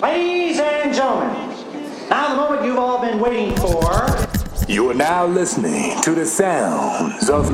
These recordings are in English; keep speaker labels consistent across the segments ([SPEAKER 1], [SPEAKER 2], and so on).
[SPEAKER 1] Ladies and gentlemen, now the moment you've all been waiting for.
[SPEAKER 2] You are now listening to the sounds of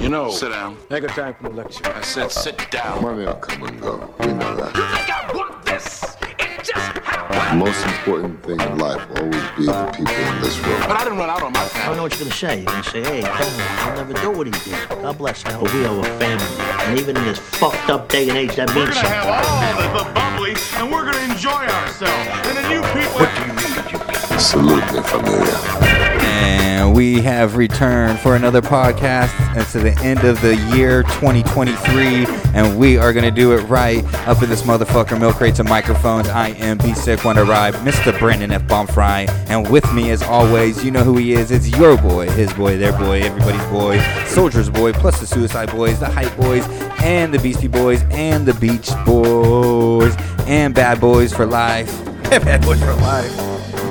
[SPEAKER 3] You know, sit down.
[SPEAKER 4] Make a time for the lecture.
[SPEAKER 3] I said, sit down.
[SPEAKER 5] Money'll come and go. We know that.
[SPEAKER 6] think I want this. It just happened.
[SPEAKER 5] The most important thing in life will always be the people in this room.
[SPEAKER 3] But I didn't run out on my
[SPEAKER 7] I don't
[SPEAKER 3] family.
[SPEAKER 7] know what you're gonna say. You're gonna say, "Hey, Tony, I'll never do what he did." God bless now. But we are a family, and even in this fucked up day and age, that means something.
[SPEAKER 8] all the, the bubbly, and we're gonna enjoy ourselves. And the new people.
[SPEAKER 5] Salute me, familia.
[SPEAKER 9] And we have returned for another podcast. It's to the end of the year 2023, and we are going to do it right up in this motherfucker. Milk crates and microphones. I am B Sick Wonder Ride, Mr. Brandon F. Bomfry. And with me, as always, you know who he is. It's your boy, his boy, their boy, everybody's boy, Soldier's boy, plus the Suicide Boys, the Hype Boys, and the Beastie Boys, and the Beach Boys, and Bad Boys for Life.
[SPEAKER 4] Bad boy for life.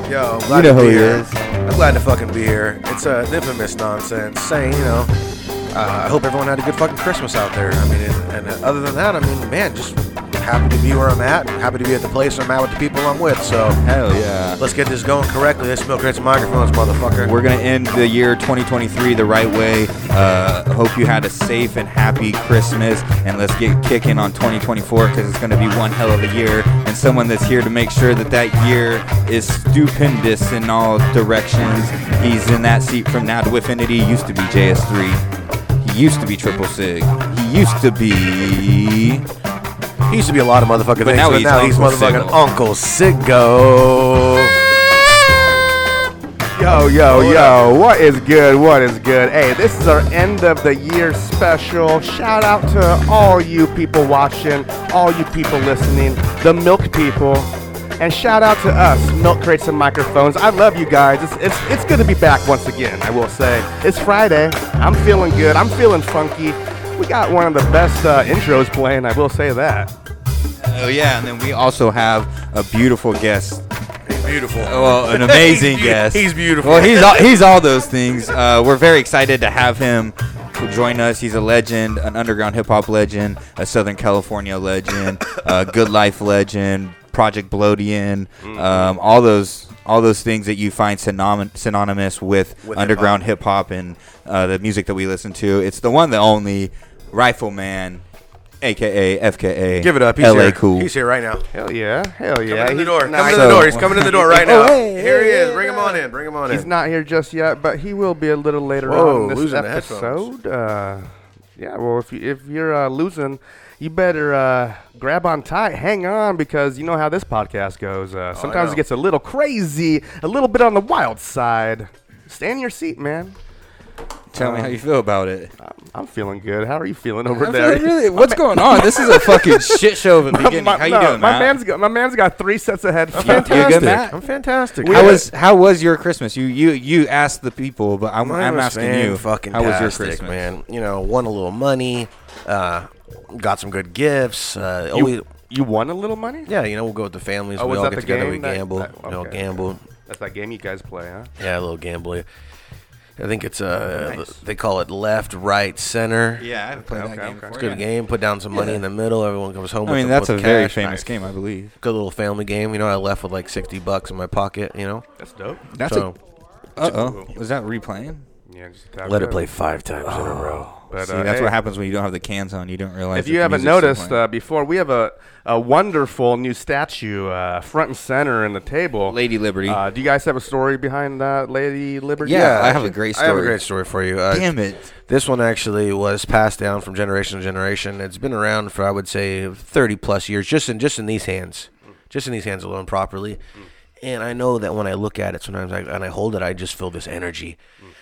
[SPEAKER 4] Yo, I'm glad
[SPEAKER 9] You know
[SPEAKER 4] to
[SPEAKER 9] who
[SPEAKER 4] be
[SPEAKER 9] he
[SPEAKER 4] here.
[SPEAKER 9] is.
[SPEAKER 4] I'm glad to fucking be here. It's uh, infamous nonsense saying, you know, uh, I hope everyone had a good fucking Christmas out there. I mean, and, and other than that, I mean, man, just happy to be where I'm at, and happy to be at the place I'm at with the people I'm with. So
[SPEAKER 9] Hell yeah.
[SPEAKER 4] let's get this going correctly. Let's milk crates and microphones, motherfucker.
[SPEAKER 9] We're going to end the year 2023 the right way. Uh, hope you had a safe and happy Christmas. And let's get kicking on 2024 because it's going to be one hell of a year. And someone that's here to make sure that that year is stupendous in all directions. He's in that seat from now to infinity. He used to be JS3. He used to be Triple Sig. He used to be.
[SPEAKER 4] he used to be a lot of motherfucking things,
[SPEAKER 9] now
[SPEAKER 4] but
[SPEAKER 9] he's
[SPEAKER 4] now he's
[SPEAKER 9] Uncle
[SPEAKER 4] motherfucking
[SPEAKER 9] Siggo.
[SPEAKER 4] Uncle Siggo.
[SPEAKER 10] Yo, yo, yo, what is good? What is good? Hey, this is our end of the year special. Shout out to all you people watching, all you people listening, the milk people. And shout out to us, Milk Crates and Microphones. I love you guys. It's, it's, it's good to be back once again, I will say. It's Friday. I'm feeling good. I'm feeling funky. We got one of the best uh, intros playing, I will say that.
[SPEAKER 9] Oh, yeah. And then we also have a beautiful guest
[SPEAKER 4] Beautiful.
[SPEAKER 9] Well, an amazing
[SPEAKER 4] He's beau-
[SPEAKER 9] guest.
[SPEAKER 4] he's beautiful.
[SPEAKER 9] Well, he's all, he's all those things. Uh, we're very excited to have him join us. He's a legend, an underground hip hop legend, a Southern California legend, a good life legend, Project Bloatian,
[SPEAKER 4] Mm-hmm.
[SPEAKER 9] um, all those all those things that you find synonym, synonymous with, underground hip hop and uh, the music that we listen to. It's the one, the only Rifleman, aka FKA.
[SPEAKER 4] Give it up. He's
[SPEAKER 9] LA
[SPEAKER 4] here.
[SPEAKER 9] Cool.
[SPEAKER 4] He's here right now.
[SPEAKER 10] Hell yeah. Hell yeah.
[SPEAKER 4] Coming to the
[SPEAKER 10] He's
[SPEAKER 4] door.
[SPEAKER 10] not-
[SPEAKER 4] Coming to
[SPEAKER 9] so-
[SPEAKER 4] the door. He's coming to the door right now.
[SPEAKER 9] Oh, hey,
[SPEAKER 4] Here he
[SPEAKER 9] hey,
[SPEAKER 4] is.
[SPEAKER 9] hey,
[SPEAKER 4] Bring him on in. Bring him on in.
[SPEAKER 10] He's not here just yet, but he will be a little later
[SPEAKER 4] Whoa,
[SPEAKER 10] on in this
[SPEAKER 4] losing the headphones.
[SPEAKER 10] episode. Uh, yeah, well, if, you, if you're uh, losing, you better uh, grab on tight, hang on, because you know how this podcast goes. Uh, sometimes
[SPEAKER 4] Oh, know.
[SPEAKER 10] it gets a little crazy, a little bit on the wild side. Stay in your seat, man.
[SPEAKER 9] Tell me how you feel about it.
[SPEAKER 10] I'm feeling good. How are you feeling over
[SPEAKER 9] I'm
[SPEAKER 10] there?
[SPEAKER 9] feeling really- what's going on? This is a fucking shit show of a beginning.
[SPEAKER 10] My-
[SPEAKER 9] how you
[SPEAKER 10] no,
[SPEAKER 9] doing,
[SPEAKER 10] my
[SPEAKER 9] Matt?
[SPEAKER 10] man's got my man's got three sets of headphones.
[SPEAKER 9] You- you good, Matt?
[SPEAKER 4] I'm fantastic.
[SPEAKER 9] how was how was your Christmas? You you you asked the people, but I'm,
[SPEAKER 4] Mine
[SPEAKER 9] I'm
[SPEAKER 4] was
[SPEAKER 9] asking you.
[SPEAKER 4] Fucking
[SPEAKER 9] how was your
[SPEAKER 4] fantastic,
[SPEAKER 9] Christmas,
[SPEAKER 4] man? You know, won a little money. Uh, got some good gifts. Uh,
[SPEAKER 9] Oh,
[SPEAKER 4] always,
[SPEAKER 10] You won a little money.
[SPEAKER 4] yeah, you know, we'll go with the families.
[SPEAKER 10] Oh,
[SPEAKER 4] we
[SPEAKER 10] was
[SPEAKER 4] all
[SPEAKER 10] that
[SPEAKER 4] get
[SPEAKER 10] the
[SPEAKER 4] together.
[SPEAKER 10] game
[SPEAKER 4] We
[SPEAKER 10] that-
[SPEAKER 4] gamble.
[SPEAKER 10] that-
[SPEAKER 4] You know,
[SPEAKER 10] okay.
[SPEAKER 4] gamble.
[SPEAKER 10] That's that game you guys play, huh?
[SPEAKER 4] Yeah, a little gambling. I think it's uh, they call it left, right, center.
[SPEAKER 9] Yeah, I haven't played that game before.
[SPEAKER 4] It's a good game. Put down some money in the middle. Everyone comes home.
[SPEAKER 9] I
[SPEAKER 4] with
[SPEAKER 9] mean,
[SPEAKER 4] the-
[SPEAKER 9] that's a
[SPEAKER 4] with
[SPEAKER 9] very
[SPEAKER 4] cash.
[SPEAKER 9] famous game, I believe.
[SPEAKER 4] Good little family game. You know, I left with like sixty bucks in my pocket. You know,
[SPEAKER 10] That's dope.
[SPEAKER 9] That's
[SPEAKER 4] so
[SPEAKER 9] a uh oh. Was that replaying?
[SPEAKER 10] Yeah, just
[SPEAKER 4] let it play five times in a row.
[SPEAKER 10] But,
[SPEAKER 9] See,
[SPEAKER 10] uh,
[SPEAKER 9] that's
[SPEAKER 10] hey,
[SPEAKER 9] what happens when you don't have the cans on. You don't realize.
[SPEAKER 10] If
[SPEAKER 9] that
[SPEAKER 10] you
[SPEAKER 9] the
[SPEAKER 10] haven't
[SPEAKER 9] music's still
[SPEAKER 10] noticed
[SPEAKER 9] playing.
[SPEAKER 10] uh, before, we have a, a wonderful new statue uh, front and center in the table.
[SPEAKER 9] Lady Liberty.
[SPEAKER 10] Uh, do you guys have a story behind that, Lady
[SPEAKER 4] uh,
[SPEAKER 10] Liberty?
[SPEAKER 9] yeah, I have a great story.
[SPEAKER 4] I have a great story for you. Uh,
[SPEAKER 9] Damn it!
[SPEAKER 4] This one actually was passed down from generation to generation. It's been around for I would say 30 plus years, just in just in these hands, just in these hands alone, properly. And I know that when I look at it, sometimes I, and I hold it, I just feel this energy,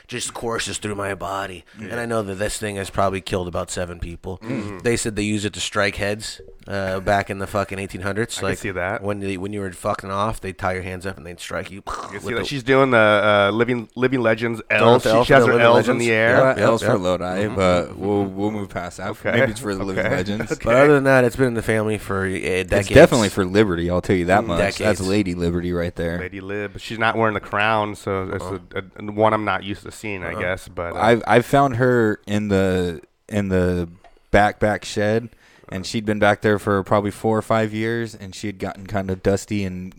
[SPEAKER 4] just courses through my body. And I know that this thing has probably killed about seven people. They said they use it to strike heads uh, back in the fucking 1800s. like
[SPEAKER 10] see that.
[SPEAKER 4] when they, when you were fucking off, they would tie your hands up and they'd strike you.
[SPEAKER 10] You
[SPEAKER 4] with
[SPEAKER 10] see that
[SPEAKER 4] the-
[SPEAKER 10] she's doing the uh, living living legends L.
[SPEAKER 4] Don't
[SPEAKER 10] She,
[SPEAKER 4] tell
[SPEAKER 10] she has
[SPEAKER 4] for the
[SPEAKER 10] her
[SPEAKER 4] Living
[SPEAKER 10] L's in
[SPEAKER 4] Legends.
[SPEAKER 10] the
[SPEAKER 4] Yeah.
[SPEAKER 10] air.
[SPEAKER 9] Well, L's for
[SPEAKER 4] yep.
[SPEAKER 9] Lodi, but we'll we'll move past that.
[SPEAKER 10] Okay,
[SPEAKER 9] Maybe it's for the Living
[SPEAKER 10] okay,
[SPEAKER 9] Legends.
[SPEAKER 10] okay.
[SPEAKER 4] But other than that, it's been in the family for uh, decades. Mm,
[SPEAKER 9] It's definitely for Liberty. I'll tell you that much. That's
[SPEAKER 4] decades.
[SPEAKER 9] Lady Liberty right there.
[SPEAKER 10] Lady Lib. She's not wearing the crown, so it's
[SPEAKER 4] Oh.
[SPEAKER 10] a, a, one I'm not used to seeing,
[SPEAKER 4] Uh-uh.
[SPEAKER 10] I guess. But uh,
[SPEAKER 9] I've I've found her in the in the back back shed,
[SPEAKER 4] Uh-huh.
[SPEAKER 9] and she'd been back there for probably four or five years, and she had gotten kind of dusty and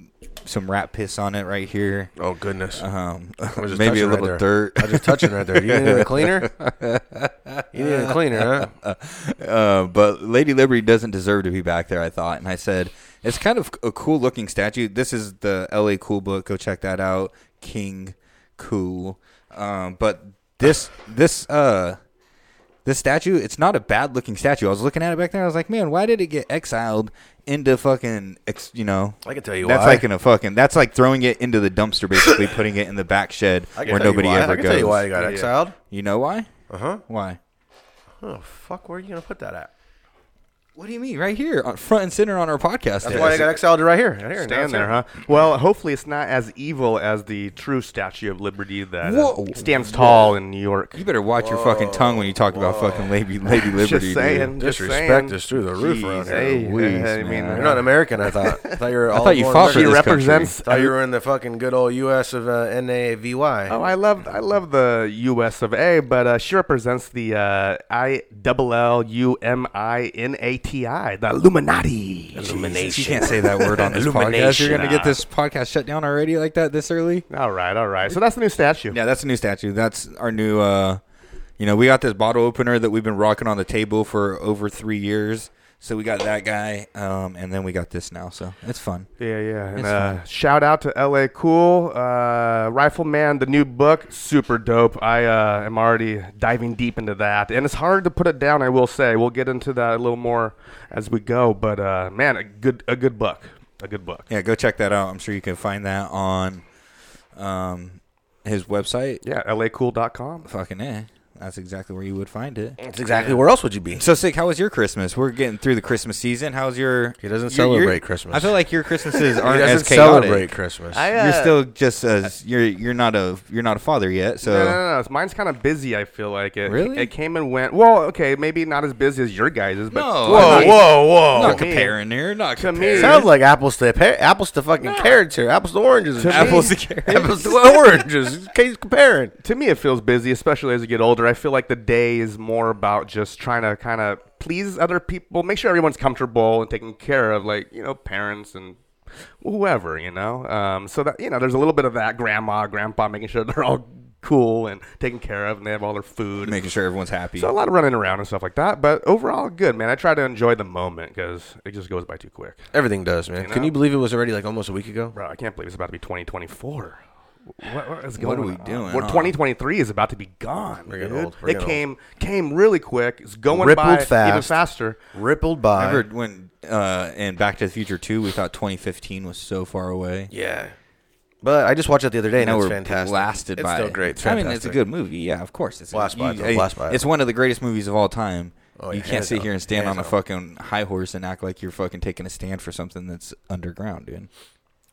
[SPEAKER 9] some rat piss on it right here.
[SPEAKER 4] Oh goodness.
[SPEAKER 9] Um,
[SPEAKER 4] was just
[SPEAKER 9] maybe
[SPEAKER 4] touching
[SPEAKER 9] a
[SPEAKER 4] right
[SPEAKER 9] little
[SPEAKER 4] there.
[SPEAKER 9] dirt.
[SPEAKER 4] I was just touching right there. You needed a cleaner? You needed a cleaner, huh?
[SPEAKER 9] Uh, but Lady Liberty doesn't deserve to be back there, I thought. And I said, it's kind of a cool looking statue. This is the LA Cool book. Go check that out. King Cool. Um, but this, this, uh, this statue, it's not a bad looking statue. I was looking at it back there. I was like, man, why did it get exiled into fucking, ex- you know?
[SPEAKER 4] I can tell you
[SPEAKER 9] That's
[SPEAKER 4] why.
[SPEAKER 9] like in a fucking. That's like throwing it into the dumpster, basically putting it in the back shed
[SPEAKER 4] I can
[SPEAKER 9] where
[SPEAKER 4] tell you
[SPEAKER 9] nobody
[SPEAKER 4] why.
[SPEAKER 9] ever
[SPEAKER 4] I can
[SPEAKER 9] goes.
[SPEAKER 4] tell you why I got exiled. Uh-huh.
[SPEAKER 9] You know why? Uh huh. Why?
[SPEAKER 4] Oh fuck, where are you gonna put that at?
[SPEAKER 9] What do you mean? Right here, on front and center on our podcast.
[SPEAKER 4] That's why I got exiled right here. Right here.
[SPEAKER 10] Stand there, huh? Well, hopefully it's not as evil as the true Statue of Liberty that uh,
[SPEAKER 9] Whoa.
[SPEAKER 10] stands tall in New York.
[SPEAKER 9] You better watch your fucking tongue when you talk about fucking Lady Lady Liberty.
[SPEAKER 10] just
[SPEAKER 9] dude.
[SPEAKER 10] saying. Just saying.
[SPEAKER 4] Disrespect is through the roof around
[SPEAKER 10] Jeez,
[SPEAKER 4] here.
[SPEAKER 10] hey,
[SPEAKER 9] Louise,
[SPEAKER 10] I mean, uh,
[SPEAKER 9] man.
[SPEAKER 4] You're not American, I thought. I thought you were all
[SPEAKER 9] thought you
[SPEAKER 4] born
[SPEAKER 9] fought for
[SPEAKER 10] she
[SPEAKER 4] American.
[SPEAKER 9] this country.
[SPEAKER 10] represents.
[SPEAKER 4] thought you were in the fucking good old U.S. of uh, N-A-V-Y.
[SPEAKER 10] Oh, I love I love the U.S. of A, but uh, she represents the uh, I double L U M I N A T I, the Illuminati.
[SPEAKER 9] You can't say that word on this podcast. You're gonna get this podcast shut down already like that this early.
[SPEAKER 10] All right, all right. So that's the new statue.
[SPEAKER 9] Yeah, that's a new statue. That's our new. uh You know, we got this bottle opener that we've been rocking on the table for over three years. So we got that guy, um, and then we got this now. So it's fun.
[SPEAKER 10] Yeah, yeah. And
[SPEAKER 9] It's
[SPEAKER 10] uh,
[SPEAKER 9] fine.
[SPEAKER 10] shout out to LA Cool, uh, Rifleman, the new book, super dope. I uh, am already diving deep into that, and it's hard to put it down. I will say we'll get into that a little more as we go, but uh, man, a good a good book, a good book.
[SPEAKER 9] Yeah, go check that out. I'm sure you can find that on um, his website.
[SPEAKER 10] Yeah, lacool.com.
[SPEAKER 9] Fucking eh. That's exactly where you would find it.
[SPEAKER 4] That's exactly where else would you be?
[SPEAKER 9] So sick. How was your Christmas? We're getting through the Christmas season. How's your?
[SPEAKER 4] He doesn't
[SPEAKER 9] your- your-
[SPEAKER 4] celebrate Christmas.
[SPEAKER 9] I feel like your Christmases
[SPEAKER 4] He
[SPEAKER 9] aren't as
[SPEAKER 4] doesn't
[SPEAKER 9] chaotic.
[SPEAKER 4] celebrate Christmas.
[SPEAKER 10] uh,
[SPEAKER 9] You're still just as you're you're not a you're not a father yet. So
[SPEAKER 10] No, no, no, no. it's- Mine's kind of busy. I feel like it.
[SPEAKER 9] Really?
[SPEAKER 10] It came and went. Well, okay, maybe not as busy as your guys', but
[SPEAKER 9] No,
[SPEAKER 10] whoa,
[SPEAKER 9] I'm not-
[SPEAKER 10] whoa, whoa.
[SPEAKER 9] not comparing here. Not
[SPEAKER 10] To me-
[SPEAKER 9] comparing.
[SPEAKER 4] Sounds like apples to pear, apples to fucking carrots here. Apples to oranges. and
[SPEAKER 9] Apples
[SPEAKER 4] shit.
[SPEAKER 9] to carrots.
[SPEAKER 4] Apples to oranges. Case comparing.
[SPEAKER 10] to me it feels busy especially as you get older i feel like the day is more about just trying to kind of please other people make sure everyone's comfortable and taken care of like you know parents and whoever you know um, so that you know there's a little bit of that grandma grandpa making sure they're all cool and taken care of and they have all their food
[SPEAKER 9] making sure everyone's happy.
[SPEAKER 10] so a lot of running around and stuff like that but overall good man i try to enjoy the moment because it just goes by too quick
[SPEAKER 4] Everything does, man. Can
[SPEAKER 10] know?
[SPEAKER 4] you believe it was already like almost a week ago?
[SPEAKER 10] bro i can't believe it's about to be 2024 what, what is going
[SPEAKER 9] are
[SPEAKER 10] on?
[SPEAKER 9] we doing,
[SPEAKER 10] Well,
[SPEAKER 9] huh?
[SPEAKER 10] 2023 is about to be gone.
[SPEAKER 4] We're getting
[SPEAKER 10] dude.
[SPEAKER 4] old. We're
[SPEAKER 10] It
[SPEAKER 4] getting
[SPEAKER 10] came came really quick. It's going
[SPEAKER 4] Rippled
[SPEAKER 10] by even
[SPEAKER 4] fast.
[SPEAKER 10] faster.
[SPEAKER 4] Rippled by.
[SPEAKER 9] Remember when uh, in Back to the Future Two, we thought 2015 was so far away.
[SPEAKER 4] Yeah. But I just watched that the other day, and
[SPEAKER 9] now
[SPEAKER 4] it's
[SPEAKER 9] we're
[SPEAKER 4] fantastic.
[SPEAKER 9] blasted
[SPEAKER 4] it's
[SPEAKER 9] by
[SPEAKER 4] still
[SPEAKER 9] it.
[SPEAKER 4] great. It's
[SPEAKER 9] I mean, it's a
[SPEAKER 4] fantastic.
[SPEAKER 9] good movie. Yeah, of course. It's
[SPEAKER 4] Blast by it,
[SPEAKER 9] you-
[SPEAKER 4] though.
[SPEAKER 9] hey,
[SPEAKER 4] Blast by it.
[SPEAKER 9] It's one of the greatest movies of all time.
[SPEAKER 4] Oh,
[SPEAKER 9] you
[SPEAKER 4] yeah,
[SPEAKER 9] can't
[SPEAKER 4] hands
[SPEAKER 9] sit here
[SPEAKER 4] down.
[SPEAKER 9] and stand
[SPEAKER 4] Hands
[SPEAKER 9] on a
[SPEAKER 4] down.
[SPEAKER 9] fucking high horse and act like you're fucking taking a stand for something that's underground, dude.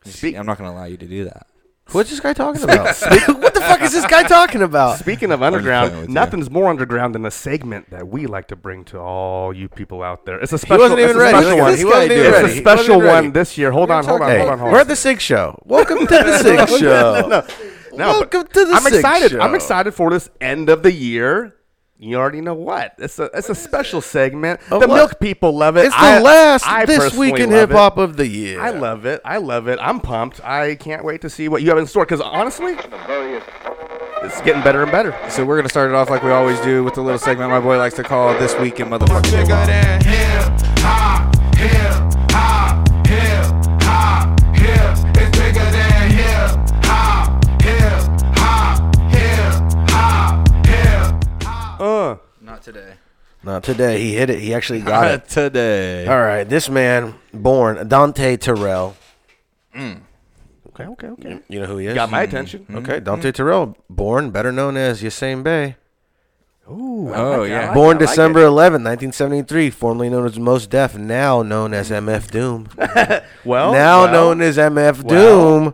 [SPEAKER 9] You see,
[SPEAKER 10] Speak-
[SPEAKER 9] I'm not going to allow you to do that.
[SPEAKER 4] What's this guy talking about? what the fuck is this guy talking about?
[SPEAKER 10] Speaking of
[SPEAKER 9] playing with you?
[SPEAKER 10] underground, nothing's more underground than a segment that we like to bring to all you people out there. It's a
[SPEAKER 4] He
[SPEAKER 10] special.
[SPEAKER 4] wasn't even
[SPEAKER 10] it's a
[SPEAKER 4] ready.
[SPEAKER 10] special
[SPEAKER 4] Look at
[SPEAKER 10] one.
[SPEAKER 4] this guy dude. Ready.
[SPEAKER 10] It's a
[SPEAKER 4] He wasn't
[SPEAKER 10] special
[SPEAKER 4] even ready.
[SPEAKER 10] one this year. Hold on, hold on,
[SPEAKER 4] Hey,
[SPEAKER 10] hold on, hold
[SPEAKER 4] We're
[SPEAKER 10] on.
[SPEAKER 4] at the Sig Show. Welcome to the Sig Show.
[SPEAKER 10] No, but
[SPEAKER 4] Welcome to the
[SPEAKER 10] I'm
[SPEAKER 4] Sig
[SPEAKER 10] excited. I'm
[SPEAKER 4] Show.
[SPEAKER 10] excited for this end of the year. You already know what. It's a it's a special segment.
[SPEAKER 4] Of
[SPEAKER 10] the
[SPEAKER 4] what?
[SPEAKER 10] milk people love it.
[SPEAKER 4] Oh, It's the
[SPEAKER 10] I-
[SPEAKER 4] last
[SPEAKER 10] I
[SPEAKER 4] this
[SPEAKER 10] personally
[SPEAKER 4] week in
[SPEAKER 10] love
[SPEAKER 4] hip
[SPEAKER 10] it.
[SPEAKER 4] hop of the year.
[SPEAKER 10] I love it. I love it. I'm pumped. I can't wait to see what you have in store. Because honestly, it's getting better and better.
[SPEAKER 9] So we're going to start it off like we always do with the little segment my boy likes to call This Week in Motherfucking Law.
[SPEAKER 10] Uh,
[SPEAKER 9] Not today.
[SPEAKER 4] Not today. He hit it. He actually got it.
[SPEAKER 9] today.
[SPEAKER 4] All right, this man, born Dante Terrell.
[SPEAKER 10] okay, okay, okay.
[SPEAKER 4] You know who he is? Mm-hmm.
[SPEAKER 10] Got my attention. Mm.
[SPEAKER 4] Okay, Dante Terrell, born better known as Yassine Bey.
[SPEAKER 9] Oh, yeah.
[SPEAKER 4] Born December 11, 1973, formerly known as Most Def, now known as MF Doom.
[SPEAKER 10] Well,
[SPEAKER 4] now
[SPEAKER 10] well,
[SPEAKER 4] known as MF
[SPEAKER 10] well.
[SPEAKER 4] Doom,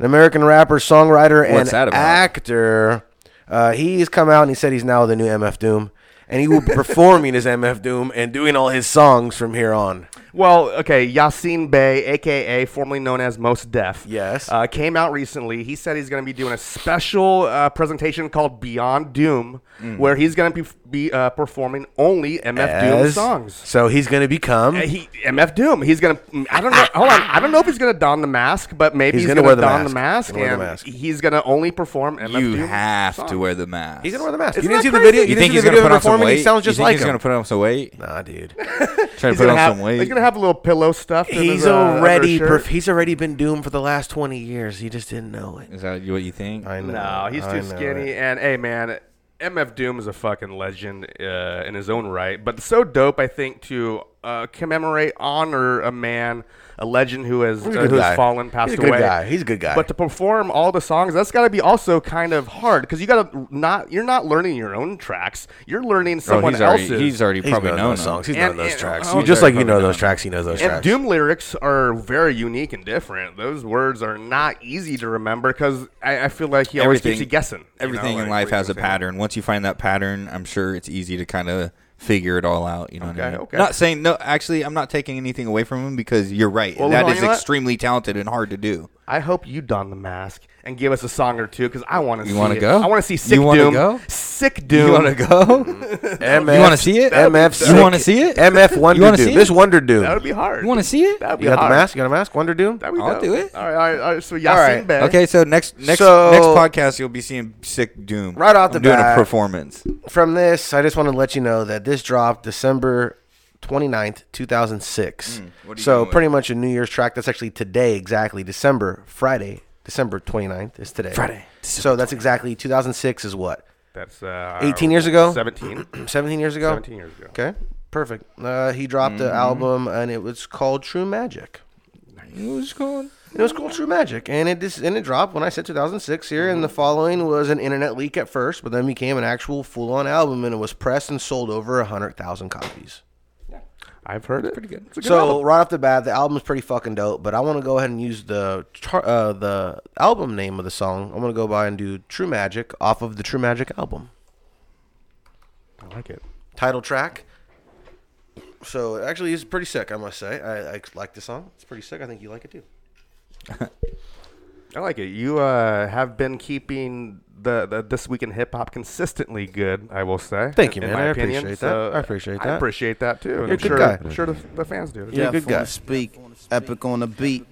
[SPEAKER 4] an American rapper, songwriter,
[SPEAKER 9] What's that
[SPEAKER 4] and
[SPEAKER 9] about?
[SPEAKER 4] actor. Uh, he's come out and he said he's now the new MF Doom. And he will be performing as MF Doom and doing all his songs from here on.
[SPEAKER 10] Well, okay, Yasin Bey, aka formerly known as Most Def,
[SPEAKER 4] Yes.
[SPEAKER 10] uh, came out recently. He said he's going to be doing a special uh, presentation called Beyond Doom, where he's going to be f- be uh, performing only MF Doom
[SPEAKER 4] As-
[SPEAKER 10] songs.
[SPEAKER 4] So he's going to become.
[SPEAKER 10] Uh, He MF Doom. He's gonna. mm, I don't know. Hold on. I don't know if he's gonna don the mask, but maybe he's, gonna,
[SPEAKER 4] wear the
[SPEAKER 10] don
[SPEAKER 4] mask.
[SPEAKER 10] the mask,
[SPEAKER 4] Gonna wear the
[SPEAKER 10] and
[SPEAKER 4] mask.
[SPEAKER 10] he's gonna only perform MF Doom.
[SPEAKER 9] You have
[SPEAKER 10] songs.
[SPEAKER 9] to wear the mask.
[SPEAKER 4] he's going to wear the mask.
[SPEAKER 10] Isn't
[SPEAKER 4] you didn't
[SPEAKER 10] that
[SPEAKER 4] see the
[SPEAKER 10] crazy?
[SPEAKER 4] video. You,
[SPEAKER 9] You
[SPEAKER 4] didn't
[SPEAKER 9] think
[SPEAKER 4] see
[SPEAKER 9] he's
[SPEAKER 4] the
[SPEAKER 9] gonna
[SPEAKER 4] video
[SPEAKER 9] put
[SPEAKER 4] of
[SPEAKER 9] on
[SPEAKER 4] him
[SPEAKER 9] some
[SPEAKER 4] performing.
[SPEAKER 9] weight?
[SPEAKER 4] He sounds
[SPEAKER 9] You
[SPEAKER 4] just
[SPEAKER 9] think
[SPEAKER 4] like
[SPEAKER 9] he's gonna
[SPEAKER 4] him.
[SPEAKER 9] put on some weight.
[SPEAKER 4] Nah, dude.
[SPEAKER 9] Trying to put
[SPEAKER 10] He's gonna
[SPEAKER 9] on
[SPEAKER 10] have-
[SPEAKER 9] some weight.
[SPEAKER 10] He's gonna have a little pillow stuff. in
[SPEAKER 4] He's
[SPEAKER 10] his, uh,
[SPEAKER 4] already
[SPEAKER 10] undershirt.
[SPEAKER 4] perf- he's already been doomed for the last twenty years. He just didn't know it.
[SPEAKER 9] Is that what you think?
[SPEAKER 4] I know.
[SPEAKER 10] No, he's
[SPEAKER 4] I
[SPEAKER 10] too
[SPEAKER 4] know
[SPEAKER 10] skinny.
[SPEAKER 4] it.
[SPEAKER 10] And hey, man, MF Doom is a fucking legend uh, in his own right. But so dope, I think, to uh, commemorate, honor a man, a legend who has uh,
[SPEAKER 4] a good
[SPEAKER 10] who's
[SPEAKER 4] guy.
[SPEAKER 10] fallen, passed
[SPEAKER 4] He's a good
[SPEAKER 10] away.
[SPEAKER 4] guy. He's a good guy.
[SPEAKER 10] But to perform all the songs, that's got to be also kind of hard because you got to not. You're not learning your own tracks. You're learning
[SPEAKER 9] Oh,
[SPEAKER 10] someone
[SPEAKER 9] he's already,
[SPEAKER 10] else's.
[SPEAKER 9] he's already
[SPEAKER 4] He's
[SPEAKER 9] probably
[SPEAKER 4] known
[SPEAKER 9] known
[SPEAKER 4] those
[SPEAKER 9] them.
[SPEAKER 4] songs. He's known
[SPEAKER 10] And-
[SPEAKER 4] those
[SPEAKER 10] and-
[SPEAKER 4] tracks.
[SPEAKER 10] oh,
[SPEAKER 4] You just like you
[SPEAKER 9] probably
[SPEAKER 4] know
[SPEAKER 9] known
[SPEAKER 4] those
[SPEAKER 9] them.
[SPEAKER 4] tracks. He knows those
[SPEAKER 10] And
[SPEAKER 4] tracks.
[SPEAKER 10] Doom lyrics are very unique and different. Those words are not easy to remember because I, I feel like he always keeps you guessing. you
[SPEAKER 9] Everything
[SPEAKER 10] know,
[SPEAKER 9] in
[SPEAKER 10] like
[SPEAKER 9] life
[SPEAKER 10] what
[SPEAKER 9] has
[SPEAKER 10] you're
[SPEAKER 9] a
[SPEAKER 10] saying.
[SPEAKER 9] pattern. Once you find that pattern, I'm sure it's easy to kind of figure it all out. You know what I
[SPEAKER 10] Okay,
[SPEAKER 9] mean?
[SPEAKER 10] okay.
[SPEAKER 9] Not saying no. Actually, I'm not taking anything away from him because you're right.
[SPEAKER 10] Well,
[SPEAKER 9] that
[SPEAKER 10] hold on,
[SPEAKER 9] is
[SPEAKER 10] you know what?
[SPEAKER 9] extremely talented and hard to do.
[SPEAKER 10] I hope you don the mask and give us a song or two because I want to.
[SPEAKER 9] You
[SPEAKER 10] see
[SPEAKER 9] wanna
[SPEAKER 10] it.
[SPEAKER 9] go?
[SPEAKER 10] I want to see
[SPEAKER 9] You
[SPEAKER 10] sick
[SPEAKER 9] wanna
[SPEAKER 10] doom.
[SPEAKER 9] go?
[SPEAKER 10] Sick doom.
[SPEAKER 9] You want to go?
[SPEAKER 4] MF,
[SPEAKER 9] You wanna see it?
[SPEAKER 4] MF.
[SPEAKER 9] You wanna see it?
[SPEAKER 4] MF
[SPEAKER 9] You
[SPEAKER 4] Wonder
[SPEAKER 9] wanna
[SPEAKER 4] Doom.
[SPEAKER 9] see it?
[SPEAKER 4] This Wonder
[SPEAKER 10] That would
[SPEAKER 4] Doom.
[SPEAKER 10] be hard.
[SPEAKER 9] you want to see it?
[SPEAKER 10] That would be
[SPEAKER 4] You got the
[SPEAKER 10] hard.
[SPEAKER 4] mask. You got a mask. Wonder Doom.
[SPEAKER 10] That'd be
[SPEAKER 9] I'll
[SPEAKER 10] dope.
[SPEAKER 9] do it.
[SPEAKER 10] All right, all right, all right. So Yasin
[SPEAKER 4] right,
[SPEAKER 10] Bey.
[SPEAKER 9] Okay, so next next
[SPEAKER 4] So-
[SPEAKER 9] next podcast you'll be seeing Sick Doom
[SPEAKER 4] Right off
[SPEAKER 9] I'm
[SPEAKER 4] the
[SPEAKER 9] doing
[SPEAKER 4] bat.
[SPEAKER 9] a performance.
[SPEAKER 4] From this, I just want to let you know that this dropped December 29th, 2006.
[SPEAKER 9] Hmm, what are you
[SPEAKER 4] so
[SPEAKER 9] doing?
[SPEAKER 4] pretty much a New Year's track. That's actually today, exactly. December, Friday, December 29th is today. Friday. So that's exactly 2006 is what?
[SPEAKER 10] That's uh,
[SPEAKER 4] 18 years ago?
[SPEAKER 10] Seventeen.
[SPEAKER 4] 17 years ago?
[SPEAKER 10] 17 years ago.
[SPEAKER 4] Okay, perfect. Uh, he dropped the album and it was called True Magic. It was called True Magic, and it dis- and it dropped when I said 2006 here. And the following was an internet leak at first, but then became an actual full-on album, and it was pressed and sold over hundred thousand copies.
[SPEAKER 10] I've heard it. Pretty good. It's a good
[SPEAKER 4] so
[SPEAKER 10] album.
[SPEAKER 4] right off the bat, the album's pretty fucking dope. But I want to go ahead and use the char- uh, the album name of the song. I'm gonna go by and do True Magic off of the True Magic album
[SPEAKER 10] I like it.
[SPEAKER 4] title track. So it actually is pretty sick, I must say. I, I like the song. It's pretty sick. I think you like it too.
[SPEAKER 10] I like it. You uh, have been keeping the, the this week in hip hop consistently good. I will say.
[SPEAKER 4] Thank you,
[SPEAKER 10] in
[SPEAKER 4] man.
[SPEAKER 10] my
[SPEAKER 4] I
[SPEAKER 10] opinion.
[SPEAKER 4] appreciate that.
[SPEAKER 10] So,
[SPEAKER 4] I appreciate
[SPEAKER 10] I
[SPEAKER 4] that.
[SPEAKER 10] appreciate that too. and
[SPEAKER 4] a
[SPEAKER 10] I'm
[SPEAKER 4] good
[SPEAKER 10] sure,
[SPEAKER 4] guy.
[SPEAKER 10] I'm sure the, the fans do.
[SPEAKER 4] You're a good guy.
[SPEAKER 11] speak. Epic on the beat.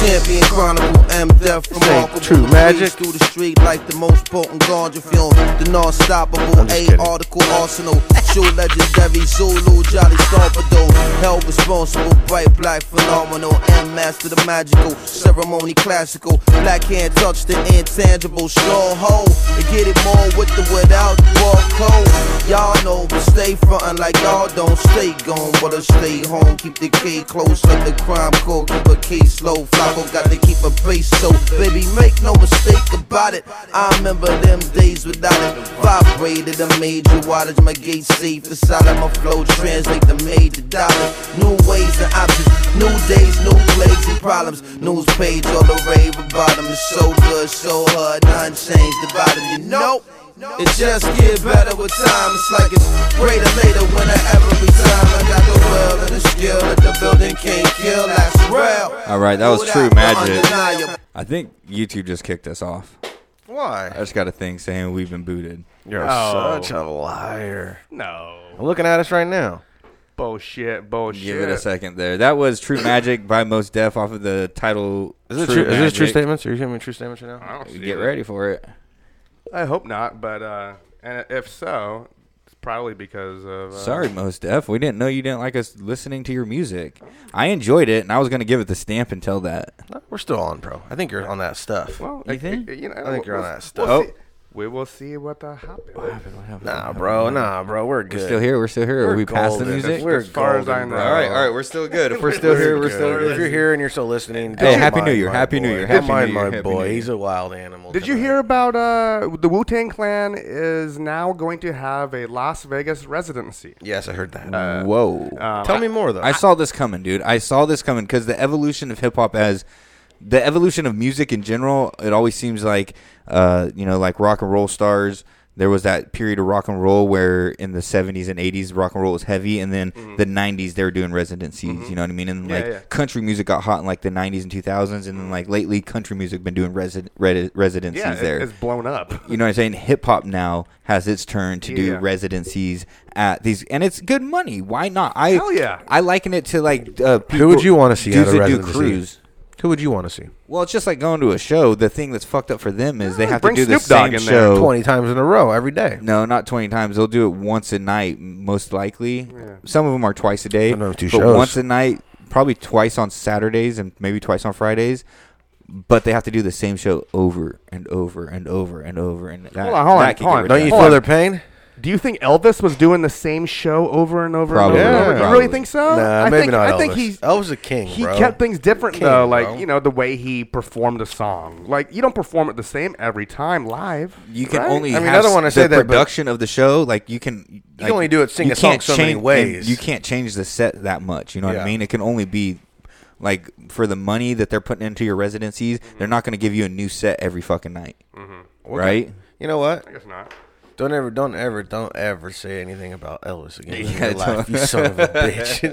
[SPEAKER 11] Champion Chronicle, M Death, remarkable.
[SPEAKER 4] true
[SPEAKER 11] Blaze
[SPEAKER 4] magic.
[SPEAKER 11] Through the street like the most potent guard you feel. The non stoppable
[SPEAKER 4] just
[SPEAKER 11] A
[SPEAKER 4] kidding.
[SPEAKER 11] article arsenal. True legendary Zulu, Jolly Starpedo. Held responsible, bright black phenomenal. M master the magical, ceremony classical. Black hand touch the intangible. Stronghold, to get it more with the without walk cold. Y'all know, but stay frontin' like y'all don't stay gone. But I stay home, keep the K close, let the crime call, keep a case low. Flaco got to keep a pace, so baby, make no mistake about it. I remember them days without it. Vibrated a major wattage, my gate safe, the side of my flow translate the made to dollar. New ways and options, new days, new plagues and problems. News page all the rave about them. It's so good, so hard, none changed about it. You know. It just get better with time. It's like it's greater later when I ever resign. I got the will and the skill that the building can't kill. That's real.
[SPEAKER 9] All right, that was
[SPEAKER 11] Without
[SPEAKER 9] True
[SPEAKER 11] the
[SPEAKER 9] Magic.
[SPEAKER 11] undeniable.
[SPEAKER 9] I think YouTube just kicked us off. I
[SPEAKER 4] Why?
[SPEAKER 9] just got a thing saying we've been booted.
[SPEAKER 4] You're
[SPEAKER 10] Oh.
[SPEAKER 4] such a liar.
[SPEAKER 10] No
[SPEAKER 4] Looking at us right now.
[SPEAKER 10] bullshit. Bullshit.
[SPEAKER 9] Give it a second there. That was True Magic by Most Def off of the title.
[SPEAKER 4] Is it true? Is this true
[SPEAKER 9] Magic.
[SPEAKER 4] statements? Are you giving me true statements right now?
[SPEAKER 10] I don't see
[SPEAKER 9] Get
[SPEAKER 10] it.
[SPEAKER 9] ready for it.
[SPEAKER 10] I hope not, but uh, and if so, it's probably because of. Uh,
[SPEAKER 9] Sorry, Most Def. We didn't know you didn't like us listening to your music. I enjoyed it, and I was going to give it the stamp until that.
[SPEAKER 4] No, we're still on, bro. I think you're on that stuff.
[SPEAKER 10] Well,
[SPEAKER 9] You
[SPEAKER 10] I,
[SPEAKER 9] think?
[SPEAKER 10] I, you know,
[SPEAKER 4] I think you're on that stuff.
[SPEAKER 9] Oh.
[SPEAKER 10] see. We will see what uh, happens.
[SPEAKER 4] nah, bro. Nah, bro. We're good.
[SPEAKER 9] Still here. We're still here. Are we past the
[SPEAKER 4] golden.
[SPEAKER 9] music?
[SPEAKER 4] We're
[SPEAKER 10] As far as I
[SPEAKER 4] golden,
[SPEAKER 10] know.
[SPEAKER 4] bro.
[SPEAKER 9] all right, all right. We're still good. If we're still here, we're still
[SPEAKER 4] If you're
[SPEAKER 9] here.
[SPEAKER 4] here and you're still listening,
[SPEAKER 9] Hey,
[SPEAKER 4] don't
[SPEAKER 9] Happy
[SPEAKER 4] mind
[SPEAKER 9] New Year,
[SPEAKER 4] my
[SPEAKER 9] Happy
[SPEAKER 4] boy.
[SPEAKER 9] New Year,
[SPEAKER 4] Don't
[SPEAKER 9] Happy
[SPEAKER 4] mind
[SPEAKER 9] New Year,
[SPEAKER 4] my
[SPEAKER 9] Happy
[SPEAKER 4] boy.
[SPEAKER 9] New
[SPEAKER 4] He's a wild animal.
[SPEAKER 10] Did you
[SPEAKER 4] tonight.
[SPEAKER 10] hear about uh, the Wu Tang Clan is now going to have a Las Vegas residency?
[SPEAKER 4] Yes, I heard that.
[SPEAKER 9] Whoa.
[SPEAKER 4] Tell me more though.
[SPEAKER 9] Uh, I saw this coming, dude. I saw this coming because the evolution of hip hop as the evolution of music in general, it always seems like, uh, you know, like rock and roll stars. there was that period of rock and roll where in the 70s and 80s rock and roll was heavy and then the 90s they were doing residencies you know what i mean and
[SPEAKER 10] Mm-hmm. Yeah,
[SPEAKER 9] like
[SPEAKER 10] yeah.
[SPEAKER 9] country music got hot in like the 90s and 2000s and then like lately country music been doing resi- redi- residencies
[SPEAKER 10] Yeah, it-
[SPEAKER 9] there
[SPEAKER 10] it's blown up.
[SPEAKER 9] you know what I'm saying? Hip hop now has its turn to do
[SPEAKER 10] Yeah.
[SPEAKER 9] residencies at these, and it's good money. Why not? I
[SPEAKER 10] Hell yeah.
[SPEAKER 9] I liken it to like uh,
[SPEAKER 4] Who would you want to
[SPEAKER 9] to
[SPEAKER 4] see at a
[SPEAKER 9] that do
[SPEAKER 4] residency?
[SPEAKER 9] cruise.
[SPEAKER 4] Who would you want to see?
[SPEAKER 9] Well, it's just like going to a show. The thing that's fucked up for them is they have to
[SPEAKER 10] bring
[SPEAKER 9] do the
[SPEAKER 10] Snoop Dogg
[SPEAKER 9] same
[SPEAKER 10] in there.
[SPEAKER 9] show.
[SPEAKER 4] Oh. Twenty times in a row every day.
[SPEAKER 9] No, not 20 times. They'll do it once a night, m- most likely. Some of them are twice a day.
[SPEAKER 4] Sometimes two
[SPEAKER 9] but
[SPEAKER 4] shows.
[SPEAKER 9] once a night, probably twice on Saturdays and maybe twice on Fridays. But they have to do the same show over and over and over and over and that.
[SPEAKER 10] Hold on, hold on,
[SPEAKER 9] that can
[SPEAKER 10] hold
[SPEAKER 9] get
[SPEAKER 10] on.
[SPEAKER 4] Don't you
[SPEAKER 9] ridiculous.
[SPEAKER 10] Hold
[SPEAKER 4] feel
[SPEAKER 10] on.
[SPEAKER 4] their pain?
[SPEAKER 10] Do you think Elvis was doing the same show over and over
[SPEAKER 9] Probably,
[SPEAKER 10] and over? and over? You
[SPEAKER 9] probably.
[SPEAKER 10] really think so?
[SPEAKER 4] Nah,
[SPEAKER 10] I
[SPEAKER 4] maybe
[SPEAKER 10] think,
[SPEAKER 4] not
[SPEAKER 10] I think
[SPEAKER 4] Elvis.
[SPEAKER 10] he's
[SPEAKER 4] Elvis is a king,
[SPEAKER 10] He
[SPEAKER 4] bro.
[SPEAKER 10] kept things different
[SPEAKER 4] King,
[SPEAKER 10] though, like
[SPEAKER 4] bro.
[SPEAKER 10] you know the way he performed a song. Like you don't perform it the same every time live.
[SPEAKER 9] You can
[SPEAKER 10] right?
[SPEAKER 9] only.
[SPEAKER 4] I mean,
[SPEAKER 9] have
[SPEAKER 4] I don't
[SPEAKER 9] s-
[SPEAKER 4] wanna
[SPEAKER 9] the
[SPEAKER 4] say that, but-
[SPEAKER 9] production of the show, like you can. You
[SPEAKER 4] can only do it- sing a song so many ways.
[SPEAKER 9] You can't change the set that much. You know what
[SPEAKER 4] Yeah.
[SPEAKER 9] I mean? It can only be like for the money that they're putting into your residencies,
[SPEAKER 4] Mm-hmm.
[SPEAKER 9] they're not going to give you a new set every fucking night, right?
[SPEAKER 4] You know what?
[SPEAKER 10] I guess not.
[SPEAKER 4] Don't ever, don't ever, don't ever say anything about Elvis again. in
[SPEAKER 9] Yeah,
[SPEAKER 4] your life,
[SPEAKER 9] don't-
[SPEAKER 4] you son of a bitch.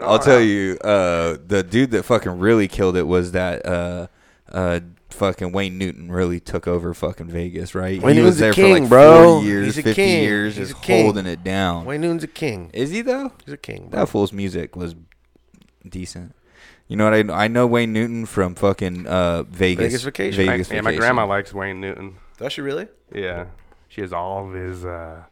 [SPEAKER 9] I'll tell you, uh, the dude that fucking really killed it was that uh, uh, fucking Wayne Newton. Really took over fucking Vegas, right?
[SPEAKER 4] Wayne
[SPEAKER 9] he
[SPEAKER 4] Newton's
[SPEAKER 9] was
[SPEAKER 4] a
[SPEAKER 9] there
[SPEAKER 4] king,
[SPEAKER 9] for like
[SPEAKER 4] bro.
[SPEAKER 9] forty years,
[SPEAKER 4] He's a
[SPEAKER 9] fifty
[SPEAKER 4] king.
[SPEAKER 9] years,
[SPEAKER 4] He's
[SPEAKER 9] just
[SPEAKER 4] a king.
[SPEAKER 9] holding it down.
[SPEAKER 4] Wayne Noon's a king.
[SPEAKER 9] Is he though?
[SPEAKER 4] He's a king, bro.
[SPEAKER 9] That fool's music was decent. You know what I know? I know Wayne Newton from fucking uh, Vegas.
[SPEAKER 4] Vegas Vacation.
[SPEAKER 9] Vegas
[SPEAKER 10] yeah, my
[SPEAKER 9] Vacation.
[SPEAKER 10] grandma likes Wayne Newton.
[SPEAKER 4] Does she really?
[SPEAKER 10] Yeah, she has all of his, uh,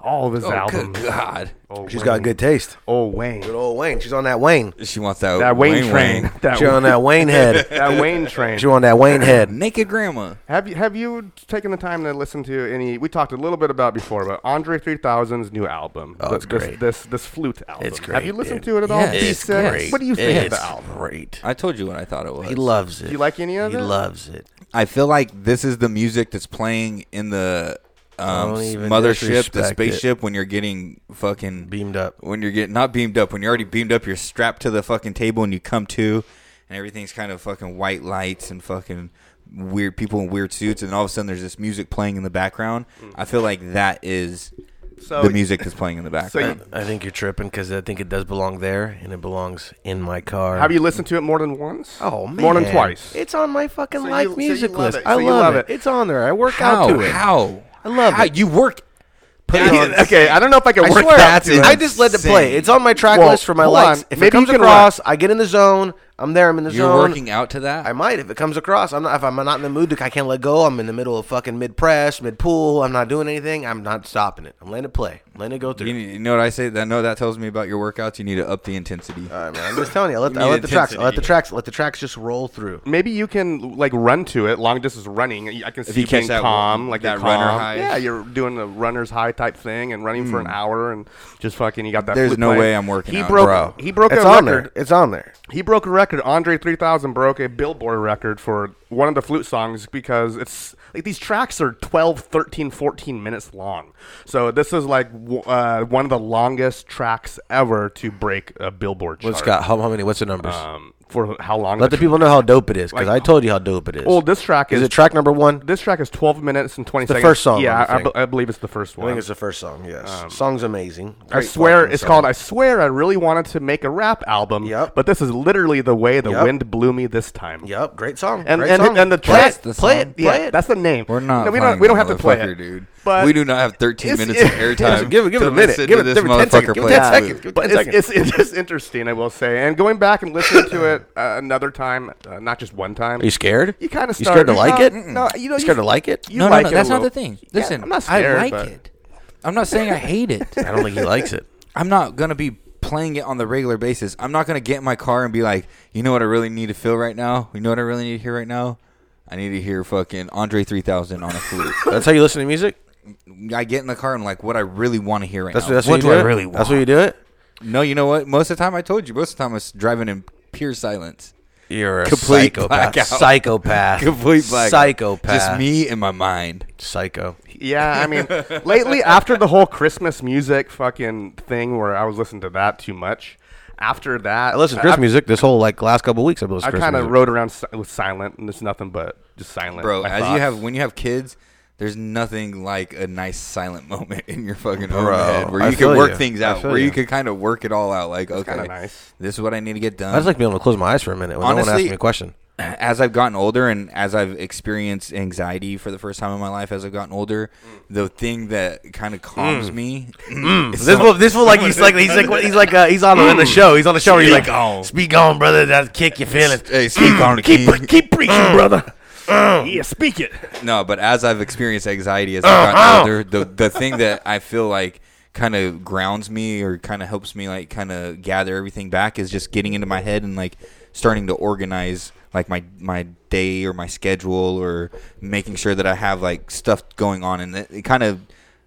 [SPEAKER 10] all of his
[SPEAKER 9] Oh, good
[SPEAKER 10] albums.
[SPEAKER 9] God.
[SPEAKER 10] Oh,
[SPEAKER 4] She's got good taste.
[SPEAKER 10] Oh Wayne,
[SPEAKER 4] Good old Wayne. She's on that Wayne.
[SPEAKER 9] She wants that,
[SPEAKER 10] that Wayne, train, that
[SPEAKER 4] She on that Wayne head.
[SPEAKER 10] that Wayne train.
[SPEAKER 4] She on that Wayne head.
[SPEAKER 9] Naked grandma.
[SPEAKER 10] Have you have you taken the time to listen to any? We talked a little bit about before, but Andre 3000's new album.
[SPEAKER 4] Oh,
[SPEAKER 10] Th-
[SPEAKER 4] it's
[SPEAKER 10] this,
[SPEAKER 4] great.
[SPEAKER 10] This this flute album.
[SPEAKER 4] It's
[SPEAKER 10] Have you
[SPEAKER 4] great,
[SPEAKER 10] listened
[SPEAKER 4] dude.
[SPEAKER 10] to it at all?
[SPEAKER 9] Yes.
[SPEAKER 10] P6?
[SPEAKER 9] It's great.
[SPEAKER 10] What do you think of
[SPEAKER 4] It's
[SPEAKER 10] the album?
[SPEAKER 4] great.
[SPEAKER 9] I told you what I thought it was.
[SPEAKER 4] He loves it.
[SPEAKER 10] Do you like any of
[SPEAKER 4] He
[SPEAKER 10] it?
[SPEAKER 4] loves it.
[SPEAKER 9] I feel like this is the music that's playing in the um,
[SPEAKER 4] Don't even
[SPEAKER 9] mothership, the
[SPEAKER 4] disrespect it.
[SPEAKER 9] spaceship, when you're getting fucking
[SPEAKER 4] Beamed up.
[SPEAKER 9] When you're getting not beamed up, when you're already beamed up, you're strapped to the fucking table and you come to, and everything's kind of fucking white lights and fucking weird people in weird suits, and all of a sudden there's this music playing in the background.
[SPEAKER 4] Mm.
[SPEAKER 9] I feel like that is
[SPEAKER 4] Oh,
[SPEAKER 10] So-
[SPEAKER 9] the music that's playing in the
[SPEAKER 10] So
[SPEAKER 9] background.
[SPEAKER 10] you,
[SPEAKER 4] I think you're tripping because I think it does belong there and it belongs in my car.
[SPEAKER 10] have you listened to it more than once?
[SPEAKER 4] Oh man,
[SPEAKER 10] more than twice.
[SPEAKER 4] It's on my fucking
[SPEAKER 10] So
[SPEAKER 4] like
[SPEAKER 10] you- so you
[SPEAKER 4] music
[SPEAKER 10] love
[SPEAKER 4] list.
[SPEAKER 10] it.
[SPEAKER 4] I
[SPEAKER 10] So
[SPEAKER 4] love,
[SPEAKER 10] you love
[SPEAKER 4] it.
[SPEAKER 10] it.
[SPEAKER 4] It's on there. I work out
[SPEAKER 9] how?
[SPEAKER 4] to it.
[SPEAKER 9] How?
[SPEAKER 4] I love
[SPEAKER 9] How?
[SPEAKER 4] it.
[SPEAKER 9] You work.
[SPEAKER 4] Put it on.
[SPEAKER 10] okay, I don't know if I can
[SPEAKER 4] I
[SPEAKER 10] work
[SPEAKER 4] swear,
[SPEAKER 10] that.
[SPEAKER 9] that's it.
[SPEAKER 4] I just let it play.
[SPEAKER 9] insane.
[SPEAKER 4] It's on my track
[SPEAKER 10] Well,
[SPEAKER 4] list for my
[SPEAKER 10] hold
[SPEAKER 4] likes.
[SPEAKER 10] on.
[SPEAKER 4] If
[SPEAKER 10] Maybe
[SPEAKER 4] it
[SPEAKER 10] you
[SPEAKER 4] comes
[SPEAKER 10] can
[SPEAKER 4] across, I get in the zone. I'm there. I'm in the
[SPEAKER 9] You're
[SPEAKER 4] zone.
[SPEAKER 9] working out to that.
[SPEAKER 4] I might if it comes across. I'm not if I'm not in the mood to I can't let go. I'm in the middle of fucking mid press, mid pull. I'm not doing anything. I'm not stopping it. I'm letting it play. I'm letting it go through.
[SPEAKER 9] You, need- you know what I say? That no, that tells me about your workouts. You need to up the intensity.
[SPEAKER 4] All right, man. I'm just telling you. I let,
[SPEAKER 9] You
[SPEAKER 4] I
[SPEAKER 9] need
[SPEAKER 4] let the tracks. I let
[SPEAKER 9] intensity.
[SPEAKER 4] the tracks. Let the tracks just roll through.
[SPEAKER 10] Maybe you can like run to it long distance running. I can see
[SPEAKER 9] you
[SPEAKER 10] you
[SPEAKER 9] catch
[SPEAKER 10] being
[SPEAKER 9] that
[SPEAKER 10] calm,
[SPEAKER 9] one-
[SPEAKER 10] like
[SPEAKER 9] that
[SPEAKER 10] you're calm.
[SPEAKER 9] runner high. Hmm.
[SPEAKER 10] Yeah, you're doing the runner's high type thing and running for an hour and just fucking you got that.
[SPEAKER 9] There's
[SPEAKER 10] flute
[SPEAKER 9] no
[SPEAKER 10] playing.
[SPEAKER 9] way I'm working
[SPEAKER 10] He
[SPEAKER 9] out,
[SPEAKER 10] broke.
[SPEAKER 9] bro.
[SPEAKER 10] He broke
[SPEAKER 4] It's
[SPEAKER 10] a
[SPEAKER 4] on
[SPEAKER 10] record.
[SPEAKER 4] there. It's on there.
[SPEAKER 10] He broke a record. Andre 3000 broke a Billboard record for one of the flute songs because it's like these tracks are 12, 13, 14 minutes long. So this is like w- uh, one of the longest tracks ever to break a Billboard chart.
[SPEAKER 4] What's got how, how many? What's the numbers?
[SPEAKER 10] um, for how long?
[SPEAKER 4] Let the people know how dope it is, because
[SPEAKER 10] Like-
[SPEAKER 4] I told you how dope it is.
[SPEAKER 10] Well, this track
[SPEAKER 4] is
[SPEAKER 10] is
[SPEAKER 4] it track number one?
[SPEAKER 10] This track is 12 minutes and 20
[SPEAKER 4] the
[SPEAKER 10] seconds.
[SPEAKER 4] first song, I
[SPEAKER 10] Yeah, I,
[SPEAKER 4] think.
[SPEAKER 10] be- I believe it's the first
[SPEAKER 4] I
[SPEAKER 10] one.
[SPEAKER 4] think it's the first song. Yes, song's amazing.
[SPEAKER 10] I swear it's called I swear I really wanted to make a rap album.
[SPEAKER 4] Yep.
[SPEAKER 10] But this is literally the way the
[SPEAKER 4] Yep.
[SPEAKER 10] wind blew me this time.
[SPEAKER 4] Yep, great song.
[SPEAKER 10] And
[SPEAKER 4] great
[SPEAKER 10] and,
[SPEAKER 4] song.
[SPEAKER 10] and the
[SPEAKER 4] play
[SPEAKER 10] track
[SPEAKER 4] it, play it, play
[SPEAKER 10] yeah,
[SPEAKER 4] it.
[SPEAKER 10] That's the name.
[SPEAKER 9] We're not.
[SPEAKER 10] No, we
[SPEAKER 9] playing
[SPEAKER 10] don't. We don't
[SPEAKER 9] the
[SPEAKER 10] have to play
[SPEAKER 9] motherfucker,
[SPEAKER 10] it,
[SPEAKER 9] dude.
[SPEAKER 10] But
[SPEAKER 9] we do not have 13
[SPEAKER 10] it's-
[SPEAKER 9] minutes of
[SPEAKER 4] Yeah,
[SPEAKER 9] airtime.
[SPEAKER 4] give it, give
[SPEAKER 9] to
[SPEAKER 4] it a minute.
[SPEAKER 9] listen
[SPEAKER 4] Give
[SPEAKER 9] to
[SPEAKER 4] it,
[SPEAKER 9] this
[SPEAKER 4] give it ten
[SPEAKER 9] motherfucker
[SPEAKER 4] seconds. Give it ten
[SPEAKER 9] play
[SPEAKER 4] seconds.
[SPEAKER 9] flute.
[SPEAKER 4] Give it
[SPEAKER 10] But
[SPEAKER 4] ten
[SPEAKER 10] it's,
[SPEAKER 4] seconds.
[SPEAKER 10] it's, it is interesting, I will say. And going back and listening to it uh, another time, uh, not just one time.
[SPEAKER 4] Are you scared?
[SPEAKER 10] You kind of
[SPEAKER 4] You scared to like it?
[SPEAKER 10] No, you know,
[SPEAKER 4] You scared to like it?
[SPEAKER 10] You
[SPEAKER 9] no,
[SPEAKER 10] like
[SPEAKER 9] no, no.
[SPEAKER 10] it a
[SPEAKER 9] That's not
[SPEAKER 10] little.
[SPEAKER 9] the thing.
[SPEAKER 10] Yeah,
[SPEAKER 9] Listen,
[SPEAKER 10] I'm not scared.
[SPEAKER 9] I like
[SPEAKER 10] but-
[SPEAKER 9] it. I'm not saying I hate it.
[SPEAKER 4] I don't think he likes it.
[SPEAKER 9] I'm not gonna be playing it on the regular basis. I'm not gonna get in my car and be like, you know what I really need to feel right now. You know what I really need to hear right now. I need to hear fucking Andre 3000 on a flute.
[SPEAKER 4] That's how you listen to music.
[SPEAKER 9] I get in the car and I'm like, what I really want to hear right
[SPEAKER 4] That's
[SPEAKER 9] now.
[SPEAKER 4] that's
[SPEAKER 9] what
[SPEAKER 4] what you
[SPEAKER 9] do
[SPEAKER 4] do
[SPEAKER 9] I
[SPEAKER 4] it?
[SPEAKER 9] really want?
[SPEAKER 4] That's what you do it.
[SPEAKER 9] No, you know what? Most of the time, I told you. Most of the time, I was driving in pure silence.
[SPEAKER 4] You're a
[SPEAKER 9] Complete
[SPEAKER 4] psychopath.
[SPEAKER 9] blackout.
[SPEAKER 4] Psychopath.
[SPEAKER 9] Complete black.
[SPEAKER 4] Psychopath.
[SPEAKER 9] Just me and my mind.
[SPEAKER 4] Psycho.
[SPEAKER 10] Yeah, I mean, lately after the whole Christmas music fucking thing where I was listening to that too much, after that,
[SPEAKER 4] I listened to Chris
[SPEAKER 10] I-
[SPEAKER 4] music this whole like last couple weeks. I've listened
[SPEAKER 10] I
[SPEAKER 4] to Chris
[SPEAKER 10] kind of
[SPEAKER 4] music.
[SPEAKER 10] rode around si- with silent, and it's nothing but just silent.
[SPEAKER 9] Bro,
[SPEAKER 10] my
[SPEAKER 9] as
[SPEAKER 10] thoughts.
[SPEAKER 9] you have when you have kids, There's nothing like a nice silent moment in your fucking
[SPEAKER 4] Bro,
[SPEAKER 9] overhead where
[SPEAKER 4] I
[SPEAKER 9] you
[SPEAKER 4] feel
[SPEAKER 9] can work
[SPEAKER 4] you.
[SPEAKER 9] things
[SPEAKER 4] I
[SPEAKER 9] out,
[SPEAKER 4] feel
[SPEAKER 9] where you,
[SPEAKER 4] you.
[SPEAKER 9] can kind of work it all out. Like, okay,
[SPEAKER 10] kinda nice.
[SPEAKER 9] this is what I need to get done.
[SPEAKER 4] I just like being able to close my eyes for a minute when no one asks me a question.
[SPEAKER 9] As I've gotten older and as I've experienced anxiety for the first time in my life, as I've gotten older,
[SPEAKER 4] Mm.
[SPEAKER 9] the thing that kind of calms me. is
[SPEAKER 4] This
[SPEAKER 9] some-
[SPEAKER 4] will, this will like he's like he's like he's like uh, he's on in the show. He's on the show. Where he's like,
[SPEAKER 9] Speak on.
[SPEAKER 4] speak on, brother. That kick your feelings.
[SPEAKER 9] Hey, speak on the
[SPEAKER 4] Keep
[SPEAKER 9] king.
[SPEAKER 4] keep preaching, brother.
[SPEAKER 10] Yeah, speak it.
[SPEAKER 9] No, but as I've experienced anxiety as I've
[SPEAKER 10] Uh-huh.
[SPEAKER 9] gotten older, the the thing that I feel like kind of grounds me or kind of helps me like kind of gather everything back is just getting into my head and like starting to organize like my my day or my schedule or making sure that I have like stuff going on and it, it kind of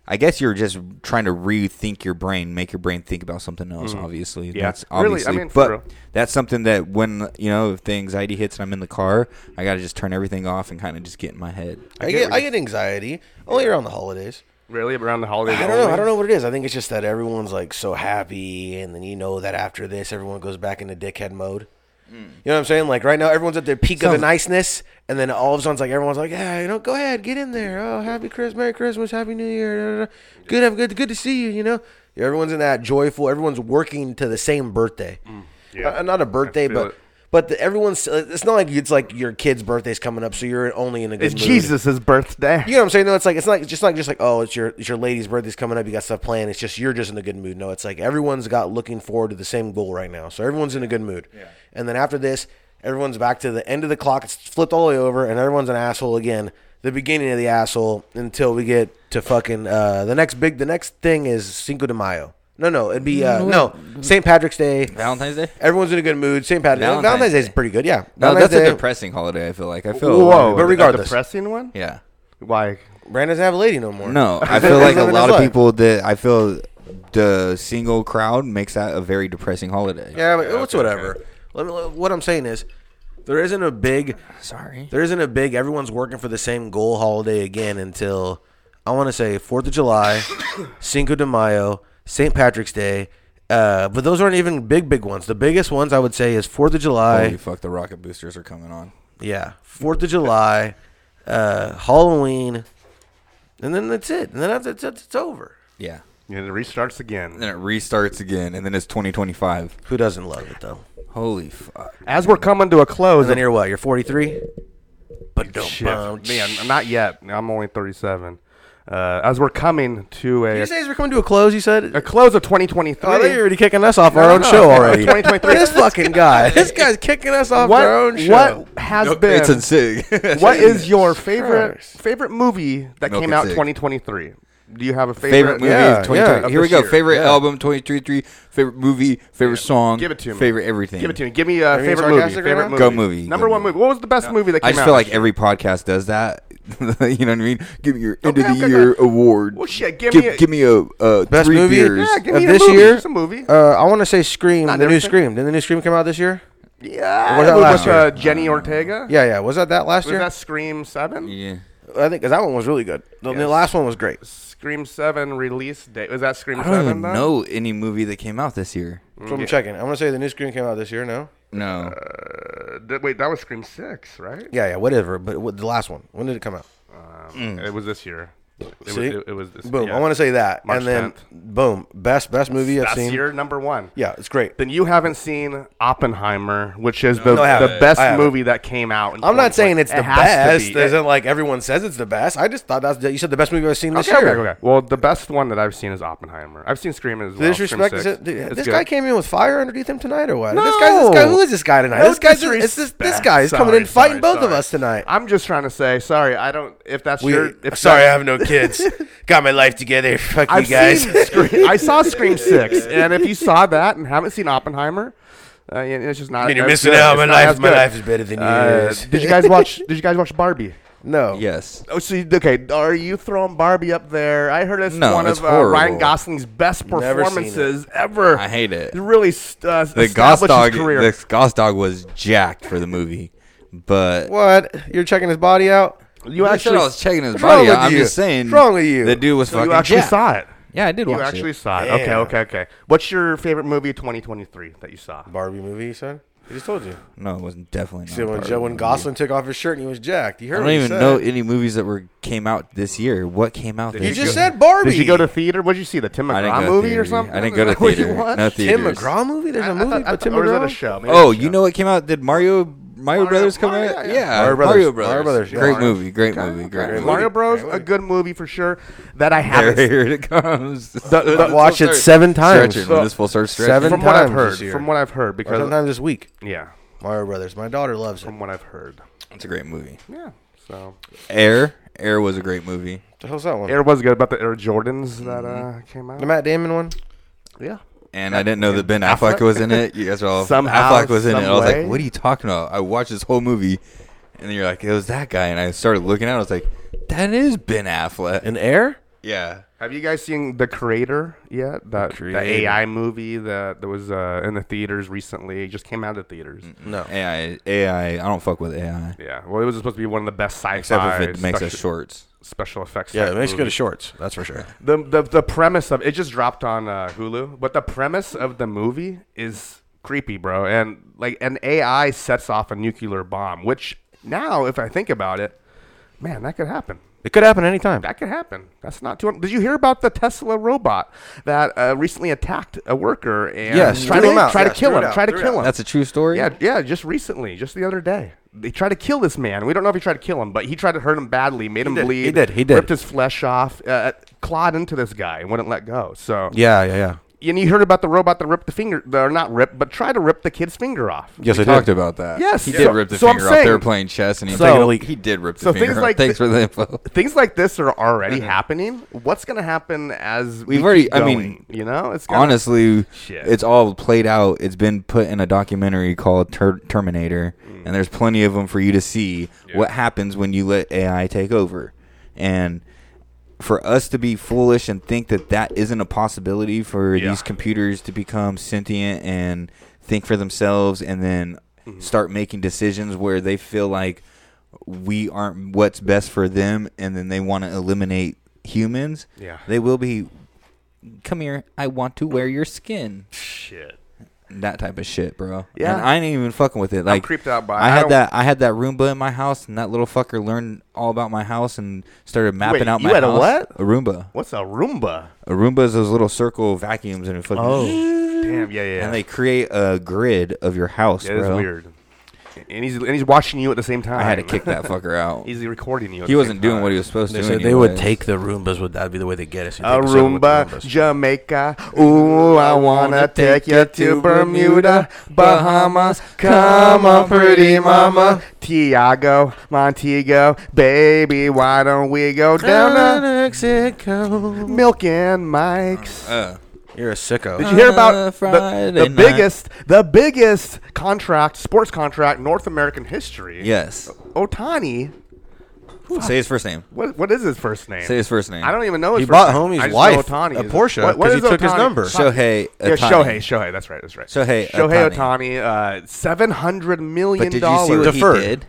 [SPEAKER 9] I guess you're just trying to rethink your brain, make your brain think about something else. Obviously,
[SPEAKER 10] Mm. Yeah.
[SPEAKER 9] that's
[SPEAKER 10] Really, I
[SPEAKER 9] obviously.
[SPEAKER 10] mean, for
[SPEAKER 9] but
[SPEAKER 10] real.
[SPEAKER 9] that's something that when you know if the anxiety hits and I'm in the car, I got to just turn everything off and kind of just get in my head.
[SPEAKER 4] I get I get anxiety only around the holidays.
[SPEAKER 10] Really, around the holidays?
[SPEAKER 4] I don't know.
[SPEAKER 10] only?
[SPEAKER 4] I don't know what it is. I think it's just that everyone's like so happy, and then you know that after this, everyone goes back into dickhead mode.
[SPEAKER 10] Hmm.
[SPEAKER 4] You know what I'm saying? Like right now, everyone's at their peak of
[SPEAKER 9] Sounds-
[SPEAKER 4] the niceness, and then all of a sudden, it's like everyone's like, "Yeah, you know, go ahead, get in there. Oh, happy Christmas, Merry Christmas, Happy New Year. da, da, da. Good, have good, good to see you. You know, everyone's in that joyful. Everyone's working to the same birthday. Uh, not a birthday,
[SPEAKER 10] Hmm. feel
[SPEAKER 4] but
[SPEAKER 10] it.
[SPEAKER 4] but the, everyone's. It's not like it's like your kid's birthday's coming up, so you're only in a good.
[SPEAKER 10] It's
[SPEAKER 4] mood.
[SPEAKER 10] Jesus' birthday.
[SPEAKER 4] You know what I'm saying? No, it's like it's not it's just like just like oh, it's your it's your lady's birthday's coming up. You got stuff planned. It's just you're just in a good mood. No, it's like everyone's got looking forward to the same goal right now. So everyone's in a good mood. Yeah. And then after this, everyone's back to the end of the clock. It's flipped all the way over, and everyone's an asshole again. The beginning of the asshole until we get to fucking uh, the next big. The next thing is Cinco de Mayo. No, no, it'd be uh, no St. Patrick's Day.
[SPEAKER 9] Mm-hmm. Valentine's Day.
[SPEAKER 4] Everyone's in a good mood. St. Patrick's Valentine's,
[SPEAKER 9] Valentine's
[SPEAKER 4] Day is
[SPEAKER 9] Day.
[SPEAKER 4] pretty good. Yeah.
[SPEAKER 9] No,
[SPEAKER 4] Valentine's
[SPEAKER 9] that's a
[SPEAKER 4] Day-
[SPEAKER 9] depressing holiday. I feel like I feel. a lot
[SPEAKER 10] Whoa,
[SPEAKER 9] of
[SPEAKER 4] but
[SPEAKER 9] people-
[SPEAKER 10] the
[SPEAKER 4] regardless.
[SPEAKER 10] depressing one.
[SPEAKER 9] yeah.
[SPEAKER 10] Why?
[SPEAKER 4] Brandon doesn't have a lady no more.
[SPEAKER 9] No, I feel like a
[SPEAKER 4] That's
[SPEAKER 9] lot of
[SPEAKER 4] why.
[SPEAKER 9] people that I feel the single crowd makes that a very depressing holiday.
[SPEAKER 4] Yeah, but it's whatever. Let me, what I'm saying is, there isn't a big,
[SPEAKER 9] Sorry.
[SPEAKER 4] there isn't a big. Everyone's working for the same goal holiday again until I want to say Fourth of July, Cinco de Mayo, St. Patrick's Day. Uh, but those aren't even big, big ones. The biggest ones I would say is Fourth of July.
[SPEAKER 9] Holy fuck! The rocket boosters are coming on.
[SPEAKER 4] Yeah, Fourth of July, uh, Halloween, and then that's it. And then after it's, it's over.
[SPEAKER 9] Yeah.
[SPEAKER 10] And it restarts again.
[SPEAKER 9] Then it restarts again, and then it's 2025.
[SPEAKER 4] Who doesn't love it though?
[SPEAKER 9] Holy fuck!
[SPEAKER 10] As we're coming to a close,
[SPEAKER 4] And then you're what? You're 43. But
[SPEAKER 10] Shit. man, not yet. I'm only 37. Uh, as we're coming to a,
[SPEAKER 4] You say we're coming to a close. You said
[SPEAKER 10] a close of 2023.
[SPEAKER 9] Uh,
[SPEAKER 4] Oh, I thought you were already kicking us off our
[SPEAKER 10] No,
[SPEAKER 4] own
[SPEAKER 10] no.
[SPEAKER 4] show already.
[SPEAKER 10] 2023.
[SPEAKER 4] This fucking guy. This guy's kicking us off
[SPEAKER 10] what,
[SPEAKER 4] our own show.
[SPEAKER 10] what has been?
[SPEAKER 9] It's insane.
[SPEAKER 10] what is your favorite
[SPEAKER 4] Christ.
[SPEAKER 10] favorite movie that
[SPEAKER 9] Milk
[SPEAKER 10] came
[SPEAKER 9] and
[SPEAKER 10] out
[SPEAKER 9] Cig.
[SPEAKER 10] 2023? Do you have a favorite,
[SPEAKER 9] favorite movie
[SPEAKER 4] Yeah,
[SPEAKER 9] of 2023?
[SPEAKER 4] yeah.
[SPEAKER 9] Here we
[SPEAKER 10] Of
[SPEAKER 9] go.
[SPEAKER 10] this year.
[SPEAKER 9] Favorite album 2023. Favorite movie. Favorite song.
[SPEAKER 10] Give it to me.
[SPEAKER 9] Favorite everything.
[SPEAKER 10] Give it to me. Give me a
[SPEAKER 4] you
[SPEAKER 10] favorite movie.
[SPEAKER 4] sarcastic right
[SPEAKER 10] Favorite
[SPEAKER 4] now?
[SPEAKER 10] movie.
[SPEAKER 9] Go movie.
[SPEAKER 10] Number
[SPEAKER 9] Go
[SPEAKER 10] one movie. What was the best movie that came
[SPEAKER 9] I just
[SPEAKER 10] out?
[SPEAKER 9] feel like every podcast does that. you know what I mean? Give me your end
[SPEAKER 10] Okay,
[SPEAKER 9] of the
[SPEAKER 10] okay,
[SPEAKER 9] year
[SPEAKER 10] okay.
[SPEAKER 9] award.
[SPEAKER 10] Well, shit, give me a-
[SPEAKER 9] give me a uh,
[SPEAKER 4] Best
[SPEAKER 9] three
[SPEAKER 4] movie?
[SPEAKER 9] beers.
[SPEAKER 10] yeah, give
[SPEAKER 4] Of
[SPEAKER 10] me
[SPEAKER 4] this
[SPEAKER 10] a movie.
[SPEAKER 4] year?
[SPEAKER 10] Just a movie.
[SPEAKER 4] Uh, I want to say Scream,
[SPEAKER 10] Not
[SPEAKER 4] the new
[SPEAKER 10] everything.
[SPEAKER 4] Scream. Didn't the new Scream come out this year?
[SPEAKER 10] yeah,
[SPEAKER 4] was
[SPEAKER 10] that
[SPEAKER 4] that
[SPEAKER 10] movie
[SPEAKER 4] last year?
[SPEAKER 10] with, uh, Jenny Ortega.
[SPEAKER 4] Yeah, yeah. Was that that last
[SPEAKER 10] was
[SPEAKER 4] year?
[SPEAKER 10] that Scream Seven?
[SPEAKER 9] Yeah.
[SPEAKER 4] I think because that one was really good. The, the
[SPEAKER 10] Yes.
[SPEAKER 4] last one was great.
[SPEAKER 10] Scream Seven release date. Was that Scream
[SPEAKER 9] I
[SPEAKER 10] Seven?
[SPEAKER 9] don't even
[SPEAKER 10] though?
[SPEAKER 9] know any movie that came out this year.
[SPEAKER 4] So I'm checking. I'm gonna say the new Scream came out this year. No.
[SPEAKER 9] No.
[SPEAKER 10] Uh, th- wait, that was Scream Six, right?
[SPEAKER 4] Yeah, yeah. Whatever. But what, the last one. When did it come out?
[SPEAKER 10] It was this year. It was,
[SPEAKER 4] Mm. See?
[SPEAKER 10] it, it was this.
[SPEAKER 4] Boom.
[SPEAKER 10] yeah.
[SPEAKER 4] I want to say that.
[SPEAKER 10] March
[SPEAKER 4] and then
[SPEAKER 10] 10th.
[SPEAKER 4] boom. Best best movie I've
[SPEAKER 10] That's
[SPEAKER 4] seen.
[SPEAKER 10] year number one.
[SPEAKER 4] Yeah, it's great.
[SPEAKER 10] Then you haven't seen Oppenheimer, which is the,
[SPEAKER 4] No, I haven't.
[SPEAKER 10] the best
[SPEAKER 4] I haven't.
[SPEAKER 10] movie that came out. in
[SPEAKER 4] I'm not
[SPEAKER 10] 2020.
[SPEAKER 4] saying it's
[SPEAKER 10] It
[SPEAKER 4] the
[SPEAKER 10] has to
[SPEAKER 4] best.
[SPEAKER 10] be.
[SPEAKER 4] Isn't like everyone says it's the best. I just thought that's you said the best movie I've seen this
[SPEAKER 10] Okay, okay,
[SPEAKER 4] year.
[SPEAKER 10] okay. Well, the best one that I've seen is Oppenheimer. I've seen Scream as well. Scream
[SPEAKER 4] Disrespect is
[SPEAKER 10] Six.
[SPEAKER 4] it? dude,
[SPEAKER 10] It's
[SPEAKER 4] This
[SPEAKER 10] good.
[SPEAKER 4] guy came in with fire underneath him tonight, or what? This guy, this guy,
[SPEAKER 10] No.
[SPEAKER 4] who is this guy tonight?
[SPEAKER 10] No
[SPEAKER 4] this guy's just, it's this,
[SPEAKER 10] disrespect.
[SPEAKER 4] this guy is coming
[SPEAKER 10] Sorry,
[SPEAKER 4] in fighting
[SPEAKER 10] sorry,
[SPEAKER 4] both of
[SPEAKER 10] sorry.
[SPEAKER 4] us tonight.
[SPEAKER 10] I'm just trying to say sorry. I don't. If that's
[SPEAKER 4] We-
[SPEAKER 10] your. If that-
[SPEAKER 4] no kids. Got my life together. Fuck
[SPEAKER 10] I've seen Scream. I saw Scream Six, and if you saw that and haven't seen Oppenheimer, uh, yeah, it's just not.
[SPEAKER 4] Then you're
[SPEAKER 10] as
[SPEAKER 4] missing
[SPEAKER 10] good.
[SPEAKER 4] out.
[SPEAKER 10] It's
[SPEAKER 4] My
[SPEAKER 10] not
[SPEAKER 4] life-
[SPEAKER 10] as
[SPEAKER 4] my
[SPEAKER 10] good. Uh,
[SPEAKER 4] life is better than yours.
[SPEAKER 10] did you guys watch? Did you guys watch Barbie?
[SPEAKER 4] no.
[SPEAKER 9] Yes.
[SPEAKER 10] Oh, so you, okay. Are you throwing Barbie up there? I heard it's
[SPEAKER 9] No,
[SPEAKER 10] one
[SPEAKER 9] it's
[SPEAKER 10] of uh, Ryan
[SPEAKER 9] horrible.
[SPEAKER 10] Gosling's best
[SPEAKER 4] seen it.
[SPEAKER 10] performances ever.
[SPEAKER 9] I hate it.
[SPEAKER 10] It really st- uh,
[SPEAKER 9] The
[SPEAKER 10] established
[SPEAKER 9] Goss Dog.
[SPEAKER 10] his career.
[SPEAKER 9] The Goss Dog was jacked for the movie, but
[SPEAKER 4] What? You're checking his body out?
[SPEAKER 10] you
[SPEAKER 9] I
[SPEAKER 10] actually,
[SPEAKER 9] said I was checking his
[SPEAKER 4] What's wrong
[SPEAKER 9] body.
[SPEAKER 4] with
[SPEAKER 9] out. I'm
[SPEAKER 4] you?
[SPEAKER 9] just saying.
[SPEAKER 4] What's wrong with you?
[SPEAKER 9] The dude was
[SPEAKER 10] so you
[SPEAKER 9] fucking
[SPEAKER 10] actually
[SPEAKER 9] jacked.
[SPEAKER 10] saw it.
[SPEAKER 9] Yeah, I did
[SPEAKER 10] You
[SPEAKER 9] watch
[SPEAKER 10] actually
[SPEAKER 9] it.
[SPEAKER 10] saw it. Okay,
[SPEAKER 4] Damn.
[SPEAKER 10] okay, okay. What's your favorite movie of 2023 that you saw?
[SPEAKER 4] Barbie movie, you said? I just told you.
[SPEAKER 9] No, it wasn't definitely not.
[SPEAKER 4] See, when,
[SPEAKER 9] part of
[SPEAKER 4] Joe,
[SPEAKER 9] the
[SPEAKER 4] when
[SPEAKER 9] movie.
[SPEAKER 4] Gosling took off his shirt and he was jacked, you
[SPEAKER 9] I
[SPEAKER 4] heard
[SPEAKER 9] don't
[SPEAKER 4] what he
[SPEAKER 9] even
[SPEAKER 4] said.
[SPEAKER 9] know any movies that were came out this year. What came out?
[SPEAKER 4] You
[SPEAKER 9] this
[SPEAKER 4] just
[SPEAKER 9] year?
[SPEAKER 4] said Barbie.
[SPEAKER 10] Did you go to theater? What did you see? The Tim
[SPEAKER 9] I didn't
[SPEAKER 10] McGraw
[SPEAKER 9] go to
[SPEAKER 10] movie
[SPEAKER 9] theater.
[SPEAKER 10] or something?
[SPEAKER 9] I didn't go to
[SPEAKER 10] What did you
[SPEAKER 9] theater.
[SPEAKER 10] watch?
[SPEAKER 9] No
[SPEAKER 4] Tim
[SPEAKER 9] theaters.
[SPEAKER 4] McGraw movie? There's a
[SPEAKER 10] I
[SPEAKER 4] movie
[SPEAKER 10] thought- I
[SPEAKER 4] about
[SPEAKER 10] thought-
[SPEAKER 4] Tim
[SPEAKER 10] or was it a
[SPEAKER 4] McGraw.
[SPEAKER 10] show? Maybe it was
[SPEAKER 9] Oh,
[SPEAKER 10] a
[SPEAKER 9] you
[SPEAKER 10] show.
[SPEAKER 9] know what came out? Did Mario Mario Brothers come out? Yeah, Mario
[SPEAKER 4] Mario Brothers.
[SPEAKER 9] Brothers.
[SPEAKER 4] Mario Brothers, yeah.
[SPEAKER 9] Great
[SPEAKER 4] Mario-
[SPEAKER 9] movie. Great movie. Great movie.
[SPEAKER 10] Mario Bros. A good movie for sure. That I
[SPEAKER 9] There,
[SPEAKER 10] haven't.
[SPEAKER 9] here it comes.
[SPEAKER 10] the-
[SPEAKER 4] Watch it seven times.
[SPEAKER 9] Stretch it. When this full starts stretching.
[SPEAKER 4] Seven
[SPEAKER 10] From what I've
[SPEAKER 4] times this
[SPEAKER 10] heard.
[SPEAKER 4] year.
[SPEAKER 10] From what I've heard.
[SPEAKER 4] Or
[SPEAKER 10] Because
[SPEAKER 4] sometimes this week.
[SPEAKER 10] yeah.
[SPEAKER 4] Mario Brothers. My daughter loves it.
[SPEAKER 10] From what I've heard.
[SPEAKER 9] It's a great movie.
[SPEAKER 10] Yeah. So
[SPEAKER 9] Air. Air was a great movie.
[SPEAKER 4] What the hell's that one?
[SPEAKER 10] Air was good about the Air Jordans that
[SPEAKER 9] mm-hmm.
[SPEAKER 10] uh, came
[SPEAKER 4] The
[SPEAKER 10] out.
[SPEAKER 4] Matt Damon one?
[SPEAKER 10] Yeah.
[SPEAKER 9] And I didn't know that Ben Affleck was in it. You guys are all
[SPEAKER 10] Somehow,
[SPEAKER 9] Affleck was in it.
[SPEAKER 10] some
[SPEAKER 9] I was
[SPEAKER 10] way.
[SPEAKER 9] like, "What are you talking about?" I watched this whole movie, and then you're like, "It was that guy." And I started looking at. it. I was like, "That is Ben Affleck."
[SPEAKER 4] An Air?
[SPEAKER 9] yeah,
[SPEAKER 10] Have you guys seen The Creator yet? That the, AI movie that, that was uh, in the theaters recently. It just came out of the theaters.
[SPEAKER 4] No.
[SPEAKER 9] AI. AI. I don't fuck with AI
[SPEAKER 10] Yeah. Well, it was supposed to be one of the best sci-fi
[SPEAKER 9] except if it makes
[SPEAKER 10] special,
[SPEAKER 9] us shorts.
[SPEAKER 10] special effects.
[SPEAKER 4] Yeah,
[SPEAKER 10] type
[SPEAKER 4] it makes
[SPEAKER 10] movies.
[SPEAKER 4] good shorts. That's for sure.
[SPEAKER 10] the, the the premise of it just dropped on uh, Hulu, but the premise of the movie is creepy, bro. And like an AI sets off a nuclear bomb, which now, if I think about it, man, that could happen.
[SPEAKER 4] It could happen anytime.
[SPEAKER 10] That could happen. That's not too. Did you hear about the Tesla robot that uh, recently attacked a worker and
[SPEAKER 4] Yes,
[SPEAKER 10] tried
[SPEAKER 4] threw
[SPEAKER 10] to
[SPEAKER 4] him out.
[SPEAKER 10] try to
[SPEAKER 4] Yes,
[SPEAKER 10] kill
[SPEAKER 4] threw
[SPEAKER 10] him?
[SPEAKER 4] it out,
[SPEAKER 10] Try to
[SPEAKER 4] threw it
[SPEAKER 10] kill
[SPEAKER 4] out.
[SPEAKER 10] him.
[SPEAKER 9] That's a true story.
[SPEAKER 10] Yeah, yeah, just recently, just the other day. They tried to kill this man. We don't know if he tried to kill him, but he tried to hurt him badly, made him
[SPEAKER 4] did, he
[SPEAKER 10] bleed.
[SPEAKER 4] did, he did.
[SPEAKER 10] Ripped his flesh off, uh, clawed into this guy, and wouldn't let go. So,
[SPEAKER 4] Yeah, yeah, yeah.
[SPEAKER 10] And you heard about the robot that ripped the finger, or not ripped, but tried to rip the kid's finger off.
[SPEAKER 4] Yes,
[SPEAKER 9] we
[SPEAKER 4] I
[SPEAKER 9] talked
[SPEAKER 4] did.
[SPEAKER 9] about that.
[SPEAKER 10] Yes.
[SPEAKER 9] he
[SPEAKER 10] Yeah.
[SPEAKER 9] did
[SPEAKER 10] So-
[SPEAKER 9] rip the
[SPEAKER 10] so I'm
[SPEAKER 9] finger off. They were
[SPEAKER 10] saying-
[SPEAKER 9] playing chess, and he,
[SPEAKER 10] So-
[SPEAKER 9] taking a leak. he did rip the
[SPEAKER 10] so
[SPEAKER 9] finger
[SPEAKER 10] things
[SPEAKER 9] off.
[SPEAKER 10] like
[SPEAKER 9] Thanks
[SPEAKER 10] thi-
[SPEAKER 9] for the info.
[SPEAKER 10] Things like this are already
[SPEAKER 4] Mm-hmm.
[SPEAKER 10] happening. What's going to happen as we
[SPEAKER 9] We've already-
[SPEAKER 10] keep
[SPEAKER 9] I mean,
[SPEAKER 10] going? you know, it's gonna,
[SPEAKER 9] honestly,
[SPEAKER 10] Shit.
[SPEAKER 9] it's all played out. It's been put in a documentary called Ter- Terminator,
[SPEAKER 10] Mm.
[SPEAKER 9] and there's plenty of them for you to see what happens when you let AI take over. And for us to be foolish and think that that isn't a possibility for these computers to become sentient and think for themselves and then
[SPEAKER 10] Mm-hmm.
[SPEAKER 9] start making decisions where they feel like we aren't what's best for them and then they want to eliminate humans
[SPEAKER 10] Yeah.
[SPEAKER 9] they will be come here, I want to wear your skin.
[SPEAKER 10] Shit.
[SPEAKER 9] That type of shit, bro.
[SPEAKER 10] Yeah.
[SPEAKER 9] and I ain't even fucking with it. Like
[SPEAKER 10] creeped out by it.
[SPEAKER 9] I
[SPEAKER 10] I
[SPEAKER 9] had
[SPEAKER 10] don't-
[SPEAKER 9] that. I had that Roomba in my house, and that little fucker learned all about my house and started mapping
[SPEAKER 10] Wait,
[SPEAKER 9] out
[SPEAKER 10] you
[SPEAKER 9] my
[SPEAKER 10] had a
[SPEAKER 9] house.
[SPEAKER 10] what?
[SPEAKER 9] A Roomba.
[SPEAKER 10] What's a Roomba?
[SPEAKER 9] A Roomba is those little circle vacuums, and it fucking
[SPEAKER 10] Oh. Damn, yeah, yeah.
[SPEAKER 9] and they create a grid of your house,
[SPEAKER 10] yeah,
[SPEAKER 9] bro.
[SPEAKER 10] it's weird. And he's and he's watching you at the same time.
[SPEAKER 9] I had to kick that fucker out.
[SPEAKER 10] He's recording you. at
[SPEAKER 9] he
[SPEAKER 10] the
[SPEAKER 9] wasn't
[SPEAKER 10] same
[SPEAKER 9] doing
[SPEAKER 10] time.
[SPEAKER 9] what he was supposed
[SPEAKER 4] They
[SPEAKER 9] to.
[SPEAKER 4] said they would
[SPEAKER 9] anyways.
[SPEAKER 4] take the Roombas. Would that be the way they get us? They'd
[SPEAKER 10] A
[SPEAKER 4] take us somewhere with the
[SPEAKER 10] Roomba,
[SPEAKER 4] Roombas.
[SPEAKER 10] Jamaica. Ooh, I wanna take you to Bermuda, Bahamas. Come on, pretty mama. Tiago, Montego, baby, why don't we go down to
[SPEAKER 4] Mexico.
[SPEAKER 10] Milk and Mike's?
[SPEAKER 9] Uh,
[SPEAKER 4] You're a sicko.
[SPEAKER 10] Did you hear
[SPEAKER 9] Uh,
[SPEAKER 10] about the,
[SPEAKER 9] Friday
[SPEAKER 10] the
[SPEAKER 9] night.
[SPEAKER 10] biggest, the biggest contract, sports contract, North American history?
[SPEAKER 9] yes.
[SPEAKER 10] Otani.
[SPEAKER 9] Say his first name.
[SPEAKER 10] What, what is his first name?
[SPEAKER 9] Say his first name.
[SPEAKER 10] I don't even know. His
[SPEAKER 4] He
[SPEAKER 10] first
[SPEAKER 4] bought
[SPEAKER 10] name.
[SPEAKER 4] homie's
[SPEAKER 10] I just
[SPEAKER 4] wife
[SPEAKER 10] know Ohtani
[SPEAKER 4] a
[SPEAKER 10] is-
[SPEAKER 4] Porsche
[SPEAKER 10] What- what
[SPEAKER 4] 'cause he
[SPEAKER 10] is
[SPEAKER 4] took his
[SPEAKER 10] Ohtani?
[SPEAKER 4] number.
[SPEAKER 9] Shohei
[SPEAKER 10] Yeah,
[SPEAKER 9] Ohtani.
[SPEAKER 10] Shohei. Shohei. That's right. That's right.
[SPEAKER 9] Shohei
[SPEAKER 10] Shohei
[SPEAKER 9] Ohtani.
[SPEAKER 10] Otani. Uh, Seven hundred million
[SPEAKER 9] But did you
[SPEAKER 10] dollars.
[SPEAKER 9] see what
[SPEAKER 4] Deferred.
[SPEAKER 9] he did?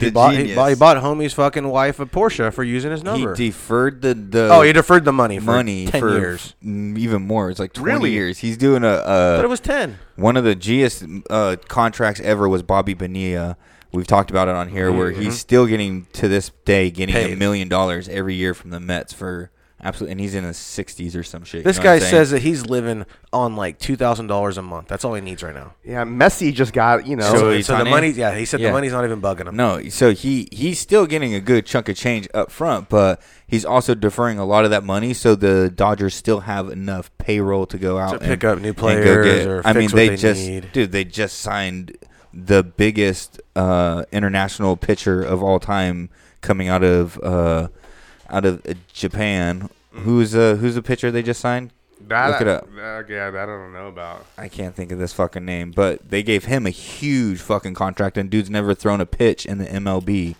[SPEAKER 4] He
[SPEAKER 9] The
[SPEAKER 4] bought, he,
[SPEAKER 9] genius.
[SPEAKER 4] bought, he bought homie's fucking wife a Porsche for using his
[SPEAKER 9] He
[SPEAKER 4] number.
[SPEAKER 9] deferred the, the
[SPEAKER 4] oh, he deferred the money for
[SPEAKER 9] money
[SPEAKER 4] ten
[SPEAKER 9] for
[SPEAKER 4] years.
[SPEAKER 9] m- even more. It's like twenty
[SPEAKER 10] Really?
[SPEAKER 9] years. He's doing a,
[SPEAKER 4] But
[SPEAKER 9] a
[SPEAKER 4] it was ten.
[SPEAKER 9] one of the GS uh, contracts ever was Bobby Bonilla. We've talked about it on here, where he's still getting to this day getting a
[SPEAKER 4] Mm-hmm. Paid.
[SPEAKER 9] million dollars every year from the Mets for absolutely, and he's in his sixties or some shit. you
[SPEAKER 4] This
[SPEAKER 9] know what
[SPEAKER 4] guy
[SPEAKER 9] I'm saying?
[SPEAKER 4] says that he's living on like two thousand dollars a month. That's all he needs right now.
[SPEAKER 10] yeah, Messi just got you know.
[SPEAKER 9] So-
[SPEAKER 4] So,
[SPEAKER 9] he's
[SPEAKER 4] so the
[SPEAKER 9] on it?
[SPEAKER 4] money, yeah, he said
[SPEAKER 9] Yeah.
[SPEAKER 4] the money's not even bugging him.
[SPEAKER 9] No, so he he's still getting a good chunk of change up front, but he's also deferring a lot of that money, so the Dodgers still have enough payroll to go out
[SPEAKER 4] To pick up new
[SPEAKER 9] and
[SPEAKER 4] players or
[SPEAKER 9] I
[SPEAKER 4] fix
[SPEAKER 9] mean,
[SPEAKER 4] what
[SPEAKER 9] they,
[SPEAKER 4] they
[SPEAKER 9] just
[SPEAKER 4] need.
[SPEAKER 9] dude, they just signed the biggest uh, international pitcher of all time coming out of uh, out of uh, Japan.
[SPEAKER 4] Mm-hmm.
[SPEAKER 9] Who's uh, who's the pitcher they just signed?
[SPEAKER 10] that,
[SPEAKER 9] Look it up.
[SPEAKER 10] that- yeah, that I don't know about.
[SPEAKER 9] I can't think of this fucking name, but they gave him a huge fucking contract, and dude's never thrown a pitch in the MLB.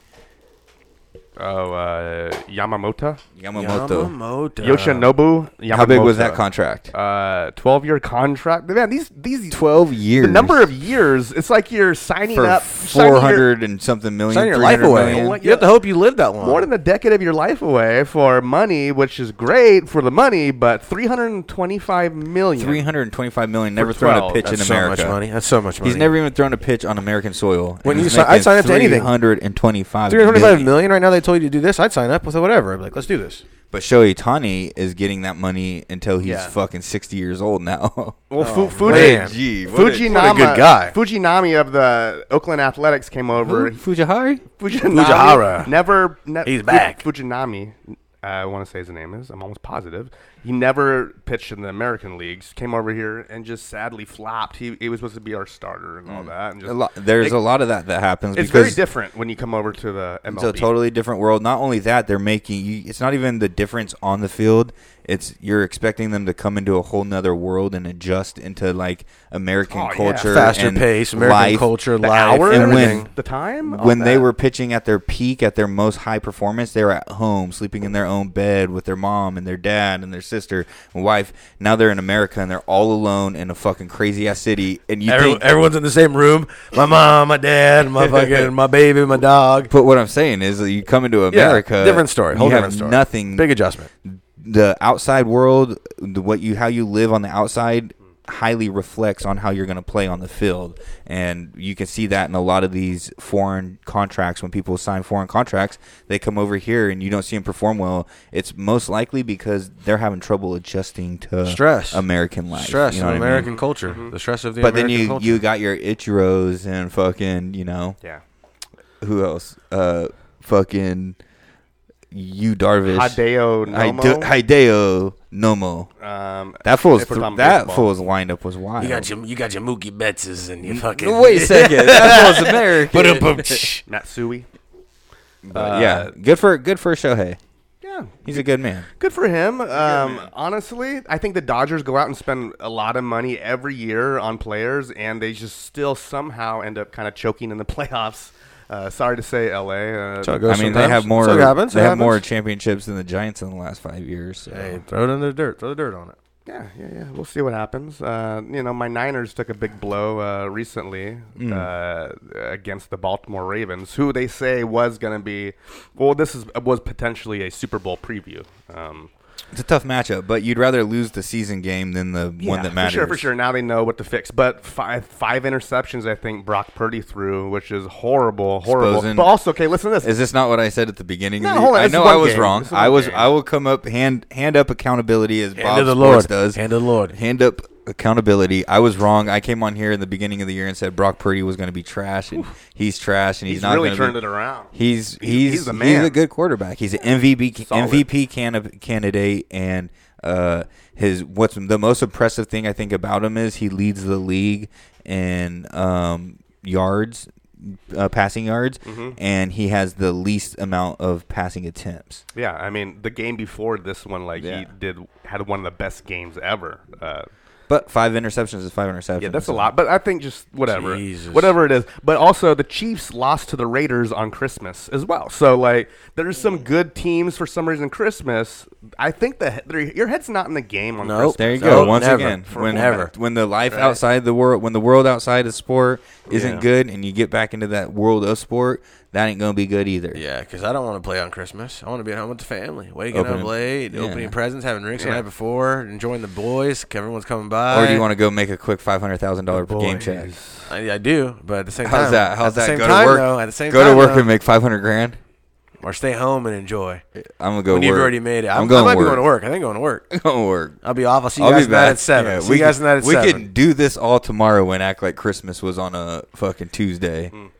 [SPEAKER 10] Oh, uh, Yamamoto.
[SPEAKER 9] Yamamoto.
[SPEAKER 4] Yamamoto.
[SPEAKER 10] Yoshinobu Yamamoto.
[SPEAKER 9] How big was that contract?
[SPEAKER 10] Uh, twelve-year contract. Man, these these
[SPEAKER 9] Twelve years.
[SPEAKER 10] the number of years. It's like you're signing
[SPEAKER 9] for
[SPEAKER 10] up signing
[SPEAKER 9] four
[SPEAKER 10] your-
[SPEAKER 9] hundred and something million.
[SPEAKER 4] Sign your life
[SPEAKER 9] 300
[SPEAKER 4] away.
[SPEAKER 9] million.
[SPEAKER 10] What-
[SPEAKER 4] You have to hope you live that long.
[SPEAKER 10] more than a decade of your life away for money, which is great for the money, but three hundred twenty-five million.
[SPEAKER 9] 325 million never thrown
[SPEAKER 10] 12.
[SPEAKER 9] a pitch
[SPEAKER 4] That's
[SPEAKER 9] in
[SPEAKER 4] so
[SPEAKER 9] America.
[SPEAKER 4] much money. That's so much money.
[SPEAKER 9] He's never even thrown a pitch on American soil. and
[SPEAKER 4] When you
[SPEAKER 9] he's
[SPEAKER 4] sign- I'd
[SPEAKER 9] making
[SPEAKER 4] sign up to anything.
[SPEAKER 9] 325
[SPEAKER 4] 325
[SPEAKER 9] million.
[SPEAKER 4] million right now. They told you to do this. I'd sign up with it, whatever. I'd be like, let's do this.
[SPEAKER 9] But Shohei Tani is getting that money until he's
[SPEAKER 4] Yeah.
[SPEAKER 9] fucking 60 years old now.
[SPEAKER 10] Well, Fu-
[SPEAKER 4] man.
[SPEAKER 10] Fuji,
[SPEAKER 9] Gee, what a-
[SPEAKER 10] Fujinami,
[SPEAKER 4] what Oh, a good guy.
[SPEAKER 10] Fujinami of the Oakland Athletics came over.
[SPEAKER 9] Fujihari?
[SPEAKER 10] Fujinami
[SPEAKER 4] Fujihara.
[SPEAKER 10] never. Ne-
[SPEAKER 4] He's
[SPEAKER 10] Fu-
[SPEAKER 4] back.
[SPEAKER 10] Fujinami. uh, I want to say his name is. I'm almost positive. He never pitched in the American leagues. Came over here and just sadly flopped. He, he was supposed to be our starter and
[SPEAKER 4] Mm.
[SPEAKER 10] all that. And just,
[SPEAKER 9] A lot, there's
[SPEAKER 10] It-
[SPEAKER 9] a lot of that that happens
[SPEAKER 10] It's very
[SPEAKER 9] because
[SPEAKER 10] different when you come over to the MLB.
[SPEAKER 9] it's a totally different world. Not only that, they're making you, it's not even the difference on the field. It's you're expecting them to come into a whole nother world and adjust into like American
[SPEAKER 10] Oh, yeah.
[SPEAKER 9] culture,
[SPEAKER 4] Faster
[SPEAKER 9] and
[SPEAKER 4] pace, American
[SPEAKER 9] life.
[SPEAKER 4] culture,
[SPEAKER 10] the
[SPEAKER 4] life,
[SPEAKER 10] hour,
[SPEAKER 9] and
[SPEAKER 4] everything.
[SPEAKER 9] when-
[SPEAKER 10] the time, all
[SPEAKER 9] when they
[SPEAKER 10] that.
[SPEAKER 9] were pitching at their peak, at their most high performance, they were at home, sleeping in their own bed with their mom and their dad and their sister and wife. Now they're in America and they're all alone in a fucking crazy ass city. And you
[SPEAKER 4] Every-
[SPEAKER 9] think,
[SPEAKER 4] everyone's in the same room. My mom, my dad, my fucking, my baby, my dog.
[SPEAKER 9] but what I'm saying is, that you come into America,
[SPEAKER 4] different story. Whole
[SPEAKER 9] you have
[SPEAKER 4] different story.
[SPEAKER 9] Nothing.
[SPEAKER 4] Big adjustment.
[SPEAKER 9] the outside world, the, what you how you live on the outside highly reflects on how you're going to play on the field and you can see that in a lot of these foreign contracts when people sign foreign contracts they come over here and you don't see them perform well it's most likely because they're having trouble adjusting to
[SPEAKER 4] Stress.
[SPEAKER 9] american life
[SPEAKER 4] stress,
[SPEAKER 9] you know
[SPEAKER 4] and
[SPEAKER 9] what I mean?
[SPEAKER 4] American culture, the stress of the
[SPEAKER 9] but
[SPEAKER 4] American
[SPEAKER 9] then you
[SPEAKER 4] culture.
[SPEAKER 9] you got your ichiros and fucking you know
[SPEAKER 10] yeah.
[SPEAKER 9] who else uh fucking you darvish
[SPEAKER 10] Hideo
[SPEAKER 9] Hide-
[SPEAKER 10] Nomo.
[SPEAKER 9] Hideo Nomo
[SPEAKER 10] um,
[SPEAKER 9] that fool's
[SPEAKER 10] they put on
[SPEAKER 9] that
[SPEAKER 10] baseball.
[SPEAKER 9] fool's windup was wild.
[SPEAKER 4] your you got your Mookie Bettses and your fucking
[SPEAKER 9] Wait a second, that fool's American.
[SPEAKER 10] Matsui.
[SPEAKER 9] But yeah, good for good for Shohei.
[SPEAKER 10] Yeah,
[SPEAKER 9] He's a good man.
[SPEAKER 10] Good for him. Um, honestly, I think the Dodgers go out and spend a lot of money every year on players, and they just still somehow end up kind of choking in the playoffs. Uh, sorry to say, LA. Uh,
[SPEAKER 9] I mean, they have more.
[SPEAKER 4] It happens.
[SPEAKER 9] they
[SPEAKER 4] it
[SPEAKER 9] have more
[SPEAKER 4] happens.
[SPEAKER 9] championships than the Giants in the last five years. so.
[SPEAKER 4] Hey, throw it in the dirt. Throw the dirt on it.
[SPEAKER 10] yeah, yeah, yeah. We'll see what happens. Uh, you know, my Niners took a big blow uh, recently
[SPEAKER 4] Mm.
[SPEAKER 10] uh, against the Baltimore Ravens, who they say was going to be. Well, this is was potentially a Super Bowl preview. Um,
[SPEAKER 9] It's a tough matchup, but you'd rather lose the season game than the one that matters.
[SPEAKER 10] For sure, for sure. Now they know what to fix. But five five interceptions, I think Brock Purdy threw, which is horrible, horrible.
[SPEAKER 9] Exposing-
[SPEAKER 10] But also, okay, listen to this.
[SPEAKER 9] Is this not what I said at the beginning?
[SPEAKER 10] No,
[SPEAKER 9] of the,
[SPEAKER 10] hold on,
[SPEAKER 9] I
[SPEAKER 10] this is
[SPEAKER 9] know
[SPEAKER 10] one
[SPEAKER 9] I was
[SPEAKER 10] game.
[SPEAKER 9] wrong.
[SPEAKER 10] This is
[SPEAKER 9] I
[SPEAKER 10] one
[SPEAKER 9] was.
[SPEAKER 10] game.
[SPEAKER 9] I will come up hand hand up accountability as Bob
[SPEAKER 4] to the
[SPEAKER 9] Sports
[SPEAKER 4] Lord.
[SPEAKER 9] does.
[SPEAKER 4] Hand to the Lord.
[SPEAKER 9] Hand up accountability. I was wrong. I came on here in the beginning of the year and said Brock Purdy was going to be trash, and he's trash, and he's,
[SPEAKER 10] He's
[SPEAKER 9] not
[SPEAKER 10] really
[SPEAKER 9] gonna
[SPEAKER 10] turned
[SPEAKER 9] be,
[SPEAKER 10] it around.
[SPEAKER 9] He's
[SPEAKER 10] He's-
[SPEAKER 9] he's
[SPEAKER 10] he's
[SPEAKER 9] he's
[SPEAKER 10] the
[SPEAKER 9] a,
[SPEAKER 10] man.
[SPEAKER 9] good quarterback. He's an MVP
[SPEAKER 10] Solid.
[SPEAKER 9] MVP can, candidate, and uh, his what's the most impressive thing I think about him is he leads the league in um, yards uh, passing yards,
[SPEAKER 10] Mm-hmm.
[SPEAKER 9] and he has the least amount of passing attempts.
[SPEAKER 10] yeah, I mean, the game before this one, like he
[SPEAKER 9] Yeah.
[SPEAKER 10] did, had one of the best games ever. Uh,
[SPEAKER 9] But five interceptions is five interceptions. Oh,
[SPEAKER 10] yeah, that's a lot. But I think just whatever,
[SPEAKER 4] Jesus.
[SPEAKER 10] whatever it is. But also, the Chiefs lost to the Raiders on Christmas as well. So like, there's some good teams for some reason. Christmas, I think the he- your head's not in the game on
[SPEAKER 4] Nope.
[SPEAKER 10] Christmas.
[SPEAKER 9] There you go.
[SPEAKER 4] No,
[SPEAKER 9] Once
[SPEAKER 4] Oh, never.
[SPEAKER 9] again,
[SPEAKER 4] For
[SPEAKER 9] when
[SPEAKER 4] never.
[SPEAKER 9] when the life outside the world, when the world outside of sport isn't
[SPEAKER 10] Yeah.
[SPEAKER 9] good, and you get back into that world of sport, that ain't gonna be good either.
[SPEAKER 4] Yeah, because I don't want to play on Christmas. I want to be at home with the family, waking
[SPEAKER 9] Opening-
[SPEAKER 4] up late,
[SPEAKER 9] yeah.
[SPEAKER 4] opening presents, having drinks the night before, enjoying the boys. Everyone's coming by.
[SPEAKER 9] Or do you want to go make a quick five hundred thousand
[SPEAKER 4] Oh,
[SPEAKER 9] dollar game check?
[SPEAKER 4] I, I do, but at the same time,
[SPEAKER 9] How's that? How's
[SPEAKER 4] at the
[SPEAKER 9] that?
[SPEAKER 4] Same
[SPEAKER 9] go
[SPEAKER 4] time,
[SPEAKER 9] to work.
[SPEAKER 4] Though, at the same
[SPEAKER 9] go
[SPEAKER 4] time,
[SPEAKER 9] to work
[SPEAKER 4] though,
[SPEAKER 9] and make five hundred grand.
[SPEAKER 4] or stay home and enjoy.
[SPEAKER 9] I'm gonna go.
[SPEAKER 4] when
[SPEAKER 9] work.
[SPEAKER 4] you've already made it, I'm,
[SPEAKER 9] I'm, going,
[SPEAKER 4] I might
[SPEAKER 9] work.
[SPEAKER 4] be going to work. I think going to work.
[SPEAKER 9] I'm going to work.
[SPEAKER 4] I'll be off. I'll see you
[SPEAKER 9] I'll
[SPEAKER 4] guys
[SPEAKER 9] be
[SPEAKER 4] tonight
[SPEAKER 9] back
[SPEAKER 4] at seven.
[SPEAKER 9] Yeah,
[SPEAKER 4] see you guys
[SPEAKER 9] can-
[SPEAKER 4] tonight at
[SPEAKER 9] we
[SPEAKER 4] seven.
[SPEAKER 9] can do this all tomorrow and act like Christmas was on a fucking Tuesday.
[SPEAKER 4] Mm.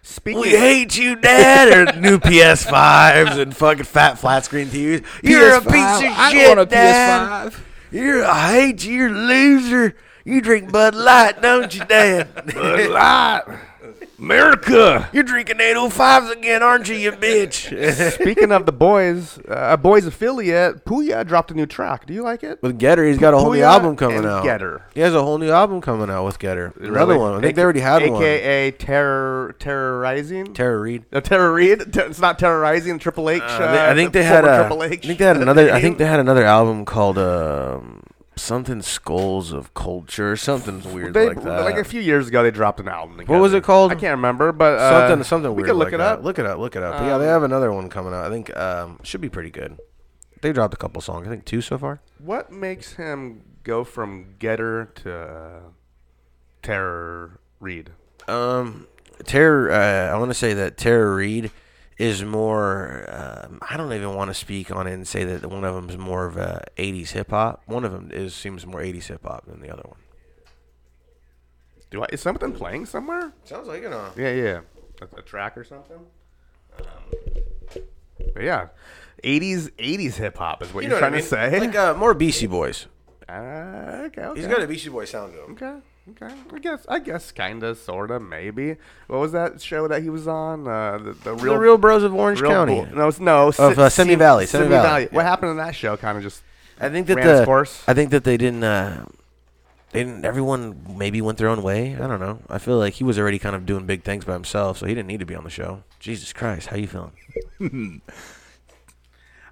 [SPEAKER 10] Speaking
[SPEAKER 4] We hate you, Dad, or new PS5s and fucking fat flat screen TVs. You're a piece of shit, Dad. You're, I hate you, you're a loser. You drink Bud Light, don't you, Dad? Bud Light.
[SPEAKER 10] America.
[SPEAKER 4] You're drinking 805s again, aren't you, you bitch?
[SPEAKER 10] Speaking of the boys, uh, a boys affiliate, Puya dropped a new track. Do you like it?
[SPEAKER 4] with Getter, he's got a whole new
[SPEAKER 10] Booyah
[SPEAKER 4] album coming
[SPEAKER 10] and
[SPEAKER 4] out.
[SPEAKER 10] Getter.
[SPEAKER 4] He has a whole new album coming out with Getter. Another
[SPEAKER 10] Really?
[SPEAKER 4] one. I think they already had
[SPEAKER 10] AKA
[SPEAKER 4] one.
[SPEAKER 10] AKA terror terrorizing.
[SPEAKER 4] Tara Reid.
[SPEAKER 10] no, terror read. Ter- it's not terrorizing. Triple H. Uh,
[SPEAKER 4] I thi- I think they had a.
[SPEAKER 10] former Triple
[SPEAKER 4] I
[SPEAKER 10] H.
[SPEAKER 4] think they had another. I think they had another album called um, something Skulls of Culture, something weird
[SPEAKER 10] They-
[SPEAKER 4] like that.
[SPEAKER 10] a few years ago, they dropped an album.
[SPEAKER 4] What was
[SPEAKER 10] together.
[SPEAKER 4] it called?
[SPEAKER 10] I can't remember, but uh,
[SPEAKER 4] something something
[SPEAKER 10] We
[SPEAKER 4] weird.
[SPEAKER 10] could look
[SPEAKER 4] like
[SPEAKER 10] it
[SPEAKER 4] that.
[SPEAKER 10] up.
[SPEAKER 4] Look it up. Look it up. Um, But yeah, they have another one coming out. I think um, should be pretty good. They dropped a couple songs. I think two so far.
[SPEAKER 10] What makes him go from Getter to uh, Terror Reed?
[SPEAKER 4] Um, Terror. Uh, I want to say that Terror Reed is more. Um, I don't even want to speak on it and say that one of them is more of a '80s hip hop. One of them is seems more '80s hip hop than the other one.
[SPEAKER 10] Do I is something playing somewhere?
[SPEAKER 4] Sounds like it. Huh?
[SPEAKER 10] Yeah, yeah, a, a track or something. Um, but yeah, eighties eighties hip hop is what you are trying to say.
[SPEAKER 4] Like uh, more BC Boys.
[SPEAKER 10] Ah, okay, okay.
[SPEAKER 4] He's got a BC Boy sound to him.
[SPEAKER 10] Okay. Okay. I guess. I guess. Kinda. Sorta. Maybe. What was that show that he was on? Uh, the, the real.
[SPEAKER 4] the Real Bros of Orange
[SPEAKER 10] Real
[SPEAKER 4] County.
[SPEAKER 10] Bull- no. It's no. Of
[SPEAKER 4] uh, Simi Valley, Simi Valley, yeah.
[SPEAKER 10] What happened in that show? Kind of just.
[SPEAKER 4] I think that
[SPEAKER 10] ran
[SPEAKER 4] the
[SPEAKER 10] its course.
[SPEAKER 4] I think that they didn't. Uh, they didn't. Everyone maybe went their own way. I don't know. I feel like he was already kind of doing big things by himself, so he didn't need to be on the show. Jesus Christ, how you feeling?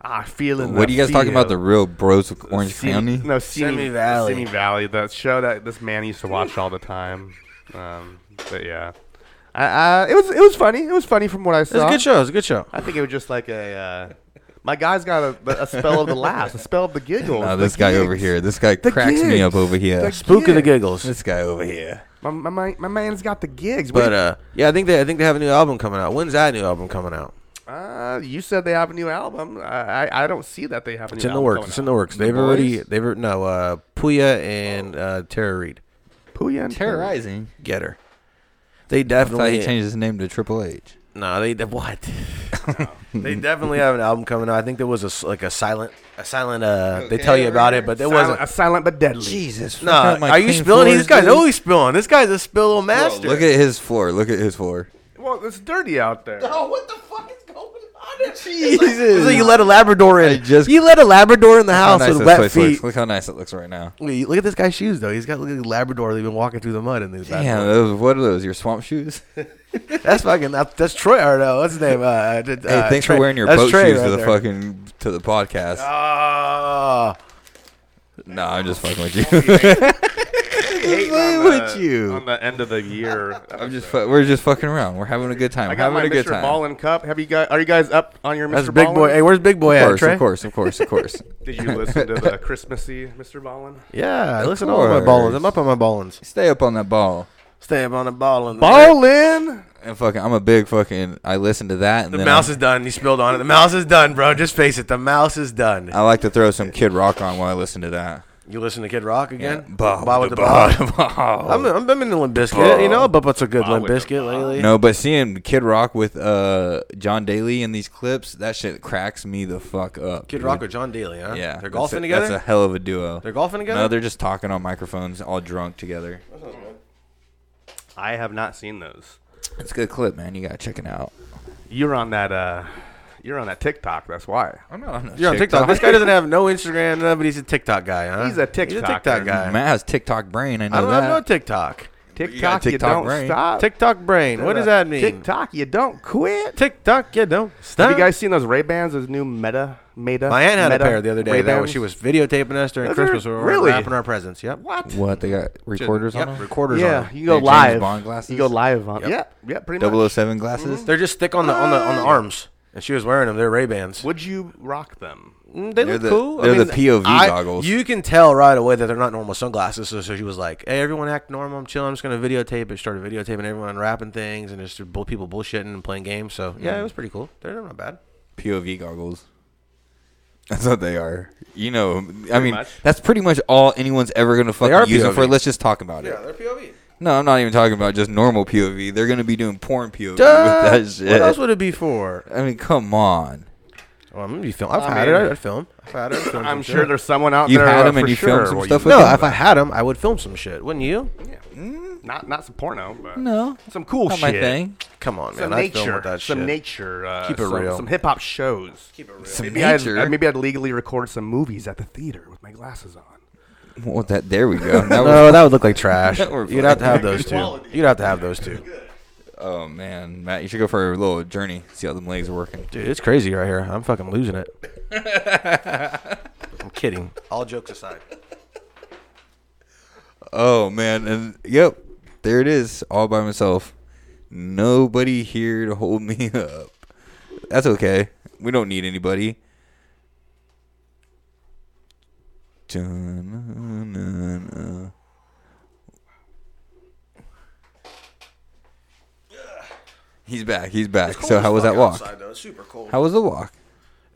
[SPEAKER 10] Ah, feeling.
[SPEAKER 9] What are
[SPEAKER 10] the
[SPEAKER 9] you guys talking about? The
[SPEAKER 10] feel.
[SPEAKER 9] real bros of Orange
[SPEAKER 10] Simi-
[SPEAKER 9] County?
[SPEAKER 10] No, Simi,
[SPEAKER 4] Simi Valley.
[SPEAKER 10] Simi Valley. That show that this man used to watch all the time. Um, but yeah, I, I, it was it was funny. It was funny from what
[SPEAKER 4] It
[SPEAKER 10] I
[SPEAKER 4] was
[SPEAKER 10] saw.
[SPEAKER 4] a good show. It was a good show.
[SPEAKER 10] I think it was just like a. Uh, my guy's got a, a spell of the laughs, a spell of the giggles.
[SPEAKER 9] Nah,
[SPEAKER 10] the
[SPEAKER 9] this guy over
[SPEAKER 10] gigs.
[SPEAKER 9] here. This guy cracks me up
[SPEAKER 10] gigs.
[SPEAKER 9] over here.
[SPEAKER 10] The
[SPEAKER 4] Spook of the
[SPEAKER 10] gigs.
[SPEAKER 4] giggles.
[SPEAKER 9] This guy over here.
[SPEAKER 10] My, my, my, my man's got the gigs. What
[SPEAKER 4] But uh, yeah, I think they I think they have a new album coming out. When's that new album coming out?
[SPEAKER 10] do you- uh, you said they have a new album. I, I, I don't see that they have a new
[SPEAKER 4] It's in the
[SPEAKER 10] album
[SPEAKER 4] works.
[SPEAKER 10] coming
[SPEAKER 4] It's in
[SPEAKER 10] out.
[SPEAKER 4] the works. They've
[SPEAKER 9] Boys?
[SPEAKER 4] already they've re- no uh, Puya and uh, Tara Reid
[SPEAKER 10] Puya and
[SPEAKER 9] Terrorizing.
[SPEAKER 4] get her. They
[SPEAKER 9] I thought he
[SPEAKER 4] definitely
[SPEAKER 9] changed his name to Triple H.
[SPEAKER 4] No, they de- what? they definitely have an album coming out. I think there was a s- like a silent, a silent. Uh, they tell you about it, but there
[SPEAKER 10] Silent,
[SPEAKER 4] wasn't.
[SPEAKER 10] a silent but deadly.
[SPEAKER 9] Jesus.
[SPEAKER 4] No, are you spilling? These guys always spilling. This guy's a spill master.
[SPEAKER 9] Look at his floor. Look at his floor.
[SPEAKER 10] Well, it's dirty out there.
[SPEAKER 4] Jesus! So you let a Labrador in.
[SPEAKER 9] I just-
[SPEAKER 4] you let a Labrador in the house
[SPEAKER 9] how nice
[SPEAKER 4] with
[SPEAKER 9] this
[SPEAKER 4] wet
[SPEAKER 9] place
[SPEAKER 4] feet.
[SPEAKER 9] looks. Look how nice it looks right now.
[SPEAKER 4] Wait, Look at this guy's shoes, though. He's got like a Labrador. They've been walking through the mud in these. bad
[SPEAKER 9] Damn,
[SPEAKER 4] boys.
[SPEAKER 9] those, what are those? Your swamp shoes?
[SPEAKER 4] that's fucking. That's, that's Troy. Or no, what's his name? Uh, d-
[SPEAKER 9] Hey,
[SPEAKER 4] uh,
[SPEAKER 9] thanks
[SPEAKER 4] Trey-
[SPEAKER 9] for wearing your
[SPEAKER 4] that's
[SPEAKER 9] boat
[SPEAKER 4] Trey
[SPEAKER 9] shoes
[SPEAKER 4] right
[SPEAKER 9] to the
[SPEAKER 4] there.
[SPEAKER 9] fucking to the podcast.
[SPEAKER 10] Uh,
[SPEAKER 4] Ah.
[SPEAKER 9] no, I'm just fucking with you. Why would
[SPEAKER 10] On
[SPEAKER 9] you?
[SPEAKER 10] the end of the year. uh,
[SPEAKER 9] I'm just. Fu- we're just fucking around. We're having a good time.
[SPEAKER 10] I
[SPEAKER 9] We're
[SPEAKER 10] got
[SPEAKER 9] having
[SPEAKER 10] my
[SPEAKER 9] a good
[SPEAKER 10] Mr.
[SPEAKER 9] time.
[SPEAKER 10] Ballin cup. Have you guys? Are you guys up on your
[SPEAKER 4] that's
[SPEAKER 10] Mr.
[SPEAKER 4] big boy.
[SPEAKER 10] Ballin?
[SPEAKER 4] Hey, where's big boy
[SPEAKER 9] of
[SPEAKER 4] at,
[SPEAKER 9] course,
[SPEAKER 4] Trey?
[SPEAKER 9] of course, of course, of course.
[SPEAKER 10] Did you listen to the Christmassy Mr. Ballin?
[SPEAKER 4] Yeah, listen to all my ballins. I'm up on my ballins.
[SPEAKER 9] Stay up on that ball.
[SPEAKER 4] Stay up on the ballins.
[SPEAKER 10] Ballin.
[SPEAKER 9] And fucking, I'm a big fucking. I listen to that, and
[SPEAKER 4] The
[SPEAKER 9] then
[SPEAKER 4] mouse
[SPEAKER 9] I,
[SPEAKER 4] is done. He spilled on it. The mouse is done, bro. Just face it. The mouse is done.
[SPEAKER 9] I like to throw some Kid Rock on while I listen to that.
[SPEAKER 4] You listen to Kid Rock again?
[SPEAKER 9] Bob
[SPEAKER 4] Bob with the Bob. I'm, I'm, I'm in the Limp Biscuit. You know, but what's a good Limp Biscuit lately?
[SPEAKER 9] No, but seeing Kid Rock with uh John Daly in these clips, that shit cracks me the fuck up.
[SPEAKER 4] Kid
[SPEAKER 9] dude.
[SPEAKER 4] Rock or John Daly, huh?
[SPEAKER 9] Yeah,
[SPEAKER 4] They're golfing
[SPEAKER 9] that's a,
[SPEAKER 4] together?
[SPEAKER 9] That's a hell of a duo.
[SPEAKER 4] They're golfing together?
[SPEAKER 9] No, they're just talking on microphones, all drunk together.
[SPEAKER 10] I have not seen those.
[SPEAKER 9] It's a good clip, man. You gotta check it out.
[SPEAKER 10] You're on that. Uh, you're on that TikTok. That's why.
[SPEAKER 9] I'm not on.
[SPEAKER 4] You're on TikTok. this guy doesn't have no Instagram, none, but he's a TikTok guy, huh?
[SPEAKER 10] He's a
[SPEAKER 4] He's a
[SPEAKER 10] TikToker.
[SPEAKER 4] TikTok guy.
[SPEAKER 9] Matt has TikTok brain. I know
[SPEAKER 4] I don't
[SPEAKER 9] that.
[SPEAKER 4] have no TikTok.
[SPEAKER 10] TikTok, you,
[SPEAKER 9] TikTok
[SPEAKER 10] don't
[SPEAKER 9] brain.
[SPEAKER 10] stop.
[SPEAKER 4] TikTok brain. What does that mean?
[SPEAKER 10] TikTok, you don't quit.
[SPEAKER 4] TikTok, yeah, don't stop.
[SPEAKER 10] Have you guys seen those Ray Bans? Those new Meta Meta.
[SPEAKER 4] My aunt had
[SPEAKER 10] Meta
[SPEAKER 4] a pair the other day. That was,
[SPEAKER 10] Ray-Bans?
[SPEAKER 4] she was videotaping us during
[SPEAKER 10] Those are-
[SPEAKER 4] Christmas. We were
[SPEAKER 10] really?
[SPEAKER 4] wrapping our presents. Yep.
[SPEAKER 10] what?
[SPEAKER 9] What they got recorders
[SPEAKER 4] Yep,
[SPEAKER 9] on them?
[SPEAKER 4] Recorders on.
[SPEAKER 10] Yeah,
[SPEAKER 4] them.
[SPEAKER 10] you go
[SPEAKER 9] James
[SPEAKER 10] live.
[SPEAKER 9] Bond glasses?
[SPEAKER 10] You go live on. Yeah, yeah, pretty much.
[SPEAKER 9] 007 glasses.
[SPEAKER 4] They're just thick on the on the on the arms, and she was wearing them. They're Ray Bans.
[SPEAKER 10] Would you rock them?
[SPEAKER 4] They
[SPEAKER 9] They're
[SPEAKER 4] look
[SPEAKER 9] the-
[SPEAKER 4] cool.
[SPEAKER 9] they're the POV goggles.
[SPEAKER 4] You can tell right away that they're not normal sunglasses. So, so she was like, "Hey, everyone, act normal. I'm chilling. I'm just gonna videotape it." Started videotaping everyone unwrapping things and just bull- people bullshitting and playing games. So yeah, it was pretty cool. They're not bad.
[SPEAKER 9] POV goggles. That's what they are. You know, I mean,
[SPEAKER 10] much.
[SPEAKER 9] that's pretty much all anyone's ever gonna
[SPEAKER 4] are
[SPEAKER 9] fucking use them
[SPEAKER 4] POV.
[SPEAKER 9] for. Let's just talk about it.
[SPEAKER 4] they're POV.
[SPEAKER 9] No, I'm not even talking about just normal POV.
[SPEAKER 4] Uh,
[SPEAKER 9] They're gonna be doing porn POV with that shit.
[SPEAKER 4] What else would it be for?
[SPEAKER 9] I mean, come on.
[SPEAKER 4] Well, Oh, I'm gonna be film. I've
[SPEAKER 10] I
[SPEAKER 4] had
[SPEAKER 10] mean-
[SPEAKER 4] it. I'd film. I've had it. I'd film
[SPEAKER 10] I'm
[SPEAKER 4] some
[SPEAKER 10] sure
[SPEAKER 4] shit.
[SPEAKER 10] there's someone out
[SPEAKER 9] You
[SPEAKER 10] there.
[SPEAKER 9] had
[SPEAKER 10] uh,
[SPEAKER 9] 'em and
[SPEAKER 10] for
[SPEAKER 9] you
[SPEAKER 10] sure.
[SPEAKER 9] filmed some
[SPEAKER 10] will
[SPEAKER 9] stuff
[SPEAKER 10] use
[SPEAKER 9] with
[SPEAKER 4] No,
[SPEAKER 9] them?
[SPEAKER 4] if I had them, I would film some shit. Wouldn't you?
[SPEAKER 10] Not not some porno, but
[SPEAKER 9] No.
[SPEAKER 10] some cool
[SPEAKER 9] Not
[SPEAKER 10] shit.
[SPEAKER 9] my thing.
[SPEAKER 4] Come on, man.
[SPEAKER 10] Some
[SPEAKER 4] I'd film
[SPEAKER 10] nature,
[SPEAKER 4] with that
[SPEAKER 10] some
[SPEAKER 4] shit.
[SPEAKER 10] nature. Uh,
[SPEAKER 4] Keep it
[SPEAKER 10] some,
[SPEAKER 4] real.
[SPEAKER 10] Some hip hop shows. Keep it real. maybe
[SPEAKER 9] nature?
[SPEAKER 10] I'd, uh, maybe I'd legally record some movies at the theater with my glasses on.
[SPEAKER 9] Well, that there we go. That was-
[SPEAKER 4] No, that would look like trash.
[SPEAKER 9] That were
[SPEAKER 4] You'd have to have
[SPEAKER 9] fucking
[SPEAKER 4] those two. You'd have to have those two.
[SPEAKER 9] oh man, Matt, you should go for a little journey. See how them legs are working.
[SPEAKER 4] Dude, it's crazy right here. I'm fucking losing it. I'm kidding. All jokes aside.
[SPEAKER 9] Oh man, and yep, there it is, all by myself. Nobody here to hold me up. That's okay. We don't need anybody. Dun-na-na. He's back. He's back. So how was that walk?
[SPEAKER 4] It's super cold.
[SPEAKER 9] How was the walk?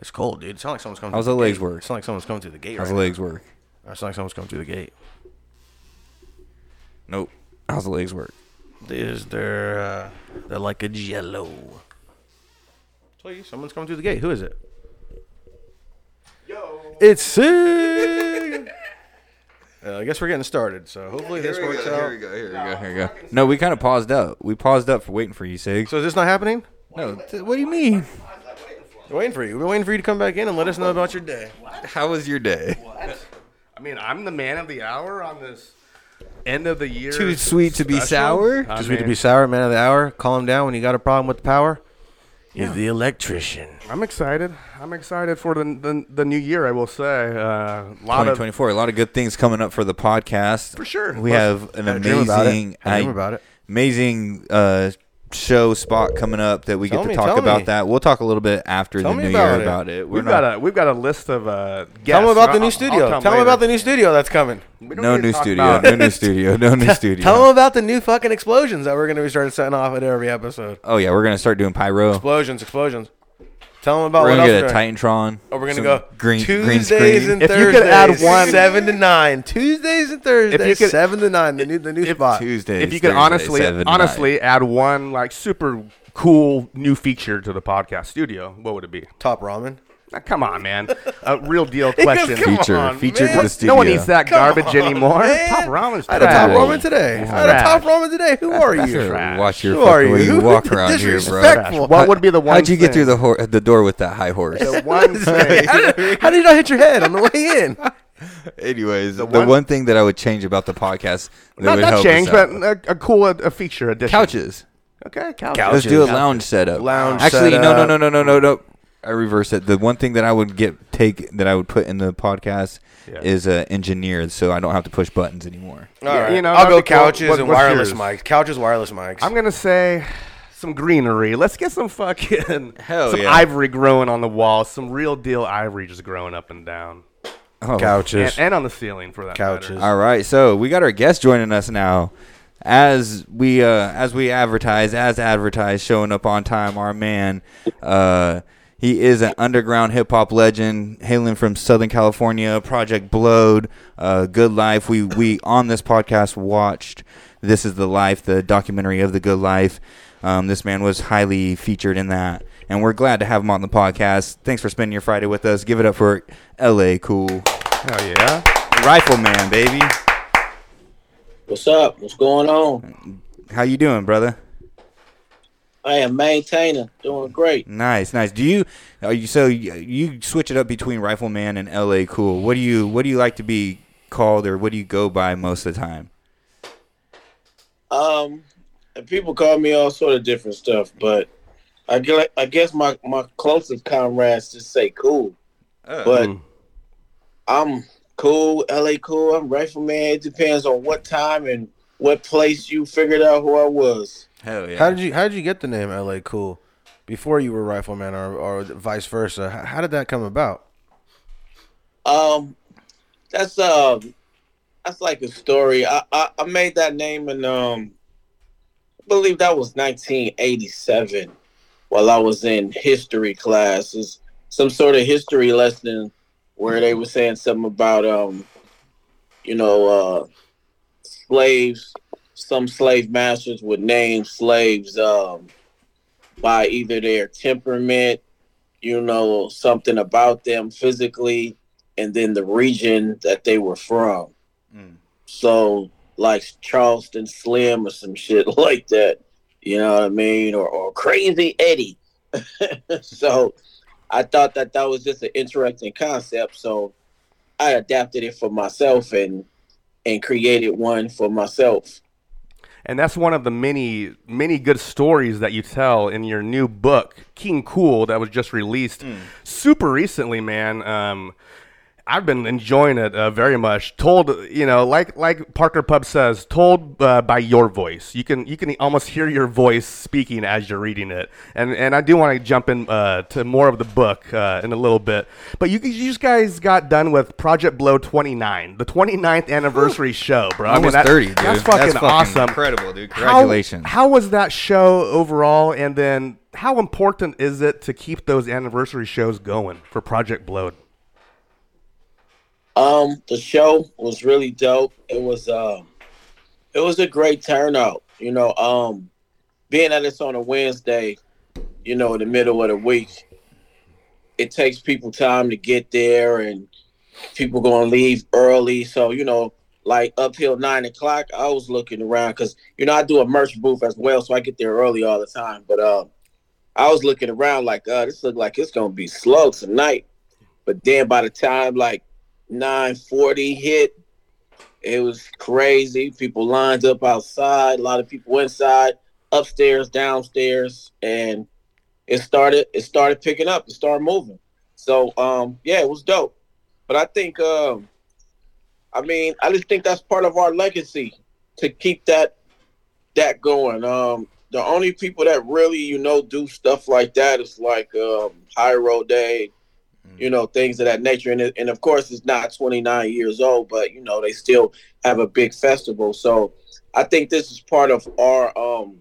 [SPEAKER 4] It's cold, dude. It's not like someone's coming.
[SPEAKER 9] How's
[SPEAKER 4] through
[SPEAKER 9] the legs
[SPEAKER 4] gate.
[SPEAKER 9] work?
[SPEAKER 4] It's not like someone's coming through the gate.
[SPEAKER 9] How's the
[SPEAKER 4] right
[SPEAKER 9] legs work?
[SPEAKER 4] now. It's not like someone's coming through the gate.
[SPEAKER 9] Nope. How's the legs work?
[SPEAKER 4] Is they're uh, they're like a jello. Please, someone's coming through the gate. Who is it? Yo. It's Sig. uh, I guess we're getting started. So hopefully this works out.
[SPEAKER 9] go. Here we go. Here we go. No, we kind of paused up. We paused up for waiting for you, Sig.
[SPEAKER 4] So is this not happening?
[SPEAKER 9] No, th- what do you mean?
[SPEAKER 4] We're waiting for you. We're waiting for you to come back in and let us know about your day.
[SPEAKER 9] How was your day?
[SPEAKER 10] I mean, I'm the man of the hour on this end of the year.
[SPEAKER 9] Too sweet to be sour?
[SPEAKER 10] I
[SPEAKER 4] Just we to
[SPEAKER 10] mean,
[SPEAKER 4] be sour, man of the hour. Calm down when you got a problem with the power. You're the electrician.
[SPEAKER 10] I'm excited. I'm excited for the the, the new year. I will say, uh, lot of
[SPEAKER 9] 2024. A lot of good things coming up for the podcast. For
[SPEAKER 10] sure.
[SPEAKER 9] We have an
[SPEAKER 4] I dream about it.
[SPEAKER 9] amazing,
[SPEAKER 4] I dream about it.
[SPEAKER 9] amazing uh, show spot coming up that we
[SPEAKER 4] Tell
[SPEAKER 9] get to
[SPEAKER 4] me,
[SPEAKER 9] talk
[SPEAKER 4] tell
[SPEAKER 9] about
[SPEAKER 4] me.
[SPEAKER 9] that. We'll talk a little bit after
[SPEAKER 4] Tell
[SPEAKER 9] the
[SPEAKER 4] me
[SPEAKER 9] new
[SPEAKER 4] about
[SPEAKER 9] year
[SPEAKER 4] it.
[SPEAKER 9] about it. We're
[SPEAKER 10] We've
[SPEAKER 9] not,
[SPEAKER 10] got a we've got a list of uh, guests.
[SPEAKER 4] Tell them about
[SPEAKER 10] I'll-
[SPEAKER 4] the new
[SPEAKER 10] I'll-
[SPEAKER 4] studio.
[SPEAKER 10] I'll come
[SPEAKER 4] Tell them about
[SPEAKER 10] later.
[SPEAKER 4] the new studio that's coming.
[SPEAKER 10] We don't
[SPEAKER 9] no
[SPEAKER 10] need to
[SPEAKER 9] new
[SPEAKER 10] talk
[SPEAKER 9] studio.
[SPEAKER 10] about
[SPEAKER 9] No
[SPEAKER 10] it.
[SPEAKER 9] new studio. No new studio.
[SPEAKER 4] Tell them about the new fucking explosions that we're going to be starting setting off at every episode.
[SPEAKER 9] oh yeah, we're gonna start doing pyro.
[SPEAKER 4] Explosions, explosions. Tell them about
[SPEAKER 9] we're
[SPEAKER 4] Oh, what
[SPEAKER 9] gonna
[SPEAKER 4] else
[SPEAKER 9] get
[SPEAKER 4] we're
[SPEAKER 9] a
[SPEAKER 4] doing.
[SPEAKER 9] Titantron.
[SPEAKER 4] Oh, we're gonna
[SPEAKER 9] some
[SPEAKER 4] go
[SPEAKER 9] green green
[SPEAKER 4] Tuesdays
[SPEAKER 9] screen.
[SPEAKER 4] and
[SPEAKER 10] If you
[SPEAKER 4] Thursdays.
[SPEAKER 10] could add one-
[SPEAKER 4] seven to nine. Tuesdays and Thursdays,
[SPEAKER 10] could-
[SPEAKER 4] seven to nine. The new the new spot.
[SPEAKER 9] Tuesdays.
[SPEAKER 10] If you could
[SPEAKER 9] Thursdays,
[SPEAKER 10] honestly,
[SPEAKER 9] seven to
[SPEAKER 10] honestly add one like super cool new feature to the podcast studio, what would it be?
[SPEAKER 4] Top ramen.
[SPEAKER 10] Now, come on, man. A real deal question.
[SPEAKER 9] nine.
[SPEAKER 4] Come
[SPEAKER 9] feature
[SPEAKER 4] on,
[SPEAKER 9] feature
[SPEAKER 4] man.
[SPEAKER 9] to the
[SPEAKER 4] What-
[SPEAKER 9] studio.
[SPEAKER 10] No one eats that
[SPEAKER 4] Come
[SPEAKER 10] garbage
[SPEAKER 4] on,
[SPEAKER 10] anymore.
[SPEAKER 4] man.
[SPEAKER 10] Top ramen.
[SPEAKER 4] I had a top
[SPEAKER 9] Trash.
[SPEAKER 4] ramen today. I had a top ramen today. Who are you?
[SPEAKER 10] trash.
[SPEAKER 9] Watch your
[SPEAKER 4] Who are
[SPEAKER 9] fucking way
[SPEAKER 4] you?
[SPEAKER 9] you walk around here, bro.
[SPEAKER 4] Disrespectful.
[SPEAKER 10] What would be the one?
[SPEAKER 9] How'd you get
[SPEAKER 10] thing-
[SPEAKER 9] through the hor- the door with that high horse?
[SPEAKER 10] the one thing?
[SPEAKER 4] how, did, how did you not hit your head on the way in?
[SPEAKER 9] Anyways, the,
[SPEAKER 10] one-
[SPEAKER 9] one, thing that I would change about the podcast that
[SPEAKER 10] Not,
[SPEAKER 9] would
[SPEAKER 10] not
[SPEAKER 9] help
[SPEAKER 10] change,
[SPEAKER 9] us out.
[SPEAKER 10] but a, a cool a, a feature addition.
[SPEAKER 9] couches.
[SPEAKER 10] Okay, couch.
[SPEAKER 9] Let's do a lounge setup.
[SPEAKER 4] Lounge
[SPEAKER 9] Actually, no,
[SPEAKER 4] setup.
[SPEAKER 9] no, no, no, no, no, no. I reverse it. The one thing that I would get take that I would put in the podcast
[SPEAKER 10] Yeah.
[SPEAKER 9] is uh, engineered, so I don't have to push buttons anymore.
[SPEAKER 4] All right.
[SPEAKER 10] you know,
[SPEAKER 4] I'll
[SPEAKER 10] that'd
[SPEAKER 4] go
[SPEAKER 10] be cool.
[SPEAKER 4] couches
[SPEAKER 10] What-
[SPEAKER 4] and
[SPEAKER 10] what's
[SPEAKER 4] wireless
[SPEAKER 10] yours?
[SPEAKER 4] mics. Couches, wireless mics.
[SPEAKER 10] I'm gonna say some greenery. Let's get some fucking
[SPEAKER 9] Hell
[SPEAKER 10] some
[SPEAKER 9] yeah.
[SPEAKER 10] ivory growing on the wall. Some real deal ivory just growing up and down,
[SPEAKER 9] Oh.
[SPEAKER 10] and,
[SPEAKER 4] couches.
[SPEAKER 10] and on the ceiling for that matter.
[SPEAKER 4] couches.
[SPEAKER 9] All right, so we got our guest joining us now. As we uh, as we advertise, as advertised, showing up on time, our man, uh, he is an underground hip hop legend, hailing from Southern California. Project Blowed, uh, Good Life. We we on this podcast watched This Is the Life, the documentary of the Good Life. Um, this man was highly featured in that, and we're glad to have him on the podcast. Thanks for spending your Friday with us. Give it up for L.A. Cool,
[SPEAKER 10] Hell yeah.
[SPEAKER 9] Rifleman, baby.
[SPEAKER 11] What's up? What's going on?
[SPEAKER 9] How you doing, brother?
[SPEAKER 11] I am maintaining, doing great.
[SPEAKER 9] Nice, nice. Do you are you so you, you switch it up between Rifleman and LA Cool? What do you what do you like to be called or what do you go by most of the time?
[SPEAKER 11] Um, and people call me all sort of different stuff, but I gue- I guess my my closest comrades just say cool, but
[SPEAKER 7] Mm.
[SPEAKER 11] I'm cool, LA cool. I'm rifleman. It depends on what time and what place you figured out who I was.
[SPEAKER 9] Hell yeah.
[SPEAKER 4] How did you How did you get the name LA Cool? Before you were Rifleman, or or vice versa? How, how did that come about?
[SPEAKER 11] Um, that's um, that's like a story. I, I I made that name in um, I believe that was 1987, while I was in history class. It's some sort of history lesson where they were saying something about um, you know, uh, slaves. Some slave masters would name slaves um by either their temperament
[SPEAKER 10] you know, something about them physically and then the region that they were from. So, like Charleston Slim or some shit like that, you know what I mean? Or, or Crazy Eddie. so, I thought that that was just an interesting concept. So, I adapted it for myself and and created one for myself.
[SPEAKER 12] And that's one of the many, many good stories that you tell in your new book, King Cool, that was just released super recently, man. Um, I've been enjoying it uh, very much. Told, you know, like like Parker Pub says, told uh, by your voice. You can you can almost hear your voice speaking as you're reading it. And and I do want to jump in uh, to more of the book uh, in a little bit. But you you guys got done with Project Blow 29, the 29th anniversary show, bro. I mean,
[SPEAKER 9] Almost
[SPEAKER 12] that-
[SPEAKER 9] 30, dude.
[SPEAKER 12] That's
[SPEAKER 9] That's
[SPEAKER 12] fucking,
[SPEAKER 9] fucking
[SPEAKER 12] awesome.
[SPEAKER 9] incredible, dude.
[SPEAKER 12] How-
[SPEAKER 9] Congratulations.
[SPEAKER 12] How, was that show overall? And then how important is it to keep those anniversary shows going for Project Blow?
[SPEAKER 10] Um, the show was really dope. It was um, it was a great turnout. You know, um, being that it's on a Wednesday, you know, in the middle of the week, it takes people time to get there, and people gonna leave early. So you know, like up till nine o'clock, I was looking around because you know I do a merch booth as well, so I get there early all the time. But um, I was looking around like, uh, this look like it's gonna be slow tonight. But then by the time like 940 hit. It was crazy. People lined up outside, a lot of people inside, upstairs, downstairs, and it started it started picking up, it started moving. So um yeah, it was dope. But I think um I mean, I just think that's part of our legacy to keep that that going. Um the only people that really, you know, do stuff like that is like um High Road Day, you know, things of that nature. And, it- and of course, it's not 29 years old, but you know, they still have a big festival. So I think this is part of our um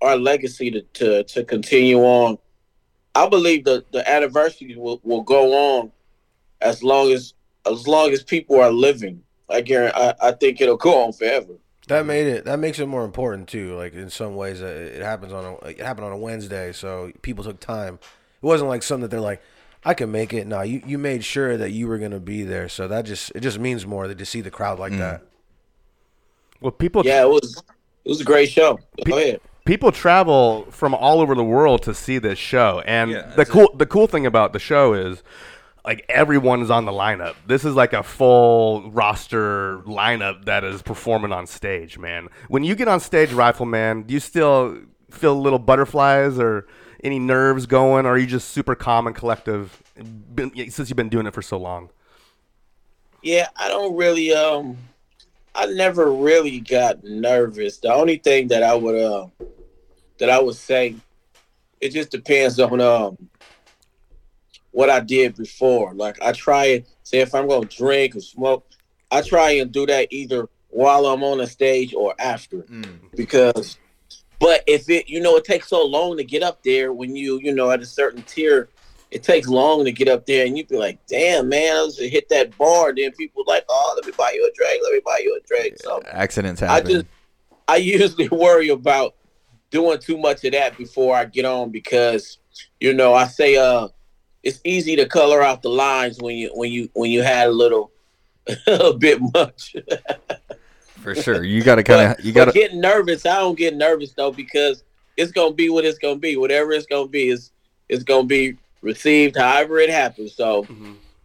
[SPEAKER 10] our legacy to to, to continue on. I believe the the anniversary will, will go on as long as as long as people are living. I guarantee. I, I think it'll go on forever.
[SPEAKER 4] That made it. That makes it more important too. Like in some ways, uh, it happens on a it happened on a Wednesday, so people took time. It wasn't like something that they're like, I can make it. No, you you made sure that you were gonna be there, so that just it just means more that to see the crowd
[SPEAKER 9] Mm.
[SPEAKER 4] like that.
[SPEAKER 12] Well, people.
[SPEAKER 10] Yeah, it was it was a great show. Go ahead.
[SPEAKER 12] People travel from all over the world to see this show, and the cool the cool thing about the show is, like everyone is on the lineup. This is like a full roster lineup that is performing on stage, man. When you get on stage, Rifleman, do you still feel little butterflies or any nerves going, or are you just super calm and collective been, since you've been doing it for so long?
[SPEAKER 10] Yeah, I don't really um I never really got nervous. The only thing that I would um that I would say it just depends on um what I did before. Like I try and say if I'm gonna drink or smoke, I try and do that either while I'm on the stage or after. Because but if it you know it takes so long to get up there when you, you know, at a certain tier it takes long to get up there, and you'd be like, "Damn, man, I just hit that bar." Then people like, "Oh, let me buy you a drink. Let me buy you a drink." So
[SPEAKER 9] Accidents
[SPEAKER 10] I
[SPEAKER 9] happen.
[SPEAKER 10] just, I usually worry about doing too much of that before I get on because, you know, I say, uh, it's easy to color out the lines when you when you when you had a little, a bit much.
[SPEAKER 9] for sure. You got to kind of you got
[SPEAKER 10] But
[SPEAKER 9] to
[SPEAKER 10] getting nervous. I don't get nervous though because it's gonna be what it's gonna be. Whatever it's gonna be is it's gonna be received however it happens. So,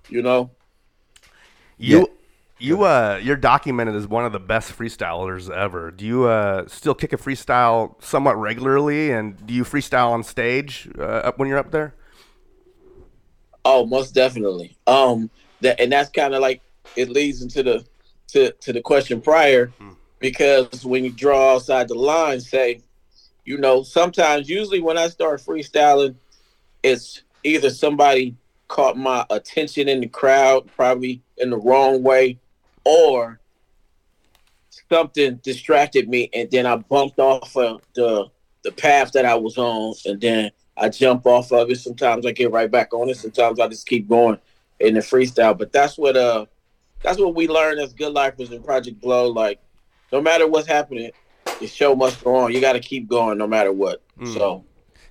[SPEAKER 10] you know.
[SPEAKER 12] Mm-hmm. You you uh you're documented as one of the best freestylers ever. Do you uh still kick a freestyle somewhat regularly and do you freestyle on stage uh, up when you're up there?
[SPEAKER 10] Oh, most definitely. Um, that and that's kind of like it leads into the to to the question prior, because when you draw outside the line, say, you know, sometimes usually when I start freestyling, it's either somebody caught my attention in the crowd, probably in the wrong way, or something distracted me, and then I bumped off of the the path that I was on, and then I jump off of it. Sometimes I get right back on it. Sometimes I just keep going in the freestyle. But that's what uh that's what we learn as good lifers in Project Blow. Like, no matter what's happening, the show must go on. You got to keep going, no matter what. So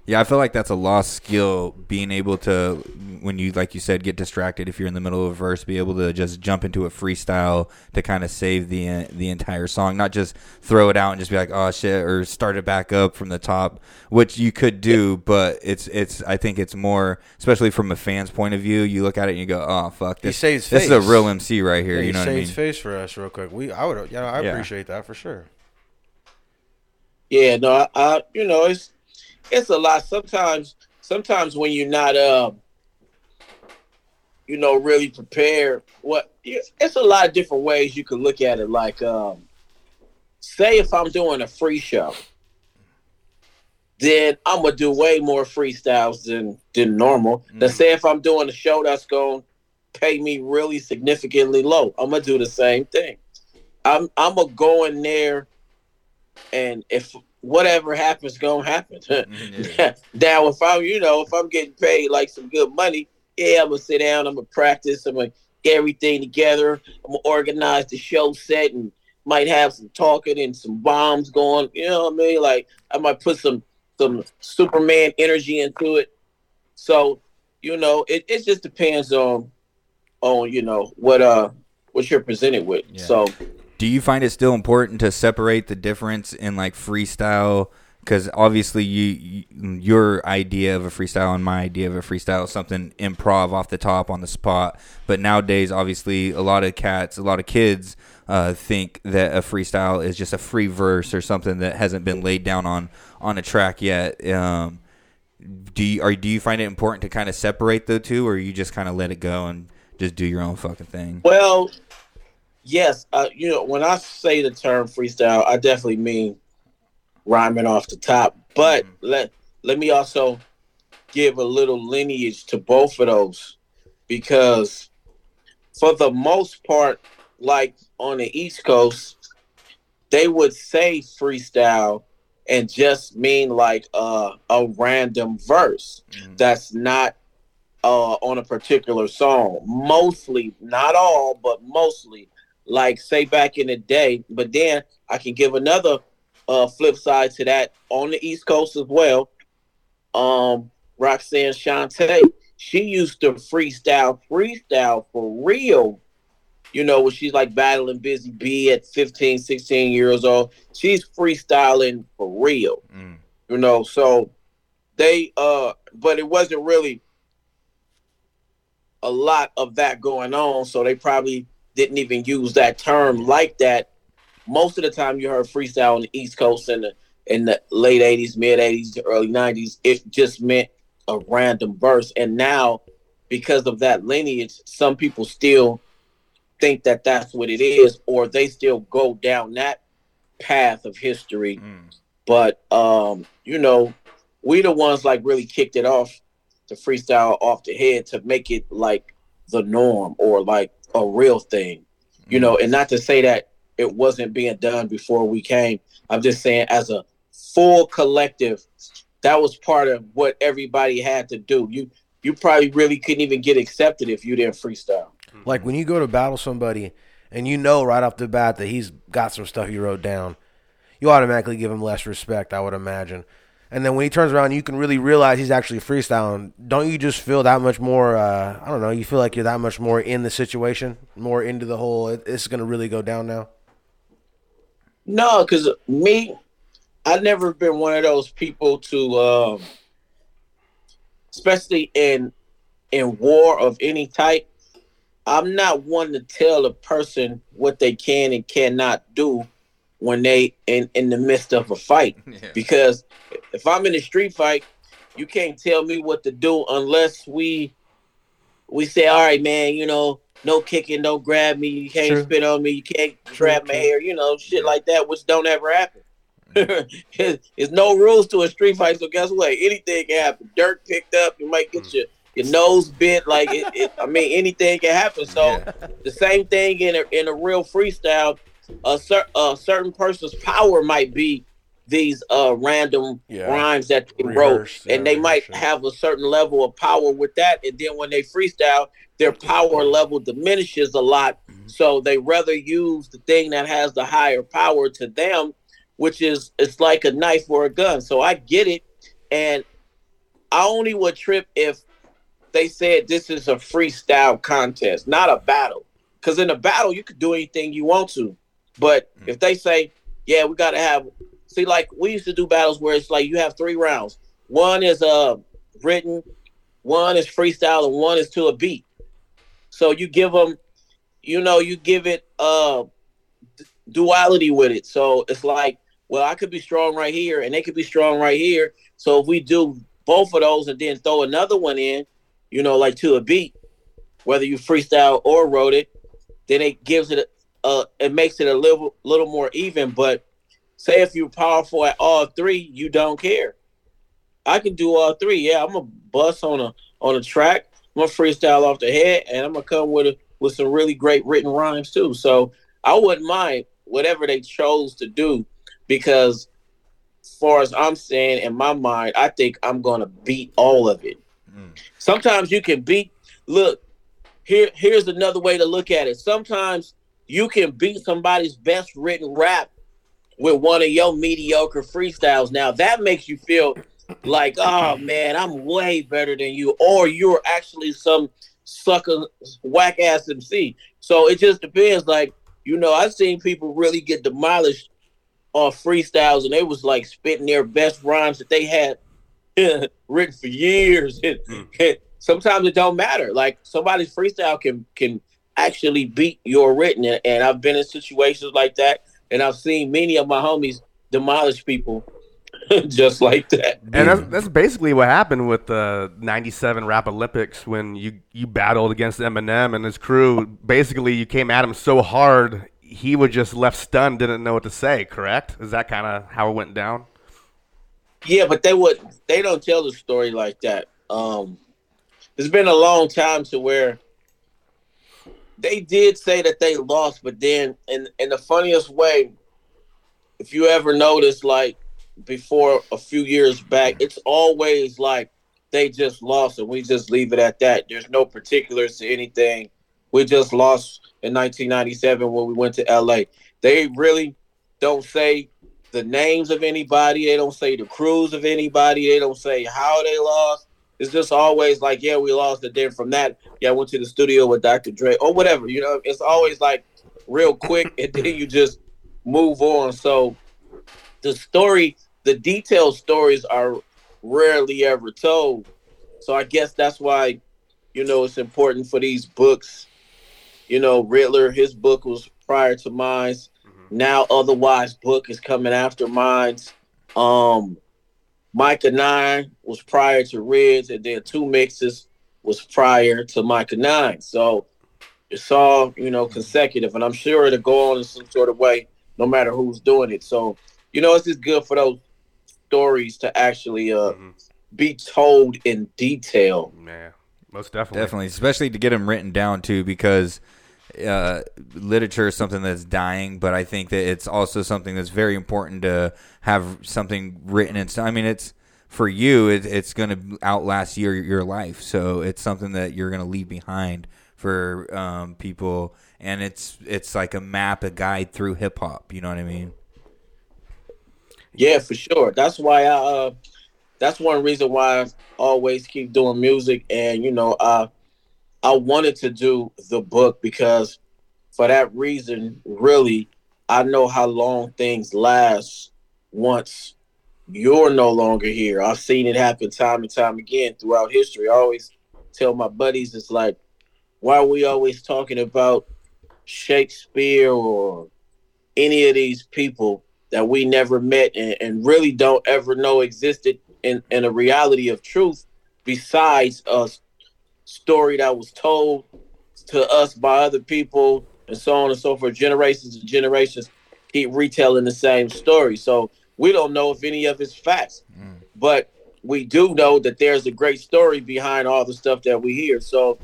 [SPEAKER 9] Yeah, I feel like that's a lost skill being able to when you like you said get distracted if you're in the middle of a verse be able to just jump into a freestyle to kind of save the uh, the entire song, not just throw it out and just be like oh shit or start it back up from the top, which you could do, but it's it's I think it's more especially from a fan's point of view, you look at it and you go oh fuck
[SPEAKER 4] He
[SPEAKER 9] this
[SPEAKER 4] saves
[SPEAKER 9] this is a
[SPEAKER 4] face.
[SPEAKER 9] real MC right here,
[SPEAKER 4] Yeah,
[SPEAKER 9] you
[SPEAKER 4] he
[SPEAKER 9] know what I
[SPEAKER 4] saves
[SPEAKER 9] mean?
[SPEAKER 4] face for us real quick. We I would yeah, I
[SPEAKER 9] Yeah.
[SPEAKER 4] appreciate that for sure.
[SPEAKER 10] Yeah, no, I, I you know, it's it's a lot. Sometimes sometimes when you're not um you know, really prepared, what you- it's a lot of different ways you can look at it. Like um say if I'm doing a free show, then I'm gonna do way more freestyles than than normal. Now say if I'm doing a show that's gonna pay me really significantly low, I'm gonna do the same thing. I'm I'm gonna go in there and if whatever happens gonna happen now if i'm you know if i'm getting paid like some good money yeah i'm gonna sit down i'm gonna practice i'm gonna get everything together i'm gonna organize the show set and might have some talking and some bombs going you know what i mean like i might put some some superman energy into it so you know it, it just depends on on you know what uh what you're presented with so
[SPEAKER 9] Do you find it still important to separate the difference in like freestyle? Because obviously, you, you your idea of a freestyle and my idea of a freestyle is something improv off the top on the spot. But nowadays, obviously, a lot of cats, a lot of kids uh, think that a freestyle is just a free verse or something that hasn't been laid down on on a track yet. Um, do you are do you find it important to kind of separate the two, or you just kind of let it go and just do your own fucking thing?
[SPEAKER 10] Well, yes. Uh, you know, when I say the term freestyle, I definitely mean rhyming off the top. But let let me also give a little lineage to both of those because, for the most part, like on the East Coast, they would say freestyle and just mean like uh, a random verse that's not uh, on a particular song. Mostly, not all, but mostly, like say back in the day. But then I can give another uh, flip side to that on the East Coast as well. Um, Roxanne Shante, she used to freestyle, freestyle for real. You know, when she's like battling Busy B at 15, 16 years old, she's freestyling for real. You know, so they, uh, but it wasn't really a lot of that going on, so they probably didn't even use that term like that. Most of the time, you heard freestyle on the East Coast in the in the late '80s, mid '80s, early '90s. It just meant a random verse, and now because of that lineage, some people still think that that's what it is, or they still go down that path of history. But um, you know, we the ones like really kicked it off to freestyle off the head to make it like the norm or like a real thing, you know, and not to say that it wasn't being done before we came. I'm just saying, as a full collective, that was part of what everybody had to do. You you probably really couldn't even get accepted if you didn't freestyle.
[SPEAKER 4] Like when you go to battle somebody and you know right off the bat that he's got some stuff he wrote down, you automatically give him less respect, I would imagine. And then when he turns around, you can really realize he's actually freestyling. Don't you just feel that much more? Uh, I don't know. You feel like you're that much more in the situation, more into the whole. It, it's going to really go down now.
[SPEAKER 10] No, because me, I've never been one of those people to, um, especially in in war of any type. I'm not one to tell a person what they can and cannot do when they in in the midst of a fight. Because if I'm in a street fight, you can't tell me what to do unless we we say, all right, man, you know, no kicking, don't grab me, you can't
[SPEAKER 13] True.
[SPEAKER 10] spit on me, you can't grab my hair, you know, shit like that, which don't ever happen.
[SPEAKER 13] Mm.
[SPEAKER 10] There's no rules to a street fight, so guess what? Anything can happen. Dirt picked up, you might
[SPEAKER 13] Mm.
[SPEAKER 10] get your your nose bit. Like it, it I mean, anything can happen. So the same thing in a in a real freestyle, a, cer- a certain person's power might be these uh random
[SPEAKER 13] Yeah.
[SPEAKER 10] rhymes that they
[SPEAKER 13] Rehearsed,
[SPEAKER 10] wrote, and they might have a certain level of power with that. And then when they freestyle, their power level diminishes a lot. So they rather use the thing that has the higher power to them, which is it's like a knife or a gun. So I get it, and I only would trip if they said this is a freestyle contest, not a battle. Because in a battle, you could do anything you want to. But if they say, yeah, we got to have, see, like we used to do battles where it's like you have three rounds. One is uh written, one is freestyle, and one is to a beat. So you give them, you know, you give it uh duality with it. So it's like, well, I could be strong right here, and they could be strong right here. So if we do both of those and then throw another one in, you know, like to a beat, whether you freestyle or wrote it, then it gives it a, a it makes it a little little more even. But say if you're powerful at all three, you don't care. I can do all three. Yeah, I'm a bust on a on a track. I'm gonna freestyle off the head, and I'm gonna come with a, with some really great written rhymes too. So I wouldn't mind whatever they chose to do, because far as I'm saying in my mind, I think I'm gonna beat all of it. Sometimes you can beat. Look, here here's another way to look at it. Sometimes you can beat somebody's best written rap with one of your mediocre freestyles. Now that makes you feel like, oh man, I'm way better than you, or you're actually some sucker whack ass MC. So it just depends. Like, you know, I've seen people really get demolished on freestyles and they was like spitting their best rhymes that they had written for years. Sometimes it don't matter. Like somebody's freestyle can can actually beat your written, and, and I've been in situations like that, and I've seen many of my homies demolish people just like that.
[SPEAKER 4] And that's, that's basically what happened with the '97 Rap Olympics when you you battled against Eminem and his crew. Basically, you came at him so hard he was just left stunned, didn't know what to say. Correct? Is that kind of how it went down?
[SPEAKER 10] Yeah, but they would they don't tell the story like that. Um it's been a long time to where they did say that they lost, but then in in the funniest way, if you ever notice like before a few years back, it's always like they just lost and we just leave it at that. There's no particulars to anything. We just lost in 1997 when we went to LA. They really don't say the names of anybody. They don't say the crews of anybody. They don't say how they lost. It's just always like, yeah, we lost, and then from that, yeah, I went to the studio with Dr. Dre or whatever. You know, it's always like real quick, and then you just move on. So the story, the detailed stories are rarely ever told. So I guess that's why, you know, it's important for these books. You know, Riddler, his book was prior to mine's.
[SPEAKER 4] Mm-hmm.
[SPEAKER 10] Now, otherwise, book is coming after mine's. Um, Micah Nine was prior to Rids, and then two mixes was prior to Micah Nine. So it's all you know consecutive, and I'm sure it'll go on in some sort of way, no matter who's doing it. So you know, it's just good for those stories to actually uh,
[SPEAKER 4] Mm-hmm.
[SPEAKER 10] be told in detail.
[SPEAKER 4] Man, most definitely.
[SPEAKER 9] Definitely, especially to get them written down too, because uh, literature is something that's dying. But I think that it's also something that's very important to have something written. And so, I mean, it's for you. It, it's going to outlast your your life. So it's something that you're going to leave behind for um, people. And it's it's like a map, a guide through hip hop. You know what I mean?
[SPEAKER 10] Yeah, for sure. That's why I. Uh, that's one reason why I always keep doing music, and you know, I I wanted to do the book because for that reason, really, I know how long things last once you're no longer here. I've seen it happen time and time again throughout history. I always tell my buddies, it's like, why are we always talking about Shakespeare or any of these people that we never met and, and really don't ever know existed in, in a reality of truth besides a story that was told to us by other people and so on and so forth generations and generations keep retelling the same story so we don't know if any of it's facts but we do know that there's a great story behind all the stuff that we hear so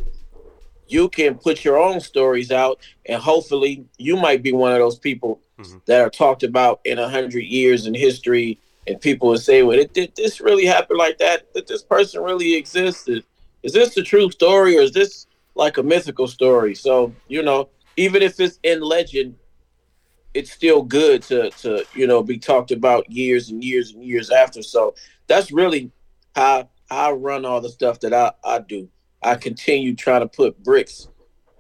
[SPEAKER 10] you can put your own stories out and hopefully you might be one of those people that are talked about in a hundred years in history and people will say well it, did this really happen like that that this person really existed is this the true story or is this like a mythical story so you know even if it's in legend it's still good to to you know be talked about years and years and years after so that's really how I run all the stuff that I, I do. I continue trying to put bricks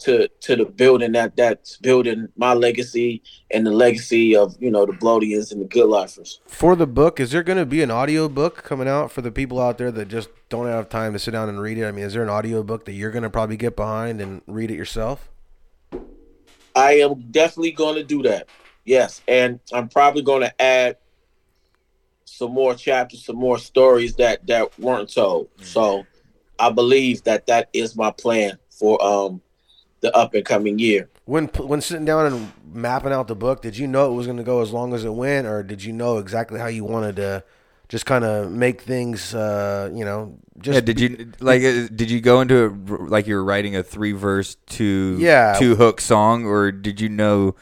[SPEAKER 10] to to the building that that's building my legacy and the legacy of you know the Blodians and the Good Lifers.
[SPEAKER 4] For the book, is there going to be an audio book coming out for the people out there that just don't have time to sit down and read it? I mean, is there an audio book that you're going to probably get behind and read it yourself?
[SPEAKER 10] I am definitely going to do that. Yes, and I'm probably going to add some more chapters, some more stories that that weren't told. So I believe that that is my plan for um the up and coming year.
[SPEAKER 4] When when sitting down and mapping out the book, did you know it was going to go as long as it went, or did you know exactly how you wanted to just kind of make things? Uh, you know, just
[SPEAKER 9] yeah, did you like? uh, Did you go into it r- like you were writing a three verse two
[SPEAKER 4] Yeah.
[SPEAKER 9] two hook song, or did you know,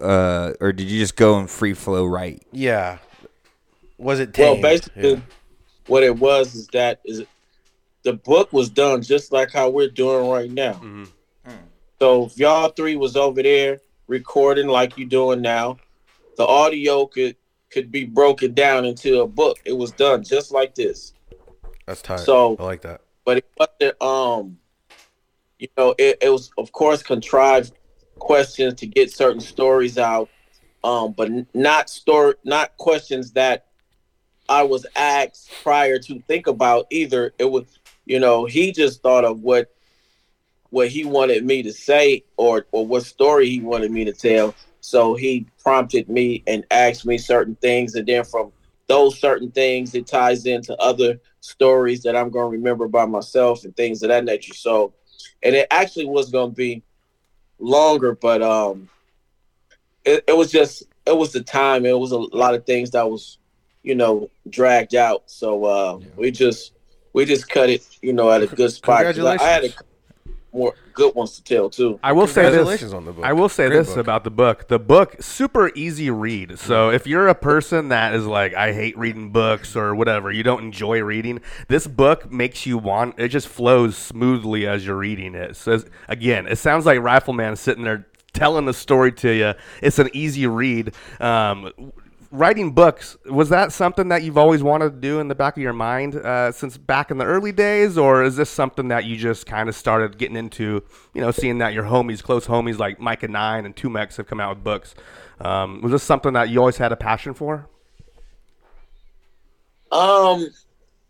[SPEAKER 9] uh, or did you just go and free flow write?
[SPEAKER 4] yeah. Was it
[SPEAKER 10] Well,
[SPEAKER 4] tame?
[SPEAKER 10] basically,
[SPEAKER 4] Yeah.
[SPEAKER 10] what it was is that is the book was done just like how we're doing right now. So if y'all three was over there recording like you doing now, the audio could could be broken down into a book. It was done just like this.
[SPEAKER 4] That's tight.
[SPEAKER 10] So-
[SPEAKER 4] I like that.
[SPEAKER 10] but it wasn't um you know it, it was of course contrived questions to get certain stories out um but n- not store not questions that i was asked prior to think about either it was you know he just thought of what what he wanted me to say or or what story he wanted me to tell so he prompted me and asked me certain things and then from those certain things it ties into other stories that i'm going to remember by myself and things of that nature so and it actually was going to be longer but um it, it was just it was the time it was a lot of things that was you know dragged out so uh we just we just cut it you know at a good spot 'Cause I- I had a more good ones to tell too.
[SPEAKER 14] I will say this.
[SPEAKER 4] Congratulations on the book.
[SPEAKER 14] I will say
[SPEAKER 4] Great
[SPEAKER 14] this
[SPEAKER 4] book. Mm-hmm.
[SPEAKER 14] about the book. The book super easy read. So if you're a person that is like I hate reading books or whatever, you don't enjoy reading, this book makes you want it just flows smoothly as you're reading it. So it's- again, it sounds like Rifleman sitting there telling the story to you. It's an easy read. Um Writing books was that something that you've always wanted to do in the back of your mind uh, since back in the early days, or is this something that you just kind of started getting into? You know, seeing that your homies, close homies like Mike and Nine and Two Mex have come out with books. Um, was this something that you always had a passion for?
[SPEAKER 10] Um,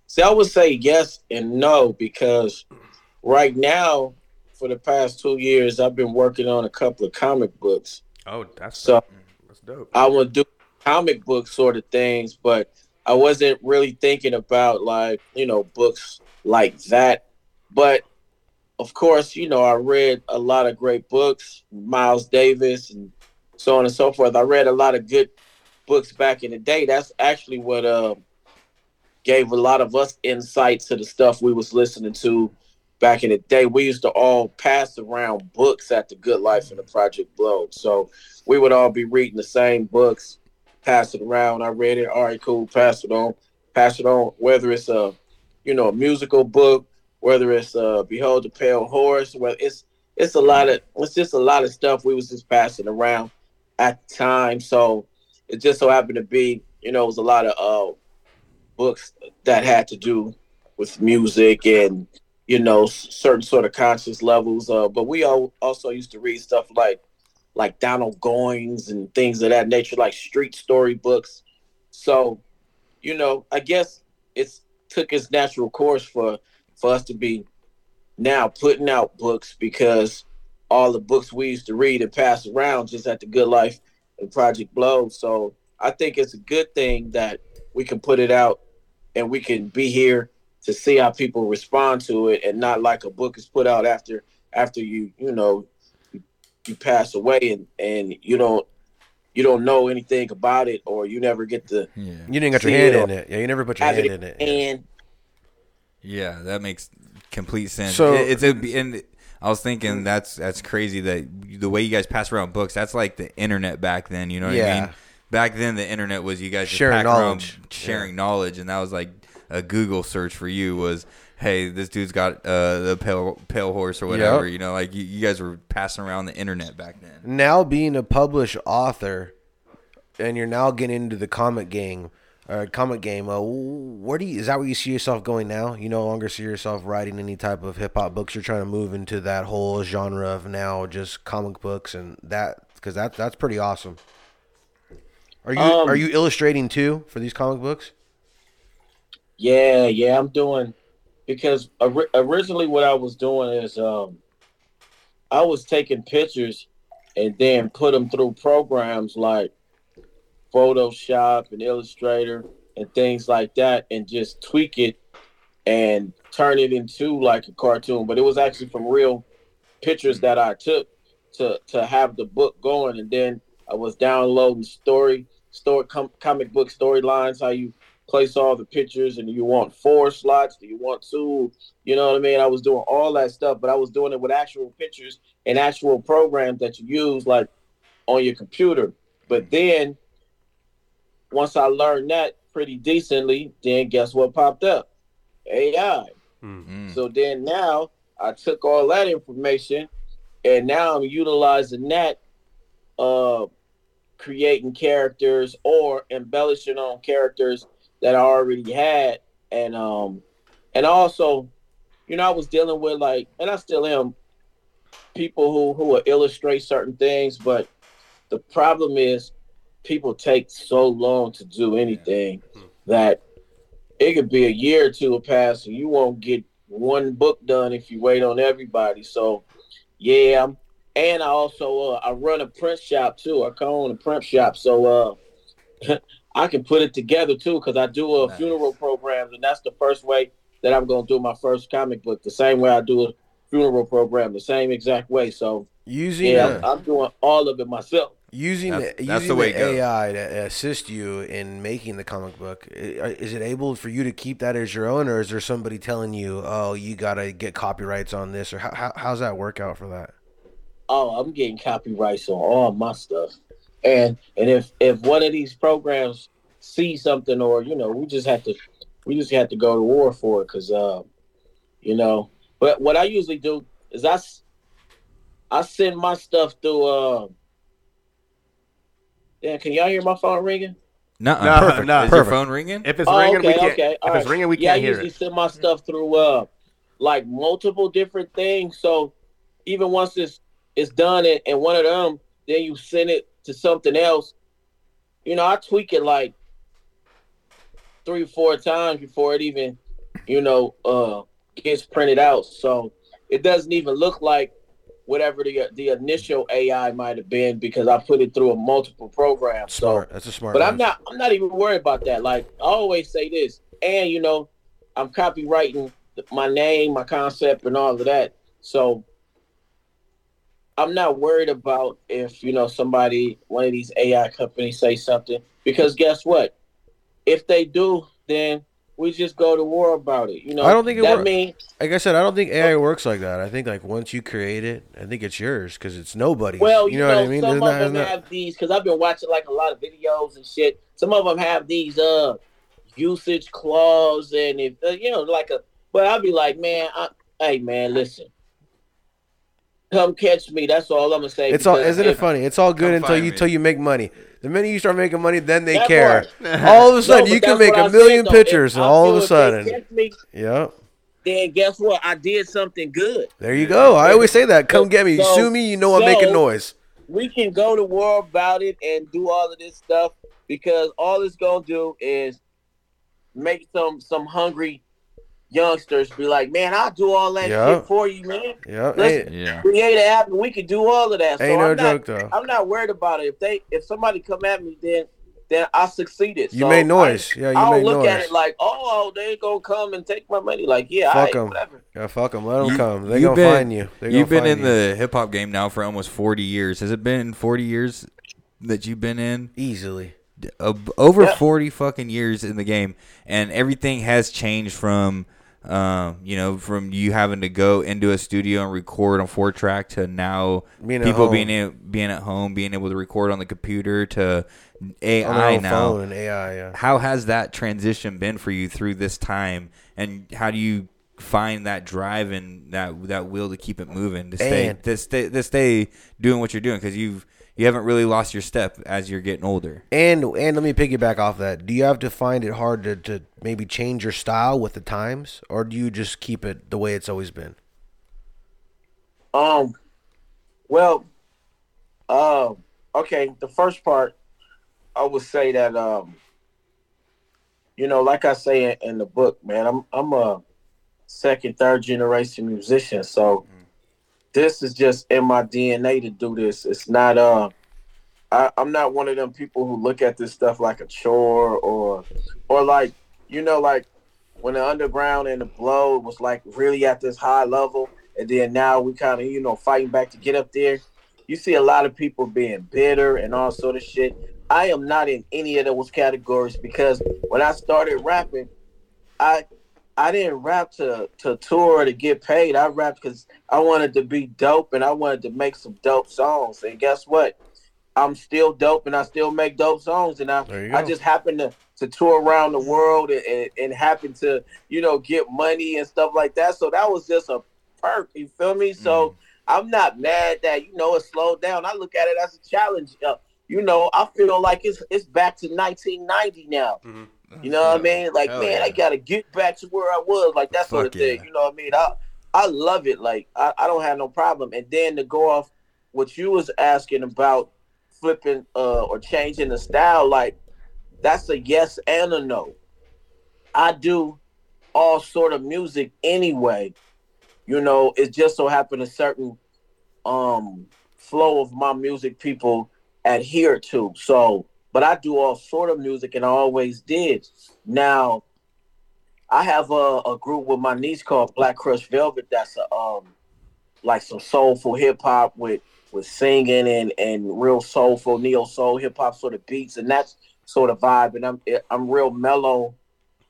[SPEAKER 10] see, I would say yes and no because right now, for the past two years, I've been working on a couple of comic books.
[SPEAKER 14] Oh, that's
[SPEAKER 10] So
[SPEAKER 14] that's dope.
[SPEAKER 10] I would do comic book sort of things, but I wasn't really thinking about like you know books like that. But of course, you know I read a lot of great books, Miles Davis, and so on and so forth. I read a lot of good books back in the day. That's actually what uh, gave a lot of us insight to the stuff we was listening to back in the day. We used to all pass around books at the Good Life and the Project Blow. So we would all be reading the same books, pass it around. I read it. All right, cool. Pass it on. Pass it on. Whether it's a, you know, a musical book, whether it's uh Behold the Pale Horse, whether it's it's a lot of it's just a lot of stuff we was just passing around at the time. So it just so happened to be, you know, it was a lot of uh books that had to do with music and you know s- certain sort of conscious levels. Uh, but we all also used to read stuff like like Donald Goings and things of that nature, like street story books. So, you know, I guess it's took its natural course for for us to be now putting out books because all the books we used to read and pass around just at the Good Life and Project Blow. So I think it's a good thing that we can put it out and we can be here to see how people respond to it and not like a book is put out after after you, you know, you pass away and and you don't you don't know anything about it or you never get to
[SPEAKER 4] You didn't got your
[SPEAKER 10] See uh,
[SPEAKER 4] hand
[SPEAKER 10] it
[SPEAKER 4] in
[SPEAKER 10] or-
[SPEAKER 4] it. Yeah, you never put your
[SPEAKER 10] have
[SPEAKER 4] hand
[SPEAKER 10] it
[SPEAKER 4] in it.
[SPEAKER 10] and
[SPEAKER 9] Yeah, that makes complete sense.
[SPEAKER 4] So-
[SPEAKER 9] So it's a, and I was thinking that's that's crazy that the way you guys pass around books. That's like the internet back then. You know what I
[SPEAKER 4] Yeah.
[SPEAKER 9] mean? Back then, the internet was you guys just
[SPEAKER 4] Sharing
[SPEAKER 9] pack
[SPEAKER 4] knowledge.
[SPEAKER 9] around sharing knowledge, and that was like a Google search for you was, hey, this dude's got uh, the pale pale horse or whatever.
[SPEAKER 4] Yep.
[SPEAKER 9] You know, like you, you guys were passing around the internet back then.
[SPEAKER 4] now being a published author and you're now getting into the comic game or comic game. Uh, where do you is that where you see yourself going now? You no longer see yourself writing any type of hip hop books. You're trying to move into that whole genre of now just comic books and that because that that's pretty awesome. Are you
[SPEAKER 10] Um,
[SPEAKER 4] are you illustrating too for these comic books?
[SPEAKER 10] Yeah, yeah, I'm doing because ori- originally what I was doing is um, I was taking pictures and then put them through programs like Photoshop and Illustrator and things like that, and just tweak it and turn it into like a cartoon. But it was actually from real pictures that I took to to have the book going, and then I was downloading story story com- comic book storylines how you place all the pictures and do you want four slots do you want two you know what i mean i was doing all that stuff but i was doing it with actual pictures and actual programs that you use like on your computer but then once i learned that pretty decently then guess what popped up ai so then now I took all that information and now I'm utilizing that uh creating characters or embellishing on characters that I already had and um and also you know I was dealing with like and I still am people who who will illustrate certain things but the problem is people take so long to do anything that it could be a year or two will pass and you won't get one book done if you wait on everybody. So, yeah, I'm, and I also uh, I run a print shop too. I co-own a print shop, so uh, I can put it together too because I do a funeral program, and that's the first way that I'm going to do my first comic book. The same way I do a funeral program, the same exact way. So,
[SPEAKER 4] Using uh,
[SPEAKER 10] yeah,
[SPEAKER 4] a-
[SPEAKER 10] I'm, I'm doing all of it myself.
[SPEAKER 4] using
[SPEAKER 10] That's-
[SPEAKER 4] the,
[SPEAKER 10] that's
[SPEAKER 4] using
[SPEAKER 10] the way
[SPEAKER 4] the
[SPEAKER 10] it goes.
[SPEAKER 4] AI to assist you in making the comic book. i- Is it able for you to keep that as your own, or is there somebody telling you, "Oh, you gotta get copyrights on this," or how, how how's that work out for that?
[SPEAKER 10] oh, I'm getting copyrights on all my stuff. And and if if one of these programs see something or you know, we just have to we just have to go to war for it cuz uh you know, but what I usually do is I s- I send my stuff through uh Damn, can y'all hear my phone ringing?
[SPEAKER 9] Nuh-uh.
[SPEAKER 15] No,
[SPEAKER 9] Perfect.
[SPEAKER 15] no.
[SPEAKER 9] Is your
[SPEAKER 15] Perfect.
[SPEAKER 9] phone ringing?
[SPEAKER 15] If it's ringing, we can't- if
[SPEAKER 10] Oh, all
[SPEAKER 15] it's ringing, we
[SPEAKER 10] yeah,
[SPEAKER 15] can't
[SPEAKER 10] I
[SPEAKER 15] hear
[SPEAKER 10] usually
[SPEAKER 15] it.
[SPEAKER 10] send my stuff through uh, like multiple different things. So even once it's it's done and, and one of them, then you send it to something else. You know, I tweak it like three, four times before it even, you know, uh, gets printed out. So it doesn't even look like whatever the the initial AI might have been because I put it through a multiple program.
[SPEAKER 4] Smart. That's a smart.
[SPEAKER 10] But I'm
[SPEAKER 4] move.
[SPEAKER 10] not. I'm not even worried about that. Like I always say this, and you know, I'm copywriting th- my name, my concept, and all of that. So I'm not worried about if you know somebody, one of these AI companies, say something because guess what? If they do, then we just go to war about it. You know,
[SPEAKER 4] I don't think it
[SPEAKER 10] that
[SPEAKER 4] works.
[SPEAKER 10] mean
[SPEAKER 4] Like I said, I don't think
[SPEAKER 10] Oh.
[SPEAKER 4] AI works like that. I think like once you create it, I think it's yours because it's nobody's.
[SPEAKER 10] Well,
[SPEAKER 4] you know, what I mean?
[SPEAKER 10] Some
[SPEAKER 4] Isn't
[SPEAKER 10] of
[SPEAKER 4] that-
[SPEAKER 10] them
[SPEAKER 4] isn't that-
[SPEAKER 10] have these because I've been watching like a lot of videos and shit. Some of them have these uh usage clause and if uh, you know like a. But I'll be like, man, I, hey man, listen, come catch me. That's all I'm gonna say.
[SPEAKER 4] It's all
[SPEAKER 10] because
[SPEAKER 4] isn't it
[SPEAKER 10] if-
[SPEAKER 4] funny? It's all good until
[SPEAKER 10] find
[SPEAKER 4] you
[SPEAKER 10] me.
[SPEAKER 4] till you make money. The minute you start making money, then they
[SPEAKER 10] That
[SPEAKER 4] care.
[SPEAKER 10] part.
[SPEAKER 4] All of
[SPEAKER 10] No,
[SPEAKER 4] a sudden,
[SPEAKER 10] but
[SPEAKER 4] you can
[SPEAKER 10] that's
[SPEAKER 4] make
[SPEAKER 10] what I
[SPEAKER 4] a
[SPEAKER 10] said,
[SPEAKER 4] million
[SPEAKER 10] though. If
[SPEAKER 4] pictures,
[SPEAKER 10] I
[SPEAKER 4] and all of
[SPEAKER 10] feel
[SPEAKER 4] a
[SPEAKER 10] if they
[SPEAKER 4] sudden,
[SPEAKER 10] catch me,
[SPEAKER 4] yep.
[SPEAKER 10] then guess what? I did something good.
[SPEAKER 4] There you go. I always say that. Come get me.
[SPEAKER 10] So-
[SPEAKER 4] Sue me. You know I'm
[SPEAKER 10] so-
[SPEAKER 4] making noise.
[SPEAKER 10] we can go to war about it and do all of this stuff because all it's gonna do is make some some hungry youngsters be like, man, I'll do all that
[SPEAKER 4] Yeah.
[SPEAKER 10] shit for you, man.
[SPEAKER 4] Yeah.
[SPEAKER 10] Listen,
[SPEAKER 4] ain't-
[SPEAKER 10] Create an app and we can do all of
[SPEAKER 4] Ain't
[SPEAKER 10] that. so
[SPEAKER 4] no
[SPEAKER 10] I'm not,
[SPEAKER 4] joke, though.
[SPEAKER 10] I'm not worried about it. If they if somebody come at me, then then I succeeded.
[SPEAKER 4] You
[SPEAKER 10] so
[SPEAKER 4] made noise.
[SPEAKER 10] I,
[SPEAKER 4] Yeah, you
[SPEAKER 10] I don't
[SPEAKER 4] made
[SPEAKER 10] look at
[SPEAKER 4] noise.
[SPEAKER 10] it like, oh, they gonna come and take my money. Like, yeah, I,
[SPEAKER 4] fuck them. Yeah, fuck them. Let them come. They're
[SPEAKER 9] You've
[SPEAKER 4] gonna
[SPEAKER 9] been-
[SPEAKER 4] find you. They're
[SPEAKER 9] you've
[SPEAKER 4] gonna
[SPEAKER 9] been in
[SPEAKER 4] find you.
[SPEAKER 9] the hip hop game now for almost 40 years. Has it been 40 years that you've been in?
[SPEAKER 4] Easily.
[SPEAKER 9] over
[SPEAKER 4] Yeah.
[SPEAKER 9] 40 fucking years in the game, and everything has changed from. Um, you know, from you having to go into a studio and record on four track to now
[SPEAKER 4] Being at
[SPEAKER 9] people
[SPEAKER 4] home.
[SPEAKER 9] being in, being at home, being able to record on the computer to
[SPEAKER 4] On their
[SPEAKER 9] AI
[SPEAKER 4] own
[SPEAKER 9] now.
[SPEAKER 4] phone and AI, yeah.
[SPEAKER 9] How has that transition been for you through this time, and how do you find that drive and that that will to keep it moving to stay
[SPEAKER 4] And-
[SPEAKER 9] to stay to stay doing what you're doing? Because you've You haven't really lost your step as you're getting older.
[SPEAKER 4] And and let me piggyback off that. Do you have to find it hard to, to maybe change your style with the times, or do you just keep it the way it's always been?
[SPEAKER 10] Um, well, um, okay. The first part, I would say that um, you know, like I say in, in the book, man, I'm I'm a second, third generation musician, so this is just in my DNA to do this. It's not uh, I, I'm not one of them people who look at this stuff like a chore or or like you know like when the underground and the blow was like really at this high level, and then now we kind of you know fighting back to get up there. You see a lot of people being bitter and all sort of shit. I am not in any of those categories because when I started rapping, I I didn't rap to to tour to get paid. I rapped because I wanted to be dope and I wanted to make some dope songs. And guess what? I'm still dope and I still make dope songs. And I
[SPEAKER 4] There you
[SPEAKER 10] I
[SPEAKER 4] go.
[SPEAKER 10] just happen to to tour around the world and, and, and happen to you know get money and stuff like that. So that was just a perk. You feel me?
[SPEAKER 16] Mm-hmm.
[SPEAKER 10] So I'm not mad that you know it slowed down. I look at it as a challenge. Uh, you know, I feel like it's it's back to 1990 now.
[SPEAKER 9] Mm-hmm.
[SPEAKER 10] You know what I mean?
[SPEAKER 16] Mm-hmm.
[SPEAKER 10] Like,
[SPEAKER 16] Hell
[SPEAKER 10] man,
[SPEAKER 16] yeah.
[SPEAKER 10] I gotta get back to where I was. Like that sort
[SPEAKER 16] Fuck
[SPEAKER 10] of thing.
[SPEAKER 16] yeah.
[SPEAKER 10] You know what I mean? I I love it. Like I, I don't have no problem. And then to go off what you was asking about flipping uh or changing the style, like that's a yes and a no. I do all sort of music anyway. You know, it just so happened a certain um flow of my music people adhere to. So, but I do all sort of music and I always did. Now, I have a, a group with my niece called Black Crush Velvet. That's a um like some soulful hip hop with with singing and and real soulful neo soul hip hop sort of beats and that's sort of vibe. And I'm I'm real mellow,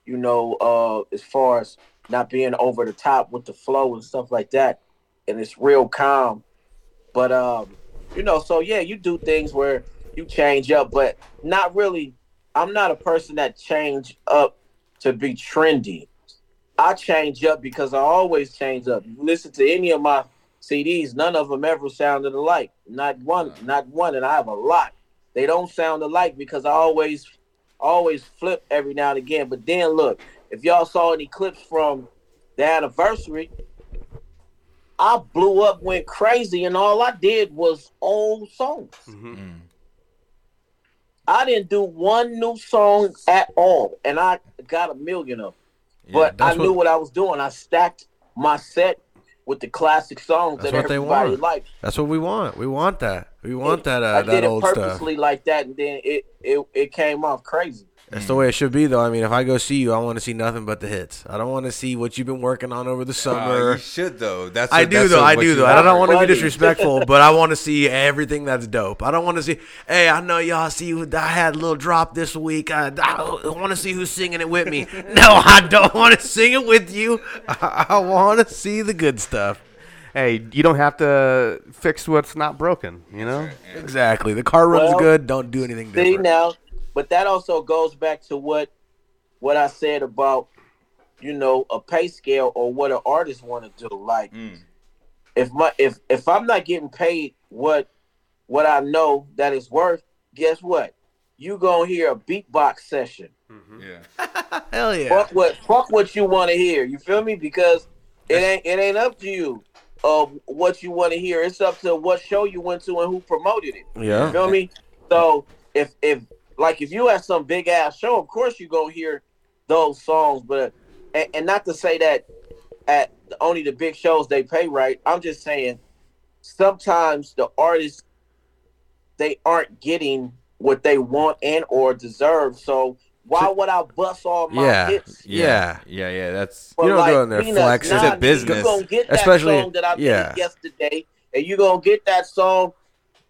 [SPEAKER 10] you know, uh as far as not being over the top with the flow and stuff like that. And it's real calm. But um, you know, so yeah, you do things where you change up, but not really. I'm not a person that change up to be trendy. I change up because I always change up. You listen to any of my CDs, none of them ever sounded alike. Not one, not one, and I have a lot. They don't sound alike because I always always flip every now and again. But then look, if y'all saw any clips from the anniversary, I blew up, went crazy, and all I did was old songs.
[SPEAKER 17] Mm.
[SPEAKER 10] I didn't do one new song at all, and I got a million of them. but I
[SPEAKER 4] that's
[SPEAKER 10] knew
[SPEAKER 4] what-
[SPEAKER 10] what I was doing. I stacked my set with the classic songs
[SPEAKER 4] That's
[SPEAKER 10] that
[SPEAKER 4] what they
[SPEAKER 10] everybody
[SPEAKER 4] want.
[SPEAKER 10] liked.
[SPEAKER 4] That's what we want. We want that. We want that uh,
[SPEAKER 10] I
[SPEAKER 4] that
[SPEAKER 10] did it
[SPEAKER 4] old stuff.
[SPEAKER 10] purposely like that, and then it, it it came off crazy.
[SPEAKER 4] That's the way it should be, though. I mean, if I go see you, I want to see nothing but the hits. I don't want to see what you've been working on over the summer.
[SPEAKER 9] Uh, you should, though. That's
[SPEAKER 4] I
[SPEAKER 9] what-
[SPEAKER 4] do
[SPEAKER 9] that's
[SPEAKER 4] though.
[SPEAKER 9] what-
[SPEAKER 4] I
[SPEAKER 9] what
[SPEAKER 4] do
[SPEAKER 9] you
[SPEAKER 4] though. I don't
[SPEAKER 9] want.
[SPEAKER 4] want to be
[SPEAKER 9] Buddy.
[SPEAKER 4] disrespectful, but I want to see everything that's dope. I don't want to see. Hey, I know y'all see. who- I had a little drop this week. I, I want to see who's singing it with me. no, I don't want to sing it with you. I, I want to see the good stuff.
[SPEAKER 17] Hey, you don't have to fix what's not broken. You know
[SPEAKER 4] exactly. The car runs
[SPEAKER 10] Well,
[SPEAKER 4] good. Don't do anything
[SPEAKER 10] See
[SPEAKER 4] different.
[SPEAKER 10] now, but that also goes back to what what I said about you know a pay scale or what an artist want to do. Like
[SPEAKER 4] Mm.
[SPEAKER 10] if my if if I'm not getting paid what what I know that it's worth, guess what? You gonna hear a beatbox session.
[SPEAKER 4] Yeah. Hell yeah.
[SPEAKER 10] Fuck what fuck what you want to hear. You feel me? Because it ain't it ain't up to you of what you want to hear. It's up to what show you went to and who promoted it.
[SPEAKER 4] Yeah.
[SPEAKER 10] You feel me? So if if like if you have some big ass show, of course you go hear those songs. But and, and not to say that at the- only the big shows they pay right. I'm just saying sometimes the artists they aren't getting what they want and or deserve. So why would I bust all my
[SPEAKER 4] Yeah.
[SPEAKER 10] hits?
[SPEAKER 4] Yeah.
[SPEAKER 9] Yeah, yeah, that's
[SPEAKER 4] You don't go in there
[SPEAKER 10] Peanuts,
[SPEAKER 4] flexing.
[SPEAKER 10] nah, You gonna get that
[SPEAKER 4] Especially,
[SPEAKER 10] song that I
[SPEAKER 4] yeah.
[SPEAKER 10] did yesterday, and you gonna get that song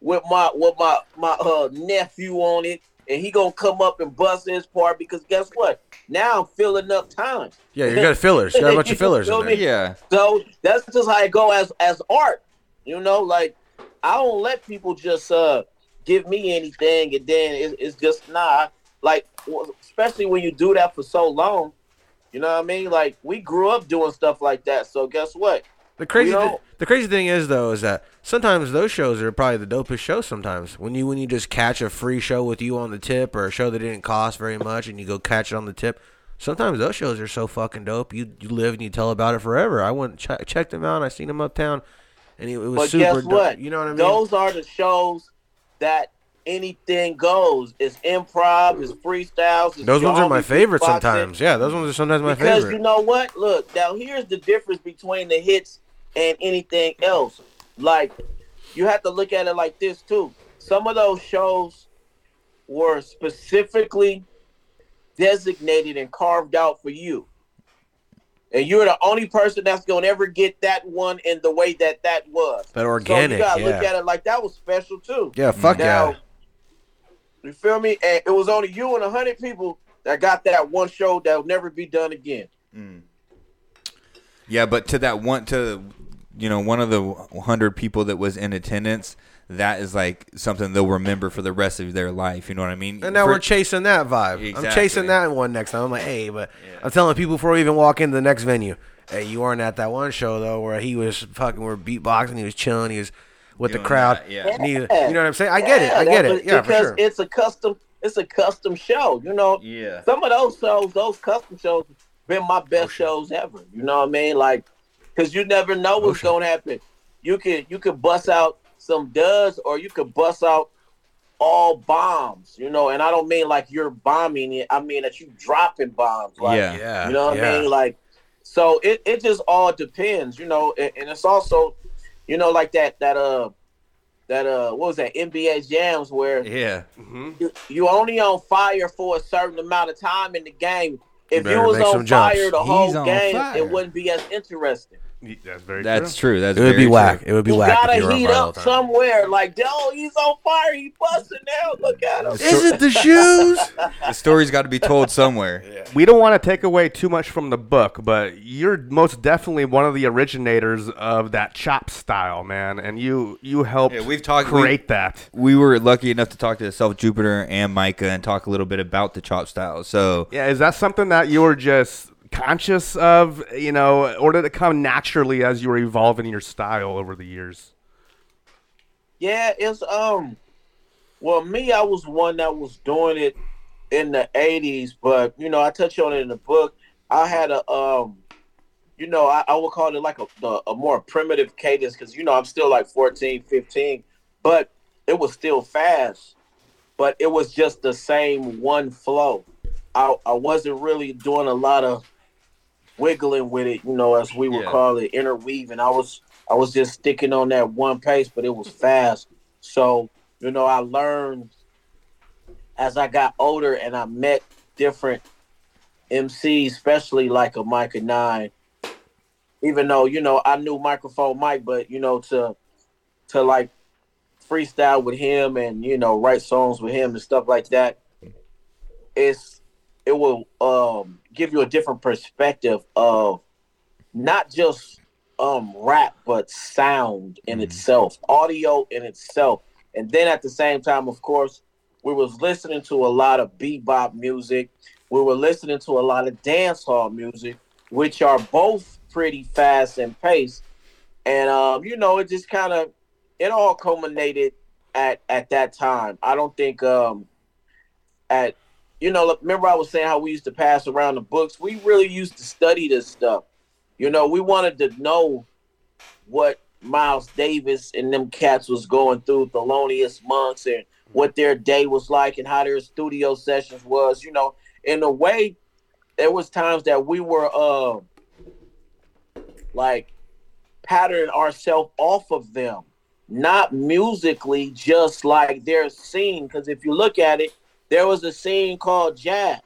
[SPEAKER 10] with my with my my uh, nephew on it, and he gonna come up and bust his part because guess what? Now I'm filling up time.
[SPEAKER 4] Yeah, you got fillers. You got a bunch of fillers in
[SPEAKER 10] feel
[SPEAKER 4] there.
[SPEAKER 10] me? So that's just how it go as as art. You know, like I don't let people just uh give me anything, and then it, it's just nah. Like w- especially when you do that for so long, you know what I mean? Like we grew up doing stuff like that. So guess what?
[SPEAKER 4] The crazy,
[SPEAKER 11] You know-
[SPEAKER 4] thi- the crazy thing is though, is that sometimes those shows are probably the dopest shows. Sometimes when you when you just catch a free show with you on the tip or a show that didn't cost very much and you go catch it on the tip, sometimes those shows are so fucking dope. You you live and you tell about it forever. I went and ch- checked them out. I seen them uptown, and it, it was
[SPEAKER 11] but
[SPEAKER 4] super.
[SPEAKER 11] guess
[SPEAKER 4] dope.
[SPEAKER 11] what?
[SPEAKER 4] You know what I mean?
[SPEAKER 11] Those are the shows that anything goes. It's improv, it's freestyles. It's
[SPEAKER 4] Those ones are my
[SPEAKER 11] drawing,
[SPEAKER 4] favorite
[SPEAKER 11] beatboxing.
[SPEAKER 4] sometimes. Yeah, those ones are sometimes my
[SPEAKER 11] because
[SPEAKER 4] favorite.
[SPEAKER 11] you know what? Look, now here's the difference between the hits and anything else. Like, you have to look at it like this too. Some of those shows were specifically designated and carved out for you. And you're the only person that's gonna ever get that one in the way that that was.
[SPEAKER 4] That organic,
[SPEAKER 11] So you gotta look
[SPEAKER 4] yeah.
[SPEAKER 11] at it like that was special too.
[SPEAKER 4] yeah, fuck
[SPEAKER 11] Now,
[SPEAKER 4] yeah.
[SPEAKER 11] You feel me? And it was only you and a hundred people that got that one show that'll never be done again.
[SPEAKER 9] Yeah, but to that one, to you know, one of the hundred people that was in attendance, that is like something they'll remember for the rest of their life. You know what I mean?
[SPEAKER 4] And now
[SPEAKER 9] For-
[SPEAKER 4] we're chasing that vibe. I'm
[SPEAKER 9] Exactly.
[SPEAKER 4] chasing that one next time. I'm like, hey, but I'm telling people before we even walk into the next venue, hey, you weren't at that one show though where he was fucking were beatboxing, he was chilling, he was with the
[SPEAKER 9] Doing
[SPEAKER 4] crowd.
[SPEAKER 9] that, yeah.
[SPEAKER 4] And he- you know what I'm saying? I get it.
[SPEAKER 11] Yeah,
[SPEAKER 4] I get
[SPEAKER 11] that
[SPEAKER 4] it.
[SPEAKER 11] was-
[SPEAKER 4] Yeah, for
[SPEAKER 11] because
[SPEAKER 4] sure.
[SPEAKER 11] it's a custom, it's a custom show. You know,
[SPEAKER 9] yeah.
[SPEAKER 11] Some of those shows, those custom shows, been my best shows ever. You know what I mean? Like, because you never know what's gonna happen. You could you could bust out some duds, or you could bust out all bombs. You know, and I don't mean like you're bombing it. I mean that you dropping bombs. Like,
[SPEAKER 9] Yeah. Yeah,
[SPEAKER 11] You know what
[SPEAKER 9] yeah.
[SPEAKER 11] I mean? Like, so it it just all depends. You know, and, and it's also, you know, like that that uh that uh what was that NBA jams where
[SPEAKER 9] yeah
[SPEAKER 11] Mm-hmm. you, you only on fire for a certain amount of time in the game.
[SPEAKER 4] You
[SPEAKER 11] If you,
[SPEAKER 4] better
[SPEAKER 11] was
[SPEAKER 4] make
[SPEAKER 11] on
[SPEAKER 4] some jumps.
[SPEAKER 11] fire the
[SPEAKER 4] He's
[SPEAKER 11] whole
[SPEAKER 4] on
[SPEAKER 11] game,
[SPEAKER 4] fire.
[SPEAKER 11] it wouldn't be as interesting.
[SPEAKER 10] That's very
[SPEAKER 9] That's true. That's
[SPEAKER 4] it would
[SPEAKER 9] very
[SPEAKER 4] be whack.
[SPEAKER 9] true.
[SPEAKER 4] It would be
[SPEAKER 11] You
[SPEAKER 4] whack. if you
[SPEAKER 11] gotta
[SPEAKER 4] were on
[SPEAKER 11] heat
[SPEAKER 4] fire all
[SPEAKER 11] up
[SPEAKER 4] the time.
[SPEAKER 11] somewhere. Like, yo, he's on fire. He busting now. Look at him.
[SPEAKER 9] Is it
[SPEAKER 10] the shoes?
[SPEAKER 9] the story's got to be told somewhere.
[SPEAKER 10] We don't want to take away too much from the book, but you're most definitely one of the originators of that chop style, man, and you you helped
[SPEAKER 9] Yeah, we've talked we-
[SPEAKER 10] create that.
[SPEAKER 9] We were lucky enough to talk to self Jupiter and Micah and talk a little bit about the chop style. So
[SPEAKER 10] Yeah, is that something that you were just conscious of, you know, or did it come naturally as you were evolving your style over the years?
[SPEAKER 11] Yeah, it's um well me, I was one that was doing it in the eighties, but you know, I touch on it in the book. I had a um you know, I, I would call it like a, the- a more primitive cadence because you know I'm still like 14, 15, but it was still fast. But it was just the same one flow. I, I wasn't really doing a lot of wiggling with it, you know, as we would
[SPEAKER 9] Yeah.
[SPEAKER 11] call it, interweaving. I was I was just sticking on that one pace, but it was fast. So, you know, I learned as I got older and I met different MCs, especially like a Micah Nine. Even though, you know, I knew microphone Mike, but you know, to to like freestyle with him and, you know, write songs with him and stuff like that, it's it will um give you a different perspective of not just um rap but sound in itself audio in itself and then at the same time of course we was listening to a lot of bebop music we were listening to a lot of dance hall music which are both pretty fast and paced and um you know it just kind of it all culminated at at that time i don't think um at you know look, remember i was saying how we used to pass around the books we really used to study this stuff you know we wanted to know what miles davis and them cats was going through thelonious monks and what their day was like and how their studio sessions was you know in a way there was times that we were uh like pattern ourselves off of them not musically just like their scene because if you look at it there was a scene called jazz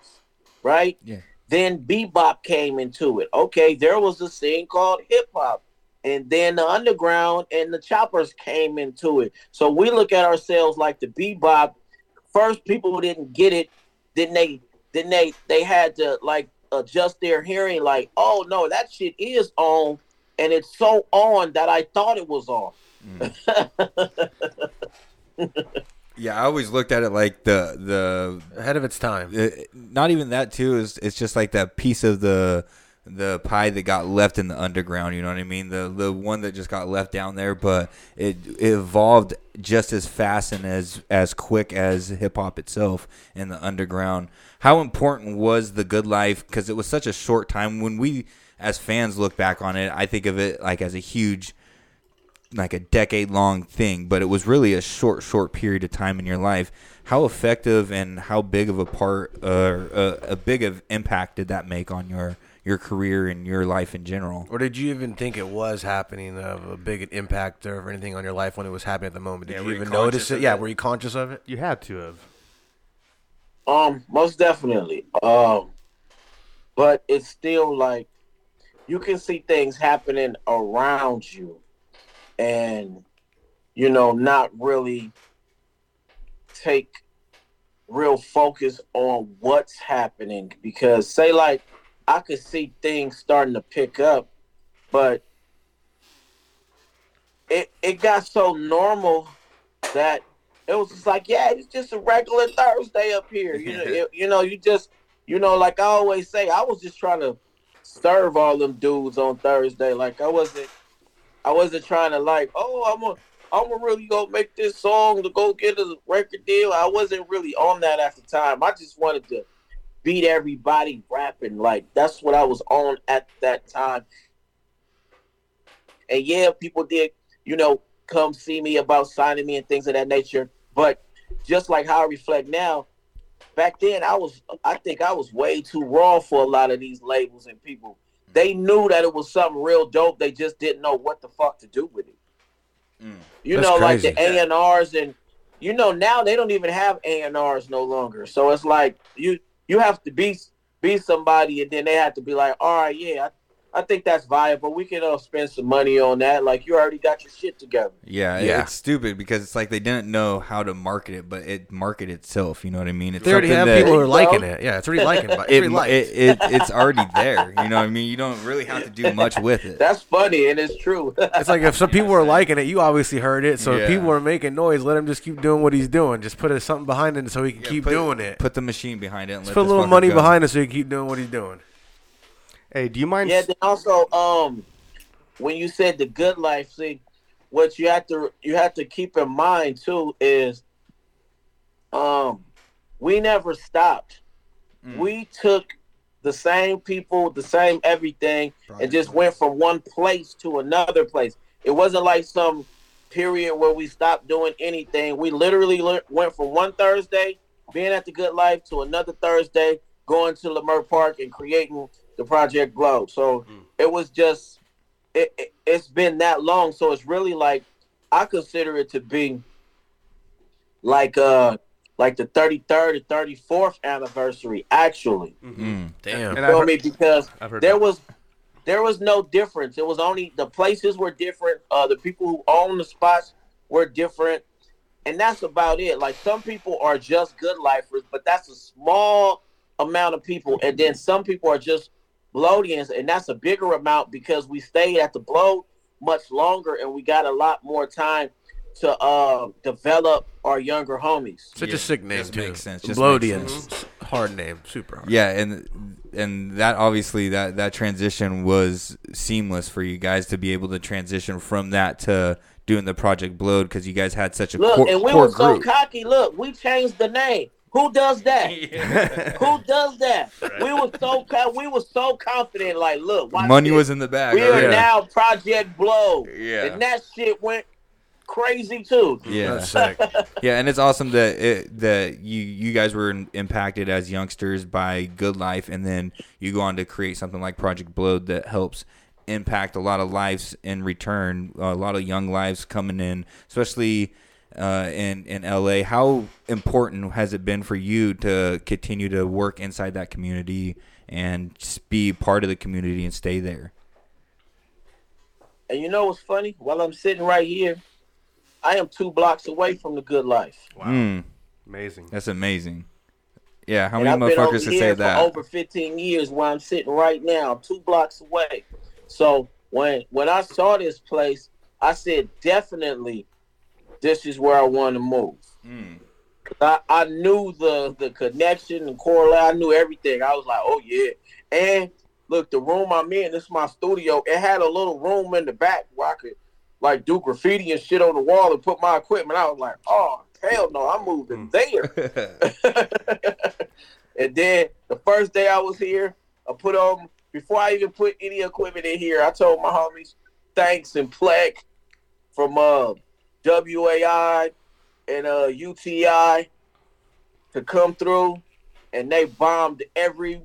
[SPEAKER 11] right
[SPEAKER 9] Yeah.
[SPEAKER 11] then bebop came into it okay there was a scene called hip-hop and then the underground and the choppers came into it so we look at ourselves like the bebop first people didn't get it then they then they they had to like adjust their hearing like oh no that shit is on and it's so on that i thought it was on
[SPEAKER 9] Yeah, I always looked at it like the the
[SPEAKER 4] ahead of its time.
[SPEAKER 9] not even that too. Is it's just like that piece of the the pie that got left in the underground. You know what I mean? The the one that just got left down there, but it, it evolved just as fast and as as quick as hip hop itself in the underground. How important was the Good Life? Because it was such a short time. When we as fans look back on it, I think of it like as a huge like a decade long thing, but it was really a short, short period of time in your life. How effective and how big of a part or uh, a big of impact did that make on your your career and your life in general?
[SPEAKER 4] Or did you even think it was happening of a big impact or anything on your life when it was happening at the moment? Did
[SPEAKER 11] Yeah,
[SPEAKER 4] you
[SPEAKER 11] were you
[SPEAKER 4] even
[SPEAKER 11] conscious
[SPEAKER 4] notice it?
[SPEAKER 11] of
[SPEAKER 4] Yeah,
[SPEAKER 11] it?
[SPEAKER 4] were you conscious of it?
[SPEAKER 10] You had to have.
[SPEAKER 11] Um, most definitely. Um, but it's still like you can see things happening around you, and you know, not really take real focus on what's happening because, say, like I could see things starting to pick up, but it it got so normal that it was just like, yeah, it's just a regular Thursday up here. You know, you, you know, you just, you know, like I always say, I was just trying to serve all them dudes on Thursday. Like I wasn't, I wasn't trying to like, oh, I'm gonna, I'm gonna really go make this song to go get a record deal. I wasn't really on that at the time. I just wanted to beat everybody rapping. Like that's what I was on at that time. And yeah, people did, you know, come see me about signing me and things of that nature. But just like how I reflect now, back then I was I think I was way too raw for a lot of these labels and people. They knew that it was something real dope. They just didn't know what the fuck to do with it. You
[SPEAKER 6] That's
[SPEAKER 11] know, like the
[SPEAKER 6] crazy.
[SPEAKER 11] A and R's and you know now they don't even have A and R's no longer. So it's like you you have to be be somebody, and then they have to be like, all right, yeah, I, I think that's viable. We can all spend some money on that. Like you already got your shit together.
[SPEAKER 9] Yeah,
[SPEAKER 4] Yeah.
[SPEAKER 9] it's stupid because it's like they didn't know how to market it, but it market itself. You know what I mean? It's
[SPEAKER 4] They already
[SPEAKER 9] something
[SPEAKER 4] have
[SPEAKER 9] that-
[SPEAKER 4] people who are liking it. Yeah, it's already liking. It's already
[SPEAKER 9] It-
[SPEAKER 4] liked.
[SPEAKER 9] it- it- it's already there. You know what I mean? You don't really have to do much with it.
[SPEAKER 11] That's funny and it's true.
[SPEAKER 4] It's like if some people are liking it, you obviously heard it. So
[SPEAKER 9] Yeah.
[SPEAKER 4] if people are making noise, let him just keep doing what he's doing. Just put something behind it so he can keep
[SPEAKER 9] put-
[SPEAKER 4] doing it.
[SPEAKER 9] Put the machine behind it. And let
[SPEAKER 4] Just put a
[SPEAKER 9] this
[SPEAKER 4] little
[SPEAKER 9] fucker
[SPEAKER 4] money
[SPEAKER 9] go.
[SPEAKER 4] behind it so he can keep doing what he's doing.
[SPEAKER 10] Hey, do you mind?
[SPEAKER 11] Yeah. Then also, um, when you said the good life, see, what you have to you have to keep in mind too is, um, we never stopped. We took the same people, the same everything, and just went from one place to another place. It wasn't like some period where we stopped doing anything. We literally le- went from one Thursday being at the Good Life to another Thursday going to Lemur Park and creating the Project Blow. So it was just it, it it's been that long. So it's really like I consider it to be like uh like the 33rd or 34th anniversary actually.
[SPEAKER 9] Mm.
[SPEAKER 4] Damn.
[SPEAKER 11] You feel me? Because
[SPEAKER 10] I've heard
[SPEAKER 11] there
[SPEAKER 10] that.
[SPEAKER 11] was there was no difference. It was only the places were different. Uh, the people who own the spots were different, and that's about it. Like some people are just good lifers, but that's a small amount of people, and then some people are just bloatians, and that's a bigger amount because we stayed at the bloat much longer, and we got a lot more time to uh, develop our younger homies.
[SPEAKER 4] Such a sick name
[SPEAKER 9] just
[SPEAKER 4] too.
[SPEAKER 9] makes sense, just
[SPEAKER 4] Blodians.
[SPEAKER 9] makes sense.
[SPEAKER 4] S- hard name, super hard.
[SPEAKER 9] Yeah, and and that obviously that that transition was seamless for you guys to be able to transition from that to doing the Project Blood because you guys had such a
[SPEAKER 11] Look,
[SPEAKER 9] core,
[SPEAKER 11] and we
[SPEAKER 9] core
[SPEAKER 11] were so
[SPEAKER 9] group.
[SPEAKER 11] cocky. Look, we changed the name. Who does that? Who does that? We were so co- we were so confident. Like, look, watch
[SPEAKER 9] Money
[SPEAKER 11] this.
[SPEAKER 9] was in the bag.
[SPEAKER 11] We are
[SPEAKER 9] already.
[SPEAKER 11] now Project Blow.
[SPEAKER 9] Yeah.
[SPEAKER 11] and that shit went crazy too.
[SPEAKER 9] Yeah, yeah, and it's awesome that it, that you you guys were in, impacted as youngsters by Good Life, and then you go on to create something like Project Blood that helps impact a lot of lives in return. A lot of young lives coming in, especially uh, in in LA. How important has it been for you to continue to work inside that community and just be part of the community and stay there?
[SPEAKER 11] And you know what's funny? While I'm sitting right here, I am two blocks away from the good life.
[SPEAKER 9] Wow,
[SPEAKER 10] amazing!
[SPEAKER 9] That's amazing. Yeah, how
[SPEAKER 11] And
[SPEAKER 9] many
[SPEAKER 11] I've been over
[SPEAKER 9] motherfuckers could
[SPEAKER 11] here
[SPEAKER 9] say
[SPEAKER 11] for
[SPEAKER 9] that?
[SPEAKER 11] over 15 years where I'm sitting right now, two blocks away. So when when I saw this place, I said definitely this is where I want to move.
[SPEAKER 9] Hmm.
[SPEAKER 11] 'Cause I, I knew the the connection and correlate. I knew everything. I was like, oh yeah. And look, the room I'm in, this is my studio. It had a little room in the back where I could like do graffiti and shit on the wall and put my equipment. I was like, oh hell no, I'm
[SPEAKER 9] Hmm.
[SPEAKER 11] moving there. and then the first day I was here, I put on before I even put any equipment in here, I told my homies thanks and plaque from uh, WAI and uh, UTI to come through, and they bombed every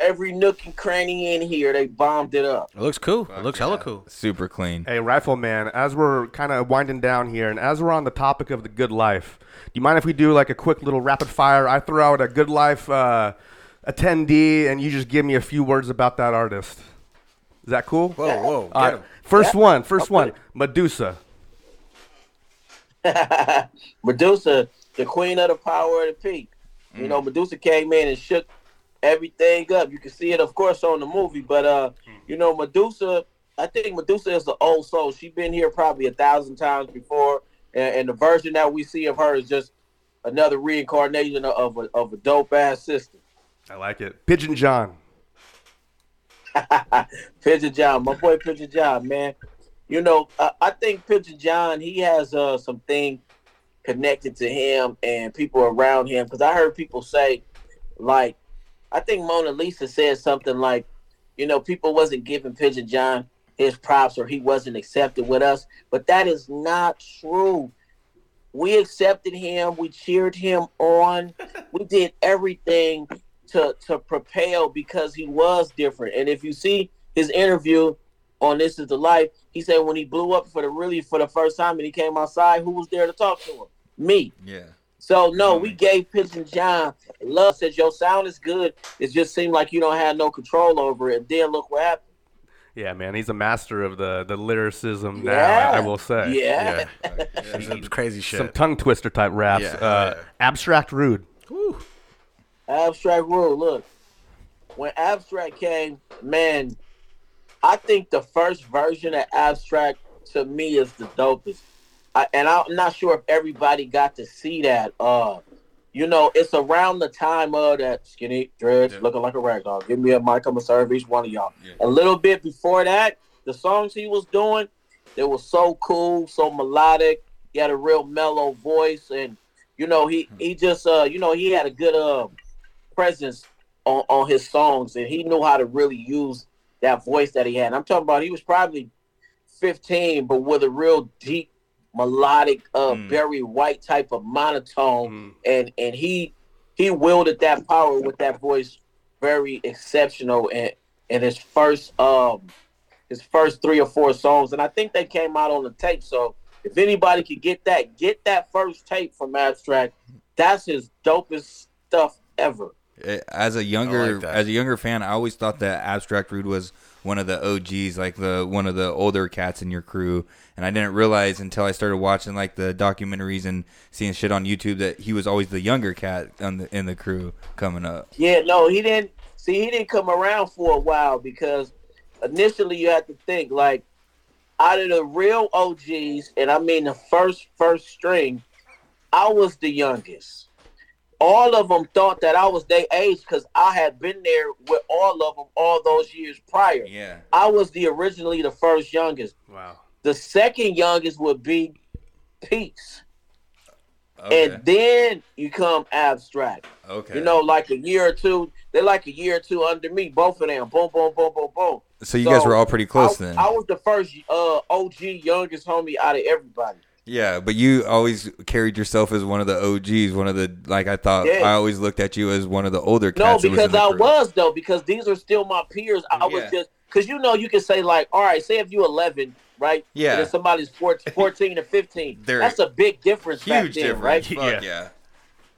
[SPEAKER 11] every nook and cranny in here. They bombed it up.
[SPEAKER 4] It looks cool. it looks hella cool.
[SPEAKER 9] Super clean.
[SPEAKER 10] Hey, Rifleman, as we're kind of winding down here, and as we're on the topic of the good life, do you mind if we do like a quick little rapid fire? I throw out a good life uh, attendee, and you just give me a few words about that artist. Is that cool? Whoa,
[SPEAKER 4] whoa. get him.
[SPEAKER 10] First one, first one, Medusa.
[SPEAKER 11] Medusa, the queen of the power of the peak. You know, Medusa came in and shook everything up. You can see it, of course, on the movie. But uh, you know, Medusa, I think Medusa is the old soul. She's been here probably a thousand times before, and, and the version that we see of her is just another reincarnation of a, of a dope ass sister.
[SPEAKER 10] I like it. Pigeon John.
[SPEAKER 11] Pigeon John, my boy Pigeon John, man. You know, I, I think Pigeon John, he has uh, something connected to him and people around him. Because I heard people say, like, I think Mona Lisa said something like, you know, people wasn't giving Pigeon John his props or he wasn't accepted with us. But that is not true. We accepted him. We cheered him on. We did everything to to propel because he was different. And if you see his interview on This Is the Life, he said when he blew up for the really for the first time and he came outside, who was there to talk to him? Me.
[SPEAKER 9] Yeah.
[SPEAKER 11] So no, we gave Pigeon John love. Says your sound is good. It just seemed like you don't have no control over it. And then look what happened.
[SPEAKER 10] Yeah, man, he's a master of the, the lyricism
[SPEAKER 11] Yeah.
[SPEAKER 10] now, I, I will say.
[SPEAKER 11] Yeah.
[SPEAKER 4] Some crazy shit.
[SPEAKER 10] Some tongue twister type raps.
[SPEAKER 4] Yeah,
[SPEAKER 10] uh, Abstract Rude.
[SPEAKER 11] Abstract Rule, look. When Abstract came, man, I think the first version of Abstract to me is the dopest. I, and I'm not sure if everybody got to see that. Uh, you know, it's around the time of that skinny dreads looking like a rag doll. Give me a mic, I'm gonna serve each one of y'all. A little bit before that, the songs he was doing, they were so cool, so melodic. He had a real mellow voice, and you know, he he just uh, you know, he had a good um presence on, on his songs and he knew how to really use that voice that he had. And I'm talking about he was probably 15, but with a real deep melodic, uh, very white type of
[SPEAKER 10] Mm-hmm.
[SPEAKER 11] monotone, and and he he wielded that power with that voice, very exceptional. And and his first um his first three or four songs, and I think they came out on the tape. So if anybody could get that, get that first tape from Abstract. That's his dopest stuff ever.
[SPEAKER 9] Eh, as a younger as a younger fan, I always thought that Abstract Rude was one of the OGs, like the one of the older cats in your crew. And I didn't realize until I started watching like the documentaries and seeing shit on YouTube that he was always the younger cat on the, in the crew coming up.
[SPEAKER 11] Yeah, no, he didn't. See, he didn't come around for a while because initially you have to think like out of the real OGs, and I mean the first first string, I was the youngest. All of them thought that I was their age because I had been there with all of them all those years prior.
[SPEAKER 9] Yeah.
[SPEAKER 11] I was the originally the first youngest.
[SPEAKER 10] Wow.
[SPEAKER 11] The second youngest would be Peace. And then you come abstract.
[SPEAKER 9] Okay.
[SPEAKER 11] You know, like a year or two. They're like a year or two under me, both of them. Boom, boom, boom, boom, boom.
[SPEAKER 9] So you guys were all pretty close
[SPEAKER 11] I-
[SPEAKER 9] then.
[SPEAKER 11] I was the first uh, OG youngest homie out of everybody.
[SPEAKER 9] Yeah, but you always carried yourself as one of the OGs, one of the like I thought
[SPEAKER 11] Yeah.
[SPEAKER 9] I always looked at you as one of the older
[SPEAKER 11] No,
[SPEAKER 9] cats. that was in
[SPEAKER 11] because
[SPEAKER 9] the
[SPEAKER 11] I
[SPEAKER 9] crew.
[SPEAKER 11] was though, because these are still my peers. I was
[SPEAKER 9] Yeah.
[SPEAKER 11] just because you know you can say like, all right, say if you eleven, right?
[SPEAKER 9] Yeah.
[SPEAKER 11] And if somebody's 14, 14 to fifteen,
[SPEAKER 9] They're-
[SPEAKER 11] that's a big difference. back
[SPEAKER 9] huge
[SPEAKER 11] then,
[SPEAKER 9] difference.
[SPEAKER 11] right?
[SPEAKER 9] Fuck yeah.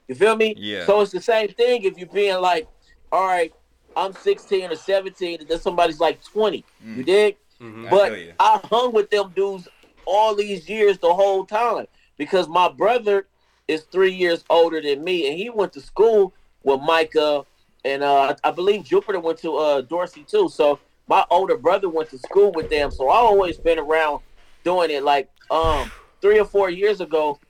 [SPEAKER 11] You feel me?
[SPEAKER 9] Yeah.
[SPEAKER 11] So it's the same thing if you're being like, all right, I'm 16 or 17, and then somebody's like 20. You dig?
[SPEAKER 10] Mm-hmm.
[SPEAKER 9] Mhm. I
[SPEAKER 11] But
[SPEAKER 9] feel you.
[SPEAKER 11] I hung with them dudes all these years the whole time because my brother is three years older than me, and he went to school with Micah, and uh, I believe Jupiter went to uh, Dorsey too. So my older brother went to school with them, so I always been around doing it. Like um, three or four years ago,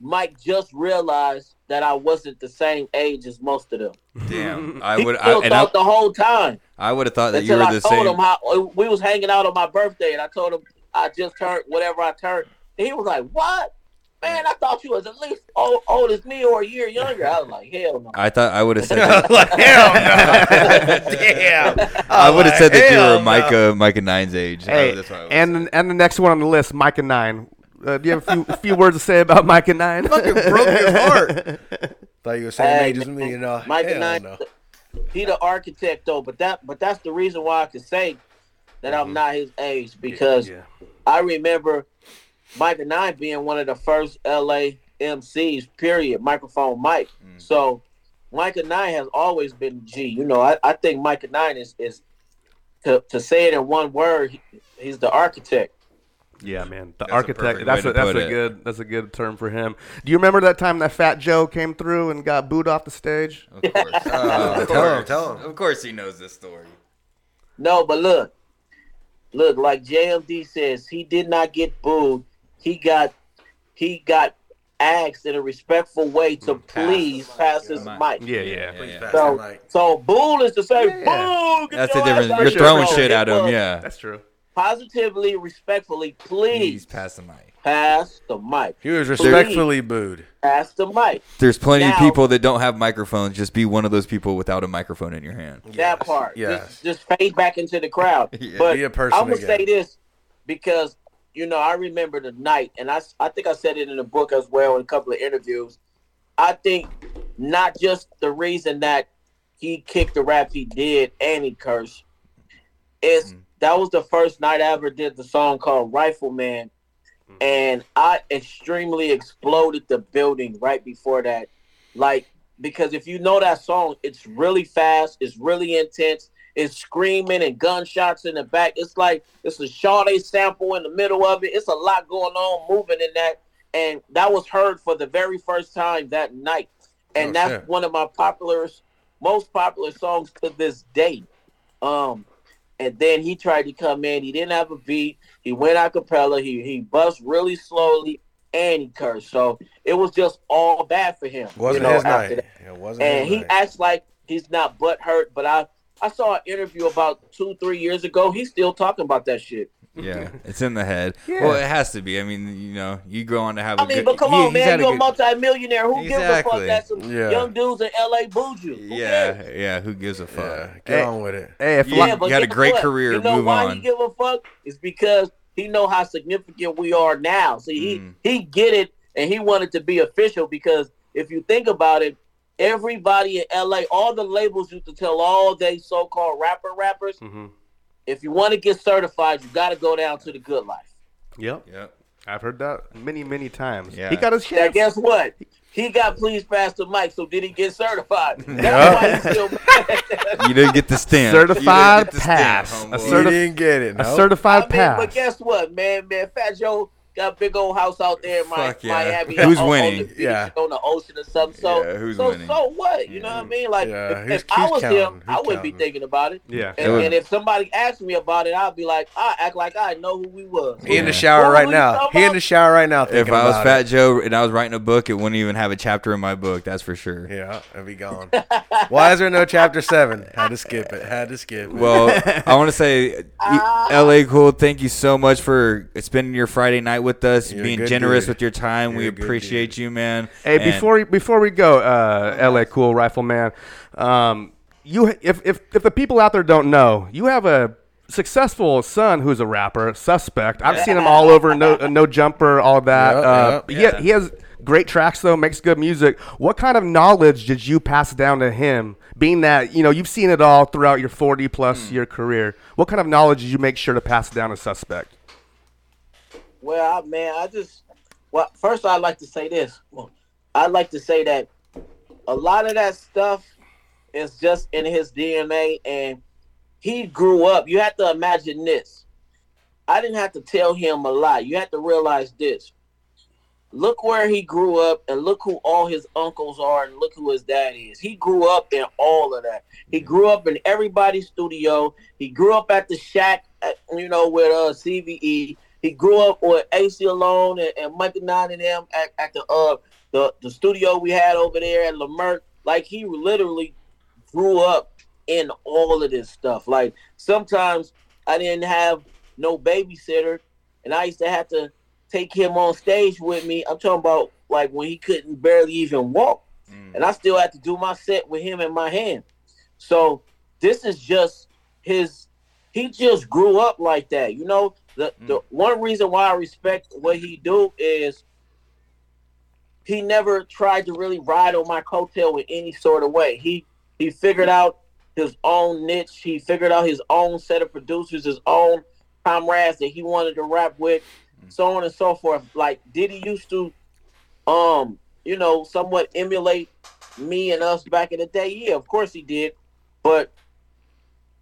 [SPEAKER 11] Mike just realized that I wasn't the same age as most of them.
[SPEAKER 9] Damn. I
[SPEAKER 11] He
[SPEAKER 9] would I,
[SPEAKER 11] still
[SPEAKER 9] and I,
[SPEAKER 11] thought the whole time.
[SPEAKER 9] I would have thought that you
[SPEAKER 11] Until
[SPEAKER 9] were
[SPEAKER 11] I
[SPEAKER 9] the
[SPEAKER 11] told
[SPEAKER 9] same.
[SPEAKER 11] him how uh, we was hanging out on my birthday, and I told him I just turned whatever I turned. And he was like, "What, man? I thought you was at least old, old as me or a year younger." I was like, "Hell no."
[SPEAKER 9] I thought I would have said.
[SPEAKER 11] Like, hell no.
[SPEAKER 4] Damn.
[SPEAKER 9] I would have said that you
[SPEAKER 10] Oh, Hell
[SPEAKER 9] were
[SPEAKER 10] no.
[SPEAKER 9] Micah, Micah Nine's age.
[SPEAKER 10] Hey,
[SPEAKER 9] Uh, that's what I was-
[SPEAKER 10] and and the next one on the list, Micah Nine. Uh, do you have a few, a few words to say about Micah Nine?
[SPEAKER 4] Fucking broke your heart. Thought you were saying
[SPEAKER 11] Hey,
[SPEAKER 4] age as me, you know.
[SPEAKER 11] Mike
[SPEAKER 4] hell
[SPEAKER 11] and I,
[SPEAKER 4] no.
[SPEAKER 11] he the architect though, but that but that's the reason why I could say that
[SPEAKER 9] Mm-hmm.
[SPEAKER 11] I'm not his age because I remember Mike and I being one of the first LA MCs. Period. Microphone Mike. So Mike and I has always been G. You know, I, I think Mike and I is is to to say it in one word. he- he's the architect.
[SPEAKER 10] Yeah, man, the
[SPEAKER 11] That's a
[SPEAKER 10] architect.
[SPEAKER 11] perfect
[SPEAKER 10] That's
[SPEAKER 11] way
[SPEAKER 10] a
[SPEAKER 11] to
[SPEAKER 10] that's
[SPEAKER 11] put
[SPEAKER 10] a
[SPEAKER 11] it.
[SPEAKER 10] good that's a good term for him. Do you remember that time that Fat Joe came through and got booed off the stage?
[SPEAKER 9] Of course.
[SPEAKER 10] Of
[SPEAKER 9] tell him.
[SPEAKER 10] course.
[SPEAKER 9] Tell him. Of course, he knows this story.
[SPEAKER 11] No, but look, look, like JMD says, he did not get booed. He got, he got asked in a respectful way to please pass his Mm. mic.
[SPEAKER 10] Yeah, yeah. Please
[SPEAKER 9] pass
[SPEAKER 11] So,
[SPEAKER 9] the
[SPEAKER 11] so boo is to say boo. get
[SPEAKER 9] That's
[SPEAKER 11] your ass
[SPEAKER 9] the difference.
[SPEAKER 11] out
[SPEAKER 9] You're
[SPEAKER 11] here."
[SPEAKER 9] throwing
[SPEAKER 11] No,
[SPEAKER 9] shit
[SPEAKER 11] it
[SPEAKER 9] at him.
[SPEAKER 11] was
[SPEAKER 9] Yeah.
[SPEAKER 10] That's true.
[SPEAKER 11] Positively, respectfully, please
[SPEAKER 9] He's passing the mic.
[SPEAKER 11] pass the mic.
[SPEAKER 4] He was
[SPEAKER 11] Please
[SPEAKER 4] respectfully booed.
[SPEAKER 11] Pass the mic.
[SPEAKER 9] There's plenty of
[SPEAKER 11] Now-
[SPEAKER 9] people that don't have microphones. Just be one of those people without a microphone in your hand.
[SPEAKER 11] that part.
[SPEAKER 9] Yes.
[SPEAKER 11] Just, just fade back into the crowd.
[SPEAKER 9] Yeah.
[SPEAKER 11] But
[SPEAKER 9] Be a person
[SPEAKER 11] I'm gonna
[SPEAKER 9] again.
[SPEAKER 11] say this because you know I remember the night, and I s- I think I said it in the book as well in a couple of interviews. I think not just the reason that he kicked the rap he did and he cursed. It's that was the first night I ever did the song called Rifleman,
[SPEAKER 18] Mm-hmm.
[SPEAKER 11] and I extremely exploded the building right before that. Like because if you know that song, it's really fast, it's really intense, it's screaming and gunshots in the back. It's like it's a Sade sample in the middle of it. It's a lot going on, moving in that, and that was heard for the very first time that night, and
[SPEAKER 18] Oh,
[SPEAKER 11] that's
[SPEAKER 18] shit.
[SPEAKER 11] one of my popular, most popular songs to this day. Um, and then he tried to come in. He didn't have a beat. He went a cappella. He he bust really slowly and he cursed. So it was just all bad for him.
[SPEAKER 4] Wasn't
[SPEAKER 11] you know,
[SPEAKER 4] his
[SPEAKER 11] after
[SPEAKER 4] night.
[SPEAKER 11] that.
[SPEAKER 4] It wasn't
[SPEAKER 11] And
[SPEAKER 4] his
[SPEAKER 11] he
[SPEAKER 4] night.
[SPEAKER 11] acts like he's not butt hurt. But I I saw an interview about two three years ago. He's still talking about that shit.
[SPEAKER 9] Yeah, it's in the head.
[SPEAKER 11] Yeah.
[SPEAKER 9] Well, it has to be. I mean, you know, you go on to have.
[SPEAKER 11] I
[SPEAKER 9] a
[SPEAKER 11] mean,
[SPEAKER 9] good,
[SPEAKER 11] but come
[SPEAKER 9] he-
[SPEAKER 11] on,
[SPEAKER 9] he's
[SPEAKER 11] man,
[SPEAKER 9] had a
[SPEAKER 11] you're a
[SPEAKER 9] good-
[SPEAKER 11] multi-millionaire. Who
[SPEAKER 9] Exactly.
[SPEAKER 11] gives a fuck that some
[SPEAKER 9] Yeah.
[SPEAKER 11] young dudes in LA booed you? Who cares?
[SPEAKER 9] Yeah, yeah. Who gives a fuck?
[SPEAKER 4] get Hey- on with it.
[SPEAKER 10] Hey, if
[SPEAKER 9] you,
[SPEAKER 10] li-
[SPEAKER 9] you
[SPEAKER 11] but
[SPEAKER 9] had a
[SPEAKER 11] guess
[SPEAKER 9] great
[SPEAKER 11] what?
[SPEAKER 9] career,
[SPEAKER 11] You know
[SPEAKER 9] move
[SPEAKER 11] why
[SPEAKER 9] on.
[SPEAKER 11] he give a fuck? It's because he know how significant we are now. See, he
[SPEAKER 9] Mm.
[SPEAKER 11] he get it, and he wanted to be official because if you think about it, everybody in LA, all the labels used to tell all they so called rapper rappers,
[SPEAKER 9] Mm-hmm.
[SPEAKER 11] if you want to get certified, you got to go down to the good life.
[SPEAKER 10] Yep.
[SPEAKER 9] Yep.
[SPEAKER 10] I've heard that many many times.
[SPEAKER 9] Yeah.
[SPEAKER 10] He got his
[SPEAKER 11] Now,
[SPEAKER 10] chance.
[SPEAKER 11] guess what? He got please pass the mic. So did he get certified? That's
[SPEAKER 9] Yeah.
[SPEAKER 11] why he's still
[SPEAKER 9] You didn't get the stamp.
[SPEAKER 10] Certified
[SPEAKER 9] You didn't get the
[SPEAKER 10] pass.
[SPEAKER 9] Stamp,
[SPEAKER 10] A
[SPEAKER 9] homeboy.
[SPEAKER 10] certi- You didn't get it, a no. certified
[SPEAKER 11] I mean,
[SPEAKER 10] pass.
[SPEAKER 11] But guess what, man? Man, Fat Joe got a big old house out there in Mi-
[SPEAKER 9] Fuck yeah.
[SPEAKER 11] Miami.
[SPEAKER 9] Who's
[SPEAKER 11] on- on
[SPEAKER 9] winning?
[SPEAKER 11] the beach,
[SPEAKER 9] Yeah.
[SPEAKER 11] On the ocean or something. So,
[SPEAKER 9] Yeah, who's
[SPEAKER 11] so,
[SPEAKER 9] winning?
[SPEAKER 11] so what? You know what I mean? Like,
[SPEAKER 9] Yeah,
[SPEAKER 11] if,
[SPEAKER 9] who's-
[SPEAKER 11] if I
[SPEAKER 9] who's
[SPEAKER 11] was
[SPEAKER 9] counting?
[SPEAKER 11] him,
[SPEAKER 9] Who's
[SPEAKER 11] I wouldn't be thinking about it.
[SPEAKER 10] Yeah.
[SPEAKER 11] And,
[SPEAKER 4] It was-
[SPEAKER 11] and if somebody asked me about it, I'd be like, I act like I know who we was.
[SPEAKER 4] He in the
[SPEAKER 11] What
[SPEAKER 4] shower right
[SPEAKER 11] we
[SPEAKER 4] now.
[SPEAKER 11] talking
[SPEAKER 4] He in the shower right now.
[SPEAKER 9] If
[SPEAKER 4] Thinking
[SPEAKER 9] I was
[SPEAKER 4] about
[SPEAKER 9] Fat
[SPEAKER 4] it.
[SPEAKER 9] Joe and I was writing a book, it wouldn't even have a chapter in my book. That's for sure.
[SPEAKER 4] Yeah, I'd be gone. Why is there no chapter seven? Had to skip it. Had to skip it.
[SPEAKER 9] Well, I want to say, e- LA Cool, thank you so much for spending your Friday night with us,
[SPEAKER 10] You're a
[SPEAKER 9] being
[SPEAKER 10] good
[SPEAKER 9] generous
[SPEAKER 10] dude.
[SPEAKER 9] with your time. we
[SPEAKER 10] You're a good
[SPEAKER 9] appreciate you, man.
[SPEAKER 10] Hey,
[SPEAKER 9] And-
[SPEAKER 10] before we- before we go, uh, L.A. Cool Rifleman, um, you if, if if the people out there don't know, you have a successful son who's a rapper, suspect. I've seen him all over, no uh, no jumper, all that.
[SPEAKER 4] Yep,
[SPEAKER 10] uh,
[SPEAKER 4] yep.
[SPEAKER 10] he- He, has great tracks though, makes good music. What kind of knowledge did you pass down to him? Being that you know you've seen it all throughout your forty plus
[SPEAKER 4] Hmm.
[SPEAKER 10] year career, what kind of knowledge did you make sure to pass down to suspect?
[SPEAKER 11] Well, I, man, I just well, first I'd like to say this. I'd like to say that a lot of that stuff is just in his DNA, and he grew up. You have to imagine this. I didn't have to tell him a lot. You have to realize this. Look where he grew up, and look who all his uncles are, and look who his dad is. He grew up in all of that. He grew up in everybody's studio. He grew up at the shack, at, you know, with uh, CVE. He grew up with AC Alone and, and Michael Nine and them at, at the uh the the studio we had over there at Lamert. Like he literally grew up in all of this stuff. Like sometimes I didn't have no babysitter, and I used to have to take him on stage with me. I'm talking about like when he couldn't barely even walk, and I still had to do my set with him in my hand. So this is just his. He just grew up like that, you know. The the one reason why I respect what he do is he never tried to really ride on my coattail in any sort of way. He he figured out his own niche. He figured out his own set of producers, his own comrades that he wanted to rap with, so on and so forth. Like Diddy used to, um, you know, somewhat emulate me and us back in the day. Yeah, of course he did, but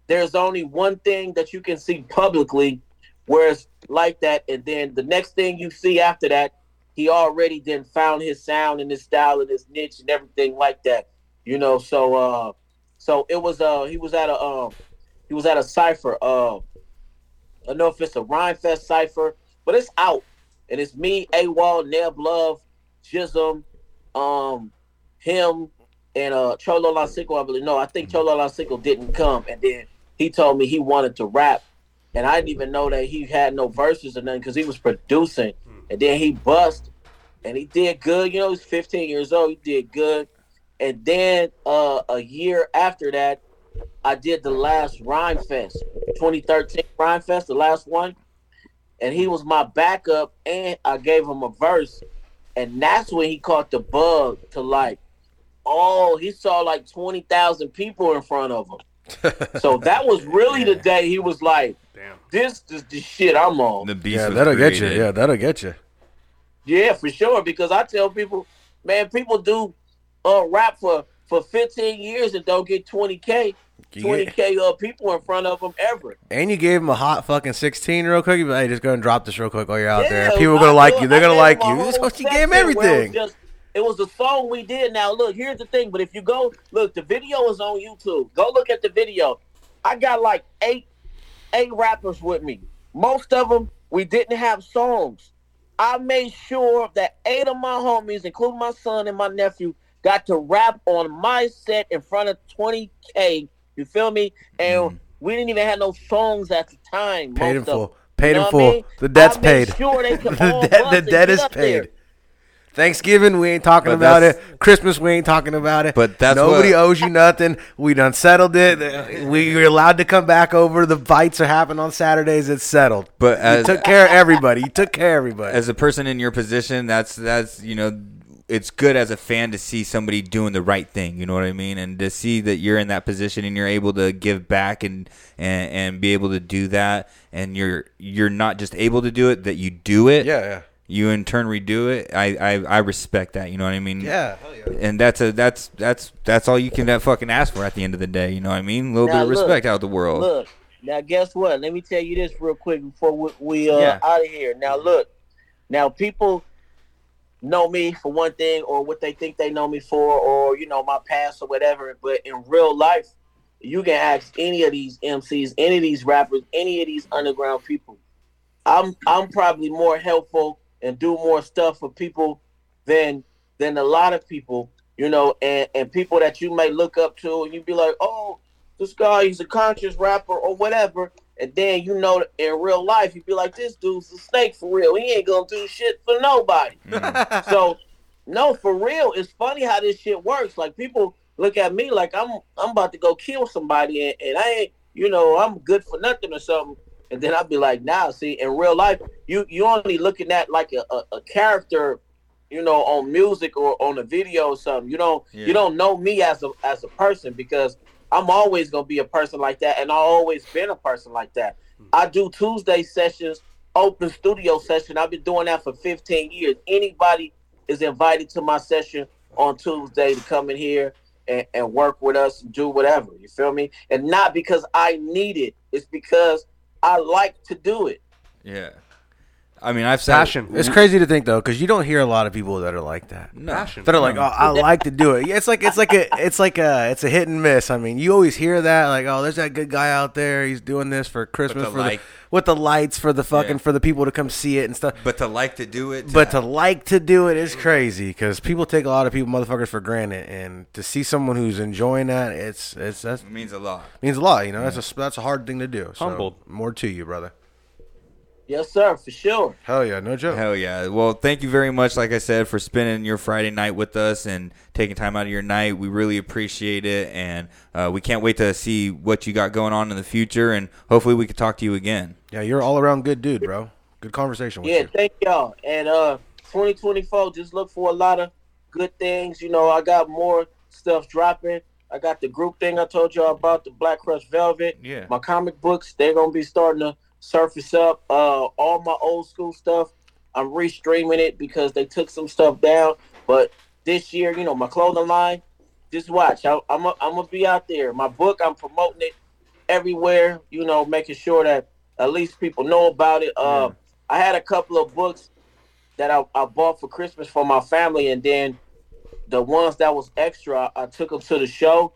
[SPEAKER 11] there's only one thing that you can see publicly where it's like that, and then the next thing you see after that he already then found his sound and his style and his niche and everything like that. You know, so uh so it was uh he was at a um he was at a cipher, uh I don't know if it's a Rhyme Fest cipher, but it's out. And it's me, AWOL, Neb Love, Jism, um, him and uh Cholo Lansico, I believe. No, I think Cholo Lansico didn't come and then he told me he wanted to rap and I didn't even know that he had no verses or nothing because he was producing. And then he bust, and he did good. You know, he's 15 years old. He did good. And then uh, a year after that, I did the last Rhyme Fest, 2013 Rhyme Fest, the last one. And he was my backup, and I gave him a verse. And that's when he caught the bug to like, oh, he saw like 20,000 people in front of him. so that was really the day he was like, this is the shit I'm on.
[SPEAKER 18] The
[SPEAKER 11] beast
[SPEAKER 4] yeah,
[SPEAKER 11] was
[SPEAKER 4] that'll get
[SPEAKER 11] created.
[SPEAKER 4] you. Yeah, that'll get you.
[SPEAKER 11] Yeah, for sure. Because I tell people, man, people do uh rap for for 15 years and don't get 20k,
[SPEAKER 4] Yeah.
[SPEAKER 11] 20k uh, people in front of them ever.
[SPEAKER 4] And you gave him a hot fucking 16 real quick. You be like, hey, just go and drop this real quick while you're out there.
[SPEAKER 11] Yeah,
[SPEAKER 4] People are
[SPEAKER 11] I
[SPEAKER 4] going to like
[SPEAKER 11] did-
[SPEAKER 4] you. They're
[SPEAKER 11] I
[SPEAKER 4] going to
[SPEAKER 11] did
[SPEAKER 4] like
[SPEAKER 11] my
[SPEAKER 4] you.
[SPEAKER 11] whole
[SPEAKER 4] That's what you
[SPEAKER 11] set
[SPEAKER 4] gave him
[SPEAKER 11] where it was
[SPEAKER 4] everything.
[SPEAKER 11] just- It was a song we did. Now look, here's the thing. But if you go look, the video is on YouTube. Go look at the video. I got like eight eight rappers with me. Most of them we didn't have songs. I made sure that eight of my homies, including my son and my nephew, got to rap on my set in front of 20K. You feel me? And we didn't even have no songs at the time.
[SPEAKER 4] Mm-hmm.
[SPEAKER 11] most of
[SPEAKER 4] Paid in
[SPEAKER 11] 'em.
[SPEAKER 4] full. Paid
[SPEAKER 11] know
[SPEAKER 4] in
[SPEAKER 11] what I
[SPEAKER 4] full.
[SPEAKER 11] mean?
[SPEAKER 4] The debt's
[SPEAKER 11] I made
[SPEAKER 4] paid.
[SPEAKER 11] Sure they could all
[SPEAKER 4] The debt-
[SPEAKER 11] bust
[SPEAKER 4] the
[SPEAKER 11] and
[SPEAKER 4] debt
[SPEAKER 11] get
[SPEAKER 4] is
[SPEAKER 11] up there.
[SPEAKER 4] paid. Thanksgiving, we ain't talking
[SPEAKER 9] But
[SPEAKER 4] about
[SPEAKER 9] that's-
[SPEAKER 4] it. Christmas, we ain't talking about it. But
[SPEAKER 9] that's
[SPEAKER 4] nobody
[SPEAKER 9] what-
[SPEAKER 4] owes you nothing. We done settled it. We are allowed to come back over. The fights are happening on Saturdays. It's settled.
[SPEAKER 9] But as-
[SPEAKER 4] you took care of everybody. You took care of everybody.
[SPEAKER 9] As a person in your position, that's that's you know, it's good as a fan to see somebody doing the right thing. You know what I mean, and to see that you're in that position and you're able to give back and and, and be able to do that, and you're you're not just able to do it, that you do it.
[SPEAKER 4] Yeah, yeah.
[SPEAKER 9] You in turn redo it. I, I I respect that. You know what I mean.
[SPEAKER 4] Yeah,
[SPEAKER 9] And that's a that's that's that's all you can that fucking ask for at the end of the day. You know what I mean? A little
[SPEAKER 11] Now,
[SPEAKER 9] bit of
[SPEAKER 11] look,
[SPEAKER 9] respect out of the world.
[SPEAKER 11] Look, now guess what? Let me tell you this real quick before we, we uh,
[SPEAKER 9] Yeah.
[SPEAKER 11] out of here. Now look, now people know me for one thing, or what they think they know me for, or you know my past or whatever. But in real life, you can ask any of these MCs, any of these rappers, any of these underground people. I'm I'm probably more helpful and do more stuff for people than than a lot of people, you know, and and people that you may look up to, and you be like, oh, this guy, he's a conscious rapper or whatever. And then you know, in real life, you be like, this dude's a snake for real. He ain't gonna do shit for nobody.
[SPEAKER 9] Mm-hmm.
[SPEAKER 11] so, no, for real, it's funny how this shit works. Like people look at me like I'm I'm about to go kill somebody, and, and I ain't, you know, I'm good for nothing or something. And then I'll be like, nah, see, in real life, you you only looking at like a, a, a character you know, on music or on a video or something. You don't
[SPEAKER 9] Yeah.
[SPEAKER 11] you don't know me as a as a person because I'm always gonna be a person like that, and I've always been a person like that. I do Tuesday sessions, open studio session. I've been doing that for 15 years. Anybody is invited to my session on Tuesday to come in here and, and work with us and do whatever. You feel me? And not because I need it. It's because I like to do it.
[SPEAKER 9] Yeah. I mean, I've said Passion.
[SPEAKER 4] It's crazy to think though, because you don't hear a lot of people that are like that.
[SPEAKER 9] No. Passion.
[SPEAKER 4] That are like, oh,
[SPEAKER 9] No.
[SPEAKER 4] I like to do it. Yeah, It's like it's like a it's like a it's a hit and miss. I mean, you always hear that like, oh, there's that good guy out there. He's doing this for Christmas
[SPEAKER 9] to
[SPEAKER 4] for
[SPEAKER 9] like-
[SPEAKER 4] the, with the lights for the fucking for the people to come see it and stuff.
[SPEAKER 9] But to like to do it,
[SPEAKER 4] But to like to do it is crazy because people take a lot of people motherfuckers for granted, and to see someone who's enjoying that, it's it's that's
[SPEAKER 9] means a lot.
[SPEAKER 4] means a lot. You know, that's a that's a hard thing to do. So,
[SPEAKER 9] Humbled.
[SPEAKER 4] More to you, brother.
[SPEAKER 11] Yes, sir, for sure.
[SPEAKER 4] Hell yeah, no joke.
[SPEAKER 9] Hell yeah. Well, thank you very much, like I said, for spending your Friday night with us and taking time out of your night. We really appreciate it, and uh, we can't wait to see what you got going on in the future, and hopefully we can talk to you again.
[SPEAKER 4] Yeah, you're all around good dude, bro. Good conversation with
[SPEAKER 11] Yeah,
[SPEAKER 4] you.
[SPEAKER 11] thank y'all. And uh 2024, just look for a lot of good things. You know, I got more stuff dropping. I got the group thing I told y'all about, the Black Crush Velvet.
[SPEAKER 9] Yeah.
[SPEAKER 11] My comic books, they're gonna be starting to surface up. Uh all my old school stuff. I'm restreaming it because they took some stuff down. But this year, you know, my clothing line, just watch. I, I'm i I'm gonna be out there. My book, I'm promoting it everywhere. You know, making sure that at least people know about it. Uh, I had a couple of books that I, I bought for Christmas for my family, and then the ones that was extra, I took them to the show,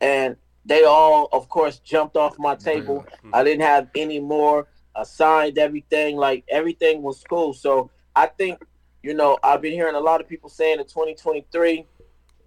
[SPEAKER 11] and they all, of course, jumped off my table. I didn't have any more. I signed everything. Like everything was cool. So I think, you know, I've been hearing a lot of people saying that 2023,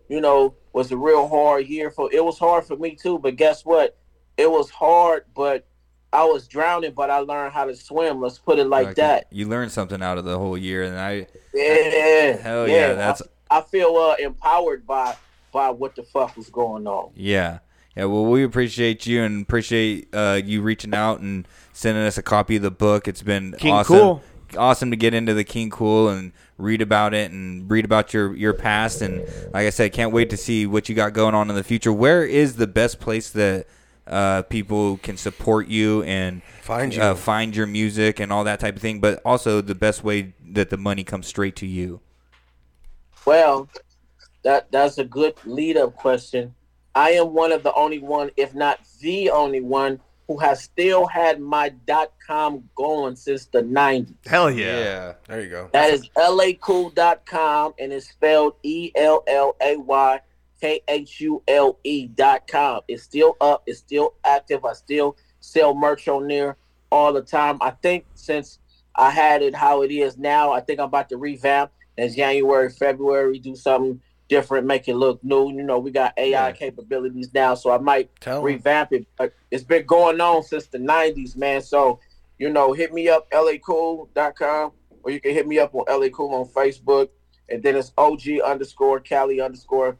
[SPEAKER 11] you know, was a real hard year for. It was hard for me too, but guess what? It was hard, but I was drowning, but I learned how to swim. Let's put it like
[SPEAKER 9] Like,
[SPEAKER 11] that.
[SPEAKER 9] You learned something out of the whole year, and I.
[SPEAKER 11] Yeah.
[SPEAKER 9] Hell yeah, that's-
[SPEAKER 11] I, I feel uh, empowered by by what the fuck was going on.
[SPEAKER 9] Yeah. Yeah, well, we appreciate you and appreciate uh, you reaching out and sending us a copy of the book. It's been
[SPEAKER 10] King
[SPEAKER 9] awesome.
[SPEAKER 10] Cool.
[SPEAKER 9] Awesome to get into the King Cool and read about it and read about your, your past. And like I said, can't wait to see what you got going on in the future. Where is the best place that uh, people can support you and
[SPEAKER 4] Find you.
[SPEAKER 9] uh, find your music and all that type of thing? But also the best way that the money comes straight to you.
[SPEAKER 11] Well, that that's a good lead up question. I am one of the only one, if not the only one, who has still had my dot com going since the nineties.
[SPEAKER 10] Hell
[SPEAKER 9] Yeah.
[SPEAKER 4] There you go.
[SPEAKER 11] That is lacool.com and it's spelled E L L A Y K H U L E dot com. It's still up, it's still active. I still sell merch on there all the time. I think since I had it how it is now, I think I'm about to revamp in January, February, do something different, make it look new. You know, we got AI capabilities now, so I might
[SPEAKER 4] Tell 'em.
[SPEAKER 11] revamp it. But It's been going on since the 90s, man. So, you know, hit me up, lacool.com, or you can hit me up on lacool on Facebook. And then it's OG underscore Cali underscore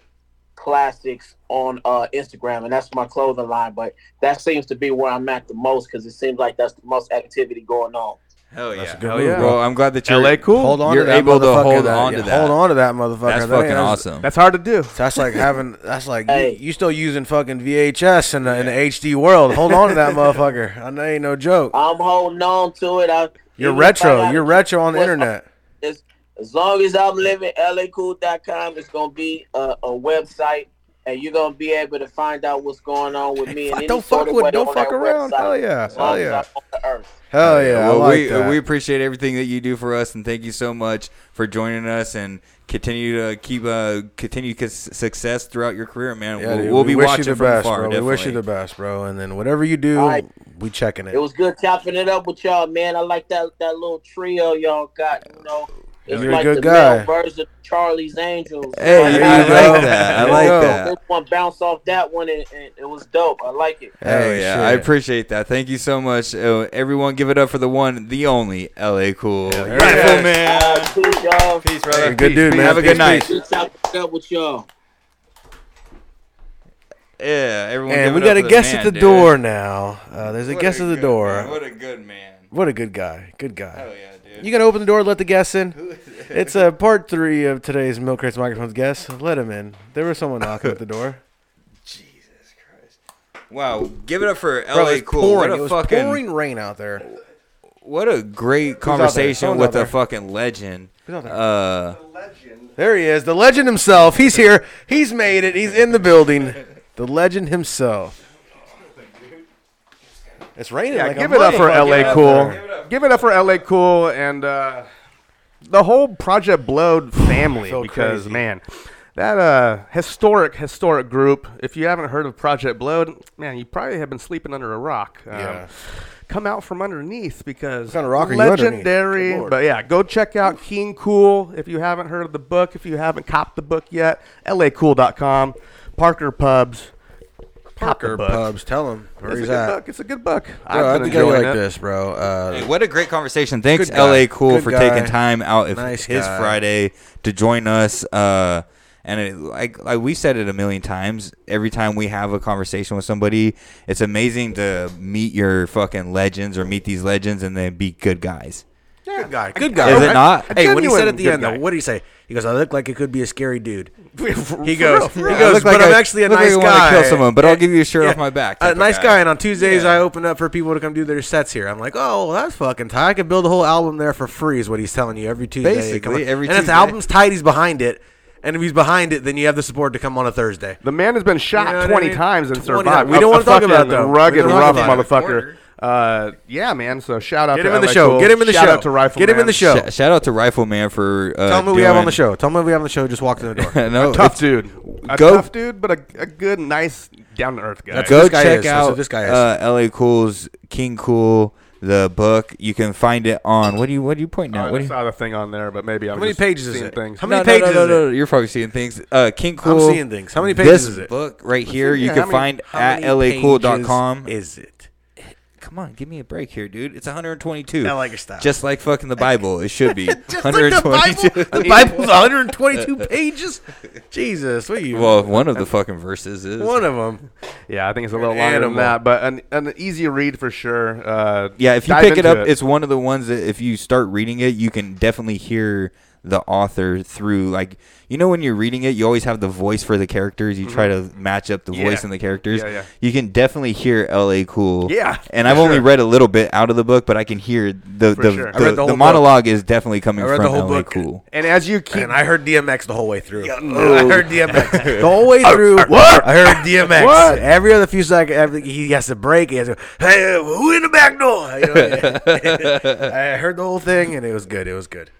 [SPEAKER 11] classics on uh, Instagram. And that's my clothing line. But that seems to be where I'm at the most because it seems like that's the most activity going on.
[SPEAKER 9] Hell yeah.
[SPEAKER 4] good
[SPEAKER 9] Hell
[SPEAKER 4] move,
[SPEAKER 9] yeah.
[SPEAKER 4] bro.
[SPEAKER 9] Well, I'm glad that you're
[SPEAKER 10] LA Cool.
[SPEAKER 4] Hold on
[SPEAKER 9] You're
[SPEAKER 4] to that
[SPEAKER 9] able to
[SPEAKER 4] motherfucker
[SPEAKER 9] hold on to
[SPEAKER 4] yeah,
[SPEAKER 9] that.
[SPEAKER 4] Hold on to that motherfucker.
[SPEAKER 9] That's
[SPEAKER 4] That
[SPEAKER 9] fucking
[SPEAKER 4] ain't-
[SPEAKER 9] awesome.
[SPEAKER 10] That's hard to do.
[SPEAKER 4] That's like having. That's like
[SPEAKER 11] Hey.
[SPEAKER 4] you, you still using fucking VHS in the, in the HD world. Hold on to that motherfucker. I know ain't no joke.
[SPEAKER 11] I'm holding on to it. I,
[SPEAKER 4] You're
[SPEAKER 11] even if I
[SPEAKER 4] retro.
[SPEAKER 11] gotta
[SPEAKER 4] You're retro on the
[SPEAKER 11] Well,
[SPEAKER 4] internet.
[SPEAKER 11] as, as long as I'm living, lacool.com is going to be a, a website, and you're going to be able to find out what's going on with me.
[SPEAKER 4] fuck,
[SPEAKER 11] and any
[SPEAKER 4] don't
[SPEAKER 11] sort
[SPEAKER 4] fuck
[SPEAKER 11] of
[SPEAKER 4] with-
[SPEAKER 11] way
[SPEAKER 4] don't
[SPEAKER 11] on that
[SPEAKER 4] fuck around.
[SPEAKER 11] website,
[SPEAKER 4] Hell yeah.
[SPEAKER 11] as long
[SPEAKER 4] Hell
[SPEAKER 11] as
[SPEAKER 4] yeah.
[SPEAKER 11] I'm on the earth.
[SPEAKER 4] Hell yeah.
[SPEAKER 9] well,
[SPEAKER 4] I like
[SPEAKER 9] we uh,
[SPEAKER 4] that.
[SPEAKER 9] we appreciate everything that you do for us, and thank you so much for joining us and continue to keep uh continue c- success throughout your career, man.
[SPEAKER 4] Yeah,
[SPEAKER 9] we'll
[SPEAKER 4] dude,
[SPEAKER 9] we'll
[SPEAKER 4] we
[SPEAKER 9] be
[SPEAKER 4] wish
[SPEAKER 9] watching
[SPEAKER 4] you the
[SPEAKER 9] from
[SPEAKER 4] best,
[SPEAKER 9] far.
[SPEAKER 4] bro. We wish you the
[SPEAKER 9] definitely.
[SPEAKER 4] best, bro. And then whatever you do,
[SPEAKER 11] All right.
[SPEAKER 4] we checking it.
[SPEAKER 11] It was good chopping it up with y'all, man. I like that that little trio y'all got, you know. It's
[SPEAKER 4] You're a
[SPEAKER 11] like
[SPEAKER 4] good
[SPEAKER 11] the
[SPEAKER 4] guy.
[SPEAKER 11] male version of Charlie's Angels.
[SPEAKER 9] Hey,
[SPEAKER 4] There
[SPEAKER 9] I
[SPEAKER 4] you
[SPEAKER 9] like
[SPEAKER 4] go.
[SPEAKER 9] that. I
[SPEAKER 4] There you
[SPEAKER 9] like
[SPEAKER 4] go.
[SPEAKER 9] that.
[SPEAKER 11] This one bounced off that one, and, and it was dope. I like it.
[SPEAKER 9] Hell
[SPEAKER 4] Hey,
[SPEAKER 9] yeah,
[SPEAKER 4] shit.
[SPEAKER 9] I appreciate that. Thank you so much, uh, everyone. Give it up for the one, the only LA Cool Rifle Man.
[SPEAKER 11] All right, peace, y'all.
[SPEAKER 9] Peace, brother.
[SPEAKER 4] Hey, good
[SPEAKER 9] Peace,
[SPEAKER 4] dude,
[SPEAKER 9] peace.
[SPEAKER 4] man.
[SPEAKER 9] Have a good
[SPEAKER 4] Peace,
[SPEAKER 9] night.
[SPEAKER 4] peace.
[SPEAKER 11] Good chopping it up with y'all.
[SPEAKER 9] Yeah, everyone.
[SPEAKER 4] And
[SPEAKER 9] give
[SPEAKER 4] we
[SPEAKER 9] it up
[SPEAKER 4] got a
[SPEAKER 9] for
[SPEAKER 4] guest
[SPEAKER 9] man,
[SPEAKER 4] at the
[SPEAKER 9] dude.
[SPEAKER 4] door now. Uh, there's a
[SPEAKER 9] What
[SPEAKER 4] guest
[SPEAKER 9] a
[SPEAKER 4] at the
[SPEAKER 9] good
[SPEAKER 4] door.
[SPEAKER 9] man. What a good man.
[SPEAKER 4] What a good guy. Good guy.
[SPEAKER 9] Hell yeah, dude.
[SPEAKER 4] You gonna open the door, let the guests in. It's uh, part three of today's Milk Crates Microphones guest. Let him in. There was someone knocking at the door.
[SPEAKER 9] Jesus Christ. Wow, give it up for LA
[SPEAKER 4] Bro, it was
[SPEAKER 9] Cool. What
[SPEAKER 4] pouring. it
[SPEAKER 9] a
[SPEAKER 4] was
[SPEAKER 9] fucking
[SPEAKER 4] pouring rain out there.
[SPEAKER 9] what a great
[SPEAKER 4] out there?
[SPEAKER 9] conversation
[SPEAKER 4] Someone's out
[SPEAKER 9] with
[SPEAKER 4] there.
[SPEAKER 9] a fucking legend.
[SPEAKER 4] out there?
[SPEAKER 9] Uh,
[SPEAKER 4] There he is, the legend himself. He's here. He's made it. He's in the building. The legend himself. It's raining.
[SPEAKER 10] Yeah,
[SPEAKER 4] like a
[SPEAKER 10] give it up for
[SPEAKER 4] motherfucker
[SPEAKER 10] LA
[SPEAKER 4] out
[SPEAKER 10] Cool.
[SPEAKER 4] there.
[SPEAKER 10] up, give it up for LA Cool and uh, the whole Project Blowed family
[SPEAKER 18] So
[SPEAKER 10] because
[SPEAKER 18] crazy.
[SPEAKER 10] man, that uh, historic historic group. If you haven't heard of Project Blowed, man, you probably have been sleeping under a rock. Um,
[SPEAKER 18] Yeah.
[SPEAKER 10] Come out from underneath because
[SPEAKER 4] kind of rock are you underneath? Good
[SPEAKER 10] legendary.
[SPEAKER 4] lord.
[SPEAKER 10] But yeah, go check out Keen Cool if you haven't heard of the book. If you haven't copped the book yet, lacool.com, Parker Pubs.
[SPEAKER 4] Parker Pubs, tell him. Where
[SPEAKER 10] it's
[SPEAKER 4] he's
[SPEAKER 10] a good
[SPEAKER 4] at.
[SPEAKER 10] book. It's a good book.
[SPEAKER 4] Bro,
[SPEAKER 9] I've
[SPEAKER 4] I
[SPEAKER 9] been
[SPEAKER 4] think I
[SPEAKER 9] enjoying
[SPEAKER 4] like
[SPEAKER 9] it.
[SPEAKER 4] this, bro. Uh,
[SPEAKER 9] Hey, what a great conversation. Thanks,
[SPEAKER 4] good guy.
[SPEAKER 9] LA Cool,
[SPEAKER 4] Good
[SPEAKER 9] for
[SPEAKER 4] guy.
[SPEAKER 9] taking time out of
[SPEAKER 4] Nice
[SPEAKER 9] his
[SPEAKER 4] guy.
[SPEAKER 9] Friday to join us. Uh, and it, like, like we said it a million times, every time we have a conversation with somebody, it's amazing to meet your fucking legends or meet these legends and then be good guys.
[SPEAKER 4] Good guy. Good guy.
[SPEAKER 9] Is it not?
[SPEAKER 4] Hey, what he said
[SPEAKER 9] Genuine
[SPEAKER 4] at the
[SPEAKER 9] good
[SPEAKER 4] end,
[SPEAKER 9] guy.
[SPEAKER 4] though, what did he say? He goes, I look like it could be a scary dude. He
[SPEAKER 9] real,
[SPEAKER 4] goes,
[SPEAKER 9] for real.
[SPEAKER 4] he
[SPEAKER 9] I
[SPEAKER 4] goes,
[SPEAKER 9] look like
[SPEAKER 4] but I'm
[SPEAKER 9] I-
[SPEAKER 4] actually a
[SPEAKER 9] look like I
[SPEAKER 4] nice
[SPEAKER 9] wanna
[SPEAKER 4] guy.
[SPEAKER 9] kill someone, but I'll give you a shirt off my back type
[SPEAKER 4] A
[SPEAKER 9] of
[SPEAKER 4] nice
[SPEAKER 9] guy.
[SPEAKER 4] guy. And on Tuesdays, I open up for people to come do their sets here. I'm like, oh, well, that's fucking tight. I could build a whole album there for free, is what he's telling you every Tuesday.
[SPEAKER 9] Basically,
[SPEAKER 4] Come on.
[SPEAKER 9] every
[SPEAKER 4] and if the
[SPEAKER 9] Tuesday.
[SPEAKER 4] album's tight, he's behind it. And if he's behind it, then you have the support to come on a Thursday.
[SPEAKER 10] The man has been shot
[SPEAKER 4] You know what I
[SPEAKER 10] 20
[SPEAKER 4] mean?
[SPEAKER 10] times and
[SPEAKER 4] 20
[SPEAKER 10] survived.
[SPEAKER 4] We don't
[SPEAKER 10] A- a
[SPEAKER 4] want to talk
[SPEAKER 10] fucking
[SPEAKER 4] about that.
[SPEAKER 10] Rugged, rough motherfucker.
[SPEAKER 4] Reporter.
[SPEAKER 10] Uh, yeah, man. So shout out
[SPEAKER 4] Get
[SPEAKER 10] to
[SPEAKER 4] him in the
[SPEAKER 10] LA
[SPEAKER 4] show.
[SPEAKER 10] Cool.
[SPEAKER 4] Get him in the
[SPEAKER 10] shout
[SPEAKER 4] show.
[SPEAKER 10] Out to Rifle
[SPEAKER 4] Get him in the show.
[SPEAKER 9] Sh- shout out to Rifleman for. Uh,
[SPEAKER 4] Tell him what we have on
[SPEAKER 9] doing-
[SPEAKER 4] the show. Tell him what we have on the show. Just walk to the door.
[SPEAKER 9] no,
[SPEAKER 10] tough
[SPEAKER 9] it's-
[SPEAKER 10] dude. A
[SPEAKER 9] Go
[SPEAKER 10] tough dude, but a, a good, nice, down to earth guy.
[SPEAKER 9] Go check out Uh, LA Cool's King Cool the book. You can find it on what do you what do you point now?
[SPEAKER 10] Uh, I
[SPEAKER 9] what do you,
[SPEAKER 10] saw the thing on there, but maybe I'm
[SPEAKER 4] How many
[SPEAKER 10] just
[SPEAKER 4] pages is
[SPEAKER 10] seeing
[SPEAKER 4] it?
[SPEAKER 10] Things.
[SPEAKER 4] How many
[SPEAKER 9] no,
[SPEAKER 4] pages
[SPEAKER 9] no, no,
[SPEAKER 4] is
[SPEAKER 9] no, no, You're probably seeing things. Uh, King
[SPEAKER 4] I'm
[SPEAKER 9] Cool.
[SPEAKER 4] seeing things. How many pages
[SPEAKER 9] this
[SPEAKER 4] is it?
[SPEAKER 9] book right here you
[SPEAKER 4] yeah,
[SPEAKER 9] can
[SPEAKER 4] how many-
[SPEAKER 9] find
[SPEAKER 4] how
[SPEAKER 9] at
[SPEAKER 4] many
[SPEAKER 9] lacool.com.
[SPEAKER 4] Is it?
[SPEAKER 9] Come on, give me a break here, dude. It's 122.
[SPEAKER 4] I like your style.
[SPEAKER 9] Just like fucking the Bible. It should be.
[SPEAKER 4] Just like the Bible. The Bible's 122 pages. Jesus, what are you?
[SPEAKER 9] Well, one of the fucking verses is.
[SPEAKER 4] one of them.
[SPEAKER 10] Yeah, I think it's a little
[SPEAKER 4] An
[SPEAKER 10] longer than
[SPEAKER 4] animal.
[SPEAKER 10] that, but an, an easy read for sure. Uh,
[SPEAKER 9] Yeah, if you
[SPEAKER 10] dive
[SPEAKER 9] pick it
[SPEAKER 10] into
[SPEAKER 9] up, it's one of the ones that if you start reading it, you can definitely hear the author through like you know when you're reading it, you always have the voice for the characters. You try to match up the
[SPEAKER 10] Mm-hmm. Yeah.
[SPEAKER 9] voice and the characters.
[SPEAKER 10] Yeah, yeah.
[SPEAKER 9] You can definitely hear LA Cool.
[SPEAKER 10] Yeah,
[SPEAKER 9] And
[SPEAKER 10] for
[SPEAKER 9] I've only
[SPEAKER 10] sure.
[SPEAKER 9] read a little bit out of the book, but I can hear the
[SPEAKER 10] For
[SPEAKER 9] the,
[SPEAKER 10] sure.
[SPEAKER 9] the,
[SPEAKER 10] I read the
[SPEAKER 9] the
[SPEAKER 10] whole book.
[SPEAKER 9] monologue is definitely coming
[SPEAKER 4] I read
[SPEAKER 9] from
[SPEAKER 4] the whole
[SPEAKER 9] LA
[SPEAKER 4] book.
[SPEAKER 9] Cool.
[SPEAKER 10] and as you keep Oh.
[SPEAKER 4] And I heard DMX the whole way through.
[SPEAKER 10] no.
[SPEAKER 4] I heard DMX the whole way through.
[SPEAKER 10] What?
[SPEAKER 4] I heard DMX.
[SPEAKER 10] What?
[SPEAKER 4] Every other few seconds, every, he has to break. He has to. Hey, who in the back door? You know, I heard the whole thing, and it was good. It was good.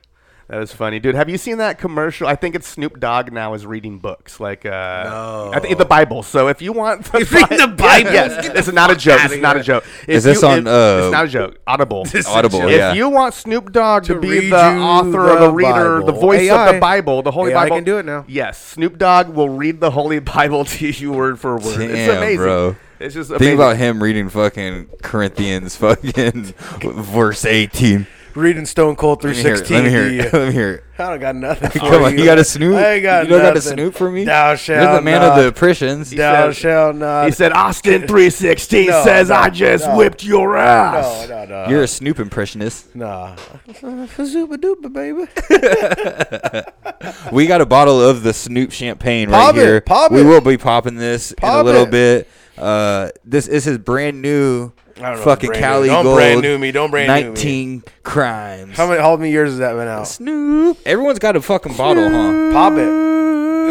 [SPEAKER 10] That was funny, dude. Have you seen that commercial? I think it's Snoop Dogg now is reading books, like uh, I think the Bible. So if you want, the,
[SPEAKER 4] reading the Bible?
[SPEAKER 10] yes,
[SPEAKER 4] Get
[SPEAKER 10] this
[SPEAKER 4] the
[SPEAKER 10] is not a
[SPEAKER 4] fuck
[SPEAKER 10] joke.
[SPEAKER 4] outta
[SPEAKER 10] This is not a
[SPEAKER 4] here.
[SPEAKER 10] joke.
[SPEAKER 9] Is
[SPEAKER 10] If
[SPEAKER 9] this
[SPEAKER 10] you-
[SPEAKER 9] on,
[SPEAKER 10] if-
[SPEAKER 9] uh,
[SPEAKER 10] it's not a joke. Audible.
[SPEAKER 4] This is
[SPEAKER 9] Audible,
[SPEAKER 4] just-
[SPEAKER 10] If
[SPEAKER 9] yeah.
[SPEAKER 10] you want Snoop Dogg to,
[SPEAKER 4] To
[SPEAKER 10] be
[SPEAKER 4] read
[SPEAKER 10] the
[SPEAKER 4] you
[SPEAKER 10] author or
[SPEAKER 4] the
[SPEAKER 10] the reader,
[SPEAKER 4] Bible.
[SPEAKER 10] the voice of
[SPEAKER 4] AI.
[SPEAKER 10] the Bible, the Holy
[SPEAKER 4] AI
[SPEAKER 10] Bible,
[SPEAKER 4] can do it now.
[SPEAKER 10] Yes, Snoop Dogg will read the Holy Bible to you word for word. it's
[SPEAKER 9] Damn,
[SPEAKER 10] amazing,
[SPEAKER 9] bro.
[SPEAKER 10] It's just
[SPEAKER 9] Think
[SPEAKER 10] amazing.
[SPEAKER 9] about him reading fucking Corinthians fucking verse 18.
[SPEAKER 4] Reading Stone Cold through
[SPEAKER 9] Let me hear it. Let
[SPEAKER 4] sixteen.
[SPEAKER 9] me
[SPEAKER 4] do
[SPEAKER 9] hear
[SPEAKER 4] you?
[SPEAKER 9] it. Let me hear it.
[SPEAKER 4] I don't got nothing. For
[SPEAKER 9] Come on, you got a snoop?
[SPEAKER 4] I ain't got
[SPEAKER 9] you don't got a
[SPEAKER 4] nothing.
[SPEAKER 9] snoop for me?
[SPEAKER 4] Thou
[SPEAKER 9] You're the
[SPEAKER 4] shalt
[SPEAKER 9] man
[SPEAKER 4] not.
[SPEAKER 9] of the impressions.
[SPEAKER 4] Thou
[SPEAKER 10] said-
[SPEAKER 4] shalt not.
[SPEAKER 10] He said Austin three sixteen
[SPEAKER 4] No,
[SPEAKER 10] says
[SPEAKER 4] no,
[SPEAKER 10] I just
[SPEAKER 4] no.
[SPEAKER 10] whipped your
[SPEAKER 4] no,
[SPEAKER 10] ass.
[SPEAKER 4] no, no.
[SPEAKER 9] You're a snoop impressionist.
[SPEAKER 4] Nah. Zuba duba, baby.
[SPEAKER 9] We got a bottle of the Snoop champagne
[SPEAKER 4] Pop
[SPEAKER 9] right
[SPEAKER 4] it,
[SPEAKER 9] here.
[SPEAKER 4] pop
[SPEAKER 9] we
[SPEAKER 4] it.
[SPEAKER 9] will be popping this in a
[SPEAKER 4] Pop
[SPEAKER 9] little
[SPEAKER 4] it.
[SPEAKER 9] bit. Uh, this is his brand new
[SPEAKER 4] I don't know
[SPEAKER 9] fucking
[SPEAKER 4] brand new.
[SPEAKER 9] Cali
[SPEAKER 4] Don't
[SPEAKER 9] Gold.
[SPEAKER 4] brand new me, don't brand new me.
[SPEAKER 9] 19 crimes.
[SPEAKER 4] How many, how many years has that been out?
[SPEAKER 9] Snoop. Everyone's got a fucking bottle, huh?
[SPEAKER 4] Pop it.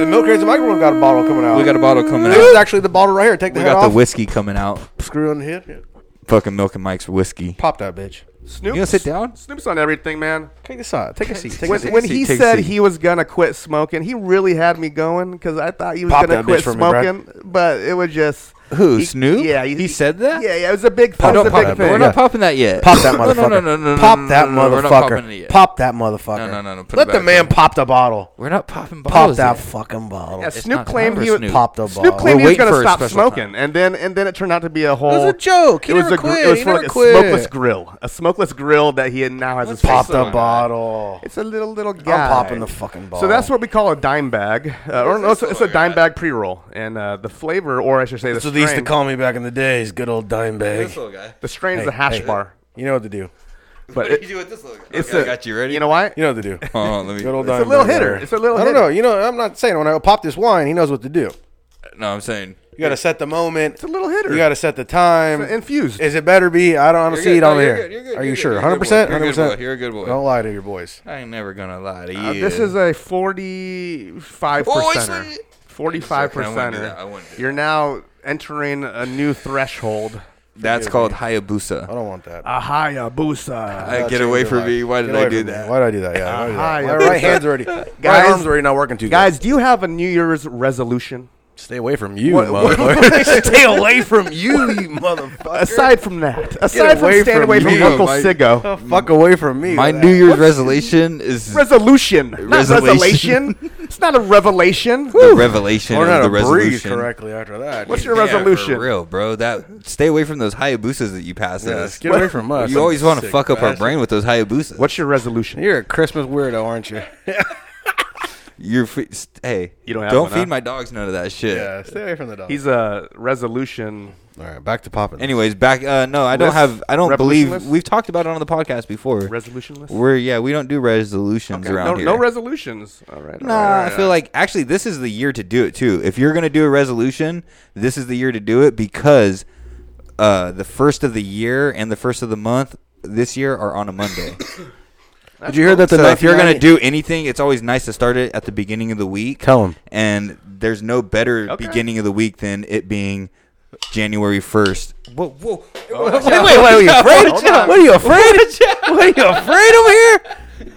[SPEAKER 4] The Milk Crates and Microwave got a bottle coming out.
[SPEAKER 9] We got a bottle coming
[SPEAKER 4] This is
[SPEAKER 9] out.
[SPEAKER 4] actually the bottle right here. Take the
[SPEAKER 9] We
[SPEAKER 4] head
[SPEAKER 9] got the
[SPEAKER 4] off.
[SPEAKER 9] whiskey coming out.
[SPEAKER 4] Screw on the head.
[SPEAKER 9] Fucking Milk and Mike's whiskey.
[SPEAKER 4] Pop that bitch.
[SPEAKER 10] Snoop,
[SPEAKER 9] You gonna sit down?
[SPEAKER 10] Snoop's on everything, man.
[SPEAKER 4] Take this out. Take a seat. Take
[SPEAKER 10] when,
[SPEAKER 4] a seat.
[SPEAKER 10] when
[SPEAKER 9] seat,
[SPEAKER 10] he
[SPEAKER 9] take a
[SPEAKER 10] said
[SPEAKER 9] seat.
[SPEAKER 10] he was gonna quit smoking, he really had me going because I thought he was
[SPEAKER 4] Pop
[SPEAKER 10] gonna
[SPEAKER 4] that bitch
[SPEAKER 10] quit
[SPEAKER 4] for me, Brad.
[SPEAKER 10] smoking, but it was just
[SPEAKER 9] Who,
[SPEAKER 10] he-
[SPEAKER 9] Snoop?
[SPEAKER 10] Yeah,
[SPEAKER 9] He said that?
[SPEAKER 10] Yeah, yeah, it was a big,
[SPEAKER 4] Pop
[SPEAKER 10] it was
[SPEAKER 4] that
[SPEAKER 10] a big
[SPEAKER 4] motherfucker.
[SPEAKER 10] thing.
[SPEAKER 9] We're not popping that yet.
[SPEAKER 4] Pop that
[SPEAKER 9] No,
[SPEAKER 4] motherfucker.
[SPEAKER 9] No, no, no, no, no.
[SPEAKER 4] Pop that
[SPEAKER 9] no, no, no, we're not popping it
[SPEAKER 4] motherfucker.
[SPEAKER 9] yet.
[SPEAKER 4] Pop that motherfucker.
[SPEAKER 9] No, no, no, put it
[SPEAKER 4] Let the
[SPEAKER 9] back
[SPEAKER 4] man
[SPEAKER 9] in.
[SPEAKER 4] pop the bottle.
[SPEAKER 9] We're not popping
[SPEAKER 4] Pop
[SPEAKER 9] bottles
[SPEAKER 4] that
[SPEAKER 9] yet.
[SPEAKER 4] fucking bottle.
[SPEAKER 10] Yeah,
[SPEAKER 9] It's
[SPEAKER 10] Snoop
[SPEAKER 9] not
[SPEAKER 10] claimed
[SPEAKER 9] time
[SPEAKER 10] he
[SPEAKER 9] for
[SPEAKER 10] was
[SPEAKER 9] Snoop.
[SPEAKER 4] Pop the
[SPEAKER 10] Snoop
[SPEAKER 4] bottle.
[SPEAKER 10] claimed
[SPEAKER 9] We're
[SPEAKER 10] he was
[SPEAKER 9] waiting for
[SPEAKER 10] gonna
[SPEAKER 9] a
[SPEAKER 10] stop
[SPEAKER 9] special
[SPEAKER 10] smoking,
[SPEAKER 9] time.
[SPEAKER 10] and then and then it turned out to be a whole.
[SPEAKER 4] a joke. He
[SPEAKER 10] it was
[SPEAKER 4] never
[SPEAKER 10] a gr-
[SPEAKER 4] quit.
[SPEAKER 10] it was
[SPEAKER 4] He
[SPEAKER 10] for
[SPEAKER 4] never
[SPEAKER 10] like
[SPEAKER 4] quit.
[SPEAKER 10] a smokeless grill, a smokeless grill that he now has his
[SPEAKER 4] Pop
[SPEAKER 10] face
[SPEAKER 4] the
[SPEAKER 10] on.
[SPEAKER 4] bottle.
[SPEAKER 10] It's a little little guy.
[SPEAKER 4] I'm popping the fucking bottle.
[SPEAKER 10] So that's what we call a dime bag, uh, or no, it's, a- it's a dime bag pre-roll, and uh, the flavor, or I should say, the
[SPEAKER 4] So they used to
[SPEAKER 10] strain,
[SPEAKER 4] call me back in the days, good old dime bag.
[SPEAKER 10] the strain's
[SPEAKER 4] Hey,
[SPEAKER 10] the hash
[SPEAKER 4] hey.
[SPEAKER 10] bar.
[SPEAKER 4] You know what to do.
[SPEAKER 10] But it- it's
[SPEAKER 9] Okay, I
[SPEAKER 10] a-
[SPEAKER 9] got you ready.
[SPEAKER 10] You know why?
[SPEAKER 4] You know what to do.
[SPEAKER 9] Hold on, let me.
[SPEAKER 4] Good old
[SPEAKER 10] It's a
[SPEAKER 4] dime
[SPEAKER 10] little
[SPEAKER 4] bag
[SPEAKER 10] hitter.
[SPEAKER 4] there.
[SPEAKER 10] It's a little
[SPEAKER 4] I don't
[SPEAKER 10] hitter.
[SPEAKER 4] know. You know, I'm not saying when I pop this wine, he knows what to do.
[SPEAKER 9] No, I'm saying
[SPEAKER 4] You got to set the moment. It's
[SPEAKER 10] a little hitter.
[SPEAKER 4] You got to set the time.
[SPEAKER 10] It's infused.
[SPEAKER 4] Is it better be? I don't I don't
[SPEAKER 9] You're
[SPEAKER 4] see
[SPEAKER 9] good.
[SPEAKER 4] it
[SPEAKER 9] No,
[SPEAKER 4] on
[SPEAKER 9] you're
[SPEAKER 4] here.
[SPEAKER 9] good. You're good.
[SPEAKER 4] Are
[SPEAKER 9] You're
[SPEAKER 4] you
[SPEAKER 9] good.
[SPEAKER 4] sure?
[SPEAKER 9] You're a good
[SPEAKER 4] 100. percent
[SPEAKER 9] boy. You're a good
[SPEAKER 4] 100.
[SPEAKER 9] boy. You're a good boy.
[SPEAKER 4] Don't lie to your boys.
[SPEAKER 9] I ain't never gonna lie to you.
[SPEAKER 10] Uh, this is a forty-five
[SPEAKER 9] Oh, it's
[SPEAKER 10] percenter.
[SPEAKER 9] like- I
[SPEAKER 10] Forty-five
[SPEAKER 9] wouldn't do that. I
[SPEAKER 10] percenter.
[SPEAKER 9] wouldn't do
[SPEAKER 10] You're now entering a new threshold
[SPEAKER 9] That's called Hayabusa.
[SPEAKER 4] I don't want that.
[SPEAKER 18] A Hayabusa.
[SPEAKER 9] Uh, get away from me. Why did
[SPEAKER 4] Get away
[SPEAKER 9] I do
[SPEAKER 4] from me.
[SPEAKER 9] that?
[SPEAKER 4] Why did I do that? Yeah. why did I do that?
[SPEAKER 10] Hayabusa.
[SPEAKER 4] My right hand's already. my
[SPEAKER 10] Guys-
[SPEAKER 4] arm's already not working too
[SPEAKER 10] Guys, do you have a New Year's resolution?
[SPEAKER 4] Stay away from you, motherfucker. Stay away from you, you motherfucker.
[SPEAKER 10] Aside from that, aside from staying away from
[SPEAKER 9] me.
[SPEAKER 10] local
[SPEAKER 9] My-
[SPEAKER 10] Sigo,
[SPEAKER 4] fuck away from me.
[SPEAKER 9] My New Year's resolution is
[SPEAKER 10] resolution, not
[SPEAKER 9] Resolution.
[SPEAKER 10] resolution. it's not a revelation.
[SPEAKER 9] the
[SPEAKER 10] Woo.
[SPEAKER 9] revelation
[SPEAKER 4] Learn how
[SPEAKER 9] of the
[SPEAKER 4] to breathe
[SPEAKER 9] resolution.
[SPEAKER 4] correctly after that.
[SPEAKER 10] What's your
[SPEAKER 9] Yeah, for
[SPEAKER 10] resolution?
[SPEAKER 9] real, bro. That stay away from those Hayabusas that you pass
[SPEAKER 4] Yeah,
[SPEAKER 9] us.
[SPEAKER 4] get away from us.
[SPEAKER 9] You always
[SPEAKER 4] I'm
[SPEAKER 9] want to
[SPEAKER 4] sick
[SPEAKER 9] fuck up our
[SPEAKER 4] bastard.
[SPEAKER 9] brain with those Hayabusas.
[SPEAKER 10] What's your resolution?
[SPEAKER 4] You're a Christmas weirdo, aren't you?
[SPEAKER 9] Your fe- st- hey,
[SPEAKER 10] You don't have
[SPEAKER 9] don't
[SPEAKER 10] one,
[SPEAKER 9] feed
[SPEAKER 10] huh?
[SPEAKER 9] my dogs none of that shit.
[SPEAKER 4] yeah, stay away from the dog.
[SPEAKER 10] He's a resolution.
[SPEAKER 4] All right, back to popping.
[SPEAKER 9] Anyways, back. Uh, no, I don't
[SPEAKER 10] List?
[SPEAKER 9] have. I don't
[SPEAKER 10] Revolution
[SPEAKER 9] believe
[SPEAKER 10] list?
[SPEAKER 9] we've talked about it on the podcast before.
[SPEAKER 10] Resolution list?
[SPEAKER 9] We're yeah, we don't do resolutions around
[SPEAKER 10] no,
[SPEAKER 9] here.
[SPEAKER 10] no resolutions. All right. all
[SPEAKER 9] Nah,
[SPEAKER 10] right.
[SPEAKER 9] I feel like actually this is the year to do it too. If you're gonna do a resolution, this is the year to do it because uh, the first of the year and the first of the month this year are on a Monday.
[SPEAKER 4] Did you hear that? The
[SPEAKER 9] so if you're gonna
[SPEAKER 4] 1990
[SPEAKER 9] do anything, it's always nice to start it at the beginning of the week.
[SPEAKER 4] Tell 'em.
[SPEAKER 9] And there's no better
[SPEAKER 10] Okay.
[SPEAKER 9] beginning of the week than it being January first. Whoa, whoa!
[SPEAKER 4] Wait, wait, wait, are you afraid? What are you afraid? What are you afraid over here?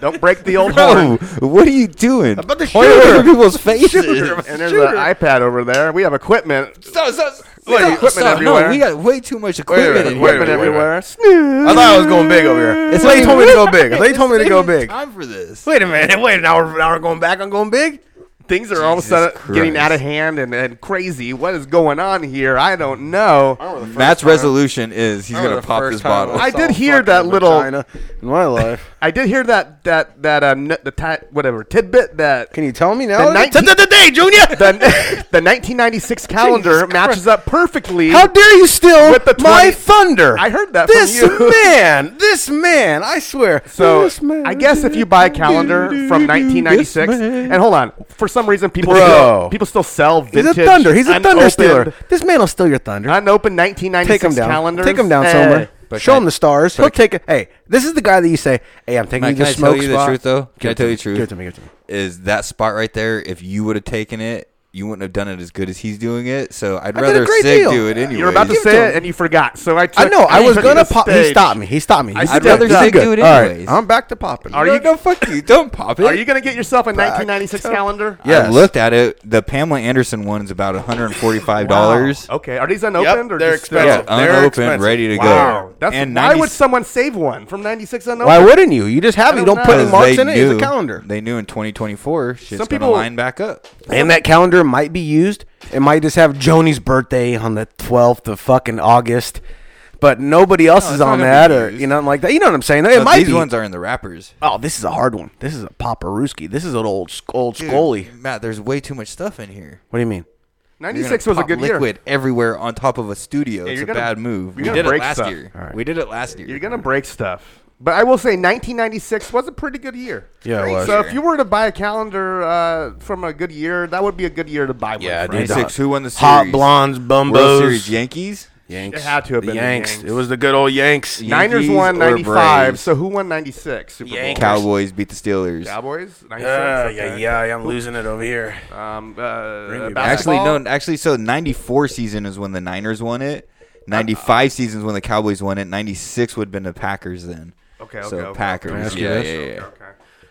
[SPEAKER 10] Don't break the old
[SPEAKER 9] Bro,
[SPEAKER 10] horn.
[SPEAKER 9] what are you doing? I'm
[SPEAKER 4] about to
[SPEAKER 9] Point
[SPEAKER 4] shoot
[SPEAKER 9] it
[SPEAKER 4] her.
[SPEAKER 9] over people's faces.
[SPEAKER 10] And there's an iPad over there. We have equipment.
[SPEAKER 9] Stop, stop, stop,
[SPEAKER 10] What,
[SPEAKER 9] stop,
[SPEAKER 10] equipment
[SPEAKER 9] stop.
[SPEAKER 10] everywhere?
[SPEAKER 9] No, we got way too much
[SPEAKER 4] Wait,
[SPEAKER 9] equipment
[SPEAKER 4] wait,
[SPEAKER 9] in
[SPEAKER 4] wait,
[SPEAKER 9] here.
[SPEAKER 10] Equipment
[SPEAKER 4] wait, wait.
[SPEAKER 10] everywhere.
[SPEAKER 4] I thought I was going big over here. It's like you told me to go big. They told me to go big.
[SPEAKER 9] Time for this.
[SPEAKER 4] Wait a minute. Wait, now we're, now we're going back on going big?
[SPEAKER 10] Things are all of a
[SPEAKER 9] Jesus
[SPEAKER 10] sudden getting
[SPEAKER 9] Christ.
[SPEAKER 10] out of hand and, and crazy. What is going on here? I don't know.
[SPEAKER 9] Matt's resolution is he's
[SPEAKER 4] Remember
[SPEAKER 9] gonna
[SPEAKER 4] the
[SPEAKER 9] pop
[SPEAKER 4] first
[SPEAKER 9] his
[SPEAKER 4] time
[SPEAKER 9] bottle.
[SPEAKER 10] I
[SPEAKER 4] saw
[SPEAKER 10] did hear
[SPEAKER 4] fucking
[SPEAKER 10] that little-
[SPEAKER 4] vagina in my life.
[SPEAKER 10] I did hear that that that uh, n- the ti whatever tidbit that
[SPEAKER 4] Can you tell me now?
[SPEAKER 10] the, 19
[SPEAKER 4] Tidbit of the day, Junior.
[SPEAKER 10] the, the 1996 calendar matches up perfectly.
[SPEAKER 4] How dare you steal
[SPEAKER 10] With the
[SPEAKER 4] my
[SPEAKER 10] 20
[SPEAKER 4] thunder?
[SPEAKER 10] I heard that from
[SPEAKER 4] This
[SPEAKER 10] you.
[SPEAKER 4] man, this man, I swear.
[SPEAKER 10] So
[SPEAKER 4] This man.
[SPEAKER 10] I guess if you buy a calendar from 1996,
[SPEAKER 4] This man.
[SPEAKER 10] and hold on, for some reason people
[SPEAKER 4] Bro.
[SPEAKER 10] still, people still sell
[SPEAKER 4] he's
[SPEAKER 10] vintage.
[SPEAKER 4] a thunder. He's a thunder
[SPEAKER 10] unopened-
[SPEAKER 4] stealer. This man will steal your thunder.
[SPEAKER 10] Unopened
[SPEAKER 4] Take him
[SPEAKER 10] 1996
[SPEAKER 4] down.
[SPEAKER 10] calendars.
[SPEAKER 4] Take him down
[SPEAKER 10] Eh.
[SPEAKER 4] somewhere.
[SPEAKER 9] But
[SPEAKER 4] Show
[SPEAKER 9] can I-
[SPEAKER 4] him the stars. He'll take it. Hey, this is the guy that you say, "Hey, I'm taking
[SPEAKER 9] Matt,
[SPEAKER 4] you
[SPEAKER 9] can
[SPEAKER 4] to the
[SPEAKER 9] I
[SPEAKER 4] smoke
[SPEAKER 9] tell you the
[SPEAKER 4] spot."
[SPEAKER 9] truth though? Can
[SPEAKER 4] Give
[SPEAKER 9] I
[SPEAKER 4] it to
[SPEAKER 9] tell
[SPEAKER 4] me.
[SPEAKER 9] you the truth?
[SPEAKER 4] Give it to me. Give it to me.
[SPEAKER 9] Is that spot right there? If you would have taken it, you wouldn't have done it as good as he's doing it. So I'd
[SPEAKER 4] I did a
[SPEAKER 9] rather
[SPEAKER 4] great
[SPEAKER 9] Sig
[SPEAKER 4] deal.
[SPEAKER 9] do it anyway.
[SPEAKER 10] You're about to
[SPEAKER 4] Give it to
[SPEAKER 10] say
[SPEAKER 4] him.
[SPEAKER 10] it and you forgot. So I took,
[SPEAKER 4] I know. I was
[SPEAKER 10] took
[SPEAKER 4] gonna
[SPEAKER 10] the
[SPEAKER 4] pop. He
[SPEAKER 10] stage.
[SPEAKER 4] stopped me. He stopped me. He
[SPEAKER 10] I'd
[SPEAKER 4] stopped
[SPEAKER 10] rather
[SPEAKER 4] me. This
[SPEAKER 9] Sig
[SPEAKER 4] is good.
[SPEAKER 9] do it
[SPEAKER 4] All right,
[SPEAKER 9] anyways.
[SPEAKER 4] I'm back to popping.
[SPEAKER 10] Are
[SPEAKER 9] No,
[SPEAKER 10] you-
[SPEAKER 9] no, fuck you. Don't pop it.
[SPEAKER 10] Are you gonna get yourself a 1996 calendar?
[SPEAKER 4] Yeah. Yes.
[SPEAKER 9] I looked at it. The Pamela Anderson one's about $145.
[SPEAKER 10] Oh, Okay. Are these unopened or
[SPEAKER 1] they're
[SPEAKER 10] just still-
[SPEAKER 9] Yeah,
[SPEAKER 1] expensive. They're
[SPEAKER 9] unopened,
[SPEAKER 1] expensive.
[SPEAKER 9] ready to go.
[SPEAKER 10] Wow. That's
[SPEAKER 9] and
[SPEAKER 10] why
[SPEAKER 9] 90
[SPEAKER 10] would someone save one from 96 unopened?
[SPEAKER 4] Why wouldn't you? You just have it. You
[SPEAKER 10] don't
[SPEAKER 4] don't put any
[SPEAKER 10] know.
[SPEAKER 4] marks
[SPEAKER 9] they
[SPEAKER 4] in it. It's a
[SPEAKER 9] knew-
[SPEAKER 4] calendar.
[SPEAKER 9] They knew in 2024 shit's
[SPEAKER 10] Some
[SPEAKER 9] going to
[SPEAKER 10] people-
[SPEAKER 9] line back up.
[SPEAKER 4] And that calendar might be used. It might just have Joni's birthday on the 12th of fucking August, but nobody else
[SPEAKER 9] No,
[SPEAKER 4] is
[SPEAKER 9] it's not
[SPEAKER 4] on
[SPEAKER 9] gonna
[SPEAKER 4] that
[SPEAKER 9] be
[SPEAKER 4] or
[SPEAKER 9] used.
[SPEAKER 4] you know, like that. You know what I'm saying? It
[SPEAKER 9] No,
[SPEAKER 4] might
[SPEAKER 9] these
[SPEAKER 4] be.
[SPEAKER 9] ones are in the wrappers.
[SPEAKER 4] oh, this is a hard one. This is a Paparuski. This is an old sc- old Scully.
[SPEAKER 9] Matt, there's way too much stuff in here.
[SPEAKER 4] What do you mean?
[SPEAKER 10] 96 was a good year.
[SPEAKER 9] liquid everywhere on top of a studio. it's
[SPEAKER 10] you're
[SPEAKER 9] a
[SPEAKER 10] gonna-
[SPEAKER 9] bad move. We
[SPEAKER 10] you're gonna
[SPEAKER 9] did it
[SPEAKER 10] break
[SPEAKER 9] last
[SPEAKER 10] stuff.
[SPEAKER 9] year.
[SPEAKER 4] All right.
[SPEAKER 9] We did it last year.
[SPEAKER 10] You're gonna break stuff. But I will say, 1996 was a pretty good year.
[SPEAKER 4] Yeah, it was.
[SPEAKER 10] So if you were to buy a calendar uh, from a good year, that would be a good year to buy one.
[SPEAKER 4] Yeah,
[SPEAKER 10] from.
[SPEAKER 4] dude.
[SPEAKER 9] 96. Who won the series?
[SPEAKER 4] Hot blondes,
[SPEAKER 9] World
[SPEAKER 4] bumbos,
[SPEAKER 9] Series Yankees.
[SPEAKER 4] Yanks.
[SPEAKER 10] It had to have
[SPEAKER 4] The
[SPEAKER 10] been the
[SPEAKER 4] Yanks.
[SPEAKER 10] Yanks.
[SPEAKER 4] It was the good old Yanks.
[SPEAKER 10] Niners
[SPEAKER 9] Yankees
[SPEAKER 10] won
[SPEAKER 9] or
[SPEAKER 10] 95.
[SPEAKER 9] Braves?
[SPEAKER 10] So who won 96? Super Bowl.
[SPEAKER 4] Yankees.
[SPEAKER 9] Cowboys beat the Steelers.
[SPEAKER 10] Cowboys. 96.
[SPEAKER 4] Yeah, yeah,
[SPEAKER 10] okay.
[SPEAKER 4] yeah. I'm losing it over here.
[SPEAKER 10] Um, uh,
[SPEAKER 4] me back.
[SPEAKER 9] Actually,
[SPEAKER 10] basketball?
[SPEAKER 9] no. Actually, so 94 season is when the Niners won it. 95 seasons when the Cowboys won it. 96 would have been the Packers then.
[SPEAKER 10] Okay,
[SPEAKER 9] So
[SPEAKER 10] okay, okay.
[SPEAKER 9] Packers.
[SPEAKER 4] Can I ask you
[SPEAKER 9] yeah,
[SPEAKER 4] this?
[SPEAKER 9] yeah, yeah.
[SPEAKER 10] Okay.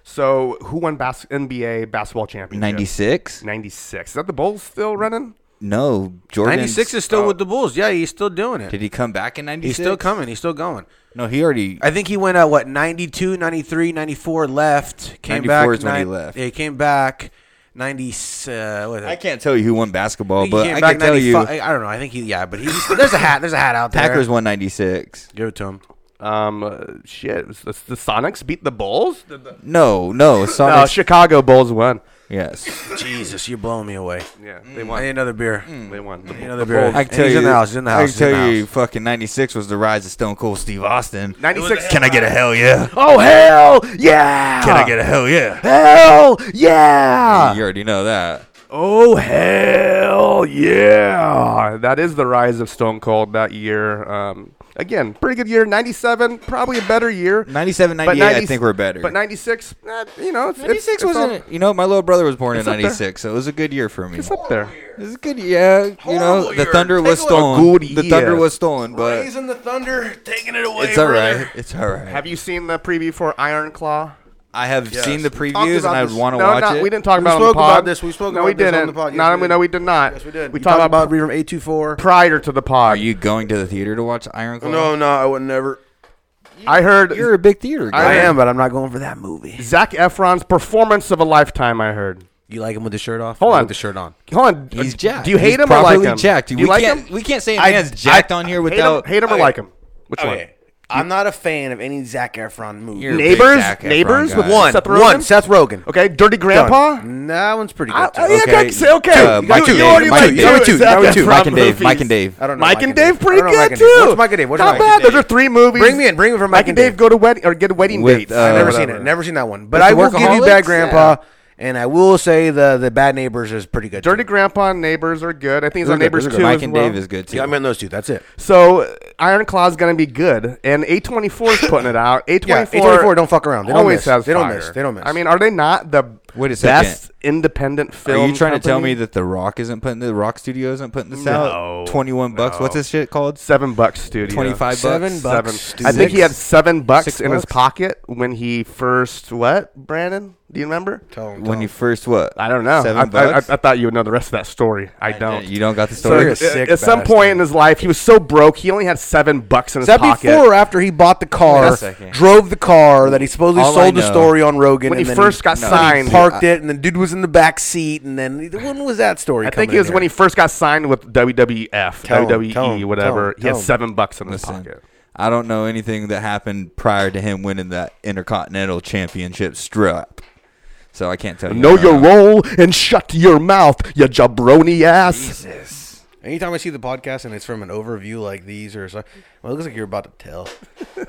[SPEAKER 10] So who won bas- NBA basketball championship?
[SPEAKER 9] 96?
[SPEAKER 10] 96. Is that the Bulls still running?
[SPEAKER 9] No, Jordan.
[SPEAKER 4] 96 is still with the Bulls. Yeah, he's still doing it.
[SPEAKER 9] Did he come back in 96?
[SPEAKER 4] He's still coming. He's still going.
[SPEAKER 9] No, he already.
[SPEAKER 4] I think he went at what 92, 93, 94 left. Came
[SPEAKER 9] 94
[SPEAKER 4] back.
[SPEAKER 9] is when he
[SPEAKER 4] nine-
[SPEAKER 9] left.
[SPEAKER 4] Yeah, he came back. 90. Uh, what is it?
[SPEAKER 9] I can't tell you who won
[SPEAKER 4] I
[SPEAKER 9] basketball,
[SPEAKER 4] think he
[SPEAKER 9] but
[SPEAKER 4] came
[SPEAKER 9] I
[SPEAKER 4] back
[SPEAKER 9] can tell you
[SPEAKER 4] 95 I don't know. I think he. Yeah, but he's, there's a hat. There's a hat out there.
[SPEAKER 9] Packers won 96.
[SPEAKER 4] Give it to him.
[SPEAKER 10] Um, uh, shit. was The, the Sonics beat the Bulls? Did the-
[SPEAKER 9] No, no.
[SPEAKER 10] No,
[SPEAKER 9] Sonics.
[SPEAKER 10] Chicago Bulls won.
[SPEAKER 9] yes.
[SPEAKER 4] Jesus, you're blowing me away.
[SPEAKER 10] Yeah, they
[SPEAKER 4] I need
[SPEAKER 10] won.
[SPEAKER 4] another beer.
[SPEAKER 10] They won. The
[SPEAKER 4] I need
[SPEAKER 10] Bulls.
[SPEAKER 4] another beer.
[SPEAKER 9] Hmm. I can
[SPEAKER 4] And
[SPEAKER 9] tell
[SPEAKER 4] he's
[SPEAKER 9] you.
[SPEAKER 4] in the house. He's in the house.
[SPEAKER 9] I
[SPEAKER 4] he's
[SPEAKER 9] can
[SPEAKER 4] in
[SPEAKER 9] tell
[SPEAKER 4] the
[SPEAKER 9] you,
[SPEAKER 4] house.
[SPEAKER 9] fucking 96 was the rise of Stone Cold Steve Austin.
[SPEAKER 10] 96.
[SPEAKER 9] Can I get a hell yeah?
[SPEAKER 4] Oh hell yeah!
[SPEAKER 9] Can I get a hell yeah?
[SPEAKER 4] hell yeah?
[SPEAKER 9] You already know that.
[SPEAKER 10] Oh hell yeah! That is the rise of Stone Cold that year. Um, again, pretty good year. 97, probably a better year.
[SPEAKER 9] 97, 98, I think we're better.
[SPEAKER 10] But 96, eh, you know, it's, it's-
[SPEAKER 9] 96
[SPEAKER 10] it's
[SPEAKER 9] wasn't.
[SPEAKER 10] all-
[SPEAKER 9] you know, my little brother was born in
[SPEAKER 10] It's up there.
[SPEAKER 9] '96, so it was a good year for me.
[SPEAKER 10] It's up there.
[SPEAKER 9] It's good. Yeah, you know, the thunder was
[SPEAKER 10] Take a look.
[SPEAKER 9] stolen.
[SPEAKER 10] Good
[SPEAKER 9] The thunder
[SPEAKER 10] year.
[SPEAKER 9] was stolen, but
[SPEAKER 4] Raising the thunder, taking it away.
[SPEAKER 9] it's all
[SPEAKER 4] brother.
[SPEAKER 9] right. It's all right.
[SPEAKER 10] Have you seen the preview for Iron Claw?
[SPEAKER 9] I have
[SPEAKER 4] Yes.
[SPEAKER 9] seen the
[SPEAKER 10] We talked
[SPEAKER 9] previews, and
[SPEAKER 10] about
[SPEAKER 9] I
[SPEAKER 10] this-
[SPEAKER 9] want to
[SPEAKER 10] no,
[SPEAKER 9] watch
[SPEAKER 10] no,
[SPEAKER 9] it.
[SPEAKER 10] We didn't talk
[SPEAKER 4] We
[SPEAKER 10] about it on
[SPEAKER 4] spoke
[SPEAKER 10] the pod.
[SPEAKER 4] about this. We spoke
[SPEAKER 10] no,
[SPEAKER 4] about
[SPEAKER 10] we
[SPEAKER 4] this on
[SPEAKER 10] didn't.
[SPEAKER 4] the pod. Yes,
[SPEAKER 10] No,
[SPEAKER 4] we
[SPEAKER 10] we,
[SPEAKER 4] did.
[SPEAKER 10] no, we did not.
[SPEAKER 4] Yes, we did.
[SPEAKER 10] We
[SPEAKER 4] You
[SPEAKER 10] talked
[SPEAKER 4] talked
[SPEAKER 10] about
[SPEAKER 4] about Reader from 824.
[SPEAKER 10] prior to the
[SPEAKER 9] Are
[SPEAKER 10] pod.
[SPEAKER 9] you going to the theater to watch Iron Claw?
[SPEAKER 4] No, no, I would never.
[SPEAKER 10] I heard
[SPEAKER 9] you're a big theater guy.
[SPEAKER 4] I
[SPEAKER 10] I-
[SPEAKER 4] am, but I'm not going for that movie.
[SPEAKER 10] Zach Efron's performance of a lifetime. I heard.
[SPEAKER 4] You like him with the shirt off?
[SPEAKER 10] Hold
[SPEAKER 4] I
[SPEAKER 10] on.
[SPEAKER 4] with the shirt on.
[SPEAKER 10] Hold on.
[SPEAKER 9] He's jacked.
[SPEAKER 10] Do you
[SPEAKER 9] He's
[SPEAKER 10] hate him or
[SPEAKER 9] properly
[SPEAKER 10] like him?
[SPEAKER 9] Jacked.
[SPEAKER 10] Do
[SPEAKER 9] We
[SPEAKER 10] you like
[SPEAKER 9] can't,
[SPEAKER 10] him?
[SPEAKER 9] We can't say a
[SPEAKER 10] I-
[SPEAKER 9] man's
[SPEAKER 10] I-
[SPEAKER 9] jacked on here
[SPEAKER 10] Hate him-
[SPEAKER 9] without
[SPEAKER 10] hate him, or
[SPEAKER 9] Okay.
[SPEAKER 10] like him. Which one?
[SPEAKER 4] I'm not a fan of any Zac Efron movie.
[SPEAKER 9] You're a big
[SPEAKER 10] Neighbors?
[SPEAKER 9] Zac Efron
[SPEAKER 10] Neighbors
[SPEAKER 9] guy.
[SPEAKER 10] with
[SPEAKER 4] one,
[SPEAKER 10] Seth Rogen?
[SPEAKER 4] one, Seth Rogen.
[SPEAKER 10] Okay, Dirty Grandpa.
[SPEAKER 4] Done. That one's pretty good.
[SPEAKER 10] I-
[SPEAKER 4] too.
[SPEAKER 10] I- yeah, I
[SPEAKER 9] oh, Okay.
[SPEAKER 10] can say okay.
[SPEAKER 9] Uh, Mike
[SPEAKER 10] you,
[SPEAKER 9] and
[SPEAKER 10] you
[SPEAKER 9] Dave.
[SPEAKER 10] already
[SPEAKER 9] Mike
[SPEAKER 10] went
[SPEAKER 9] and
[SPEAKER 10] to
[SPEAKER 9] Dave.
[SPEAKER 10] it,
[SPEAKER 4] Two,
[SPEAKER 10] Zac
[SPEAKER 4] number two.
[SPEAKER 10] Efron
[SPEAKER 9] Mike and Dave. Mike
[SPEAKER 10] movies.
[SPEAKER 9] and Dave.
[SPEAKER 4] I don't know.
[SPEAKER 10] Mike, and Dave, pretty
[SPEAKER 4] I don't know
[SPEAKER 10] good
[SPEAKER 4] Mike and Dave.
[SPEAKER 10] too.
[SPEAKER 4] What's Mike and Dave? What is
[SPEAKER 10] Not
[SPEAKER 4] Mike and
[SPEAKER 10] bad. Those
[SPEAKER 4] Dave?
[SPEAKER 10] are three movies.
[SPEAKER 4] Bring me in, bring me for
[SPEAKER 10] Mike, and Dave. go to wedding or get wedding
[SPEAKER 9] With,
[SPEAKER 10] dates.
[SPEAKER 9] uh,
[SPEAKER 10] I
[SPEAKER 4] I've never
[SPEAKER 10] never
[SPEAKER 4] seen it. Never seen that one. But
[SPEAKER 9] the
[SPEAKER 4] I will give you
[SPEAKER 9] workaholics?
[SPEAKER 4] Bad Grandpa, and I will say the the Bad Neighbors is pretty good.
[SPEAKER 10] Dirty
[SPEAKER 4] too.
[SPEAKER 10] Grandpa and Neighbors are good. I think it's on Neighbors too.
[SPEAKER 9] Mike
[SPEAKER 10] as
[SPEAKER 9] and
[SPEAKER 10] well.
[SPEAKER 9] Dave is good too.
[SPEAKER 4] Yeah, I'm in those two. That's it.
[SPEAKER 10] So uh, Iron Claw's gonna be good, and A24 is putting it out. A24,
[SPEAKER 4] Yeah, A24 don't fuck around. They don't
[SPEAKER 10] always
[SPEAKER 4] miss.
[SPEAKER 10] has
[SPEAKER 4] They don't
[SPEAKER 10] fire.
[SPEAKER 4] miss. They don't miss.
[SPEAKER 10] I mean, are they not the
[SPEAKER 9] Wait a second.
[SPEAKER 10] best independent film?
[SPEAKER 9] Are you trying to tell
[SPEAKER 10] company?
[SPEAKER 9] me that the Rock isn't putting the Rock Studio isn't putting this
[SPEAKER 10] No,
[SPEAKER 9] out? Twenty one bucks. What's this shit called?
[SPEAKER 10] seven bucks studio?
[SPEAKER 9] Twenty five
[SPEAKER 4] Seven
[SPEAKER 9] bucks.
[SPEAKER 4] bucks.
[SPEAKER 10] Seven.
[SPEAKER 4] Studio.
[SPEAKER 10] I think he had
[SPEAKER 4] Six.
[SPEAKER 10] seven bucks
[SPEAKER 9] Six
[SPEAKER 10] in his
[SPEAKER 9] bucks?
[SPEAKER 10] pocket when he first what? Brandon, do you remember?
[SPEAKER 4] Tell 'em,
[SPEAKER 9] When
[SPEAKER 4] tell
[SPEAKER 9] you
[SPEAKER 4] 'em.
[SPEAKER 9] first what?
[SPEAKER 10] I don't know.
[SPEAKER 9] Seven
[SPEAKER 10] I, I, I,
[SPEAKER 9] bucks.
[SPEAKER 10] I thought you would know the rest of that story. I, don't.
[SPEAKER 9] you don't got the
[SPEAKER 10] So
[SPEAKER 9] story.
[SPEAKER 4] You're a
[SPEAKER 10] at,
[SPEAKER 4] sick
[SPEAKER 10] at some
[SPEAKER 4] bastard.
[SPEAKER 10] point in his life, he was so broke he only had seven bucks in his
[SPEAKER 4] Is that
[SPEAKER 10] pocket.
[SPEAKER 4] before or after he bought the
[SPEAKER 9] Wait
[SPEAKER 4] car,
[SPEAKER 9] a second.
[SPEAKER 4] drove the car that he supposedly
[SPEAKER 9] All I
[SPEAKER 4] sold the
[SPEAKER 9] know-
[SPEAKER 4] story on Rogan?
[SPEAKER 10] when he
[SPEAKER 4] and then
[SPEAKER 10] first got
[SPEAKER 9] No.
[SPEAKER 10] signed,
[SPEAKER 4] parked it, and the dude was in the back seat, and then when was that story?
[SPEAKER 10] I
[SPEAKER 4] coming
[SPEAKER 10] think it was
[SPEAKER 4] in
[SPEAKER 10] when he
[SPEAKER 4] here?
[SPEAKER 10] first got signed with E WWF,
[SPEAKER 4] Tell him,
[SPEAKER 10] WWE,
[SPEAKER 4] tell him, tell
[SPEAKER 10] whatever.
[SPEAKER 4] him,
[SPEAKER 10] he had
[SPEAKER 4] tell him.
[SPEAKER 10] seven bucks in his
[SPEAKER 9] Listen,
[SPEAKER 10] pocket.
[SPEAKER 9] I don't know anything that happened prior to him winning that Intercontinental Championship strap, so I can't tell you.
[SPEAKER 10] Know
[SPEAKER 9] I don't
[SPEAKER 10] your role and shut your mouth, you jabroni ass.
[SPEAKER 9] Jesus.
[SPEAKER 4] Anytime I see the podcast and it's from an overview like these or something, well, it looks like you're about to tell.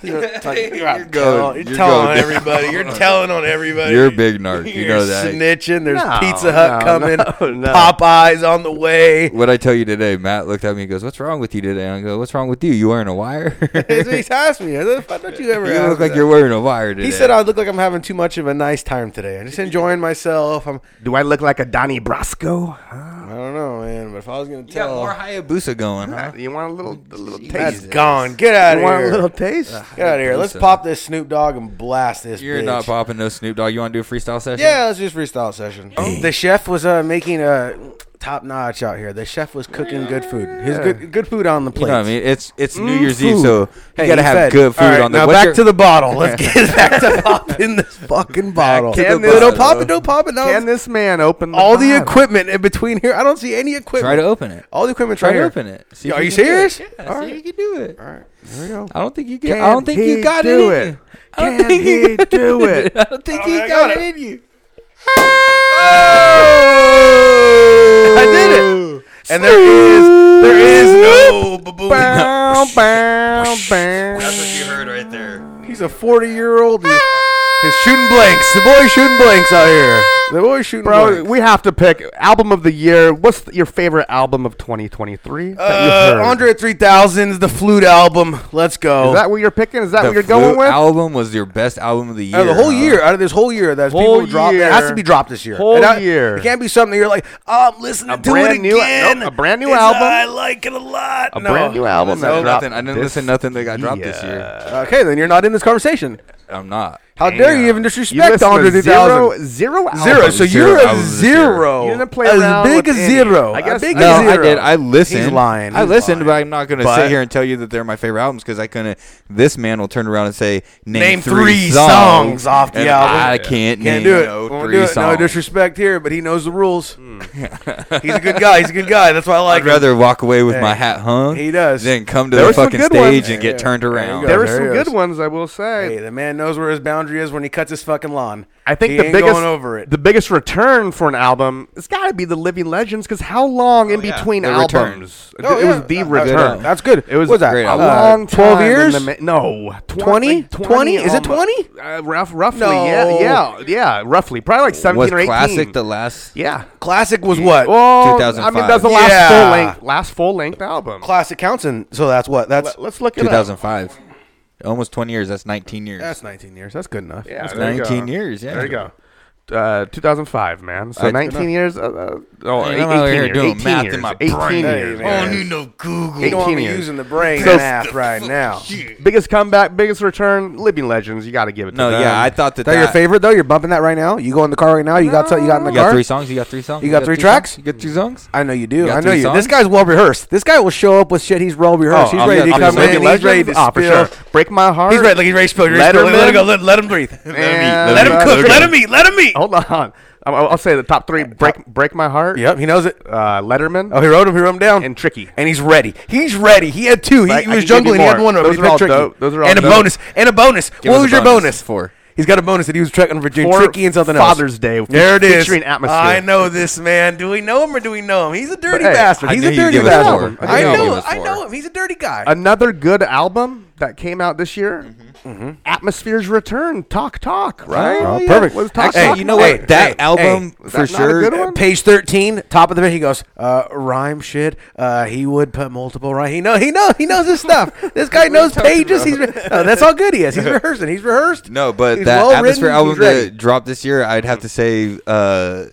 [SPEAKER 4] you're about to tell.
[SPEAKER 9] going-
[SPEAKER 4] You're
[SPEAKER 9] Oh, you're
[SPEAKER 4] telling
[SPEAKER 9] going down.
[SPEAKER 4] on everybody. You're telling on everybody.
[SPEAKER 9] You're a big narc. You
[SPEAKER 4] You're
[SPEAKER 9] know that.
[SPEAKER 4] snitching. There's
[SPEAKER 10] No,
[SPEAKER 4] Pizza Hut
[SPEAKER 10] no,
[SPEAKER 4] coming.
[SPEAKER 10] no, no.
[SPEAKER 4] Popeyes on the way.
[SPEAKER 9] What I tell you today, Matt looked at me and goes, "What's wrong with you today?" And I go, "What's wrong with you? You wearing a wire?
[SPEAKER 4] That's
[SPEAKER 9] you
[SPEAKER 4] what he's asked me. I said, Why don't you ever ask
[SPEAKER 9] look
[SPEAKER 4] me
[SPEAKER 9] like
[SPEAKER 4] that?"
[SPEAKER 9] you're wearing a wire today."
[SPEAKER 4] He said I look like I'm having too much of a nice time today. I'm just enjoying myself. I'm.
[SPEAKER 10] Do I look like a Donnie Brasco?
[SPEAKER 4] I don't know, man. But if I was gonna
[SPEAKER 9] "You got more
[SPEAKER 4] tell,
[SPEAKER 9] Hayabusa going, huh?"
[SPEAKER 10] You want a little, a little taste?
[SPEAKER 4] that's gone. Get out
[SPEAKER 10] You want a
[SPEAKER 4] of
[SPEAKER 10] little
[SPEAKER 4] here.
[SPEAKER 10] taste?
[SPEAKER 4] Get out of here. Let's pop this Snoop Dogg and blast this.
[SPEAKER 9] You're
[SPEAKER 4] bitch.
[SPEAKER 9] not popping no Snoop Dogg. You want to do a freestyle session?
[SPEAKER 4] Yeah, let's just freestyle session.
[SPEAKER 10] Oh.
[SPEAKER 4] The chef was uh, making a top notch out here. The chef was cooking good food. His good good food on the
[SPEAKER 9] You
[SPEAKER 4] plate.
[SPEAKER 9] know what I mean? It's it's New
[SPEAKER 4] Mm,
[SPEAKER 9] Year's Eve,
[SPEAKER 4] food.
[SPEAKER 9] so
[SPEAKER 4] Hey,
[SPEAKER 9] you gotta
[SPEAKER 4] he
[SPEAKER 9] have
[SPEAKER 4] fed.
[SPEAKER 9] good food
[SPEAKER 4] All right,
[SPEAKER 9] on the.
[SPEAKER 4] Now
[SPEAKER 9] what's
[SPEAKER 4] back
[SPEAKER 9] your-
[SPEAKER 4] to the bottle. Let's get back to popping this fucking bottle.
[SPEAKER 10] Can
[SPEAKER 4] If
[SPEAKER 10] this-
[SPEAKER 4] it don't pop it, don't pop it.
[SPEAKER 10] Can
[SPEAKER 4] No,
[SPEAKER 10] this man open the
[SPEAKER 4] all the
[SPEAKER 10] bottle?
[SPEAKER 4] equipment in between here. I don't see any equipment.
[SPEAKER 9] Try to open it.
[SPEAKER 4] All the equipment.
[SPEAKER 9] Try
[SPEAKER 4] right
[SPEAKER 9] to
[SPEAKER 4] here.
[SPEAKER 9] open it. See if
[SPEAKER 4] Are you
[SPEAKER 9] can do it.
[SPEAKER 4] serious?
[SPEAKER 9] Yeah,
[SPEAKER 4] All
[SPEAKER 9] see if you can do it.
[SPEAKER 4] All right, here we go.
[SPEAKER 9] I don't think you get.
[SPEAKER 10] Can
[SPEAKER 9] I don't think
[SPEAKER 10] he
[SPEAKER 9] you got it.
[SPEAKER 10] do
[SPEAKER 9] in
[SPEAKER 10] it?
[SPEAKER 9] you. I don't
[SPEAKER 10] Can
[SPEAKER 9] think you
[SPEAKER 10] he
[SPEAKER 9] got
[SPEAKER 10] do it?
[SPEAKER 9] I don't think you got
[SPEAKER 10] I got
[SPEAKER 9] it
[SPEAKER 10] it.
[SPEAKER 9] in you.
[SPEAKER 4] I did it. And there is there is no baboon.
[SPEAKER 10] Bow, bow, bow.
[SPEAKER 9] what you heard right there.
[SPEAKER 4] He's a 40 year old. He's, he's shooting blanks. The boy's shooting blanks out here. The boy's shooting
[SPEAKER 10] Bro,
[SPEAKER 4] blanks.
[SPEAKER 10] we have to pick album of the year. What's th- your favorite album of 2023? that you
[SPEAKER 4] Uh,
[SPEAKER 10] heard?
[SPEAKER 4] Andre 3000's the flute album. Let's go.
[SPEAKER 10] Is that what you're picking? Is that
[SPEAKER 9] The
[SPEAKER 10] what you're going
[SPEAKER 9] Flute
[SPEAKER 10] with?
[SPEAKER 9] album was your best album of the year.
[SPEAKER 4] Out of the whole
[SPEAKER 9] huh?
[SPEAKER 4] year, out of this whole year, that
[SPEAKER 10] Whole
[SPEAKER 4] people drop, that has
[SPEAKER 10] year.
[SPEAKER 4] to be dropped this year.
[SPEAKER 10] Whole
[SPEAKER 4] And I-
[SPEAKER 10] year.
[SPEAKER 4] It can't be something you're like, oh, I'm listening
[SPEAKER 10] A
[SPEAKER 4] to
[SPEAKER 10] brand
[SPEAKER 4] it
[SPEAKER 10] new-
[SPEAKER 4] again.
[SPEAKER 10] nope, a brand new
[SPEAKER 4] It's- uh,
[SPEAKER 10] album.
[SPEAKER 4] I like it a lot.
[SPEAKER 10] A
[SPEAKER 4] No.
[SPEAKER 10] brand new album
[SPEAKER 9] No,
[SPEAKER 10] that dropped.
[SPEAKER 9] nothing. I didn't
[SPEAKER 10] this-
[SPEAKER 9] listen to nothing that got dropped this year.
[SPEAKER 4] Okay, then you're not in this conversation.
[SPEAKER 9] I'm not.
[SPEAKER 4] How dare you even
[SPEAKER 10] You
[SPEAKER 4] disrespect
[SPEAKER 10] listen
[SPEAKER 4] Andre
[SPEAKER 10] to
[SPEAKER 4] 3000?
[SPEAKER 10] zero, zero albums.
[SPEAKER 4] Zero. So
[SPEAKER 9] Zero
[SPEAKER 4] you're a
[SPEAKER 9] albums this year.
[SPEAKER 4] zero.
[SPEAKER 10] You didn't play
[SPEAKER 4] as
[SPEAKER 10] around
[SPEAKER 4] big
[SPEAKER 10] with
[SPEAKER 4] as
[SPEAKER 10] any.
[SPEAKER 4] zero.
[SPEAKER 10] I
[SPEAKER 4] A
[SPEAKER 10] guess-
[SPEAKER 4] big
[SPEAKER 10] No,
[SPEAKER 4] as
[SPEAKER 9] I
[SPEAKER 4] zero.
[SPEAKER 9] did. I listened.
[SPEAKER 4] He's lying.
[SPEAKER 9] I
[SPEAKER 4] He's
[SPEAKER 9] listened,
[SPEAKER 4] lying.
[SPEAKER 9] but I'm not going to
[SPEAKER 4] But-
[SPEAKER 9] sit here and tell you that they're my favorite albums because I couldn't. This man will turn around and say, "Name,
[SPEAKER 4] Name three
[SPEAKER 9] three
[SPEAKER 4] songs off the
[SPEAKER 9] and
[SPEAKER 4] album.
[SPEAKER 9] I can't, name
[SPEAKER 4] Can't do it.
[SPEAKER 9] no
[SPEAKER 4] Won't
[SPEAKER 9] three
[SPEAKER 4] do it. No
[SPEAKER 9] songs.
[SPEAKER 4] disrespect here, but he knows the rules.
[SPEAKER 10] Hmm.
[SPEAKER 4] He's a good guy. He's a good guy. That's why I like
[SPEAKER 9] I'd rather walk away with my
[SPEAKER 4] Hey,
[SPEAKER 9] hat hung.
[SPEAKER 4] he does.
[SPEAKER 9] Than come to
[SPEAKER 10] There
[SPEAKER 9] the
[SPEAKER 10] were some
[SPEAKER 9] fucking
[SPEAKER 10] good ones.
[SPEAKER 9] stage and
[SPEAKER 4] Yeah,
[SPEAKER 9] get turned
[SPEAKER 4] yeah. There you
[SPEAKER 9] around.
[SPEAKER 4] go.
[SPEAKER 10] There were
[SPEAKER 4] There
[SPEAKER 10] some
[SPEAKER 4] he
[SPEAKER 10] good
[SPEAKER 4] is.
[SPEAKER 10] ones, I will
[SPEAKER 4] him.
[SPEAKER 10] say.
[SPEAKER 4] Hey, the man knows where his laundry is when he cuts his fucking lawn.
[SPEAKER 10] I think
[SPEAKER 4] He
[SPEAKER 10] the
[SPEAKER 4] ain't
[SPEAKER 10] biggest
[SPEAKER 4] going over it.
[SPEAKER 10] the biggest return for an album has got to be the Living Legends because how long in between
[SPEAKER 4] The
[SPEAKER 10] albums?
[SPEAKER 4] returns.
[SPEAKER 10] Th-
[SPEAKER 4] Oh,
[SPEAKER 10] It was
[SPEAKER 4] yeah.
[SPEAKER 10] the
[SPEAKER 4] That's good
[SPEAKER 10] return.
[SPEAKER 4] album. That's good.
[SPEAKER 10] It was
[SPEAKER 4] What was that?
[SPEAKER 10] a
[SPEAKER 4] Great album.
[SPEAKER 10] long
[SPEAKER 4] Uh, 12
[SPEAKER 10] time in
[SPEAKER 4] years?
[SPEAKER 10] the ma- no, tw-
[SPEAKER 4] 20?
[SPEAKER 10] 20,
[SPEAKER 4] 20? Is it
[SPEAKER 10] almo-
[SPEAKER 4] 20?
[SPEAKER 10] Uh, rough, roughly,
[SPEAKER 4] No.
[SPEAKER 10] yeah, yeah, yeah, roughly, probably like seventeen
[SPEAKER 9] Was
[SPEAKER 10] or eighteen.
[SPEAKER 9] Classic the last?
[SPEAKER 10] Yeah,
[SPEAKER 4] Classic was what?
[SPEAKER 10] Well, I mean, that's the last
[SPEAKER 4] Yeah.
[SPEAKER 10] full length, last full length album.
[SPEAKER 4] Classic counts, and so that's what. That's
[SPEAKER 10] Let- let's look it up.
[SPEAKER 9] 2005. Almost 20 years. That's 19 years.
[SPEAKER 4] That's 19 years. That's good enough.
[SPEAKER 10] Yeah,
[SPEAKER 9] That's
[SPEAKER 10] there you go.
[SPEAKER 9] 19 years, yeah.
[SPEAKER 10] there you go. Uh, 2005, man.
[SPEAKER 9] That's
[SPEAKER 10] So
[SPEAKER 9] good
[SPEAKER 10] 19
[SPEAKER 9] enough.
[SPEAKER 10] years. Uh, uh, oh,
[SPEAKER 9] Hey,
[SPEAKER 10] eight-
[SPEAKER 9] I'm out
[SPEAKER 10] 18
[SPEAKER 9] here
[SPEAKER 10] years.
[SPEAKER 9] doing
[SPEAKER 10] 18
[SPEAKER 9] math
[SPEAKER 10] years.
[SPEAKER 9] in my
[SPEAKER 10] 18
[SPEAKER 9] brain.
[SPEAKER 10] years.
[SPEAKER 9] Hey, man. I don't need no Google.
[SPEAKER 4] You don't want me
[SPEAKER 10] 18 years.
[SPEAKER 4] using the brain
[SPEAKER 10] So-
[SPEAKER 4] math right now.
[SPEAKER 10] Biggest comeback, biggest return, Living Legends. You got to give it to
[SPEAKER 9] No,
[SPEAKER 10] them.
[SPEAKER 9] yeah, I thought
[SPEAKER 4] Is
[SPEAKER 9] that
[SPEAKER 4] that your
[SPEAKER 9] that-
[SPEAKER 4] favorite though? You're bumping that right now. You go in the car right now. You got you got in the
[SPEAKER 9] You
[SPEAKER 4] car.
[SPEAKER 9] got three songs. You got three songs.
[SPEAKER 4] You got three tracks?
[SPEAKER 9] You got two songs.
[SPEAKER 4] I know you do.
[SPEAKER 9] got
[SPEAKER 4] I know
[SPEAKER 9] three
[SPEAKER 4] you.
[SPEAKER 9] songs?
[SPEAKER 4] This guy's well rehearsed. This guy will show up with shit. He's well rehearsed. he's
[SPEAKER 10] Oh, I'm
[SPEAKER 4] ready to
[SPEAKER 10] gonna- I'm
[SPEAKER 4] come
[SPEAKER 10] gonna
[SPEAKER 4] in.
[SPEAKER 10] look at
[SPEAKER 4] He's ready to
[SPEAKER 10] Legends? Oh, for
[SPEAKER 4] spill.
[SPEAKER 10] sure. Break my heart.
[SPEAKER 4] He's ready. Like he's ready to spill. He's ready to spill. Let
[SPEAKER 10] Letterman?
[SPEAKER 4] him go. Let, let him breathe. Let him eat.
[SPEAKER 10] And-
[SPEAKER 4] Let him cook.
[SPEAKER 10] Okay.
[SPEAKER 4] Let him eat. Oh, Let him eat.
[SPEAKER 10] Hold on. I'll, I'll say the top three. Break, break my heart.
[SPEAKER 4] Yep, he knows it.
[SPEAKER 10] Uh, Letterman.
[SPEAKER 4] Oh, he wrote him. He wrote him down.
[SPEAKER 10] And tricky.
[SPEAKER 4] And he's ready. He's ready. He had two. He,
[SPEAKER 10] Like,
[SPEAKER 4] he
[SPEAKER 10] I
[SPEAKER 4] was
[SPEAKER 10] can give you
[SPEAKER 4] juggling. He had
[SPEAKER 10] more.
[SPEAKER 4] one. of them.
[SPEAKER 10] Those
[SPEAKER 4] He
[SPEAKER 10] are
[SPEAKER 4] picked
[SPEAKER 10] all
[SPEAKER 4] tricky.
[SPEAKER 10] dope. Those are all
[SPEAKER 4] and a
[SPEAKER 10] dope.
[SPEAKER 4] bonus. And a bonus.
[SPEAKER 9] Give us
[SPEAKER 4] what
[SPEAKER 9] a
[SPEAKER 4] was your
[SPEAKER 9] bonus.
[SPEAKER 4] bonus?
[SPEAKER 9] Four.
[SPEAKER 4] He's got a bonus that he was trekking for between
[SPEAKER 10] Four-
[SPEAKER 4] tricky and something else.
[SPEAKER 10] Father's Day,
[SPEAKER 4] There it is.
[SPEAKER 10] featuring Atmosphere.
[SPEAKER 4] I know this man. Do we know him or do we know him? He's a dirty
[SPEAKER 10] hey,
[SPEAKER 4] bastard.
[SPEAKER 9] I
[SPEAKER 4] He's
[SPEAKER 9] knew
[SPEAKER 4] a
[SPEAKER 9] you'd
[SPEAKER 4] dirty
[SPEAKER 9] give us
[SPEAKER 4] bastard.
[SPEAKER 9] four. I
[SPEAKER 4] I
[SPEAKER 9] knew you'd give
[SPEAKER 4] know.
[SPEAKER 9] us
[SPEAKER 4] I
[SPEAKER 9] four.
[SPEAKER 4] know him. Uh, He's a dirty guy.
[SPEAKER 10] Another good album that came out this year.
[SPEAKER 4] Mm-hmm.
[SPEAKER 10] Mm-hmm. Atmosphere's Return. Talk, talk. Right.
[SPEAKER 4] Oh, perfect.
[SPEAKER 10] Was talk,
[SPEAKER 4] Actually,
[SPEAKER 10] talk,
[SPEAKER 9] you know what?
[SPEAKER 10] Talk.
[SPEAKER 9] That album,
[SPEAKER 10] Was
[SPEAKER 9] for
[SPEAKER 10] that not a
[SPEAKER 9] sure,
[SPEAKER 10] good one?
[SPEAKER 4] Page thirteen, top of the page, he goes, uh, "Rhyme shit." Uh, he would put multiple rhyme. He know, he know, he knows his stuff. This guy knows pages. He's re- no, that's how good he is. He's rehearsing. He's rehearsed.
[SPEAKER 9] No, but
[SPEAKER 4] He's
[SPEAKER 9] that
[SPEAKER 4] well-written,
[SPEAKER 9] atmosphere
[SPEAKER 4] he's
[SPEAKER 9] album
[SPEAKER 4] ready.
[SPEAKER 9] that dropped this year, I'd have to say uh,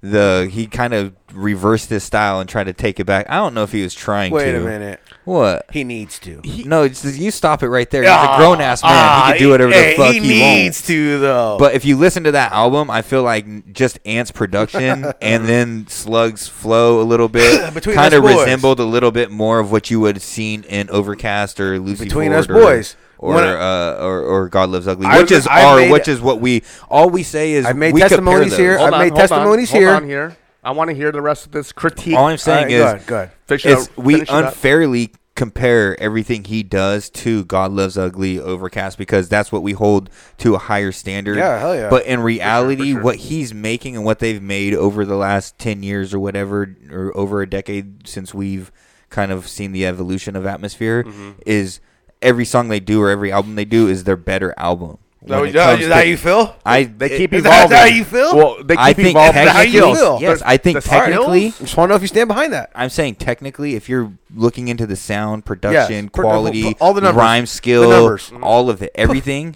[SPEAKER 9] the he kind of reversed his style and tried to take it back. I don't know if he was trying
[SPEAKER 4] Wait
[SPEAKER 9] to.
[SPEAKER 4] a minute.
[SPEAKER 9] What?
[SPEAKER 4] He needs to.
[SPEAKER 9] no, it's, you stop it right there. He's a grown ass man.
[SPEAKER 4] Ah,
[SPEAKER 9] he can do whatever
[SPEAKER 4] hey,
[SPEAKER 9] the fuck he,
[SPEAKER 4] needs
[SPEAKER 9] wants.
[SPEAKER 4] to though.
[SPEAKER 9] But if you listen to that album, I feel like just Ant's production and then Slug's flow a little bit
[SPEAKER 4] Between
[SPEAKER 9] kind
[SPEAKER 4] Us
[SPEAKER 9] of
[SPEAKER 4] Boys.
[SPEAKER 9] resembled a little bit more of what you would have seen in Overcast or Lucy
[SPEAKER 4] Between
[SPEAKER 9] Ford
[SPEAKER 4] Us Boys.
[SPEAKER 9] or
[SPEAKER 4] When
[SPEAKER 9] or,
[SPEAKER 4] I-
[SPEAKER 9] uh, or or God Loves Ugly,
[SPEAKER 4] I-
[SPEAKER 9] which is
[SPEAKER 4] I
[SPEAKER 9] our
[SPEAKER 4] made-
[SPEAKER 9] which is what we all we say is
[SPEAKER 4] I made
[SPEAKER 9] we compare
[SPEAKER 4] testimonies
[SPEAKER 9] those.
[SPEAKER 4] here.
[SPEAKER 10] Hold
[SPEAKER 4] I
[SPEAKER 10] on,
[SPEAKER 4] made
[SPEAKER 10] hold on,
[SPEAKER 4] testimonies
[SPEAKER 10] hold
[SPEAKER 4] here.
[SPEAKER 10] on here. I want to hear the rest of this critique.
[SPEAKER 9] All I'm saying
[SPEAKER 4] right,
[SPEAKER 9] is,
[SPEAKER 4] go ahead, go ahead.
[SPEAKER 10] Finish it
[SPEAKER 9] is
[SPEAKER 10] up-
[SPEAKER 9] we
[SPEAKER 10] finish it up.
[SPEAKER 9] unfairly compare everything he does to God Loves Ugly Overcast because that's what we hold to a higher standard.
[SPEAKER 4] Yeah, hell yeah.
[SPEAKER 9] But in reality, what he's making and what they've made over the last 10 years or whatever, or over a decade since we've kind of seen the evolution of Atmosphere,
[SPEAKER 4] Mm-hmm.
[SPEAKER 9] is every song they do or every album they do is their better album.
[SPEAKER 4] No,
[SPEAKER 9] when it
[SPEAKER 4] yeah,
[SPEAKER 9] comes
[SPEAKER 4] is that how you feel?
[SPEAKER 9] I
[SPEAKER 10] They keep
[SPEAKER 4] Is
[SPEAKER 10] evolving.
[SPEAKER 4] that how you feel?
[SPEAKER 10] Well, they keep
[SPEAKER 9] I think
[SPEAKER 10] evolving.
[SPEAKER 4] That's how you
[SPEAKER 9] technically,
[SPEAKER 4] feel.
[SPEAKER 9] yes,
[SPEAKER 10] The-
[SPEAKER 9] I think
[SPEAKER 10] the skills?
[SPEAKER 9] technically,
[SPEAKER 4] just want to know if you stand behind that.
[SPEAKER 9] I'm saying technically, if you're looking into the sound, production,
[SPEAKER 4] pr-
[SPEAKER 9] quality,
[SPEAKER 4] all the numbers.
[SPEAKER 9] rhyme skill,
[SPEAKER 4] The numbers.
[SPEAKER 9] all of it, everything.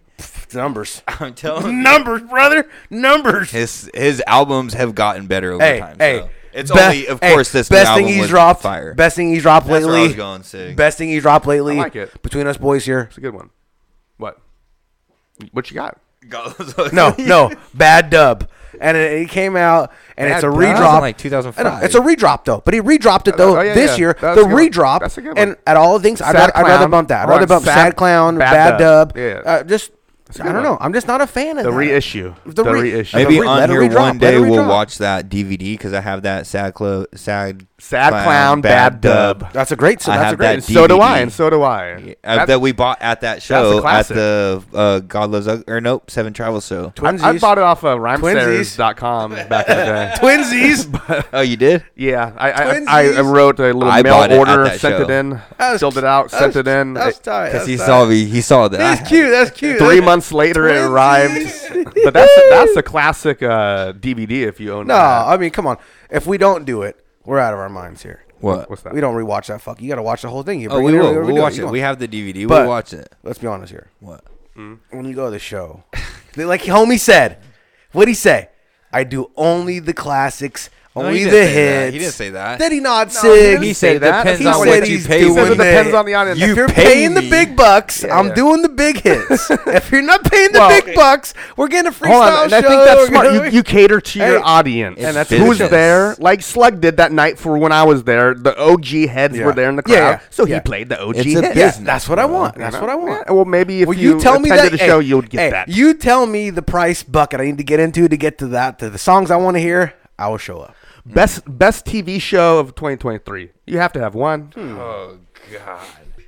[SPEAKER 4] Numbers,
[SPEAKER 9] I'm telling you,
[SPEAKER 4] numbers, brother, numbers.
[SPEAKER 9] his his albums have gotten better over
[SPEAKER 4] Hey,
[SPEAKER 9] time.
[SPEAKER 4] hey,
[SPEAKER 9] so. it's
[SPEAKER 4] be-
[SPEAKER 9] only of
[SPEAKER 4] hey,
[SPEAKER 9] course this
[SPEAKER 4] best
[SPEAKER 9] new
[SPEAKER 4] thing
[SPEAKER 9] album
[SPEAKER 4] he's
[SPEAKER 9] was
[SPEAKER 4] dropped.
[SPEAKER 9] Fire.
[SPEAKER 4] Best thing he's dropped
[SPEAKER 9] That's
[SPEAKER 4] lately.
[SPEAKER 9] where I was going, Sig.
[SPEAKER 4] Best thing he's dropped lately.
[SPEAKER 10] I like it.
[SPEAKER 4] Between us boys here.
[SPEAKER 10] It's a good one. What? What you got?
[SPEAKER 4] No, no, bad dub. And it, it came out, and it's
[SPEAKER 9] Bad
[SPEAKER 4] a
[SPEAKER 9] Dub? That was in,
[SPEAKER 4] redrop.
[SPEAKER 9] like, 2005.
[SPEAKER 4] I know, It's a redrop though, but he redropped it
[SPEAKER 10] Oh,
[SPEAKER 4] though
[SPEAKER 10] yeah,
[SPEAKER 4] this
[SPEAKER 10] yeah.
[SPEAKER 4] year.
[SPEAKER 10] That's
[SPEAKER 4] The
[SPEAKER 10] a good one.
[SPEAKER 4] redrop.
[SPEAKER 10] That's a good
[SPEAKER 4] And
[SPEAKER 10] one.
[SPEAKER 4] at all the things, I'd
[SPEAKER 10] Sad
[SPEAKER 4] rather, I'd rather
[SPEAKER 10] Clown.
[SPEAKER 4] bump that. I'd
[SPEAKER 10] Or
[SPEAKER 4] rather bump
[SPEAKER 10] Sad-
[SPEAKER 4] sad, clown,
[SPEAKER 10] Bad
[SPEAKER 4] bad,
[SPEAKER 10] Dub.
[SPEAKER 4] dub.
[SPEAKER 10] Yeah.
[SPEAKER 4] Uh, just
[SPEAKER 10] a
[SPEAKER 4] I
[SPEAKER 10] good
[SPEAKER 4] don't know.
[SPEAKER 10] one.
[SPEAKER 4] I'm just not a fan of
[SPEAKER 10] The
[SPEAKER 4] that.
[SPEAKER 10] reissue.
[SPEAKER 4] The,
[SPEAKER 10] The
[SPEAKER 4] re-
[SPEAKER 10] reissue.
[SPEAKER 9] Maybe
[SPEAKER 4] the re-
[SPEAKER 9] on
[SPEAKER 4] let it
[SPEAKER 9] here
[SPEAKER 4] redrop,
[SPEAKER 9] one
[SPEAKER 4] let
[SPEAKER 9] day
[SPEAKER 4] it
[SPEAKER 9] we'll
[SPEAKER 4] redrop.
[SPEAKER 9] watch that DVD because I have that sad clo- sad
[SPEAKER 10] Sad Clown, Bad Dub.
[SPEAKER 4] That's a great. So
[SPEAKER 9] I
[SPEAKER 4] that's a
[SPEAKER 9] have
[SPEAKER 4] great.
[SPEAKER 9] that
[SPEAKER 10] And so do I,
[SPEAKER 9] DVD.
[SPEAKER 10] and so do I.
[SPEAKER 9] uh,
[SPEAKER 10] That-
[SPEAKER 9] that we bought at that
[SPEAKER 10] a
[SPEAKER 9] show at
[SPEAKER 10] classic.
[SPEAKER 9] the uh, God Loves Ugly or nope Seven Travel Show.
[SPEAKER 10] I, I
[SPEAKER 4] Twinsies.
[SPEAKER 10] bought it off of
[SPEAKER 4] Twinsies.
[SPEAKER 10] rhymesayers.com back in the day.
[SPEAKER 4] Twinsies.
[SPEAKER 9] Oh, you did?
[SPEAKER 10] Yeah, I I,
[SPEAKER 4] Twinsies.
[SPEAKER 10] I, I wrote a little
[SPEAKER 9] I bought
[SPEAKER 10] mail
[SPEAKER 9] it at
[SPEAKER 10] order,
[SPEAKER 9] that
[SPEAKER 10] sent
[SPEAKER 9] show.
[SPEAKER 10] it in,
[SPEAKER 4] That was-
[SPEAKER 10] filled it out,
[SPEAKER 4] that
[SPEAKER 10] sent
[SPEAKER 4] was-
[SPEAKER 10] it in.
[SPEAKER 4] That's
[SPEAKER 10] It-
[SPEAKER 4] tight.
[SPEAKER 9] Because he
[SPEAKER 4] that's
[SPEAKER 9] saw
[SPEAKER 4] tight.
[SPEAKER 9] me. He saw that.
[SPEAKER 4] That's cute. That's cute.
[SPEAKER 10] Three
[SPEAKER 4] That's-
[SPEAKER 10] months later, it
[SPEAKER 4] Twinsies.
[SPEAKER 10] arrived. But that's that's a classic uh, DVD if you own.
[SPEAKER 4] No,
[SPEAKER 10] that.
[SPEAKER 4] I mean, come on. If we don't do it, we're out of our minds here.
[SPEAKER 9] What?
[SPEAKER 10] What's that?
[SPEAKER 4] We don't rewatch that fuck. You got to watch the whole thing. You
[SPEAKER 9] Oh,
[SPEAKER 4] bring
[SPEAKER 9] we
[SPEAKER 4] it in,
[SPEAKER 9] will.
[SPEAKER 4] we
[SPEAKER 9] We'll
[SPEAKER 4] do
[SPEAKER 9] watch it.
[SPEAKER 4] You don't.
[SPEAKER 9] We have the DVD.
[SPEAKER 4] But-
[SPEAKER 9] we'll watch it.
[SPEAKER 4] Let's be honest here.
[SPEAKER 9] What?
[SPEAKER 4] When you go to the show, like homie said, what'd he say? I do only the classics,
[SPEAKER 9] he
[SPEAKER 4] only
[SPEAKER 9] didn't
[SPEAKER 4] the
[SPEAKER 9] say that.
[SPEAKER 4] hits.
[SPEAKER 9] He didn't say that.
[SPEAKER 4] Did he not,
[SPEAKER 10] he
[SPEAKER 4] Sig?
[SPEAKER 10] didn't
[SPEAKER 9] He
[SPEAKER 10] say
[SPEAKER 9] said
[SPEAKER 10] that.
[SPEAKER 9] depends
[SPEAKER 10] He
[SPEAKER 9] on
[SPEAKER 10] said
[SPEAKER 9] what you
[SPEAKER 4] he's
[SPEAKER 9] pay.
[SPEAKER 4] doing
[SPEAKER 10] He says it
[SPEAKER 9] when they-
[SPEAKER 10] depends on the audience.
[SPEAKER 9] You
[SPEAKER 4] if you're
[SPEAKER 9] pay
[SPEAKER 4] paying
[SPEAKER 9] me.
[SPEAKER 4] the big bucks, I'm
[SPEAKER 10] yeah.
[SPEAKER 4] doing the big hits. if you're not paying the
[SPEAKER 10] Well,
[SPEAKER 4] big bucks, we're getting a freestyle
[SPEAKER 10] Hold on, and
[SPEAKER 4] show.
[SPEAKER 10] I think that's
[SPEAKER 4] we're
[SPEAKER 10] smart.
[SPEAKER 4] gonna-
[SPEAKER 10] You, you cater to
[SPEAKER 4] Hey,
[SPEAKER 10] your audience,
[SPEAKER 9] and that's
[SPEAKER 10] who's
[SPEAKER 9] business.
[SPEAKER 10] there. Like Slug did that night for when I was there. The OG heads
[SPEAKER 4] Yeah.
[SPEAKER 10] were there in the crowd,
[SPEAKER 4] Yeah, yeah.
[SPEAKER 10] so
[SPEAKER 4] Yeah.
[SPEAKER 10] he played the OG
[SPEAKER 9] It's a
[SPEAKER 10] heads.
[SPEAKER 4] Yeah,
[SPEAKER 9] business,
[SPEAKER 4] that's what I want. That's
[SPEAKER 10] You
[SPEAKER 4] what I
[SPEAKER 10] know?
[SPEAKER 4] want.
[SPEAKER 10] Yeah, well, maybe if
[SPEAKER 4] Well,
[SPEAKER 10] you,
[SPEAKER 4] you tell me
[SPEAKER 10] attended
[SPEAKER 4] that
[SPEAKER 10] the show,
[SPEAKER 4] hey,
[SPEAKER 10] you'll get
[SPEAKER 4] hey,
[SPEAKER 10] that.
[SPEAKER 4] You tell me the price bucket I need to get into to get to that to the songs I want to hear. I will show up.
[SPEAKER 10] Hmm. best best TV show of 2023. You have to have one.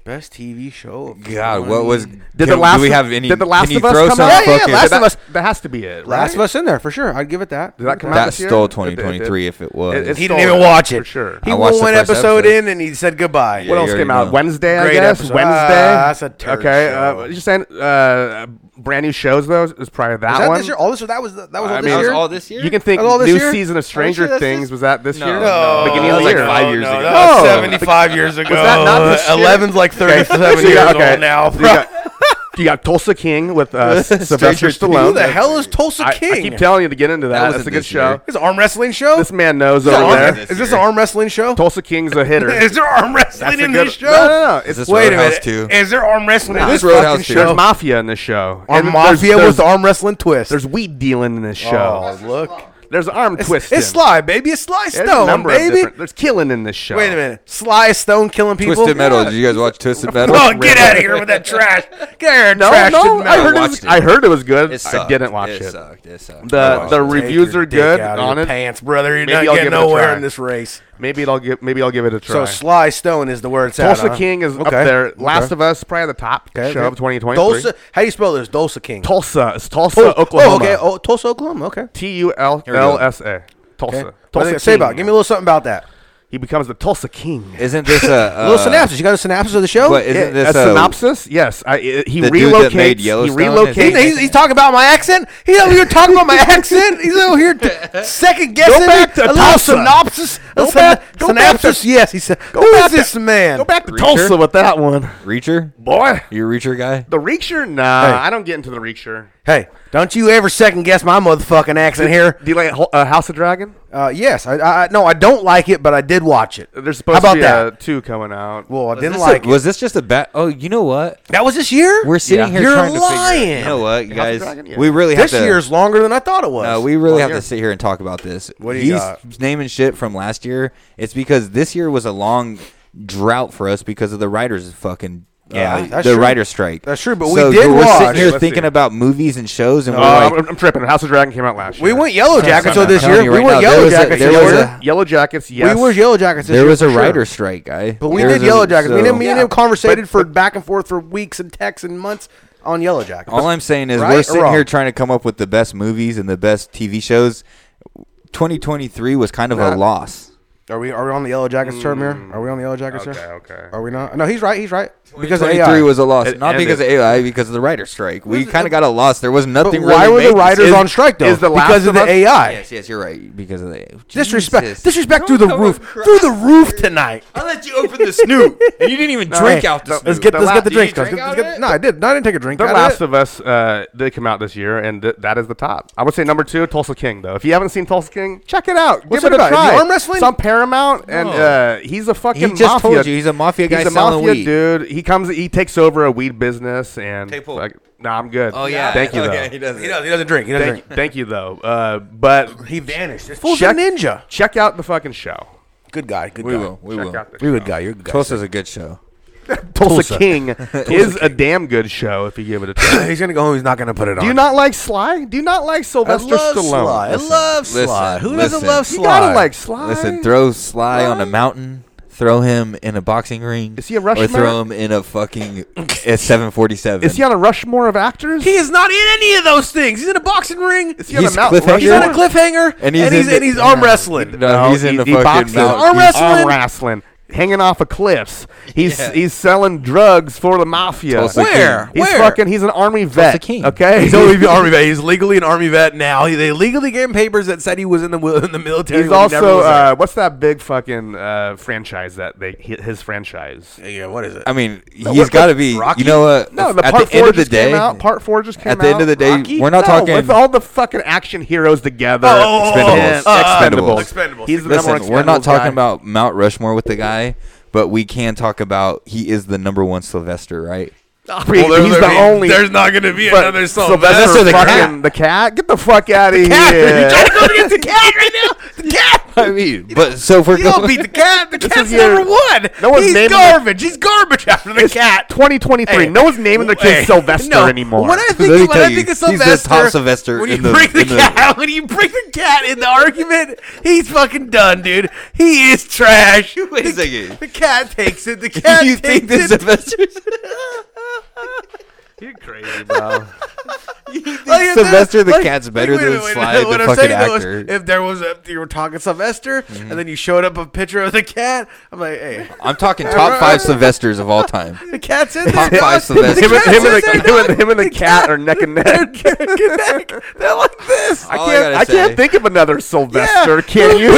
[SPEAKER 4] Best TV show. of
[SPEAKER 9] God, what
[SPEAKER 4] 20.
[SPEAKER 9] was- Did the can- do Last we of- have any-
[SPEAKER 10] Did the Last
[SPEAKER 9] can you
[SPEAKER 10] of Us
[SPEAKER 9] throw
[SPEAKER 10] come
[SPEAKER 9] some
[SPEAKER 10] out?
[SPEAKER 9] Yeah, yeah, fucking- Last
[SPEAKER 10] Did
[SPEAKER 9] of
[SPEAKER 10] that-
[SPEAKER 9] Us-
[SPEAKER 10] That has to be it.
[SPEAKER 4] Last of
[SPEAKER 10] right?
[SPEAKER 4] Us in there for sure. I'd give it that.
[SPEAKER 10] Did that come out
[SPEAKER 9] That
[SPEAKER 10] this year?
[SPEAKER 9] stole
[SPEAKER 10] It did- it did.
[SPEAKER 9] 2023 if it was.
[SPEAKER 10] It- it
[SPEAKER 4] He
[SPEAKER 10] stole
[SPEAKER 4] didn't even watch it.
[SPEAKER 10] For sure.
[SPEAKER 4] He
[SPEAKER 9] I
[SPEAKER 4] went
[SPEAKER 9] watched the
[SPEAKER 4] one
[SPEAKER 9] first
[SPEAKER 4] episode,
[SPEAKER 9] episode.
[SPEAKER 4] in and he said goodbye.
[SPEAKER 9] Yeah,
[SPEAKER 10] what else
[SPEAKER 9] you
[SPEAKER 10] came
[SPEAKER 9] already
[SPEAKER 10] out
[SPEAKER 9] know.
[SPEAKER 10] Wednesday? I
[SPEAKER 4] Great
[SPEAKER 10] guess
[SPEAKER 4] episode.
[SPEAKER 10] Wednesday.
[SPEAKER 4] Ah, that's a turd
[SPEAKER 10] okay.
[SPEAKER 4] show.
[SPEAKER 10] Uh, you're saying uh, brand new shows though is probably that
[SPEAKER 4] Was that
[SPEAKER 10] one.
[SPEAKER 4] this year? All this, that was the- that was all
[SPEAKER 10] I
[SPEAKER 4] this
[SPEAKER 10] mean,
[SPEAKER 4] year.
[SPEAKER 9] all this year?
[SPEAKER 10] You can think
[SPEAKER 4] That was all this
[SPEAKER 10] new
[SPEAKER 4] year?
[SPEAKER 10] season
[SPEAKER 4] Are you
[SPEAKER 10] of Stranger
[SPEAKER 4] sure that's
[SPEAKER 10] Things
[SPEAKER 4] this-
[SPEAKER 10] was that this
[SPEAKER 9] No,
[SPEAKER 10] year?
[SPEAKER 9] no,
[SPEAKER 10] beginning
[SPEAKER 9] that was
[SPEAKER 10] of the
[SPEAKER 9] like
[SPEAKER 10] year.
[SPEAKER 9] five years ago.
[SPEAKER 10] No.
[SPEAKER 4] That was 75 Uh, years ago.
[SPEAKER 10] Oh. that not this year?
[SPEAKER 4] 11's like
[SPEAKER 10] Okay,
[SPEAKER 4] 37
[SPEAKER 10] so you
[SPEAKER 4] years
[SPEAKER 10] got- okay.
[SPEAKER 4] old now.
[SPEAKER 10] You
[SPEAKER 4] bro.
[SPEAKER 10] got, you got Tulsa King with uh, Sylvester
[SPEAKER 9] Stranger
[SPEAKER 10] Stallone.
[SPEAKER 4] Who the hell is Tulsa
[SPEAKER 10] I,
[SPEAKER 4] King?
[SPEAKER 10] I keep telling you to get into that.
[SPEAKER 9] That
[SPEAKER 10] That's
[SPEAKER 9] wasn't
[SPEAKER 10] a good
[SPEAKER 9] this year.
[SPEAKER 10] show.
[SPEAKER 4] Is it an arm wrestling show?
[SPEAKER 10] This man knows
[SPEAKER 4] Is it
[SPEAKER 10] over
[SPEAKER 4] arm-
[SPEAKER 10] there.
[SPEAKER 9] this
[SPEAKER 4] Is this an
[SPEAKER 9] year.
[SPEAKER 4] arm wrestling show?
[SPEAKER 10] Tulsa King's a hitter.
[SPEAKER 4] Is there arm wrestling
[SPEAKER 10] That's a
[SPEAKER 4] in
[SPEAKER 10] good-
[SPEAKER 4] this show?
[SPEAKER 10] No, no, no.
[SPEAKER 9] Is
[SPEAKER 10] It's,
[SPEAKER 9] this
[SPEAKER 4] Wait a
[SPEAKER 9] Roadhouse
[SPEAKER 4] minute.
[SPEAKER 9] too?
[SPEAKER 4] Is there arm wrestling in
[SPEAKER 9] This
[SPEAKER 4] this
[SPEAKER 9] Roadhouse
[SPEAKER 4] fucking
[SPEAKER 9] too.
[SPEAKER 10] there's
[SPEAKER 4] show?
[SPEAKER 10] mafia in this show.
[SPEAKER 4] Our
[SPEAKER 10] And
[SPEAKER 4] mafia
[SPEAKER 10] there's,
[SPEAKER 4] with
[SPEAKER 10] there's,
[SPEAKER 4] arm wrestling twist.
[SPEAKER 10] there's weed dealing in this show.
[SPEAKER 4] oh, look.
[SPEAKER 10] There's arm
[SPEAKER 4] It's,
[SPEAKER 10] twisting.
[SPEAKER 4] it's Sly, baby. It's Sly
[SPEAKER 10] There's a
[SPEAKER 4] Stone,
[SPEAKER 10] number of
[SPEAKER 4] baby.
[SPEAKER 10] different- Oh. There's killing in this show.
[SPEAKER 4] Wait a minute. Sly Stone killing people.
[SPEAKER 9] Twisted Metal. Did you guys watch Twisted Metal?
[SPEAKER 4] Oh, get out of here with that trash. Get out of here,
[SPEAKER 10] No,
[SPEAKER 4] trash.
[SPEAKER 10] no. I heard, it
[SPEAKER 9] watched
[SPEAKER 10] was,
[SPEAKER 9] it.
[SPEAKER 10] I heard it was good.
[SPEAKER 9] It
[SPEAKER 10] I
[SPEAKER 9] sucked.
[SPEAKER 10] didn't watch it.
[SPEAKER 9] sucked. It sucked. I
[SPEAKER 10] The
[SPEAKER 9] watched
[SPEAKER 10] the
[SPEAKER 9] it.
[SPEAKER 4] Take
[SPEAKER 10] reviews
[SPEAKER 4] your
[SPEAKER 10] are
[SPEAKER 4] dick
[SPEAKER 10] good
[SPEAKER 4] out of
[SPEAKER 10] on
[SPEAKER 4] your
[SPEAKER 10] it.
[SPEAKER 4] Pants, brother. You're
[SPEAKER 10] Maybe
[SPEAKER 4] not
[SPEAKER 10] I'll
[SPEAKER 4] getting
[SPEAKER 10] give it a
[SPEAKER 4] nowhere
[SPEAKER 10] try.
[SPEAKER 4] in this race.
[SPEAKER 10] Maybe I'll give maybe I'll give it a
[SPEAKER 4] So
[SPEAKER 10] try.
[SPEAKER 4] Sly Stone is the word. it's at,
[SPEAKER 10] Tulsa
[SPEAKER 4] huh?
[SPEAKER 10] King is up
[SPEAKER 4] Okay.
[SPEAKER 10] there.
[SPEAKER 4] Okay.
[SPEAKER 10] Last of Us probably the top
[SPEAKER 4] Okay,
[SPEAKER 10] show
[SPEAKER 4] okay.
[SPEAKER 10] of 2023.
[SPEAKER 4] Tulsa. How do you spell this? Tulsa King.
[SPEAKER 10] Tulsa. It's Tulsa,
[SPEAKER 4] Oh,
[SPEAKER 10] Oklahoma.
[SPEAKER 4] Oh, okay. Oh, Tulsa, Oklahoma. Okay.
[SPEAKER 10] T U L
[SPEAKER 9] we go.
[SPEAKER 10] L S A. Tulsa.
[SPEAKER 4] okay. What does
[SPEAKER 10] Tulsa
[SPEAKER 4] it Eh? say
[SPEAKER 10] King.
[SPEAKER 4] about? Give me a little something about that.
[SPEAKER 10] He becomes the Tulsa King.
[SPEAKER 9] Isn't this a
[SPEAKER 4] A
[SPEAKER 10] Uh,
[SPEAKER 4] little synopsis. You got a synopsis of the show?
[SPEAKER 9] But isn't
[SPEAKER 10] a
[SPEAKER 9] this a,
[SPEAKER 10] synopsis? Yes. I, i he
[SPEAKER 9] The dude
[SPEAKER 10] relocates.
[SPEAKER 9] that made
[SPEAKER 10] he
[SPEAKER 9] Yellowstone
[SPEAKER 10] relocates.
[SPEAKER 9] is-
[SPEAKER 4] He- he's, he's talking about my accent. He's over here talking about my accent. He's over here t- second guessing.
[SPEAKER 10] Go back to
[SPEAKER 4] a little
[SPEAKER 10] Tulsa.
[SPEAKER 4] synopsis. A
[SPEAKER 10] Go
[SPEAKER 4] syn-
[SPEAKER 10] back- go back
[SPEAKER 4] synopsis.
[SPEAKER 10] to-
[SPEAKER 4] yes, he said.
[SPEAKER 10] Go
[SPEAKER 4] Who
[SPEAKER 10] back
[SPEAKER 4] is this
[SPEAKER 10] to-
[SPEAKER 4] man?
[SPEAKER 10] Go back to
[SPEAKER 9] Reacher?
[SPEAKER 10] Tulsa with that one,
[SPEAKER 9] Reacher?
[SPEAKER 10] boy.
[SPEAKER 9] You a Reacher guy?
[SPEAKER 10] The Reacher? Nah,
[SPEAKER 4] Hey.
[SPEAKER 10] I don't get into the Reacher.
[SPEAKER 4] Hey, don't you ever second guess my motherfucking accent here?
[SPEAKER 10] Do you like Ho- uh, House of Dragon?
[SPEAKER 4] Uh, yes, I, I I- no, I don't like it, but I did watch it.
[SPEAKER 10] Uh, There's supposed
[SPEAKER 4] How
[SPEAKER 10] to
[SPEAKER 4] about
[SPEAKER 10] be
[SPEAKER 4] that?
[SPEAKER 10] a two coming out.
[SPEAKER 4] well, I
[SPEAKER 9] Was
[SPEAKER 4] didn't
[SPEAKER 9] this
[SPEAKER 4] like
[SPEAKER 9] a,
[SPEAKER 4] it.
[SPEAKER 9] Was this just a bat? Oh, you know what?
[SPEAKER 4] that was this year.
[SPEAKER 9] We're sitting
[SPEAKER 10] Yeah.
[SPEAKER 9] here
[SPEAKER 4] You're
[SPEAKER 9] trying to figure
[SPEAKER 4] lying.
[SPEAKER 9] You know what, you
[SPEAKER 10] House of
[SPEAKER 9] guys?
[SPEAKER 10] Dragon? Yeah.
[SPEAKER 9] We really have
[SPEAKER 4] this
[SPEAKER 9] to.
[SPEAKER 4] year's longer than I thought it was.
[SPEAKER 9] No, Uh, we really
[SPEAKER 10] Well,
[SPEAKER 9] have
[SPEAKER 10] here.
[SPEAKER 9] to sit here and talk about this.
[SPEAKER 4] What do you
[SPEAKER 9] He's
[SPEAKER 4] got?
[SPEAKER 9] naming shit from last year. It's because this year was a long drought for us because of the writers' fucking
[SPEAKER 4] Yeah,
[SPEAKER 9] uh,
[SPEAKER 4] that's
[SPEAKER 9] the
[SPEAKER 4] true.
[SPEAKER 9] writer strike.
[SPEAKER 4] That's true, but we
[SPEAKER 9] so
[SPEAKER 4] did
[SPEAKER 9] We're
[SPEAKER 4] watch-
[SPEAKER 9] sitting here
[SPEAKER 10] Let's
[SPEAKER 9] thinking
[SPEAKER 10] see.
[SPEAKER 9] about movies and shows, and
[SPEAKER 10] Oh,
[SPEAKER 9] we're like,
[SPEAKER 10] I'm, I'm tripping. House of Dragon came out last year.
[SPEAKER 4] we went Yellow Jackets so
[SPEAKER 9] I'm
[SPEAKER 4] this
[SPEAKER 9] telling
[SPEAKER 4] year.
[SPEAKER 9] you
[SPEAKER 4] we
[SPEAKER 9] right
[SPEAKER 4] went
[SPEAKER 9] now,
[SPEAKER 4] Yellow
[SPEAKER 9] there was a-
[SPEAKER 4] Jackets.
[SPEAKER 9] there
[SPEAKER 4] this
[SPEAKER 9] was
[SPEAKER 4] year.
[SPEAKER 9] a-
[SPEAKER 10] Yellow Jackets. Yes.
[SPEAKER 4] We were Yellow Jackets. This
[SPEAKER 9] there
[SPEAKER 4] year
[SPEAKER 9] was a
[SPEAKER 4] for sure.
[SPEAKER 9] writer strike, guy.
[SPEAKER 4] But we
[SPEAKER 9] There
[SPEAKER 4] did
[SPEAKER 9] was a-
[SPEAKER 4] Yellow Jackets. me
[SPEAKER 9] so-
[SPEAKER 4] and, me and him conversated for back and forth for weeks and texts and months on Yellow Jackets.
[SPEAKER 9] All I'm saying is
[SPEAKER 4] Right or
[SPEAKER 9] we're sitting
[SPEAKER 4] wrong?
[SPEAKER 9] here trying to come up with the best movies and the best TV shows. 2023 was kind of a
[SPEAKER 10] Not-
[SPEAKER 9] loss.
[SPEAKER 4] Are we are we on the Yellow Jackets term here? Are we on the Yellow Jackets
[SPEAKER 10] Okay,
[SPEAKER 4] here?
[SPEAKER 10] okay.
[SPEAKER 4] Are we not? No, he's right. He's right. Because of
[SPEAKER 9] 23
[SPEAKER 4] AI.
[SPEAKER 9] was a loss,
[SPEAKER 10] It
[SPEAKER 9] not because of
[SPEAKER 10] ended.
[SPEAKER 9] AI, because of the writer strike. We kind of got a loss. There was
[SPEAKER 4] But
[SPEAKER 9] nothing.
[SPEAKER 4] why
[SPEAKER 9] really
[SPEAKER 4] were the
[SPEAKER 9] making
[SPEAKER 4] writers
[SPEAKER 9] sense.
[SPEAKER 4] on strike though?
[SPEAKER 10] is The Last
[SPEAKER 4] because of
[SPEAKER 10] of
[SPEAKER 4] the
[SPEAKER 10] Us-
[SPEAKER 4] AI.
[SPEAKER 9] Yes, yes, you're right. Because of the
[SPEAKER 4] Disrespect.
[SPEAKER 9] Jesus.
[SPEAKER 4] Disrespect
[SPEAKER 9] Don't
[SPEAKER 4] through the
[SPEAKER 9] come
[SPEAKER 4] roof.
[SPEAKER 9] across
[SPEAKER 4] Through the roof
[SPEAKER 9] here.
[SPEAKER 4] tonight.
[SPEAKER 9] I let you open the snoot, and you didn't even drink
[SPEAKER 4] Hey,
[SPEAKER 9] out the
[SPEAKER 4] Let's
[SPEAKER 9] snoot.
[SPEAKER 4] get
[SPEAKER 10] The
[SPEAKER 4] let's
[SPEAKER 10] la-
[SPEAKER 4] get the
[SPEAKER 10] Did
[SPEAKER 4] drinks.
[SPEAKER 10] you
[SPEAKER 4] Let's
[SPEAKER 9] drink
[SPEAKER 4] get-
[SPEAKER 9] out
[SPEAKER 4] let's
[SPEAKER 9] of
[SPEAKER 4] get-
[SPEAKER 9] it?
[SPEAKER 4] No, I did. No, I didn't take a drink.
[SPEAKER 10] The
[SPEAKER 4] out
[SPEAKER 10] Last
[SPEAKER 4] it.
[SPEAKER 10] of Us uh, did come out this year, and th- that is the top. I would say number two, Tulsa King. Though, if you haven't seen Tulsa King, check it out.
[SPEAKER 4] What's
[SPEAKER 10] Give
[SPEAKER 4] it
[SPEAKER 10] it,
[SPEAKER 4] about?
[SPEAKER 10] a
[SPEAKER 4] Is he
[SPEAKER 10] try.
[SPEAKER 4] arm wrestling?
[SPEAKER 10] It's on Paramount, and uh, he's a fucking.
[SPEAKER 9] He just
[SPEAKER 10] mafia.
[SPEAKER 9] told you he's a mafia guy
[SPEAKER 10] He's a
[SPEAKER 9] selling
[SPEAKER 10] mafia
[SPEAKER 9] weed.
[SPEAKER 10] dude. He comes. He takes over a weed business, and
[SPEAKER 9] Take pull.
[SPEAKER 10] fuck- nah, I'm good.
[SPEAKER 9] Oh yeah.
[SPEAKER 10] Thank you
[SPEAKER 9] Oh,
[SPEAKER 10] though.
[SPEAKER 9] yeah, he doesn't.
[SPEAKER 4] He doesn't, he doesn't drink. He doesn't
[SPEAKER 10] Thank,
[SPEAKER 4] drink.
[SPEAKER 10] thank you though. Uh, but
[SPEAKER 4] He vanished. This fool's
[SPEAKER 10] check-
[SPEAKER 4] a ninja.
[SPEAKER 10] Check out the fucking show.
[SPEAKER 4] Good guy. Good
[SPEAKER 9] We
[SPEAKER 4] guy.
[SPEAKER 9] will. We
[SPEAKER 10] Check
[SPEAKER 9] will.
[SPEAKER 10] out the
[SPEAKER 4] We
[SPEAKER 10] show.
[SPEAKER 4] would guy. You're a good guy.
[SPEAKER 9] Tulsa's a good show.
[SPEAKER 10] Tulsa King is a damn good show if you give it a try.
[SPEAKER 4] He's gonna go home. He's not gonna put it on.
[SPEAKER 10] Do you not like Sly? Do you not like
[SPEAKER 4] I
[SPEAKER 10] Sylvester
[SPEAKER 4] love
[SPEAKER 10] Stallone?
[SPEAKER 4] Sly. I
[SPEAKER 10] Listen,
[SPEAKER 4] love
[SPEAKER 9] listen,
[SPEAKER 4] Sly. Who doesn't
[SPEAKER 9] listen.
[SPEAKER 4] love
[SPEAKER 10] You
[SPEAKER 4] Sly?
[SPEAKER 10] gotta like Sly.
[SPEAKER 9] Listen, throw Sly on a mountain. Throw him in a boxing ring.
[SPEAKER 10] Is he a Rushmore?
[SPEAKER 9] Or throw him in a fucking a 747.
[SPEAKER 10] Is he on a Rushmore of actors?
[SPEAKER 4] He is not in any of those things. He's in a boxing ring.
[SPEAKER 10] Is he on
[SPEAKER 9] He's
[SPEAKER 10] a Mount Rushmore?
[SPEAKER 9] cliffhanger?
[SPEAKER 4] He's on a cliffhanger,
[SPEAKER 9] And
[SPEAKER 4] and
[SPEAKER 9] he's
[SPEAKER 4] he's, and he's,
[SPEAKER 9] in the-
[SPEAKER 4] arm wrestling.
[SPEAKER 9] No, he's in
[SPEAKER 10] he-
[SPEAKER 9] the
[SPEAKER 10] he
[SPEAKER 9] fucking
[SPEAKER 10] boxes.
[SPEAKER 9] Mount-
[SPEAKER 4] Arm
[SPEAKER 9] he's-
[SPEAKER 4] wrestling?
[SPEAKER 10] Arm wrestling, hanging off of cliffs. He's he's selling drugs for the mafia.
[SPEAKER 9] Tulsa
[SPEAKER 4] Where? King.
[SPEAKER 10] He's
[SPEAKER 4] Where?
[SPEAKER 10] fucking. He's an army vet.
[SPEAKER 9] Tulsa King.
[SPEAKER 10] Okay.
[SPEAKER 4] He's only an army vet. He's legally an army vet now. He, they legally gave him papers that said he was in the wi- in the military.
[SPEAKER 10] He's
[SPEAKER 4] when he never
[SPEAKER 10] also
[SPEAKER 4] was there.
[SPEAKER 10] uh, what's that big fucking uh, franchise that they hi- his franchise?
[SPEAKER 4] yeah. What is it?
[SPEAKER 9] I mean, he's
[SPEAKER 10] what-
[SPEAKER 9] got to be.
[SPEAKER 4] Rocky?
[SPEAKER 9] You know what?
[SPEAKER 10] No, the
[SPEAKER 9] uh, at
[SPEAKER 10] part
[SPEAKER 9] the end
[SPEAKER 10] four
[SPEAKER 9] of the
[SPEAKER 10] just
[SPEAKER 9] day,
[SPEAKER 10] came out. Part four just came out.
[SPEAKER 9] at the end of the day,
[SPEAKER 4] Rocky?
[SPEAKER 9] we're not
[SPEAKER 10] No,
[SPEAKER 9] talking.
[SPEAKER 10] with all the fucking action heroes together.
[SPEAKER 4] Oh, oh, oh,
[SPEAKER 10] And-
[SPEAKER 9] Expendables. Expendables.
[SPEAKER 4] Expendables.
[SPEAKER 10] He's the number
[SPEAKER 9] Listen,
[SPEAKER 10] one
[SPEAKER 9] we're not
[SPEAKER 10] Expendables
[SPEAKER 9] talking
[SPEAKER 10] guy.
[SPEAKER 9] about Mount Rushmore with the guy, but we can talk about he is the number one Sylvester, right?
[SPEAKER 10] Well,
[SPEAKER 4] Well,
[SPEAKER 10] he's
[SPEAKER 4] there-
[SPEAKER 10] the only.
[SPEAKER 4] There's not going to be
[SPEAKER 10] but
[SPEAKER 4] another song.
[SPEAKER 10] Sylvester
[SPEAKER 9] the
[SPEAKER 10] fucking the cat. Get the fuck out of
[SPEAKER 4] cat.
[SPEAKER 10] here.
[SPEAKER 4] You're trying to go against the cat right now. The cat.
[SPEAKER 9] I mean, but so if we're
[SPEAKER 4] You don't
[SPEAKER 9] going-
[SPEAKER 4] beat the cat. The
[SPEAKER 9] This
[SPEAKER 4] cat's
[SPEAKER 9] is your-
[SPEAKER 4] number one.
[SPEAKER 9] No one's
[SPEAKER 4] He's
[SPEAKER 9] naming the-
[SPEAKER 4] garbage. He's garbage after the cat.
[SPEAKER 10] 2023. No one's naming their kid Sylvester anymore.
[SPEAKER 4] When I
[SPEAKER 9] Let me
[SPEAKER 4] think, when
[SPEAKER 9] tell
[SPEAKER 4] I
[SPEAKER 9] you,
[SPEAKER 4] think of
[SPEAKER 9] he's the
[SPEAKER 4] Sylvester,
[SPEAKER 9] top Sylvester
[SPEAKER 4] When
[SPEAKER 9] in
[SPEAKER 4] you
[SPEAKER 9] the-
[SPEAKER 4] bring the,
[SPEAKER 9] in the-
[SPEAKER 4] cat, when you bring the cat in the argument, he's fucking done, dude. He is trash.
[SPEAKER 9] Wait a
[SPEAKER 4] the,
[SPEAKER 9] second.
[SPEAKER 4] The cat takes it. The cat
[SPEAKER 9] you
[SPEAKER 4] takes
[SPEAKER 9] think this
[SPEAKER 4] it.
[SPEAKER 9] Sylvester's
[SPEAKER 10] You're crazy, bro.
[SPEAKER 4] Like, if there-
[SPEAKER 9] Sylvester the
[SPEAKER 4] like-
[SPEAKER 9] cat's
[SPEAKER 4] like,
[SPEAKER 9] better
[SPEAKER 4] wait,
[SPEAKER 9] than
[SPEAKER 4] wait, wait,
[SPEAKER 9] Sly
[SPEAKER 4] what
[SPEAKER 9] the
[SPEAKER 4] I'm
[SPEAKER 9] fucking
[SPEAKER 4] saying though is,
[SPEAKER 9] actor. Mm-hmm.
[SPEAKER 4] if there was a, you were talking Sylvester, and then you showed up a picture of the cat, I'm like, hey,
[SPEAKER 9] I'm talking top five Sylvesters of all time.
[SPEAKER 4] the cat's in
[SPEAKER 9] Top
[SPEAKER 4] there.
[SPEAKER 9] five Sylvester.
[SPEAKER 10] Him, and- him and
[SPEAKER 4] Yes,
[SPEAKER 10] the, him, and, him and the cat are neck and neck.
[SPEAKER 4] They're like this.
[SPEAKER 10] I
[SPEAKER 9] All I
[SPEAKER 10] can't.
[SPEAKER 9] gotta
[SPEAKER 10] I, can't
[SPEAKER 9] say-
[SPEAKER 10] think of another Sylvester.
[SPEAKER 4] Yeah.
[SPEAKER 10] Can
[SPEAKER 4] Who
[SPEAKER 10] you?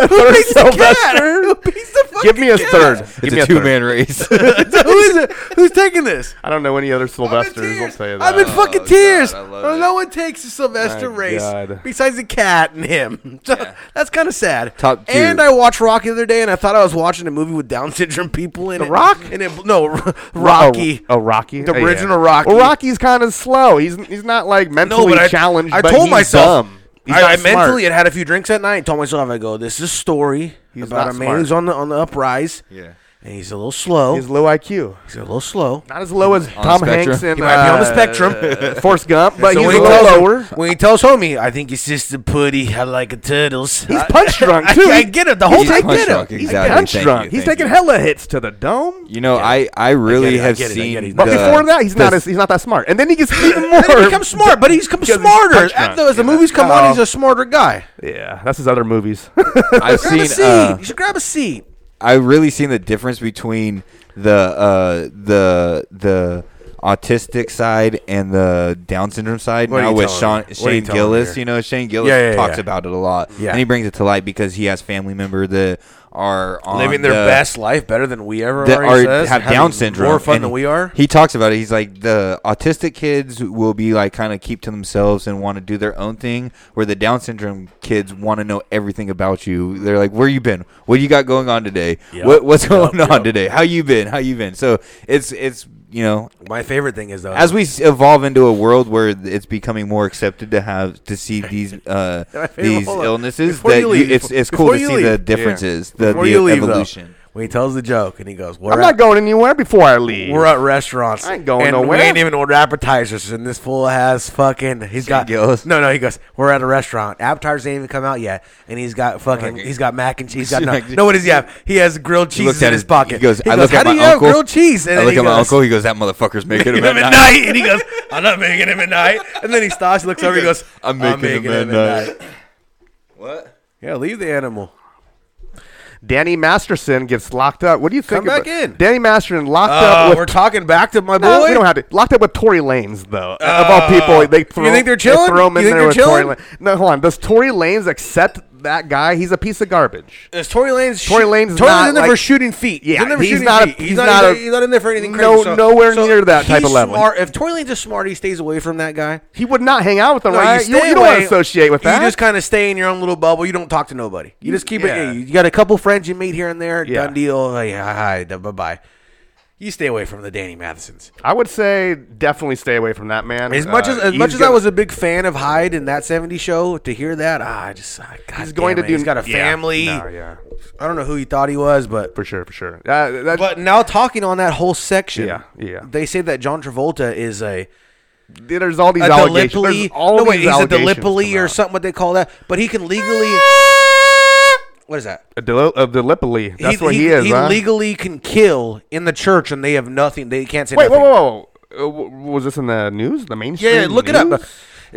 [SPEAKER 4] beats the-
[SPEAKER 10] Another
[SPEAKER 4] Who beats the cat?
[SPEAKER 10] Sylvester.
[SPEAKER 4] Who beats the fucking
[SPEAKER 10] Give me a
[SPEAKER 4] cat?
[SPEAKER 10] third. Give
[SPEAKER 9] It's
[SPEAKER 10] me
[SPEAKER 9] a
[SPEAKER 10] a third.
[SPEAKER 9] two man race.
[SPEAKER 4] So who is it? Who's taking this?
[SPEAKER 10] I don't know any other Sylvesters. I'll
[SPEAKER 4] Tears.
[SPEAKER 10] tell you that.
[SPEAKER 4] I'm in fucking
[SPEAKER 9] God,
[SPEAKER 4] tears.
[SPEAKER 9] I love
[SPEAKER 4] Oh,
[SPEAKER 9] it.
[SPEAKER 4] no one takes a Sylvester
[SPEAKER 10] My
[SPEAKER 4] race
[SPEAKER 10] God.
[SPEAKER 4] besides the cat and him. So That's kind of sad.
[SPEAKER 9] Top two.
[SPEAKER 4] And I watched Rocky the other day, and I thought I was watching a movie with Down syndrome people in
[SPEAKER 10] The
[SPEAKER 4] it.
[SPEAKER 10] Rock?
[SPEAKER 4] And it, no, Rocky.
[SPEAKER 10] Oh, oh, Rocky.
[SPEAKER 4] The
[SPEAKER 10] Oh, yeah.
[SPEAKER 4] original Rocky.
[SPEAKER 10] Well, Rocky's kind of slow. He's he's not like mentally
[SPEAKER 4] I-
[SPEAKER 10] challenged.
[SPEAKER 4] I
[SPEAKER 10] but
[SPEAKER 4] told
[SPEAKER 10] he's
[SPEAKER 4] myself-
[SPEAKER 10] dumb. He's
[SPEAKER 4] I,
[SPEAKER 10] not
[SPEAKER 4] I
[SPEAKER 10] smart.
[SPEAKER 4] mentally had had a few drinks at night. and Told myself, I go, this is a story about
[SPEAKER 10] not
[SPEAKER 4] a man
[SPEAKER 10] smart.
[SPEAKER 4] who's on the on the uprise,
[SPEAKER 9] yeah.
[SPEAKER 4] and he's a little slow.
[SPEAKER 10] He's low IQ.
[SPEAKER 4] He's a little slow.
[SPEAKER 10] Not as low as Tom
[SPEAKER 9] spectrum.
[SPEAKER 10] Hanks and
[SPEAKER 4] He might be on the
[SPEAKER 10] uh,
[SPEAKER 4] spectrum.
[SPEAKER 10] Forrest Gump, but
[SPEAKER 4] So
[SPEAKER 10] he's
[SPEAKER 4] when
[SPEAKER 10] a
[SPEAKER 4] he
[SPEAKER 10] little
[SPEAKER 4] tells him-
[SPEAKER 10] lower.
[SPEAKER 4] when he tells homie, I think it's just a putty. I like a turtles.
[SPEAKER 10] He's punch drunk too.
[SPEAKER 4] I, I
[SPEAKER 10] He-
[SPEAKER 4] get it. The whole
[SPEAKER 10] He's
[SPEAKER 9] He's
[SPEAKER 4] take
[SPEAKER 10] taking
[SPEAKER 9] punch
[SPEAKER 4] get
[SPEAKER 9] drunk,
[SPEAKER 4] it.
[SPEAKER 10] He's
[SPEAKER 9] exactly.
[SPEAKER 10] punch
[SPEAKER 9] Thank
[SPEAKER 10] drunk.
[SPEAKER 9] you,
[SPEAKER 10] He's
[SPEAKER 9] thank
[SPEAKER 10] taking
[SPEAKER 9] you.
[SPEAKER 10] hella hits to the dome.
[SPEAKER 9] You know, I, I really
[SPEAKER 4] it, I
[SPEAKER 9] have
[SPEAKER 4] get it, I
[SPEAKER 9] seen.
[SPEAKER 4] get it.
[SPEAKER 10] But
[SPEAKER 9] the-
[SPEAKER 10] before that, he's not
[SPEAKER 9] the-
[SPEAKER 10] as he's not that smart. And then he gets even more.
[SPEAKER 4] And then he becomes smart, but he's become
[SPEAKER 10] Because he's
[SPEAKER 4] smarter.
[SPEAKER 10] punch drunk, Oh,
[SPEAKER 4] As the, as the
[SPEAKER 10] yeah.
[SPEAKER 4] movies come
[SPEAKER 10] No.
[SPEAKER 4] on, he's a smarter guy.
[SPEAKER 10] yeah, that's his other movies.
[SPEAKER 9] I've
[SPEAKER 4] Grab a
[SPEAKER 9] seen.
[SPEAKER 4] seat.
[SPEAKER 9] Uh,
[SPEAKER 4] you should grab a seat.
[SPEAKER 9] I really seen the difference between the uh, the the autistic side and the Down syndrome side.
[SPEAKER 4] What are
[SPEAKER 9] now
[SPEAKER 4] you
[SPEAKER 9] with
[SPEAKER 4] telling
[SPEAKER 9] Sean,
[SPEAKER 4] me? What are you
[SPEAKER 9] Shane
[SPEAKER 4] telling me
[SPEAKER 9] Gillis,
[SPEAKER 4] here?
[SPEAKER 9] you know, Shane Gillis
[SPEAKER 4] Yeah, yeah,
[SPEAKER 9] talks
[SPEAKER 4] yeah.
[SPEAKER 9] about it a lot,
[SPEAKER 4] Yeah.
[SPEAKER 9] and he brings it to light because he has family member that are on
[SPEAKER 4] Living their
[SPEAKER 9] the-
[SPEAKER 4] best life better than we ever
[SPEAKER 9] that
[SPEAKER 4] are.
[SPEAKER 9] are
[SPEAKER 4] he says,
[SPEAKER 9] have
[SPEAKER 4] having
[SPEAKER 9] Down syndrome.
[SPEAKER 4] More fun
[SPEAKER 9] and
[SPEAKER 4] than we are.
[SPEAKER 9] He talks about it. He's like the autistic kids will be like kind of keep to themselves and want to do their own thing, where the Down syndrome kids want to know everything about you. They're like, "Where you been? What you got going on today? What, what's going on today? How you been? How you been?" So it's it's you know
[SPEAKER 4] My favorite thing is though,
[SPEAKER 9] as we s- evolve into a world where it's becoming more accepted to have to see these uh,
[SPEAKER 4] My favorite-
[SPEAKER 9] these
[SPEAKER 4] hold on.
[SPEAKER 9] illnesses,
[SPEAKER 4] Before
[SPEAKER 9] that
[SPEAKER 4] you
[SPEAKER 9] you-
[SPEAKER 4] leave-
[SPEAKER 9] it's it's cool
[SPEAKER 4] before
[SPEAKER 9] to
[SPEAKER 4] you
[SPEAKER 9] see
[SPEAKER 4] leave.
[SPEAKER 9] the
[SPEAKER 4] Yeah.
[SPEAKER 9] differences, the,
[SPEAKER 4] before
[SPEAKER 9] the
[SPEAKER 4] you leave, though,
[SPEAKER 9] evolution.
[SPEAKER 4] when he tells the joke and he goes, "We're
[SPEAKER 10] I'm
[SPEAKER 4] at,
[SPEAKER 10] not going anywhere before I leave.
[SPEAKER 4] we're at restaurants.
[SPEAKER 10] I ain't going
[SPEAKER 4] and
[SPEAKER 10] nowhere."
[SPEAKER 4] We ain't even ordered appetizers, and this fool has fucking. He's got
[SPEAKER 9] Gillis.
[SPEAKER 4] no, no. He goes, "We're at a restaurant. Appetizers ain't even come out yet, and he's got fucking. He's got mac and cheese. He's got no, no. What does he have? He has grilled
[SPEAKER 9] He
[SPEAKER 4] cheese
[SPEAKER 9] looks
[SPEAKER 4] in
[SPEAKER 9] at
[SPEAKER 4] his
[SPEAKER 9] his-
[SPEAKER 4] pocket.
[SPEAKER 9] He goes, I
[SPEAKER 4] goes,
[SPEAKER 9] look
[SPEAKER 4] "How
[SPEAKER 9] at
[SPEAKER 4] do
[SPEAKER 9] my
[SPEAKER 4] you
[SPEAKER 9] uncle.
[SPEAKER 4] have grilled cheese?"
[SPEAKER 9] I
[SPEAKER 4] then
[SPEAKER 9] look
[SPEAKER 4] he
[SPEAKER 9] at my
[SPEAKER 4] goes,
[SPEAKER 9] uncle. He goes, that motherfucker's making him at
[SPEAKER 4] him
[SPEAKER 9] night.
[SPEAKER 4] at night. And he goes, I'm not making him at night. And then he stops, looks over, he goes,
[SPEAKER 9] I'm making him at night.
[SPEAKER 4] What? Yeah, leave the animal.
[SPEAKER 10] Danny Masterson gets locked up. What do you think?
[SPEAKER 4] Come back
[SPEAKER 10] about-
[SPEAKER 4] in.
[SPEAKER 10] Danny Masterson locked
[SPEAKER 4] Uh,
[SPEAKER 10] up
[SPEAKER 4] we're
[SPEAKER 10] with.
[SPEAKER 4] talking back to my boy. Uh,
[SPEAKER 10] No, we don't have to. Locked up with Tory Lanez though. of all people, they throw,
[SPEAKER 4] think they're
[SPEAKER 10] they
[SPEAKER 4] chilling?
[SPEAKER 10] throw him
[SPEAKER 4] You think
[SPEAKER 10] in there
[SPEAKER 4] they're
[SPEAKER 10] with
[SPEAKER 4] chilling?
[SPEAKER 10] Tory Lanez. No, hold on. Does Tory Lanez accept that guy? He's a piece of garbage.
[SPEAKER 4] Is Tory Lane's
[SPEAKER 10] Tory Lane's
[SPEAKER 4] Tory
[SPEAKER 10] not
[SPEAKER 4] in there
[SPEAKER 10] like-
[SPEAKER 4] for shooting feet.
[SPEAKER 10] Yeah,
[SPEAKER 4] he's in there for
[SPEAKER 10] he's
[SPEAKER 4] shooting
[SPEAKER 10] not a-
[SPEAKER 4] feet.
[SPEAKER 10] he's not a-
[SPEAKER 4] he's not in there for anything.
[SPEAKER 10] no-
[SPEAKER 4] crazy. So-
[SPEAKER 10] nowhere
[SPEAKER 4] so
[SPEAKER 10] near that type
[SPEAKER 4] he's
[SPEAKER 10] of level.
[SPEAKER 4] Smart. If Tory Lane's a smart, he stays away from that guy.
[SPEAKER 10] He would not hang out with them,
[SPEAKER 4] No,
[SPEAKER 10] right?
[SPEAKER 4] you
[SPEAKER 10] You,
[SPEAKER 4] stay
[SPEAKER 10] you don't want
[SPEAKER 4] away.
[SPEAKER 10] to associate with that.
[SPEAKER 4] You just kind of stay in your own little bubble. You don't talk to nobody. You just keep
[SPEAKER 10] yeah.
[SPEAKER 4] it. You got a couple friends you meet here and there.
[SPEAKER 10] Yeah.
[SPEAKER 4] Done deal. Like, hi, bye bye. You stay away from the Danny Mathesons.
[SPEAKER 10] I would say definitely stay away from that man.
[SPEAKER 4] As much
[SPEAKER 10] Uh,
[SPEAKER 4] as as
[SPEAKER 10] he's
[SPEAKER 4] much as I
[SPEAKER 10] gonna-
[SPEAKER 4] was a big fan of Hyde in that '70s show, to hear that, ah, I just ah, God
[SPEAKER 10] he's going
[SPEAKER 4] damn
[SPEAKER 10] to
[SPEAKER 4] it,
[SPEAKER 10] do.
[SPEAKER 4] He's got a
[SPEAKER 10] yeah.
[SPEAKER 4] family.
[SPEAKER 10] No, yeah,
[SPEAKER 4] I don't know who he thought he was, but
[SPEAKER 10] for sure, for sure. Uh, that,
[SPEAKER 4] but now talking on that whole section,
[SPEAKER 10] Yeah, yeah.
[SPEAKER 4] they say that John Travolta is a,
[SPEAKER 10] there's all these
[SPEAKER 4] a
[SPEAKER 10] allegations.
[SPEAKER 4] Gallipoli.
[SPEAKER 10] There's all
[SPEAKER 4] no,
[SPEAKER 10] these
[SPEAKER 4] wait, he's a
[SPEAKER 10] allegations
[SPEAKER 4] Gallipoli
[SPEAKER 10] come
[SPEAKER 4] or
[SPEAKER 10] out.
[SPEAKER 4] something. What they call that? But he can legally. What is that?
[SPEAKER 10] A Dil- of Gallipoli. That's what he, is.
[SPEAKER 4] He
[SPEAKER 10] huh?
[SPEAKER 4] legally can kill in the church, and they have nothing. They can't say.
[SPEAKER 10] Wait, whoa,
[SPEAKER 4] nothing.
[SPEAKER 10] whoa, whoa. Uh, w- was this in the news? The mainstream?
[SPEAKER 4] Yeah, yeah, look it
[SPEAKER 10] news?
[SPEAKER 4] up.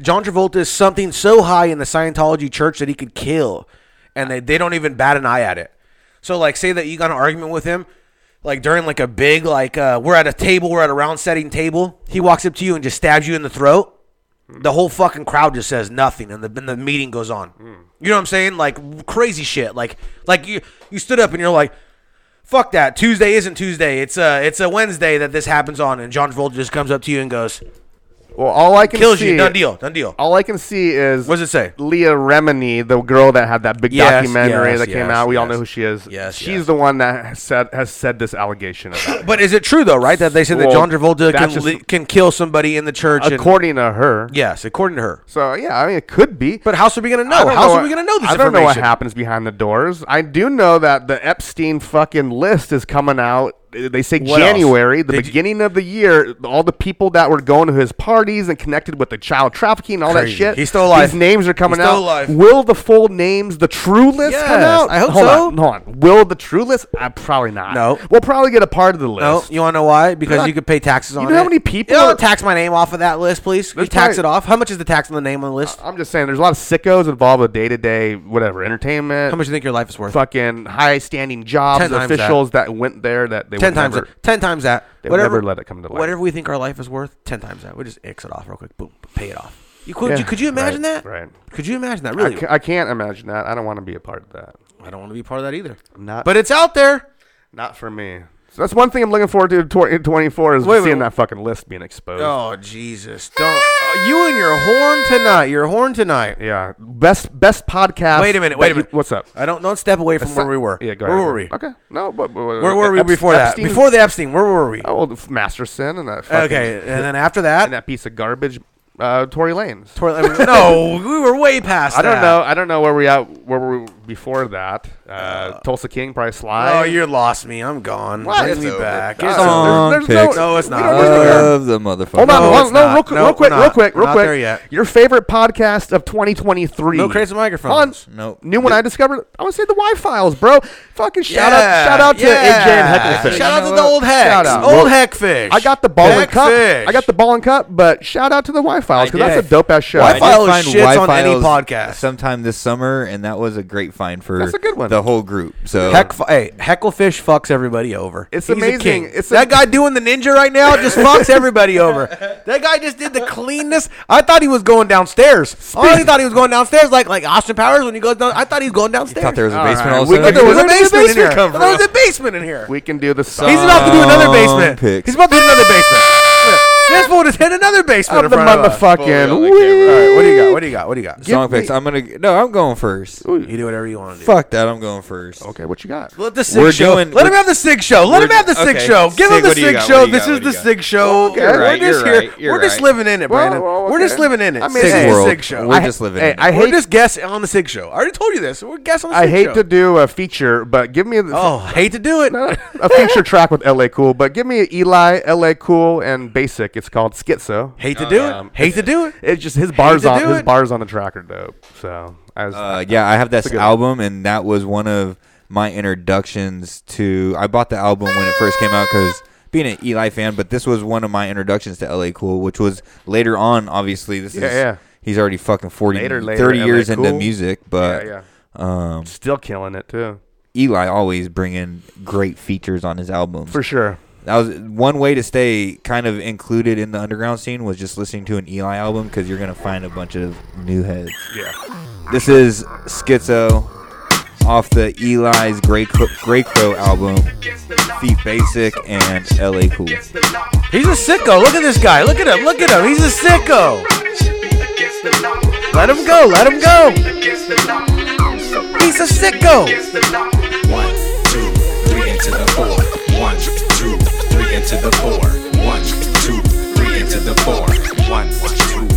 [SPEAKER 4] John Travolta is something so high in the Scientology church that he could kill, and they, they don't even bat an eye at it. So, like, say that you got an argument with him, like during like a big like uh, we're at a table, we're at a round setting table. He walks up to you and just stabs you in the throat. The whole fucking crowd just says nothing, and the and the meeting goes on. You know what I'm saying? Like crazy shit. Like like you you stood up and you're like. Fuck that. Tuesday isn't Tuesday. It's a it's a Wednesday that this happens on, and John Travolta just comes up to you and goes,
[SPEAKER 10] Well, all I can
[SPEAKER 4] Kills
[SPEAKER 10] see
[SPEAKER 4] you. Done deal. Done deal.
[SPEAKER 10] All I can see is
[SPEAKER 4] what does it say?
[SPEAKER 10] Leah Remini, the girl that had that big
[SPEAKER 4] Yes,
[SPEAKER 10] documentary
[SPEAKER 4] yes,
[SPEAKER 10] that came
[SPEAKER 4] yes,
[SPEAKER 10] out. We all
[SPEAKER 4] yes.
[SPEAKER 10] know who she is.
[SPEAKER 4] Yes,
[SPEAKER 10] she's the one that has said has said this allegation about. it.
[SPEAKER 4] But is it true though, right? That they said
[SPEAKER 10] Well,
[SPEAKER 4] that John Travolta can,
[SPEAKER 10] that's just-
[SPEAKER 4] li- can kill somebody in the church, and-
[SPEAKER 10] According to her.
[SPEAKER 4] Yes, according to her.
[SPEAKER 10] So yeah, I mean it could be.
[SPEAKER 4] But how's we gonna
[SPEAKER 10] I
[SPEAKER 4] know?
[SPEAKER 10] don't
[SPEAKER 4] How's
[SPEAKER 10] what-
[SPEAKER 4] we gonna know this?
[SPEAKER 10] I don't know what
[SPEAKER 4] information?
[SPEAKER 10] happens behind the doors. I do know that the Epstein fucking list is coming out. Uh, They say
[SPEAKER 4] What else?
[SPEAKER 10] January, the beginning of the year. All the people that were going to his parties and connected with the child trafficking, and all
[SPEAKER 4] Crazy.
[SPEAKER 10] that shit.
[SPEAKER 4] He's still alive.
[SPEAKER 10] These names are coming
[SPEAKER 4] He's still
[SPEAKER 10] out.
[SPEAKER 4] alive.
[SPEAKER 10] Will the full names, the true list, come
[SPEAKER 4] Yes,
[SPEAKER 10] out?
[SPEAKER 4] I hope
[SPEAKER 10] hold
[SPEAKER 4] so.
[SPEAKER 10] On, hold on. Will the true list? Uh, probably not. No. We'll probably get a part of the list.
[SPEAKER 4] No, you want to know why? Because
[SPEAKER 10] You're not-
[SPEAKER 4] you could pay taxes on
[SPEAKER 10] know
[SPEAKER 4] it.
[SPEAKER 10] how many people
[SPEAKER 4] You know,
[SPEAKER 10] are-
[SPEAKER 4] tax my name off of that list, please. Can you tax
[SPEAKER 10] probably-
[SPEAKER 4] it off. How much is the tax on the name on the list?
[SPEAKER 10] I'm just saying, there's a lot of sickos involved with day to day, whatever, entertainment.
[SPEAKER 4] How much you think your life is worth?
[SPEAKER 10] Fucking high standing jobs,
[SPEAKER 4] Ten times that.
[SPEAKER 10] officials that. went there that they
[SPEAKER 4] ten
[SPEAKER 10] would
[SPEAKER 4] times
[SPEAKER 10] never-
[SPEAKER 4] that. Ten times that.
[SPEAKER 10] They would
[SPEAKER 4] whatever,
[SPEAKER 10] never let it come to light.
[SPEAKER 4] Whatever we think our life is worth, ten times that. We just X it off real quick. Boom, pay it off. You could,
[SPEAKER 10] Yeah,
[SPEAKER 4] you, could you imagine
[SPEAKER 10] right,
[SPEAKER 4] that?
[SPEAKER 10] Right.
[SPEAKER 4] Could you imagine that?
[SPEAKER 10] I
[SPEAKER 4] Really?
[SPEAKER 10] ca- I can't imagine that. I don't want to be a part of that.
[SPEAKER 4] I don't want to be part of that either.
[SPEAKER 10] Not.
[SPEAKER 4] But it's out there.
[SPEAKER 10] Not for me. So that's one thing I'm looking forward to in tw- in 24 is
[SPEAKER 4] Wait, wait,
[SPEAKER 10] seeing
[SPEAKER 4] wait.
[SPEAKER 10] that fucking list being exposed.
[SPEAKER 4] Oh Jesus! Don't
[SPEAKER 10] uh,
[SPEAKER 4] oh, you and your horn tonight? Your horn tonight.
[SPEAKER 10] Yeah. Best best podcast.
[SPEAKER 4] Wait a minute. Wait
[SPEAKER 10] that
[SPEAKER 4] a minute.
[SPEAKER 10] You, what's up?
[SPEAKER 4] I don't don't step away from
[SPEAKER 10] Aside-
[SPEAKER 4] where we were.
[SPEAKER 10] Yeah, go
[SPEAKER 4] Where
[SPEAKER 10] ahead.
[SPEAKER 4] were we?
[SPEAKER 10] Okay. No, but, but
[SPEAKER 4] Where were we before that? Before the Epstein, where were we?
[SPEAKER 10] Oh, well, Masterson and that. fucking-
[SPEAKER 4] Okay, and then after that,
[SPEAKER 10] and that piece of garbage, uh, Tory Lanez.
[SPEAKER 4] Tory Lanez- no, we were way past
[SPEAKER 10] I don't
[SPEAKER 4] that.
[SPEAKER 10] know. I don't know where we at. Where were we before that? Uh, Tulsa King, probably Sly.
[SPEAKER 4] Oh, you lost me. I'm gone.
[SPEAKER 10] What?
[SPEAKER 4] Bring
[SPEAKER 10] It's
[SPEAKER 4] me
[SPEAKER 10] over.
[SPEAKER 4] back.
[SPEAKER 10] Done.
[SPEAKER 4] It's over.
[SPEAKER 10] There's- there's
[SPEAKER 4] no, it's
[SPEAKER 10] we
[SPEAKER 4] not.
[SPEAKER 10] don't really care.
[SPEAKER 9] Of the motherfucker.
[SPEAKER 10] Hold
[SPEAKER 4] No,
[SPEAKER 10] on, hold
[SPEAKER 4] it's
[SPEAKER 10] on, no,
[SPEAKER 4] not.
[SPEAKER 10] real, qu-
[SPEAKER 4] No,
[SPEAKER 10] real quick,
[SPEAKER 4] we're
[SPEAKER 10] real
[SPEAKER 4] not.
[SPEAKER 10] quick, real
[SPEAKER 4] Not
[SPEAKER 10] quick.
[SPEAKER 4] there yet.
[SPEAKER 10] Your favorite podcast of 2023?
[SPEAKER 4] No crazy microphones.
[SPEAKER 10] On-
[SPEAKER 9] Nope.
[SPEAKER 10] New one I discovered. I would say the Y Files, bro. Fucking shout
[SPEAKER 4] Yeah,
[SPEAKER 10] out, shout out to AJ
[SPEAKER 4] yeah.
[SPEAKER 10] and Hecklefish.
[SPEAKER 4] Shout out to the old Hex.
[SPEAKER 10] Shout out.
[SPEAKER 4] Old Heckfish.
[SPEAKER 10] I got the ball and cup.
[SPEAKER 4] Heckfish.
[SPEAKER 10] I got the ball and cup, but shout out to the Y Files because
[SPEAKER 4] did.
[SPEAKER 10] that's a dope ass show.
[SPEAKER 4] Wi-Fi-
[SPEAKER 9] I did
[SPEAKER 4] Files
[SPEAKER 9] find
[SPEAKER 4] shits on any
[SPEAKER 9] Wi-Files
[SPEAKER 4] podcast.
[SPEAKER 9] sometime this summer, and that was a great find for
[SPEAKER 10] That's a good one.
[SPEAKER 9] the whole group. So
[SPEAKER 4] Heck, hey, Hecklefish fucks everybody over.
[SPEAKER 10] Uh, It's
[SPEAKER 4] He's a
[SPEAKER 10] amazing.
[SPEAKER 4] king.
[SPEAKER 10] It's
[SPEAKER 4] that
[SPEAKER 10] a-
[SPEAKER 4] guy doing the ninja right now just fucks everybody over. That guy just did the cleanness. I thought he was going downstairs. I honestly thought he was going downstairs, like like Austin Powers when he goes down. I thought he was going downstairs.
[SPEAKER 9] thought there was a basement.
[SPEAKER 10] right.
[SPEAKER 9] All of
[SPEAKER 10] We
[SPEAKER 9] a
[SPEAKER 4] But
[SPEAKER 9] sudden.
[SPEAKER 4] there was
[SPEAKER 10] Where
[SPEAKER 4] a
[SPEAKER 10] did the
[SPEAKER 4] basement in
[SPEAKER 10] basement
[SPEAKER 4] here.
[SPEAKER 10] come
[SPEAKER 4] There was a
[SPEAKER 10] from?
[SPEAKER 4] basement in here.
[SPEAKER 10] we can do the song.
[SPEAKER 4] He's about to do another basement.
[SPEAKER 9] picks.
[SPEAKER 4] He's about to do another basement. This fool just hit another basement
[SPEAKER 10] Of
[SPEAKER 4] in
[SPEAKER 10] the
[SPEAKER 4] front of us.
[SPEAKER 10] motherfucking.
[SPEAKER 19] Fully on the camera.
[SPEAKER 10] week.
[SPEAKER 4] What do you got? What do you got? What do you got?
[SPEAKER 9] song
[SPEAKER 10] Give me-
[SPEAKER 9] picks. I'm gonna no. I'm going first.
[SPEAKER 4] You do whatever you want to do.
[SPEAKER 9] Fuck that. I'm going first.
[SPEAKER 10] Okay, what you got?
[SPEAKER 4] Let the
[SPEAKER 9] We're
[SPEAKER 4] Sig show.
[SPEAKER 9] doing-
[SPEAKER 4] Let
[SPEAKER 9] we're-
[SPEAKER 4] him have the Sig show. Let
[SPEAKER 9] we're-
[SPEAKER 4] him have the Sig
[SPEAKER 9] okay.
[SPEAKER 4] show. Give
[SPEAKER 9] Sig,
[SPEAKER 4] him the
[SPEAKER 9] what do you
[SPEAKER 4] Sig
[SPEAKER 9] got?
[SPEAKER 4] show.
[SPEAKER 9] What do you
[SPEAKER 4] This
[SPEAKER 9] got?
[SPEAKER 4] is
[SPEAKER 9] What do
[SPEAKER 4] the
[SPEAKER 9] you got?
[SPEAKER 4] Sig show.
[SPEAKER 10] Okay. You're
[SPEAKER 9] right,
[SPEAKER 4] We're just
[SPEAKER 9] you're
[SPEAKER 4] here.
[SPEAKER 9] right, you're
[SPEAKER 4] We're just
[SPEAKER 9] right.
[SPEAKER 4] living in it,
[SPEAKER 10] Well,
[SPEAKER 4] Brandon.
[SPEAKER 10] well,
[SPEAKER 4] We're just
[SPEAKER 10] okay.
[SPEAKER 4] living in it.
[SPEAKER 10] I mean,
[SPEAKER 4] Sig
[SPEAKER 10] hey,
[SPEAKER 4] show.
[SPEAKER 9] world.
[SPEAKER 4] Sig show.
[SPEAKER 9] We're
[SPEAKER 10] I-
[SPEAKER 9] just living.
[SPEAKER 10] hey,
[SPEAKER 9] in it.
[SPEAKER 10] I
[SPEAKER 4] We're
[SPEAKER 10] hate
[SPEAKER 4] just guests on the Sig show. I already told you this. We're guests on the
[SPEAKER 10] I
[SPEAKER 4] Sig
[SPEAKER 10] hate
[SPEAKER 4] show.
[SPEAKER 10] to do a feature, but give me the,
[SPEAKER 4] Oh, hate to do it.
[SPEAKER 10] a feature track with LA Cool, but give me Eli, LA Cool, and Basic. It's called Schizo.
[SPEAKER 4] Hate to do
[SPEAKER 9] Um,
[SPEAKER 4] it. Hate to do it.
[SPEAKER 10] It's just his bars
[SPEAKER 4] to
[SPEAKER 10] on
[SPEAKER 4] do
[SPEAKER 10] his
[SPEAKER 4] it.
[SPEAKER 10] bars on the track are dope. So I was,
[SPEAKER 9] Uh, yeah, I have
[SPEAKER 10] a
[SPEAKER 9] this
[SPEAKER 10] good one.
[SPEAKER 9] album, and that was one of my introductions to. I bought the album when it first came out because being an Eli fan, but this was one of my introductions to LA Cool, which was later on. Obviously, this
[SPEAKER 10] Yeah,
[SPEAKER 9] is
[SPEAKER 10] yeah.
[SPEAKER 9] he's already fucking 40,
[SPEAKER 10] Later, later,
[SPEAKER 9] 30
[SPEAKER 10] LA
[SPEAKER 9] years into
[SPEAKER 10] Cool.
[SPEAKER 9] music, but
[SPEAKER 10] Yeah,
[SPEAKER 9] Um,
[SPEAKER 10] still killing it too,
[SPEAKER 9] Eli always bringing great features on his albums.
[SPEAKER 10] for sure.
[SPEAKER 9] That was one way to stay kind of included in the underground scene was just listening to an Eli album because you're gonna find a bunch of new heads.
[SPEAKER 10] Yeah.
[SPEAKER 9] This is Schizo off the Eli's Grey Crow, Grey Crow album, Feet Basic and LA Cool.
[SPEAKER 4] He's a sicko. Look at this guy. Look at him. Look at him. He's a sicko. Let him go. Let him go. He's a sicko.
[SPEAKER 20] One, two, three into the four. One, two, three into the four. One, two, three into the four. One, two, three.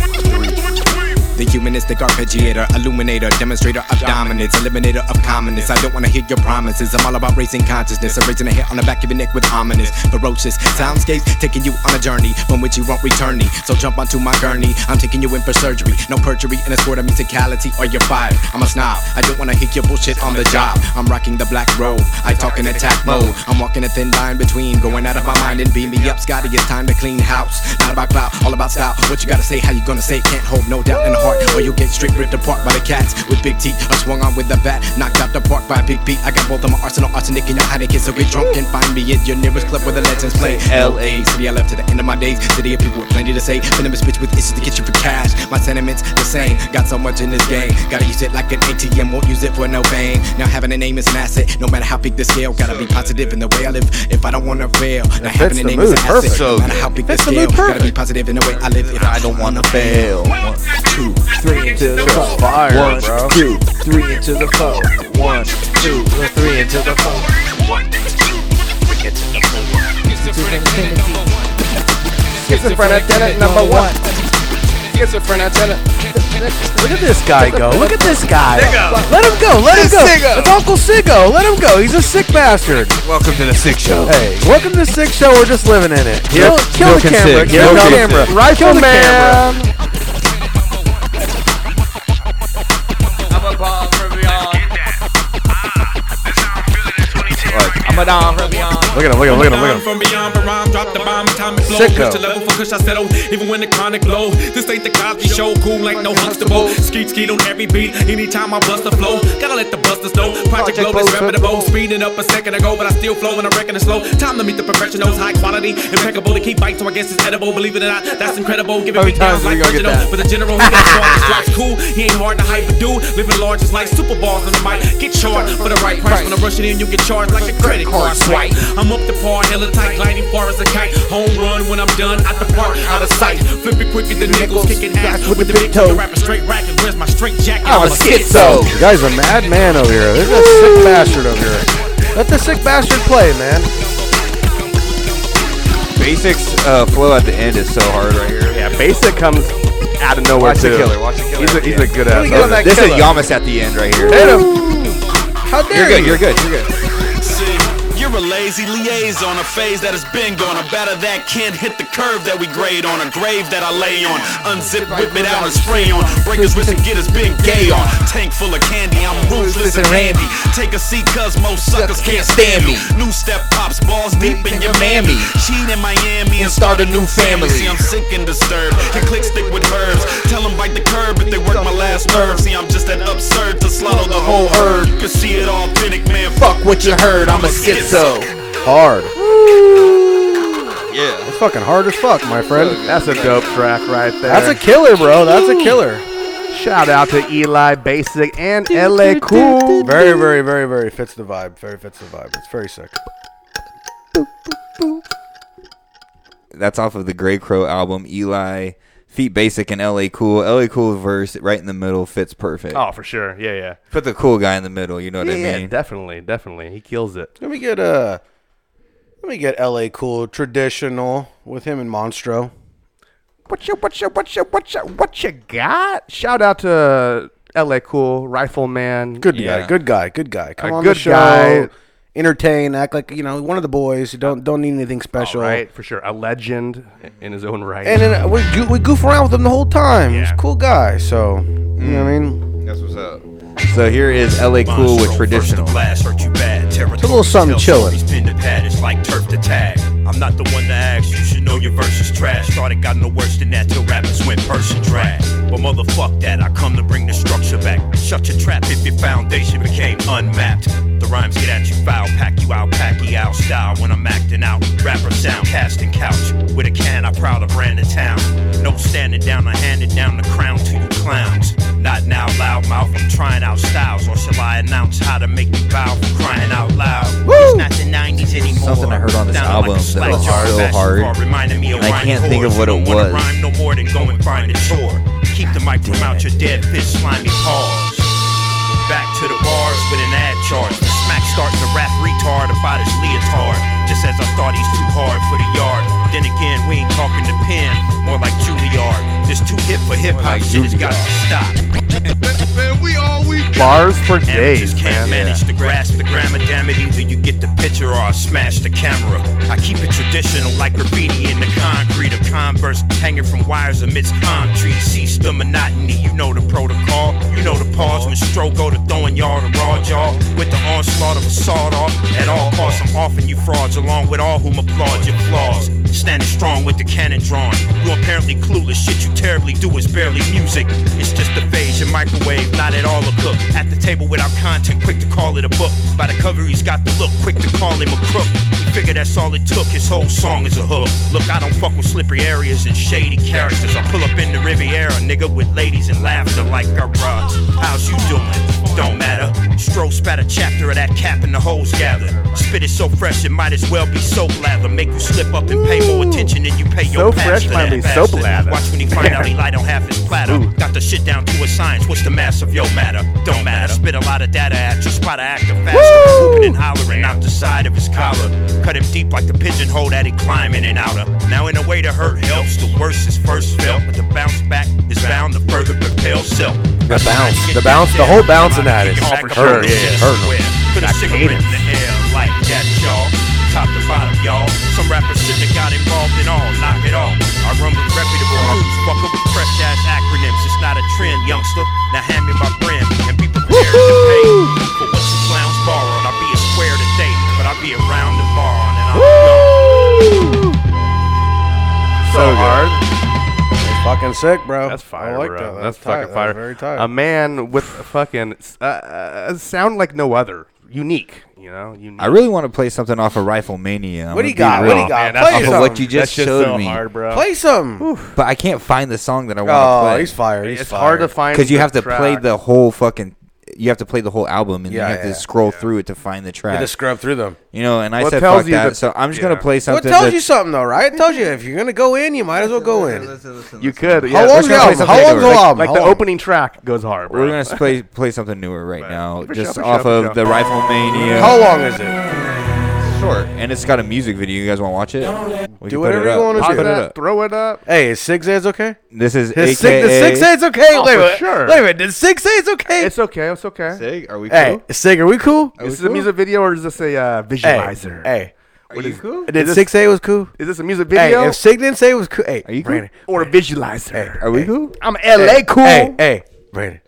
[SPEAKER 20] The humanistic arpeggiator, illuminator, demonstrator of dominance, eliminator of commonness. I don't wanna hear your promises. I'm all about raising consciousness, erasing a hair on the back of your neck with ominous, ferocious soundscapes, taking you on a journey from which you won't return me. So jump onto my gurney. I'm taking you in for surgery, no perjury, and a squirt of musicality or you're fired. I'm a snob. I don't wanna hear your bullshit on the job. I'm rocking the black robe. I talk in attack mode. I'm walking a thin line between going out of my mind and beam me up, Scotty. It's time to clean house. Not about clout, all about style. What you gotta say, how you gonna say, it. can't hold no doubt in the
[SPEAKER 21] heart, or you get straight ripped apart by the cats. With big teeth, I swung on with a bat, knocked out the park by a big beat. I got both of my arsenal, arsenic, and your Heineken. So get drunk and find me at your nearest club where the legends play. L.A. City I left to the end of my days. City of people with plenty to say. Venomous bitch with issues to get you for cash. My sentiments the same. Got so much in this game, gotta use it like an ATM. Won't use it for no fame. Now having a name is an asset. No matter how big the scale, gotta be positive in the way I live. If I don't wanna fail, now having a
[SPEAKER 22] the
[SPEAKER 21] name is an
[SPEAKER 22] mood
[SPEAKER 21] asset.
[SPEAKER 22] perfect.
[SPEAKER 21] No matter how big the
[SPEAKER 22] Fits the mood
[SPEAKER 21] scale, gotta be
[SPEAKER 22] perfect.
[SPEAKER 21] positive in the way I live. If I don't wanna fail. One, two, three,
[SPEAKER 22] into the four. One, two, three into the four. One, two, three into the four. One, two, three into the four.
[SPEAKER 10] Schizophrenic tenant number one.
[SPEAKER 22] Schizophrenic tenant.
[SPEAKER 18] Look at this guy go. Look at this guy.
[SPEAKER 22] Siggo.
[SPEAKER 18] Let him go. Let him
[SPEAKER 22] This
[SPEAKER 18] go.
[SPEAKER 22] Siggo.
[SPEAKER 18] It's Uncle Siggo. Let him go. He's a sick bastard.
[SPEAKER 22] Welcome to the Sick Show.
[SPEAKER 18] Hey, welcome to the sick show. We're just living in it. Kill,
[SPEAKER 22] Yep.
[SPEAKER 18] kill the
[SPEAKER 22] Milk and
[SPEAKER 18] camera.
[SPEAKER 22] sick.
[SPEAKER 18] Kill
[SPEAKER 22] Milk
[SPEAKER 18] the
[SPEAKER 22] and
[SPEAKER 18] camera.
[SPEAKER 22] sick.
[SPEAKER 18] Kill the
[SPEAKER 22] Rifleman.
[SPEAKER 18] camera.
[SPEAKER 22] I'm a dom from beyond.
[SPEAKER 18] Look at him, look at him, look at him, look at him.
[SPEAKER 22] From beyond, but rhyme drop the bomb, atomic flow.
[SPEAKER 18] Sicko.
[SPEAKER 22] Push the level for push, I settle. Even when the chronic low, this ain't the Cosby show. Cool like no hunkstable. Skeet skeet on every beat. Anytime I bust the flow, gotta let the busters know. Project low is reputable. Speeding up a second ago, but I still flow and I reckon it's slow. Time to meet the professionals. High quality, impeccable to keep bites, so I guess it's edible. Believe it or not, that's incredible. Give it
[SPEAKER 21] Every
[SPEAKER 22] me down
[SPEAKER 21] time we gonna
[SPEAKER 22] like
[SPEAKER 21] get
[SPEAKER 22] original.
[SPEAKER 21] that.
[SPEAKER 22] But the general, he got smart, his drops cool. He ain't hard to hype, but dude, living large is like super balls on the mic. Get charged for the right price. When I rush it in, you get charged like a credit card swipe. I'm up to par, hella tight, gliding far as a kite. Home run when I'm done, out the park, out of sight. Flip it quicker than nickels, kicking ass with the big toe. Rapping straight racket, where's my straight jacket?
[SPEAKER 18] I'm a schizo. The guy's a madman over here. There's a sick bastard over here. Let the sick bastard play, man.
[SPEAKER 9] Basics uh, flow at the end is so hard right here.
[SPEAKER 10] Yeah, basic comes out of nowhere
[SPEAKER 9] Watch
[SPEAKER 10] too.
[SPEAKER 9] the killer. Watch the killer.
[SPEAKER 10] He's a, he's a good
[SPEAKER 9] Let me get on
[SPEAKER 10] ass.
[SPEAKER 9] that This is killer. Yamas at the end right here.
[SPEAKER 10] Hit him.
[SPEAKER 18] How
[SPEAKER 9] You're good. You're good. You're good.
[SPEAKER 23] See, you're a lazy liaison, a phase that has been gone. A batter that can't hit the curve that we grade on. A grave that I lay on. Unzip, whip it out and spray on. Breakers wrist and get his big gay on. Tank full of candy, I'm ruthless and handy. Take a seat, cuz most suckers can't stand me. New step pops, balls deep in your mammy. Cheat in Miami and start a new family. See, I'm sick and disturbed. Your click stick with herbs. Tell 'em bite the curb if they work my last nerve. See, I'm just that absurd to slaughter the whole herd. You can see it authentic, man. Fuck what you heard, I'm a schizo.
[SPEAKER 18] Hard.
[SPEAKER 23] Yeah.
[SPEAKER 18] That's fucking hard as fuck, my friend.
[SPEAKER 10] That's a dope track right there.
[SPEAKER 18] That's a killer, bro. That's a killer.
[SPEAKER 10] Shout out to Eli Basic and LA Cool.
[SPEAKER 18] Very, very, very, very fits the vibe. Very fits the vibe. It's very sick.
[SPEAKER 9] That's off of the Grey Crow album. Eli, Feet Basic, and L.A. Cool. L.A. Cool verse right in the middle fits perfect.
[SPEAKER 10] Oh, for sure. Yeah, yeah.
[SPEAKER 9] Put the cool guy in the middle. You know what
[SPEAKER 10] yeah,
[SPEAKER 9] I mean?
[SPEAKER 10] definitely, definitely. He kills it.
[SPEAKER 18] Let me get uh let me get LA cool traditional with him and Monstro.
[SPEAKER 10] What you what you what you what you what you got? Shout out to LA Cool, Rifleman.
[SPEAKER 18] Good guy, good guy, good guy. Come
[SPEAKER 10] A
[SPEAKER 18] on
[SPEAKER 10] good
[SPEAKER 18] the show.
[SPEAKER 10] guy.
[SPEAKER 18] Entertain, act like you know one of the boys. You don't don't need anything
[SPEAKER 23] Oh,
[SPEAKER 18] special,
[SPEAKER 10] Right, for sure. A legend in his own right.
[SPEAKER 18] And then uh, we go- we goof around with him the whole time. He's a cool guy, so you know what I mean.
[SPEAKER 9] That's what's up. So here is LA Cool with traditional.
[SPEAKER 18] It's a little something chilling.
[SPEAKER 20] Spin the pad, it's like turf to tag. I'm not the one to ask, you should know your verse is trash. Thought it got no worse than that till rappers went person drag. But motherfuck that, I come to bring the structure back. Shut your trap if your foundation became unmapped. The rhymes get at you foul, pack you out, pack you out style when I'm acting out. Rapper sound, casting couch. With a can, I proud of ran to town. No standing down, I handed down the crown to you clowns. Not now, loudmouth, I'm trying out styles. Or shall I announce how to make you bow for crying out loud? It's not the 90s anymore.
[SPEAKER 9] Something I heard on this album that was so hard. and I can't think of what it was.
[SPEAKER 20] Rhyme no more than go and find a chore. Keep the mic from out your dead fish slimy paws. Back to the bars with an ad charge. The smack starting to rap retard about his leotard. Just as I thought he's too hard for the yard. Then again, we ain't talking to pen, more like Juilliard. This too hip for hip hop shit has got to stop.
[SPEAKER 10] Bars for
[SPEAKER 20] Amateurs
[SPEAKER 10] days,
[SPEAKER 20] can't
[SPEAKER 10] man.
[SPEAKER 20] manage to grasp the grammar, damn it. Either you get the picture or I smash the camera. I keep it traditional, like graffiti in the concrete of converse hanging from wires amidst palm trees. Cease the monotony, you know the protocol. You know the pause when stroke go to throwing y'all the raw jaw with the onslaught of a sawed off. At all costs, I'm offering you frauds along with all whom applaud your flaws. Standing strong with the cannon drawn. You apparently clueless, shit you terribly do is barely music. It's just table without content, quick to call it a book. By the cover, he's got the look, quick to call him a crook. We figure that's all it took, his whole song is a hook. Look, I don't fuck with slippery areas and shady characters. I pull up in the Riviera, nigga, with ladies and laughter like a bruh. How's you doing? Don't matter. Stroh spat a chapter of that cap and the hoes gathered. Spit is so fresh, it might as well be soap lather. Make you slip up and pay more attention than you pay
[SPEAKER 10] So
[SPEAKER 20] your
[SPEAKER 10] fresh
[SPEAKER 20] pastor,
[SPEAKER 10] might
[SPEAKER 20] that
[SPEAKER 10] be
[SPEAKER 20] bastard.
[SPEAKER 10] soap lather.
[SPEAKER 20] Watch when he find out he light on half his platter. Got the shit down to a science. What's the mass of your matter? Don't matter. Spit a lot of data at you. Spot a actor faster. Whooping and hollering out the side of his collar. Cut him deep like the pigeonhole that he climb in and out of. Now in a way the hurt helps. The worst is first felt, but the bounce back is bound to further propel self.
[SPEAKER 4] The bounce, the bounce, the whole bounce in that is her, yeah, her.
[SPEAKER 20] Put a cigarette in the air like that, y'all. Top to bottom, y'all. Some rappers shouldn't have got involved at all. Knock it off. I run with reputable dudes, fucker with fresh ass acronyms. It's not a trend, youngster. Now hand me my brim and be prepared to pay for what you clowns borrowed. I'll be a square today, but I'll be around the bar and I'll
[SPEAKER 10] So hard.
[SPEAKER 4] Fucking sick, bro.
[SPEAKER 10] That's fire,
[SPEAKER 4] I like
[SPEAKER 10] bro.
[SPEAKER 4] that.
[SPEAKER 10] That's,
[SPEAKER 4] tight. That
[SPEAKER 10] fucking fire. Um,
[SPEAKER 4] was very tight.
[SPEAKER 10] A man with a fucking uh, uh, sound like no other, unique. You know, unique.
[SPEAKER 9] I really want to play something off of Rifle Mania. I'm
[SPEAKER 10] What do you
[SPEAKER 9] gonna
[SPEAKER 10] got?
[SPEAKER 9] be
[SPEAKER 10] What do
[SPEAKER 9] real.
[SPEAKER 10] you got? Man,
[SPEAKER 9] Off
[SPEAKER 10] play
[SPEAKER 9] of what
[SPEAKER 10] something.
[SPEAKER 9] you just
[SPEAKER 10] That's just
[SPEAKER 9] showed
[SPEAKER 10] so
[SPEAKER 9] me.
[SPEAKER 10] hard, bro.
[SPEAKER 4] Play some.
[SPEAKER 9] But I can't find the song that I want
[SPEAKER 4] Oh,
[SPEAKER 9] to play.
[SPEAKER 4] he's fired. He's
[SPEAKER 10] It's hard to find
[SPEAKER 9] because you
[SPEAKER 10] the
[SPEAKER 9] have to play
[SPEAKER 10] track.
[SPEAKER 9] the whole fucking. You have to play the whole album, and
[SPEAKER 4] Yeah,
[SPEAKER 9] you have
[SPEAKER 4] yeah,
[SPEAKER 9] to scroll through it to find the
[SPEAKER 4] You
[SPEAKER 9] track.
[SPEAKER 4] had to scrub through them.
[SPEAKER 9] You know, and I
[SPEAKER 4] What
[SPEAKER 9] said
[SPEAKER 4] tells
[SPEAKER 9] fuck
[SPEAKER 4] you
[SPEAKER 9] that,
[SPEAKER 4] that-
[SPEAKER 9] so I'm just gonna play
[SPEAKER 4] What
[SPEAKER 9] something.
[SPEAKER 4] tells
[SPEAKER 9] that-
[SPEAKER 4] you something though, right? It tells you if you're gonna go in, you might as well go in.
[SPEAKER 10] You could.
[SPEAKER 4] How long's the album? How long's the album?
[SPEAKER 10] Like
[SPEAKER 4] How
[SPEAKER 10] the
[SPEAKER 4] long?
[SPEAKER 10] opening track goes hard, bro.
[SPEAKER 9] We're gonna s- play play something newer right now,
[SPEAKER 10] For sure,
[SPEAKER 9] just
[SPEAKER 10] for sure,
[SPEAKER 9] off
[SPEAKER 10] for
[SPEAKER 9] of
[SPEAKER 10] sure.
[SPEAKER 9] the Rifle Mania.
[SPEAKER 4] How long is it?
[SPEAKER 9] Short, and it's got a music video. You guys want to watch it? We
[SPEAKER 4] Do
[SPEAKER 9] can put
[SPEAKER 4] whatever
[SPEAKER 9] it
[SPEAKER 4] you
[SPEAKER 9] up.
[SPEAKER 4] want
[SPEAKER 9] Pop
[SPEAKER 4] to do.
[SPEAKER 9] it up.
[SPEAKER 10] Throw it up.
[SPEAKER 4] Hey, is six A's okay?
[SPEAKER 9] This is
[SPEAKER 4] His six, the
[SPEAKER 9] AKA
[SPEAKER 4] six A's okay.
[SPEAKER 10] Oh,
[SPEAKER 4] wait a
[SPEAKER 10] for
[SPEAKER 4] minute.
[SPEAKER 10] sure.
[SPEAKER 4] Wait a minute. Did six A's okay?
[SPEAKER 10] It's okay. It's okay.
[SPEAKER 9] Sig, are we
[SPEAKER 4] hey, Sig, are we cool?
[SPEAKER 10] Is this a music video or is this a uh, visualizer?
[SPEAKER 4] Hey,
[SPEAKER 10] What is- is
[SPEAKER 4] did
[SPEAKER 10] this-
[SPEAKER 4] six A was cool?
[SPEAKER 10] Is this a music video?
[SPEAKER 4] Hey, if Sig didn't say it was cool, hey, are you
[SPEAKER 10] cool?
[SPEAKER 4] Brandon,
[SPEAKER 10] or a visualizer?
[SPEAKER 9] Are we cool?
[SPEAKER 10] I'm LA cool.
[SPEAKER 4] Hey, hey, Brandon.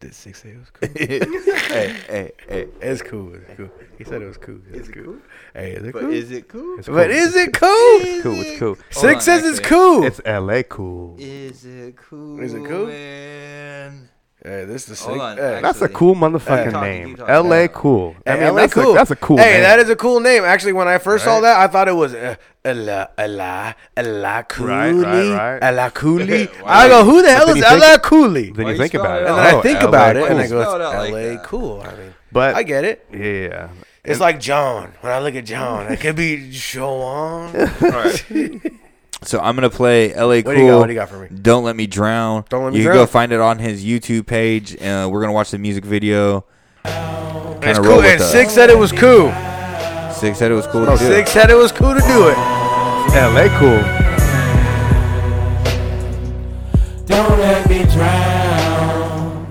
[SPEAKER 4] Did six A was cool?
[SPEAKER 9] hey, hey, hey.
[SPEAKER 4] It's cool. It's cool. He said it was cool. It's cool. Hey, is it
[SPEAKER 9] But
[SPEAKER 4] cool?
[SPEAKER 9] is it cool?
[SPEAKER 4] It's But is it cool?
[SPEAKER 10] It's cool. It's cool.
[SPEAKER 4] Sig
[SPEAKER 9] on,
[SPEAKER 4] says it's
[SPEAKER 9] actually.
[SPEAKER 4] cool.
[SPEAKER 10] It's LA cool.
[SPEAKER 9] Is it cool?
[SPEAKER 4] Is it cool?
[SPEAKER 9] Man?
[SPEAKER 4] hey, this is the
[SPEAKER 9] Hold
[SPEAKER 4] Sig-
[SPEAKER 9] on,
[SPEAKER 4] hey.
[SPEAKER 10] That's a
[SPEAKER 9] actually.
[SPEAKER 10] cool
[SPEAKER 4] Keep
[SPEAKER 10] motherfucking
[SPEAKER 9] talking,
[SPEAKER 10] name.
[SPEAKER 9] keep talking.
[SPEAKER 10] LA cool. I
[SPEAKER 4] Hey,
[SPEAKER 10] mean,
[SPEAKER 4] LA
[SPEAKER 10] that's
[SPEAKER 4] cool.
[SPEAKER 10] a that's a cool.
[SPEAKER 4] Hey,
[SPEAKER 10] name.
[SPEAKER 4] that is a cool name. Actually, when I first saw
[SPEAKER 10] Right.
[SPEAKER 4] that, I thought it was uh, Ella Ella Ella
[SPEAKER 10] Right, right,
[SPEAKER 4] Cooley.
[SPEAKER 10] right.
[SPEAKER 4] Ella Cooley.
[SPEAKER 9] Why-
[SPEAKER 4] I go, who the hell
[SPEAKER 10] then
[SPEAKER 4] is
[SPEAKER 10] you think-
[SPEAKER 4] Ella Cooley?
[SPEAKER 10] Then
[SPEAKER 9] Why
[SPEAKER 10] you
[SPEAKER 9] you
[SPEAKER 10] think
[SPEAKER 9] spell
[SPEAKER 10] about
[SPEAKER 9] it
[SPEAKER 10] it.
[SPEAKER 9] out?
[SPEAKER 4] And then
[SPEAKER 10] Oh,
[SPEAKER 4] I think
[SPEAKER 10] LA
[SPEAKER 4] about it, and I
[SPEAKER 10] cool. Uh,
[SPEAKER 4] go, it's
[SPEAKER 9] Spelled out
[SPEAKER 4] LA
[SPEAKER 9] like that.
[SPEAKER 4] Cool. I mean,
[SPEAKER 10] But
[SPEAKER 4] I get it.
[SPEAKER 10] yeah.
[SPEAKER 4] It's like John. When I look at John, it could be Joan.
[SPEAKER 9] So I'm gonna play LA Cool.
[SPEAKER 4] What do you got? What do you got for me?
[SPEAKER 9] Don't let me drown.
[SPEAKER 4] Don't Let Me
[SPEAKER 9] you
[SPEAKER 4] Drown.
[SPEAKER 9] can go find it on his YouTube page. Uh, we're gonna watch the music video. Kind
[SPEAKER 4] It's cool. And Oh, Sig said it was cool.
[SPEAKER 10] Oh,
[SPEAKER 9] Six said it was cool. to do it.
[SPEAKER 4] Sig said it was cool to do it.
[SPEAKER 10] LA cool.
[SPEAKER 24] Don't let me drown.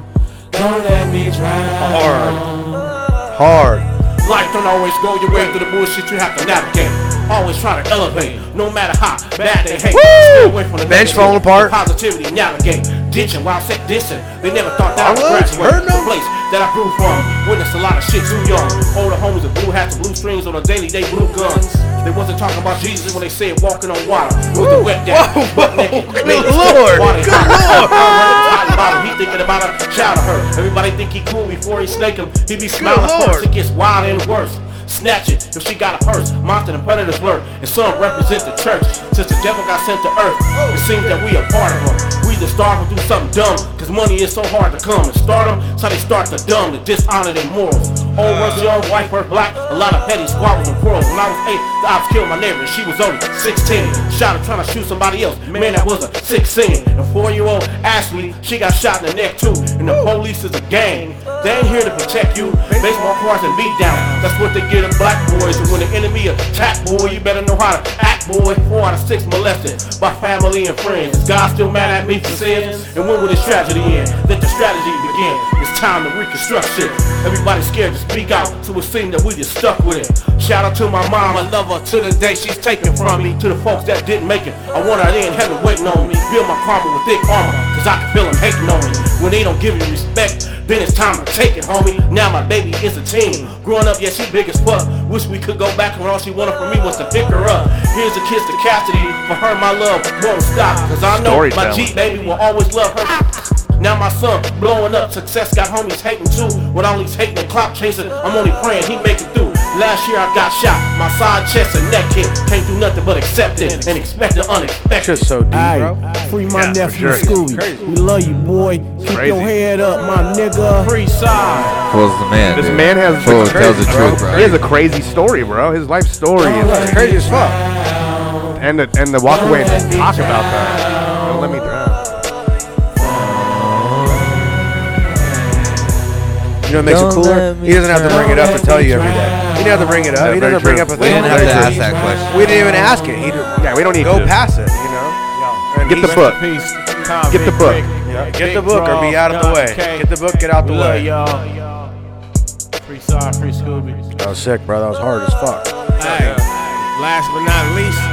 [SPEAKER 24] Don't let me drown.
[SPEAKER 4] Hard. Hard.
[SPEAKER 25] Life don't always go your way through the bullshit you have to navigate. Always try to elevate, no matter how bad they hate. Stay away from the
[SPEAKER 4] Bench
[SPEAKER 25] negativity,
[SPEAKER 4] falling apart.
[SPEAKER 25] Positivity navigate, ditching while set dissing. They never thought
[SPEAKER 4] I
[SPEAKER 25] that I would
[SPEAKER 4] was
[SPEAKER 25] graduate.
[SPEAKER 4] hurting
[SPEAKER 25] The place that I grew from, witnessed a lot of shit too young. Older homies with blue hats and blue strings on a daily day blue guns. They wasn't talking about Jesus when they said walking on water. With the wet down, butt naked,
[SPEAKER 4] Good
[SPEAKER 25] naked,
[SPEAKER 4] Lord.
[SPEAKER 25] water
[SPEAKER 4] Good
[SPEAKER 25] hot. I'm
[SPEAKER 4] Lord.
[SPEAKER 25] running tight about him. He thinking about a child of her. Everybody think he cool before he snake him. He be smiling
[SPEAKER 4] Lord.
[SPEAKER 25] first. It gets wild and worse. Snatch it if she got a purse. Monster and predators lurk, and some represent the church. Since the devil got sent to earth, it seems that we are part of her. We either starve or do something dumb, cause money is so hard to come. And stardom, so they start to dumb, to dishonor their morals. Old was young, white or black, a lot of petty squabbles and quarrels. When I was eight, the ops killed my neighbor, and she was only 16. Shot her trying to shoot somebody else, man, that was a sick scene. A four year old Ashley, she got shot in the neck too, and the police is a gang. They ain't here to protect you. Baseball cards and beat down. That's what they get at black boys. And when the enemy attack, boy, you better know how to act, boy. Four out of six molested by family and friends. Is God still mad at me for sins? And when will this tragedy end? Let the strategy begin. It's time to reconstruct shit. Everybody's scared to speak out, so it seems that we just stuck with it. Shout out to my mom, I love her to the day she's taken from me. To the folks that didn't make it, I want her there in heaven waiting on me. Build my karma with thick armor, cause I can feel them hating on me. When they don't give you respect, then it's time to take it, homie. Now my baby is a teen. Growing up, yeah, she big as fuck. Wish we could go back when all she wanted from me was to pick her up. Here's a kiss to Cassidy. For her, my love won't stop. Cause I know my
[SPEAKER 10] Storytelling.
[SPEAKER 25] G baby will always love her.
[SPEAKER 26] Now my son blowing up, success got homies hating too. With all these hating and clock chasing, I'm only praying he make it through. Last year I got shot, my side chest and neck hit. Can't do nothing but accept it and expect the unexpected.
[SPEAKER 4] Just so deep, bro.
[SPEAKER 27] Free my
[SPEAKER 4] Yeah, for
[SPEAKER 27] nephew
[SPEAKER 4] sure.
[SPEAKER 27] Scooby. We love you, boy. Keep your head up, my nigga. Free side.
[SPEAKER 9] Fool's the man.
[SPEAKER 10] This
[SPEAKER 9] dude.
[SPEAKER 10] man has
[SPEAKER 9] Fool
[SPEAKER 10] it's
[SPEAKER 9] tells
[SPEAKER 10] crazy,
[SPEAKER 9] the
[SPEAKER 10] bro.
[SPEAKER 9] truth, bro.
[SPEAKER 10] He has a crazy story, bro. His life story is crazy as fuck. And the and the walk away and just talk about that. Don't let me drown.
[SPEAKER 4] You know what makes
[SPEAKER 10] Don't
[SPEAKER 4] it
[SPEAKER 10] let
[SPEAKER 4] cooler?
[SPEAKER 10] me
[SPEAKER 4] He doesn't have to bring it up
[SPEAKER 10] drown.
[SPEAKER 4] to tell you every day. He doesn't have to bring it up.
[SPEAKER 10] Yeah,
[SPEAKER 4] Oh, He
[SPEAKER 10] very
[SPEAKER 4] doesn't bring
[SPEAKER 10] true.
[SPEAKER 4] up a
[SPEAKER 10] We
[SPEAKER 4] thing.
[SPEAKER 10] didn't have
[SPEAKER 4] Very
[SPEAKER 10] to
[SPEAKER 4] true.
[SPEAKER 10] ask that question.
[SPEAKER 4] We didn't even ask it. He didn't-
[SPEAKER 10] Yeah, we don't need
[SPEAKER 4] go
[SPEAKER 10] to.
[SPEAKER 4] past it. You know.
[SPEAKER 10] Get the
[SPEAKER 4] Rest
[SPEAKER 10] book.
[SPEAKER 4] in peace.
[SPEAKER 10] Get the book.
[SPEAKER 4] Yeah, Get the book or be out of the way. Get the book. Get out the way.
[SPEAKER 26] y'all. Free side, free Scooby.
[SPEAKER 4] That was sick, bro. That was hard as fuck.
[SPEAKER 26] Hey, last but not least,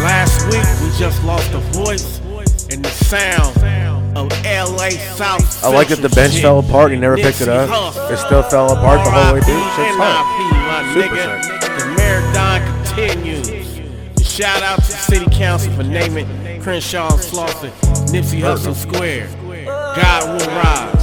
[SPEAKER 26] last week we just lost the voice and the sound of LA South.
[SPEAKER 4] I like that the bench fell apart. You never picked it up. It still fell apart the whole way through. Shit's hard.
[SPEAKER 26] Super nigga. The marathon continues. And shout out to City Council for naming Crenshaw and Slauson Nipsey Hussle Square. God will rise.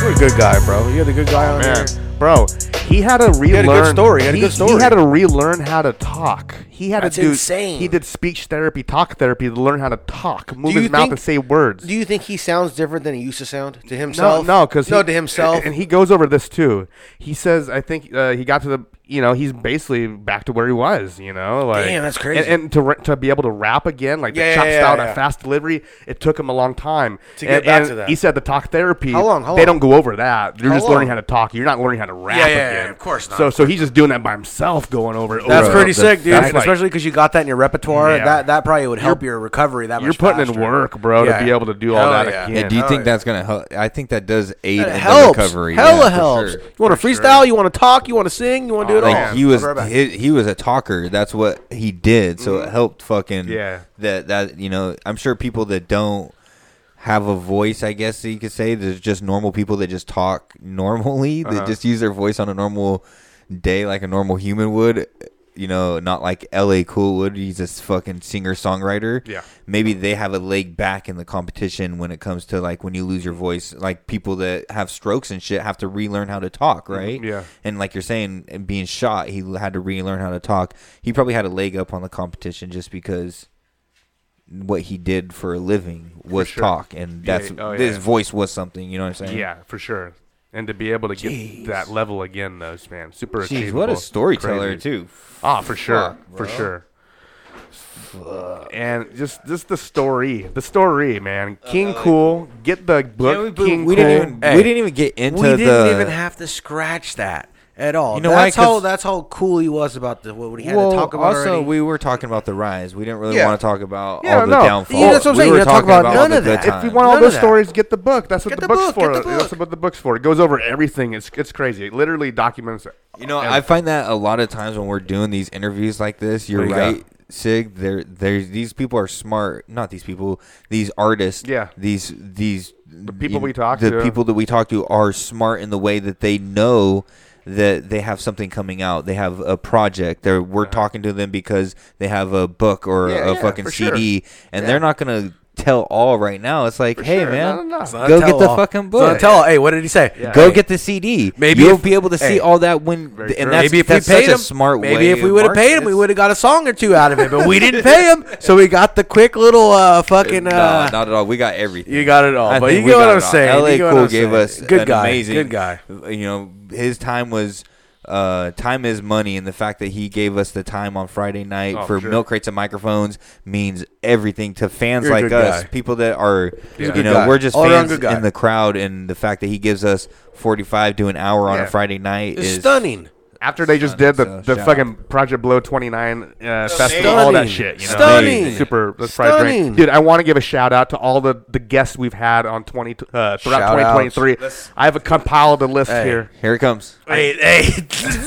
[SPEAKER 4] You're a good guy, bro. You're the good guy on there.
[SPEAKER 10] Bro, he had to
[SPEAKER 4] had
[SPEAKER 10] relearn.
[SPEAKER 4] a good story. He had a good
[SPEAKER 10] He
[SPEAKER 4] story.
[SPEAKER 10] had to relearn how to talk. He had
[SPEAKER 4] That's
[SPEAKER 10] to do.
[SPEAKER 4] insane.
[SPEAKER 10] He did speech therapy, talk therapy to learn how to talk, move
[SPEAKER 4] you
[SPEAKER 10] his mouth,
[SPEAKER 4] think-
[SPEAKER 10] and say words.
[SPEAKER 4] Do you think he sounds different than he used to sound to himself?
[SPEAKER 10] No, no, because
[SPEAKER 4] no to himself.
[SPEAKER 10] And he goes over this too. He says, I think uh, he got to the, you know, he's basically back to where he was. You know, like
[SPEAKER 4] Damn, that's crazy.
[SPEAKER 10] And, and to ra- to be able to rap again, like
[SPEAKER 4] Yeah,
[SPEAKER 10] the chop
[SPEAKER 4] yeah, yeah,
[SPEAKER 10] style
[SPEAKER 4] yeah.
[SPEAKER 10] and fast delivery, it took him a long time
[SPEAKER 4] To get
[SPEAKER 10] And-
[SPEAKER 4] back
[SPEAKER 10] and
[SPEAKER 4] to that.
[SPEAKER 10] He said the talk therapy.
[SPEAKER 4] How long? How
[SPEAKER 10] They
[SPEAKER 4] long?
[SPEAKER 10] don't go over that. You're
[SPEAKER 4] How
[SPEAKER 10] just learning
[SPEAKER 4] long?
[SPEAKER 10] how to talk. You're not learning how to rap.
[SPEAKER 4] Yeah, yeah,
[SPEAKER 10] again.
[SPEAKER 4] yeah, of course not,
[SPEAKER 10] So
[SPEAKER 4] of
[SPEAKER 10] so he's just doing that by himself, going over. it over
[SPEAKER 4] That's
[SPEAKER 10] and
[SPEAKER 4] pretty
[SPEAKER 10] over.
[SPEAKER 4] sick, dude.
[SPEAKER 10] That's
[SPEAKER 4] And
[SPEAKER 10] like-
[SPEAKER 4] especially because you got that in your repertoire.
[SPEAKER 10] Yeah.
[SPEAKER 4] That that probably would help your recovery. That
[SPEAKER 10] you're
[SPEAKER 4] much
[SPEAKER 10] putting in
[SPEAKER 4] faster.
[SPEAKER 10] work, bro,
[SPEAKER 4] Yeah.
[SPEAKER 10] to be able to do
[SPEAKER 4] Hell
[SPEAKER 10] all that
[SPEAKER 4] yeah.
[SPEAKER 10] again.
[SPEAKER 9] Yeah, do you
[SPEAKER 4] Hell
[SPEAKER 9] think that's gonna help? I think that does aid in
[SPEAKER 4] It
[SPEAKER 9] the
[SPEAKER 4] helps.
[SPEAKER 9] recovery.
[SPEAKER 4] Hella
[SPEAKER 9] yeah, for
[SPEAKER 4] helps.
[SPEAKER 9] sure.
[SPEAKER 4] You want to freestyle? You want to talk? You want to sing? You want to do it all?
[SPEAKER 9] Like he was,
[SPEAKER 4] I'll be right back. Mm-hmm.
[SPEAKER 9] he, he was a talker. That's what he did. So it helped fucking
[SPEAKER 4] Yeah.
[SPEAKER 9] That that you know, I'm sure people that don't have a voice, I guess you could say, there's just normal people that just talk normally.
[SPEAKER 10] Uh-huh.
[SPEAKER 9] That just use their voice on a normal day, like a normal human would. You know, not like L.A. Cool would. He's a fucking singer songwriter.
[SPEAKER 10] Yeah.
[SPEAKER 9] Maybe they have a leg back in the competition when it comes to like when you lose your voice. Like people that have strokes and shit have to relearn how to talk, right?
[SPEAKER 10] Yeah.
[SPEAKER 9] And like you're saying, and being shot, he had to relearn how to talk. He probably had a leg up on the competition just because what he did for a living was
[SPEAKER 10] sure.
[SPEAKER 9] talk, and
[SPEAKER 10] Yeah,
[SPEAKER 9] that's
[SPEAKER 10] oh,
[SPEAKER 9] his
[SPEAKER 10] yeah.
[SPEAKER 9] voice was something. You know what I'm saying?
[SPEAKER 10] Yeah, for sure. And to be able to get that level again, though, man, super
[SPEAKER 9] Jeez,
[SPEAKER 10] achievable.
[SPEAKER 9] what a storyteller,
[SPEAKER 10] Crazy.
[SPEAKER 9] too.
[SPEAKER 10] Ah, for sure,
[SPEAKER 9] Fuck,
[SPEAKER 10] for
[SPEAKER 9] bro.
[SPEAKER 10] sure. And just just the story, the story, man. King Cool, get the book.
[SPEAKER 9] we-
[SPEAKER 10] King
[SPEAKER 9] we
[SPEAKER 10] Cool.
[SPEAKER 9] didn't even- we didn't even get into
[SPEAKER 4] we didn't
[SPEAKER 9] the-
[SPEAKER 4] even have to scratch that at all.
[SPEAKER 9] You know
[SPEAKER 4] that's
[SPEAKER 9] why? 'Cause-
[SPEAKER 4] how that's how cool he was about the what he had
[SPEAKER 9] well,
[SPEAKER 4] to talk about.
[SPEAKER 9] also
[SPEAKER 4] already.
[SPEAKER 9] we were talking about the rise. We didn't really
[SPEAKER 4] Yeah.
[SPEAKER 9] want to talk about
[SPEAKER 4] Yeah,
[SPEAKER 9] all the
[SPEAKER 4] no.
[SPEAKER 9] downfalls.
[SPEAKER 4] Yeah, that's what I'm
[SPEAKER 9] we
[SPEAKER 4] saying.
[SPEAKER 9] were
[SPEAKER 4] You don't talk
[SPEAKER 9] talking
[SPEAKER 4] about
[SPEAKER 9] all
[SPEAKER 4] none
[SPEAKER 9] the
[SPEAKER 4] of
[SPEAKER 9] good
[SPEAKER 4] that. If
[SPEAKER 10] If you
[SPEAKER 9] times.
[SPEAKER 10] want all
[SPEAKER 4] None
[SPEAKER 10] those
[SPEAKER 4] of that.
[SPEAKER 10] stories, get the book. That's what
[SPEAKER 4] Get
[SPEAKER 10] the,
[SPEAKER 4] the
[SPEAKER 10] book's
[SPEAKER 4] book,
[SPEAKER 10] for.
[SPEAKER 4] get the
[SPEAKER 10] That's
[SPEAKER 4] book.
[SPEAKER 10] what the book's for. It goes over everything. It's it's crazy. It literally documents.
[SPEAKER 9] You know, I find that a lot of times when we're doing these interviews like this, you're
[SPEAKER 10] What do you got?
[SPEAKER 9] right, Sig. There, there's these people are smart. Not these people. These artists.
[SPEAKER 10] Yeah.
[SPEAKER 9] These these the
[SPEAKER 10] people we talk
[SPEAKER 9] the
[SPEAKER 10] to.
[SPEAKER 9] people that we talk to are smart in the way that they know that they have something coming out. They have a project. They're we're talking to them because they have a book or
[SPEAKER 10] Uh-huh. Yeah,
[SPEAKER 9] a
[SPEAKER 10] yeah,
[SPEAKER 9] fucking
[SPEAKER 10] for sure.
[SPEAKER 9] CD, and they're not gonna tell all right now. It's like, hey
[SPEAKER 10] sure.
[SPEAKER 9] man,
[SPEAKER 10] No, no, no. It's
[SPEAKER 4] not
[SPEAKER 9] go
[SPEAKER 4] a
[SPEAKER 9] get the
[SPEAKER 4] tell-all.
[SPEAKER 9] fucking
[SPEAKER 4] It's not a
[SPEAKER 9] book.
[SPEAKER 4] tell-all. Hey, what did he say?
[SPEAKER 9] Go
[SPEAKER 4] Hey.
[SPEAKER 9] get the CD.
[SPEAKER 4] Maybe
[SPEAKER 9] you'll
[SPEAKER 4] if-
[SPEAKER 9] be able to see
[SPEAKER 4] hey.
[SPEAKER 9] all that when,
[SPEAKER 4] Very
[SPEAKER 9] and
[SPEAKER 4] true.
[SPEAKER 9] that's,
[SPEAKER 4] maybe if
[SPEAKER 9] that's
[SPEAKER 4] we paid
[SPEAKER 9] such a
[SPEAKER 4] him,
[SPEAKER 9] smart way.
[SPEAKER 4] maybe if we would have paid him, we would have got a song or two out of it. But we didn't
[SPEAKER 9] pay
[SPEAKER 4] him, so we got the quick little uh, fucking.
[SPEAKER 9] No,
[SPEAKER 4] Uh,
[SPEAKER 9] not at all. We got everything.
[SPEAKER 4] You got it all, but
[SPEAKER 9] think
[SPEAKER 4] you
[SPEAKER 9] we
[SPEAKER 4] get what
[SPEAKER 9] got
[SPEAKER 4] I'm
[SPEAKER 9] it all.
[SPEAKER 4] saying. You get
[SPEAKER 9] LA
[SPEAKER 4] what
[SPEAKER 9] Cool
[SPEAKER 4] I'm
[SPEAKER 9] gave
[SPEAKER 4] saying.
[SPEAKER 9] us
[SPEAKER 4] Good
[SPEAKER 9] an
[SPEAKER 4] guy,
[SPEAKER 9] amazing
[SPEAKER 4] good guy.
[SPEAKER 9] You know, his time was uh, time is money, and the fact that he gave us the time on Friday night
[SPEAKER 10] Oh,
[SPEAKER 9] for
[SPEAKER 10] sure.
[SPEAKER 9] milk crates and microphones means everything to fans
[SPEAKER 10] You're a
[SPEAKER 9] like
[SPEAKER 10] good
[SPEAKER 9] us,
[SPEAKER 10] guy.
[SPEAKER 9] people that are
[SPEAKER 10] He's a
[SPEAKER 9] you
[SPEAKER 10] good
[SPEAKER 9] know
[SPEAKER 10] guy.
[SPEAKER 9] we're just
[SPEAKER 10] All around
[SPEAKER 9] fans
[SPEAKER 10] good guy.
[SPEAKER 9] in the crowd, and the fact that he gives us 45 to an hour on
[SPEAKER 10] Yeah.
[SPEAKER 9] a Friday night is
[SPEAKER 4] stunning.
[SPEAKER 10] After they just did the, the
[SPEAKER 9] shout
[SPEAKER 10] fucking Project Blow 29 uh, festival,
[SPEAKER 4] Stunning.
[SPEAKER 10] all that shit. You know?
[SPEAKER 4] Stunning.
[SPEAKER 10] Super. That's probably great.
[SPEAKER 4] Stunning.
[SPEAKER 10] Dude, I want to give a shout out to all the, the guests we've had on 20 uh, throughout
[SPEAKER 4] Shout outs.
[SPEAKER 10] 2023.
[SPEAKER 4] Let's-
[SPEAKER 10] I have a compiled a list
[SPEAKER 4] Hey.
[SPEAKER 10] here.
[SPEAKER 9] Here it comes.
[SPEAKER 4] Hey, hey,
[SPEAKER 10] is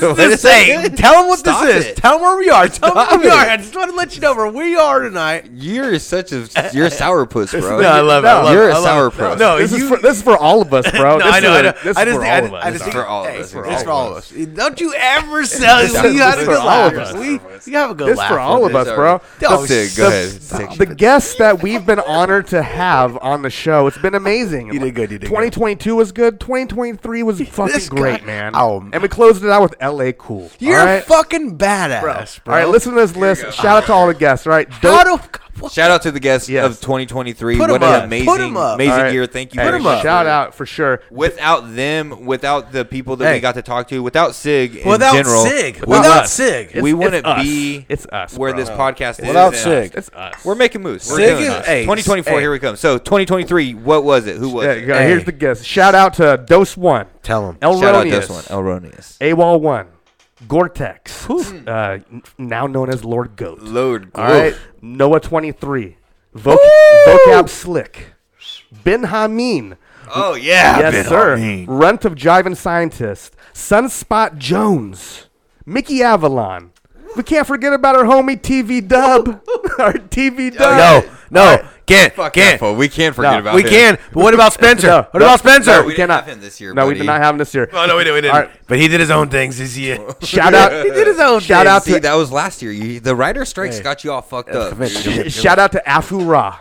[SPEAKER 4] this, hey,
[SPEAKER 10] it?
[SPEAKER 4] tell them what
[SPEAKER 10] Stop
[SPEAKER 4] this is.
[SPEAKER 10] it.
[SPEAKER 4] Tell them where we are. Tell them where
[SPEAKER 10] Stop
[SPEAKER 4] we are.
[SPEAKER 10] it.
[SPEAKER 4] I just want to let you know where we are tonight.
[SPEAKER 9] You're such a you're a sourpuss, bro.
[SPEAKER 4] No, I love it. I love
[SPEAKER 9] You're
[SPEAKER 4] it. I
[SPEAKER 9] a
[SPEAKER 4] love it.
[SPEAKER 9] sourpuss.
[SPEAKER 4] No,
[SPEAKER 10] this, is
[SPEAKER 4] Oh, you-
[SPEAKER 10] for, this is for all of us, bro.
[SPEAKER 4] no,
[SPEAKER 10] this
[SPEAKER 4] I know.
[SPEAKER 10] Is,
[SPEAKER 4] I know.
[SPEAKER 10] This
[SPEAKER 4] I
[SPEAKER 10] is
[SPEAKER 4] just
[SPEAKER 10] for
[SPEAKER 4] think-
[SPEAKER 10] all
[SPEAKER 4] I
[SPEAKER 10] of
[SPEAKER 4] just- I
[SPEAKER 10] us.
[SPEAKER 4] just think-
[SPEAKER 9] all of
[SPEAKER 4] hey,
[SPEAKER 9] us.
[SPEAKER 4] It's for all of us. Don't you ever sell
[SPEAKER 10] This
[SPEAKER 4] you.
[SPEAKER 10] is-
[SPEAKER 4] You had
[SPEAKER 10] this
[SPEAKER 4] a
[SPEAKER 10] is
[SPEAKER 4] good
[SPEAKER 10] for all of
[SPEAKER 4] laugh.
[SPEAKER 10] us.
[SPEAKER 4] We, you have a good
[SPEAKER 10] This
[SPEAKER 4] laugh.
[SPEAKER 10] for all of us, bro.
[SPEAKER 4] Oh,
[SPEAKER 10] The-
[SPEAKER 4] shit.
[SPEAKER 10] the- The guests that we've been honored to have on the show, it's been amazing. You did good. You did. 2022 was good. 2023 was fucking
[SPEAKER 4] guy-
[SPEAKER 10] great, man. Oh, and we closed it out with L.A. Cool.
[SPEAKER 4] You're
[SPEAKER 10] all right?
[SPEAKER 4] fucking badass, bro.
[SPEAKER 10] All right, listen to this list. Shout out to all the guests. All right,
[SPEAKER 4] How
[SPEAKER 10] Dope-
[SPEAKER 4] do-
[SPEAKER 9] Shout out to the guests of 2023.
[SPEAKER 10] Put 'em
[SPEAKER 9] what
[SPEAKER 10] up.
[SPEAKER 9] an
[SPEAKER 10] Put
[SPEAKER 9] amazing,
[SPEAKER 10] 'em up.
[SPEAKER 9] amazing
[SPEAKER 10] All right.
[SPEAKER 9] year. Thank you
[SPEAKER 10] Put
[SPEAKER 9] very
[SPEAKER 10] 'em
[SPEAKER 9] much.
[SPEAKER 10] up. Shout out for sure.
[SPEAKER 9] Without them, without the people that
[SPEAKER 10] Hey.
[SPEAKER 9] we got to talk to, without Sig in
[SPEAKER 10] Without
[SPEAKER 9] general,
[SPEAKER 10] Sig.
[SPEAKER 9] we
[SPEAKER 10] Without
[SPEAKER 9] wouldn't-
[SPEAKER 10] Sig. It's-
[SPEAKER 9] we
[SPEAKER 10] it's
[SPEAKER 9] wouldn't
[SPEAKER 10] us.
[SPEAKER 9] be
[SPEAKER 10] It's us,
[SPEAKER 9] where
[SPEAKER 10] bro.
[SPEAKER 9] this podcast is.
[SPEAKER 10] Without
[SPEAKER 9] now.
[SPEAKER 10] Sig. It's us.
[SPEAKER 9] We're making moves. We're
[SPEAKER 10] Sig
[SPEAKER 9] doing
[SPEAKER 10] is-
[SPEAKER 9] this.
[SPEAKER 10] hey,
[SPEAKER 9] 2024,
[SPEAKER 10] hey.
[SPEAKER 9] here we come. So 2023, what was it? Who was
[SPEAKER 10] Yeah,
[SPEAKER 9] it?
[SPEAKER 10] yeah, Here's the guest. Shout out to Dose One.
[SPEAKER 4] Tell him.
[SPEAKER 10] El
[SPEAKER 9] Shout out
[SPEAKER 10] Ronius.
[SPEAKER 9] Dose One, El Ronius.
[SPEAKER 10] AWOL One. Gore-Tex, uh, n- now known as Lord Goat.
[SPEAKER 9] Lord
[SPEAKER 10] All right.
[SPEAKER 9] Goat.
[SPEAKER 10] Noah 23. Voc- vocab Slick. Ben Hameen.
[SPEAKER 9] Oh, yeah,
[SPEAKER 10] Yes,
[SPEAKER 9] Ben
[SPEAKER 10] sir.
[SPEAKER 9] Hameen.
[SPEAKER 10] Runt of Jiving Scientist. Sunspot Jones. Mickey Avalon. We can't forget about our homie TV Dub. our TV Dub.
[SPEAKER 4] No, no, can't,
[SPEAKER 9] Fuck
[SPEAKER 4] can't.
[SPEAKER 9] that fool. We can't forget
[SPEAKER 10] No.
[SPEAKER 9] about
[SPEAKER 4] we
[SPEAKER 9] him.
[SPEAKER 4] can. But what about Spencer?
[SPEAKER 10] No,
[SPEAKER 4] what
[SPEAKER 10] no,
[SPEAKER 4] about Spencer?
[SPEAKER 10] no, we did not have him
[SPEAKER 9] this year.
[SPEAKER 10] No, we did not have him this year.
[SPEAKER 4] Oh no, we didn't. We didn't.
[SPEAKER 10] All right.
[SPEAKER 4] But he did his own things this year.
[SPEAKER 10] Shout out-
[SPEAKER 4] he did his own.
[SPEAKER 10] Shout out
[SPEAKER 9] See,
[SPEAKER 10] to-
[SPEAKER 9] that was last year. You, the writer strikes got you all fucked up.
[SPEAKER 10] Shout out to Afu Ra.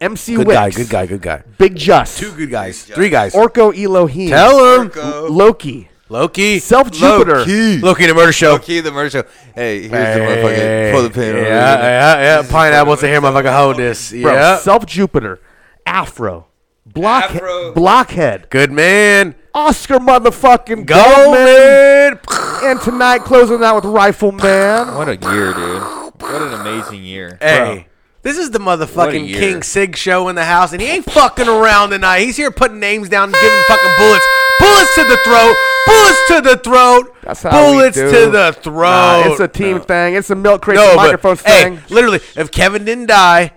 [SPEAKER 10] MC
[SPEAKER 4] Good
[SPEAKER 10] Wicks.
[SPEAKER 4] guy. Good guy. Good guy.
[SPEAKER 10] Big Just.
[SPEAKER 4] Two good guys. Three guys.
[SPEAKER 10] Orko Elohim.
[SPEAKER 4] Tell him.
[SPEAKER 10] L- Loki.
[SPEAKER 4] Loki.
[SPEAKER 10] Self Jupiter.
[SPEAKER 4] Loki. Loki the murder show.
[SPEAKER 9] Loki the murder show. Hey, here's the
[SPEAKER 4] Hey.
[SPEAKER 9] motherfucker. Pull the pin.
[SPEAKER 4] Yeah, yeah, yeah. Pineapple to here, motherfucker. Hold this.
[SPEAKER 10] Bro,
[SPEAKER 4] Yeah.
[SPEAKER 10] Self Jupiter. Afro. Block- Blockhead.
[SPEAKER 4] Good man.
[SPEAKER 10] Oscar motherfucking
[SPEAKER 4] Goldman.
[SPEAKER 10] And tonight closing out with Rifleman.
[SPEAKER 9] What a year, dude. What an amazing year.
[SPEAKER 4] Hey. This is the
[SPEAKER 9] What a
[SPEAKER 4] motherfucking
[SPEAKER 9] year.
[SPEAKER 4] King Sig show in the house, and he ain't fucking around tonight. He's here putting names down, and giving fucking bullets, bullets to the throat, bullets to the throat,
[SPEAKER 10] That's how we
[SPEAKER 4] bullets
[SPEAKER 10] do.
[SPEAKER 4] to the throat.
[SPEAKER 10] Nah, it's a team thing. It's a milk crate
[SPEAKER 4] No,
[SPEAKER 10] microphone
[SPEAKER 4] but hey,
[SPEAKER 10] thing.
[SPEAKER 4] literally, if Kevin didn't die,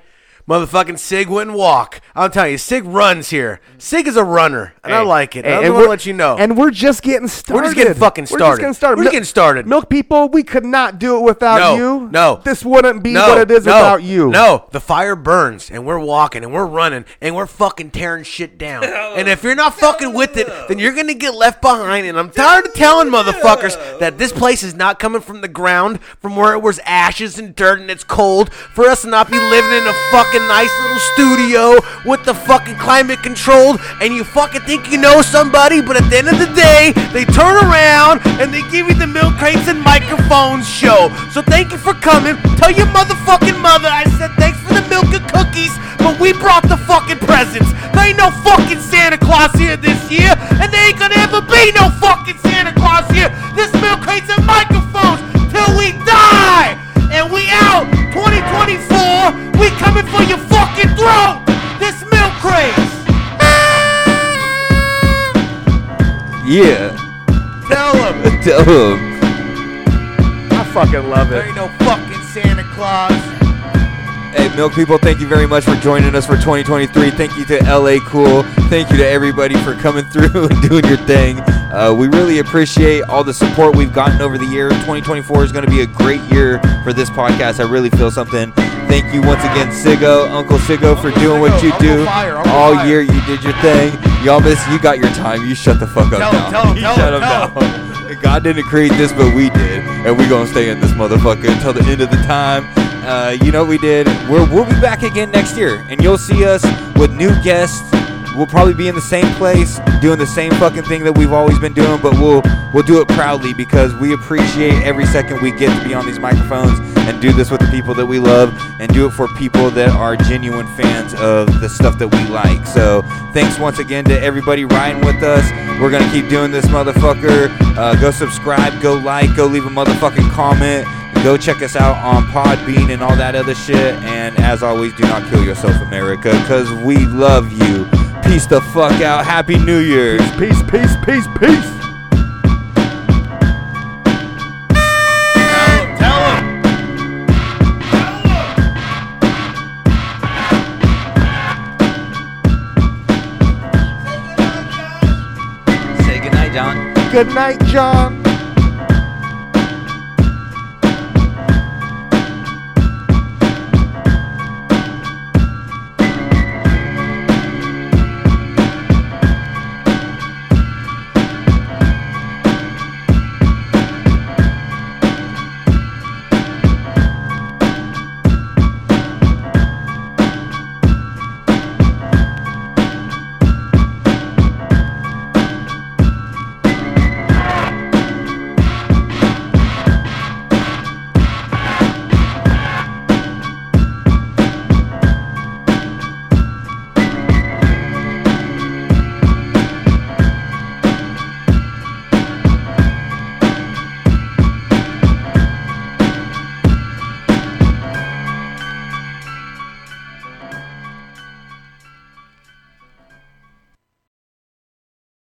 [SPEAKER 4] motherfucking Sig wouldn't walk. I'm telling you, Sig runs here. Sig is a runner, and I
[SPEAKER 10] Hey,
[SPEAKER 4] like it.
[SPEAKER 10] hey,
[SPEAKER 4] I'm
[SPEAKER 10] and
[SPEAKER 4] gonna
[SPEAKER 10] we're-
[SPEAKER 4] let you know.
[SPEAKER 10] And we're just getting started.
[SPEAKER 4] We're just getting fucking
[SPEAKER 10] We're just
[SPEAKER 4] started.
[SPEAKER 10] getting started.
[SPEAKER 4] We're just getting started.
[SPEAKER 10] Milk people, we could not do it without
[SPEAKER 4] no,
[SPEAKER 10] you.
[SPEAKER 4] no,
[SPEAKER 10] This wouldn't be
[SPEAKER 4] no,
[SPEAKER 10] what it is
[SPEAKER 4] no,
[SPEAKER 10] without you.
[SPEAKER 4] No, the fire burns, and we're walking, and we're running, and we're fucking tearing shit down. and if you're not fucking with it, then you're gonna get left behind. And I'm tired of telling motherfuckers that this place is not coming from the ground, from where it was ashes and dirt and it's cold, for us to not be living in a fucking nice little studio with the fucking climate controlled. And you fucking think you know somebody, but at the end of the day, they turn around and they give you the milk crates and microphones show. So thank you for coming. Tell your motherfucking mother I said thanks for the milk and cookies, but we brought the fucking presents. There ain't no fucking Santa Claus here this year, and there ain't gonna ever be no fucking Santa Claus here. This milk crates and microphones till we die, and we out 2024. We coming for your fucking throat. This milk crates.
[SPEAKER 9] Yeah.
[SPEAKER 4] Tell him.
[SPEAKER 9] Tell him.
[SPEAKER 10] I fucking love
[SPEAKER 4] There
[SPEAKER 10] it.
[SPEAKER 4] ain't no fucking Santa Claus.
[SPEAKER 9] Hey, Milk People, thank you very much for joining us for 2023. Thank you to LA Cool. Thank you to everybody for coming through and doing your thing. Uh, we really appreciate all the support we've gotten over the year. 2024 is going to be a great year for this podcast. I really feel something. Thank you once again, Siggo, Uncle Siggo, for doing what you do. all year you did your thing. Y'all miss, you got your time. You shut the fuck up
[SPEAKER 4] Tell
[SPEAKER 9] now.
[SPEAKER 4] him, tell him,
[SPEAKER 9] You
[SPEAKER 4] tell
[SPEAKER 9] shut
[SPEAKER 4] him,
[SPEAKER 9] up
[SPEAKER 4] tell
[SPEAKER 9] now. God didn't create this, but we did, and we gonna stay in this motherfucker until the end of the time. Uh, you know what we did. We're, we'll be back again next year, and you'll see us with new guests. We'll probably be in the same place, doing the same fucking thing that we've always been doing, but we'll we'll do it proudly because we appreciate every second we get to be on these microphones and do this with the people that we love, and do it for people that are genuine fans of the stuff that we like. So thanks once again to everybody riding with us. We're gonna keep doing this, motherfucker. Uh, go subscribe, go like, go leave a motherfucking comment. Go check us out on Podbean and all that other shit. And as always, do not kill yourself, America, because we love you. Peace the fuck out. Happy New Year.
[SPEAKER 10] Peace, peace, peace, peace.
[SPEAKER 9] Say goodnight, John.
[SPEAKER 10] Good night, John.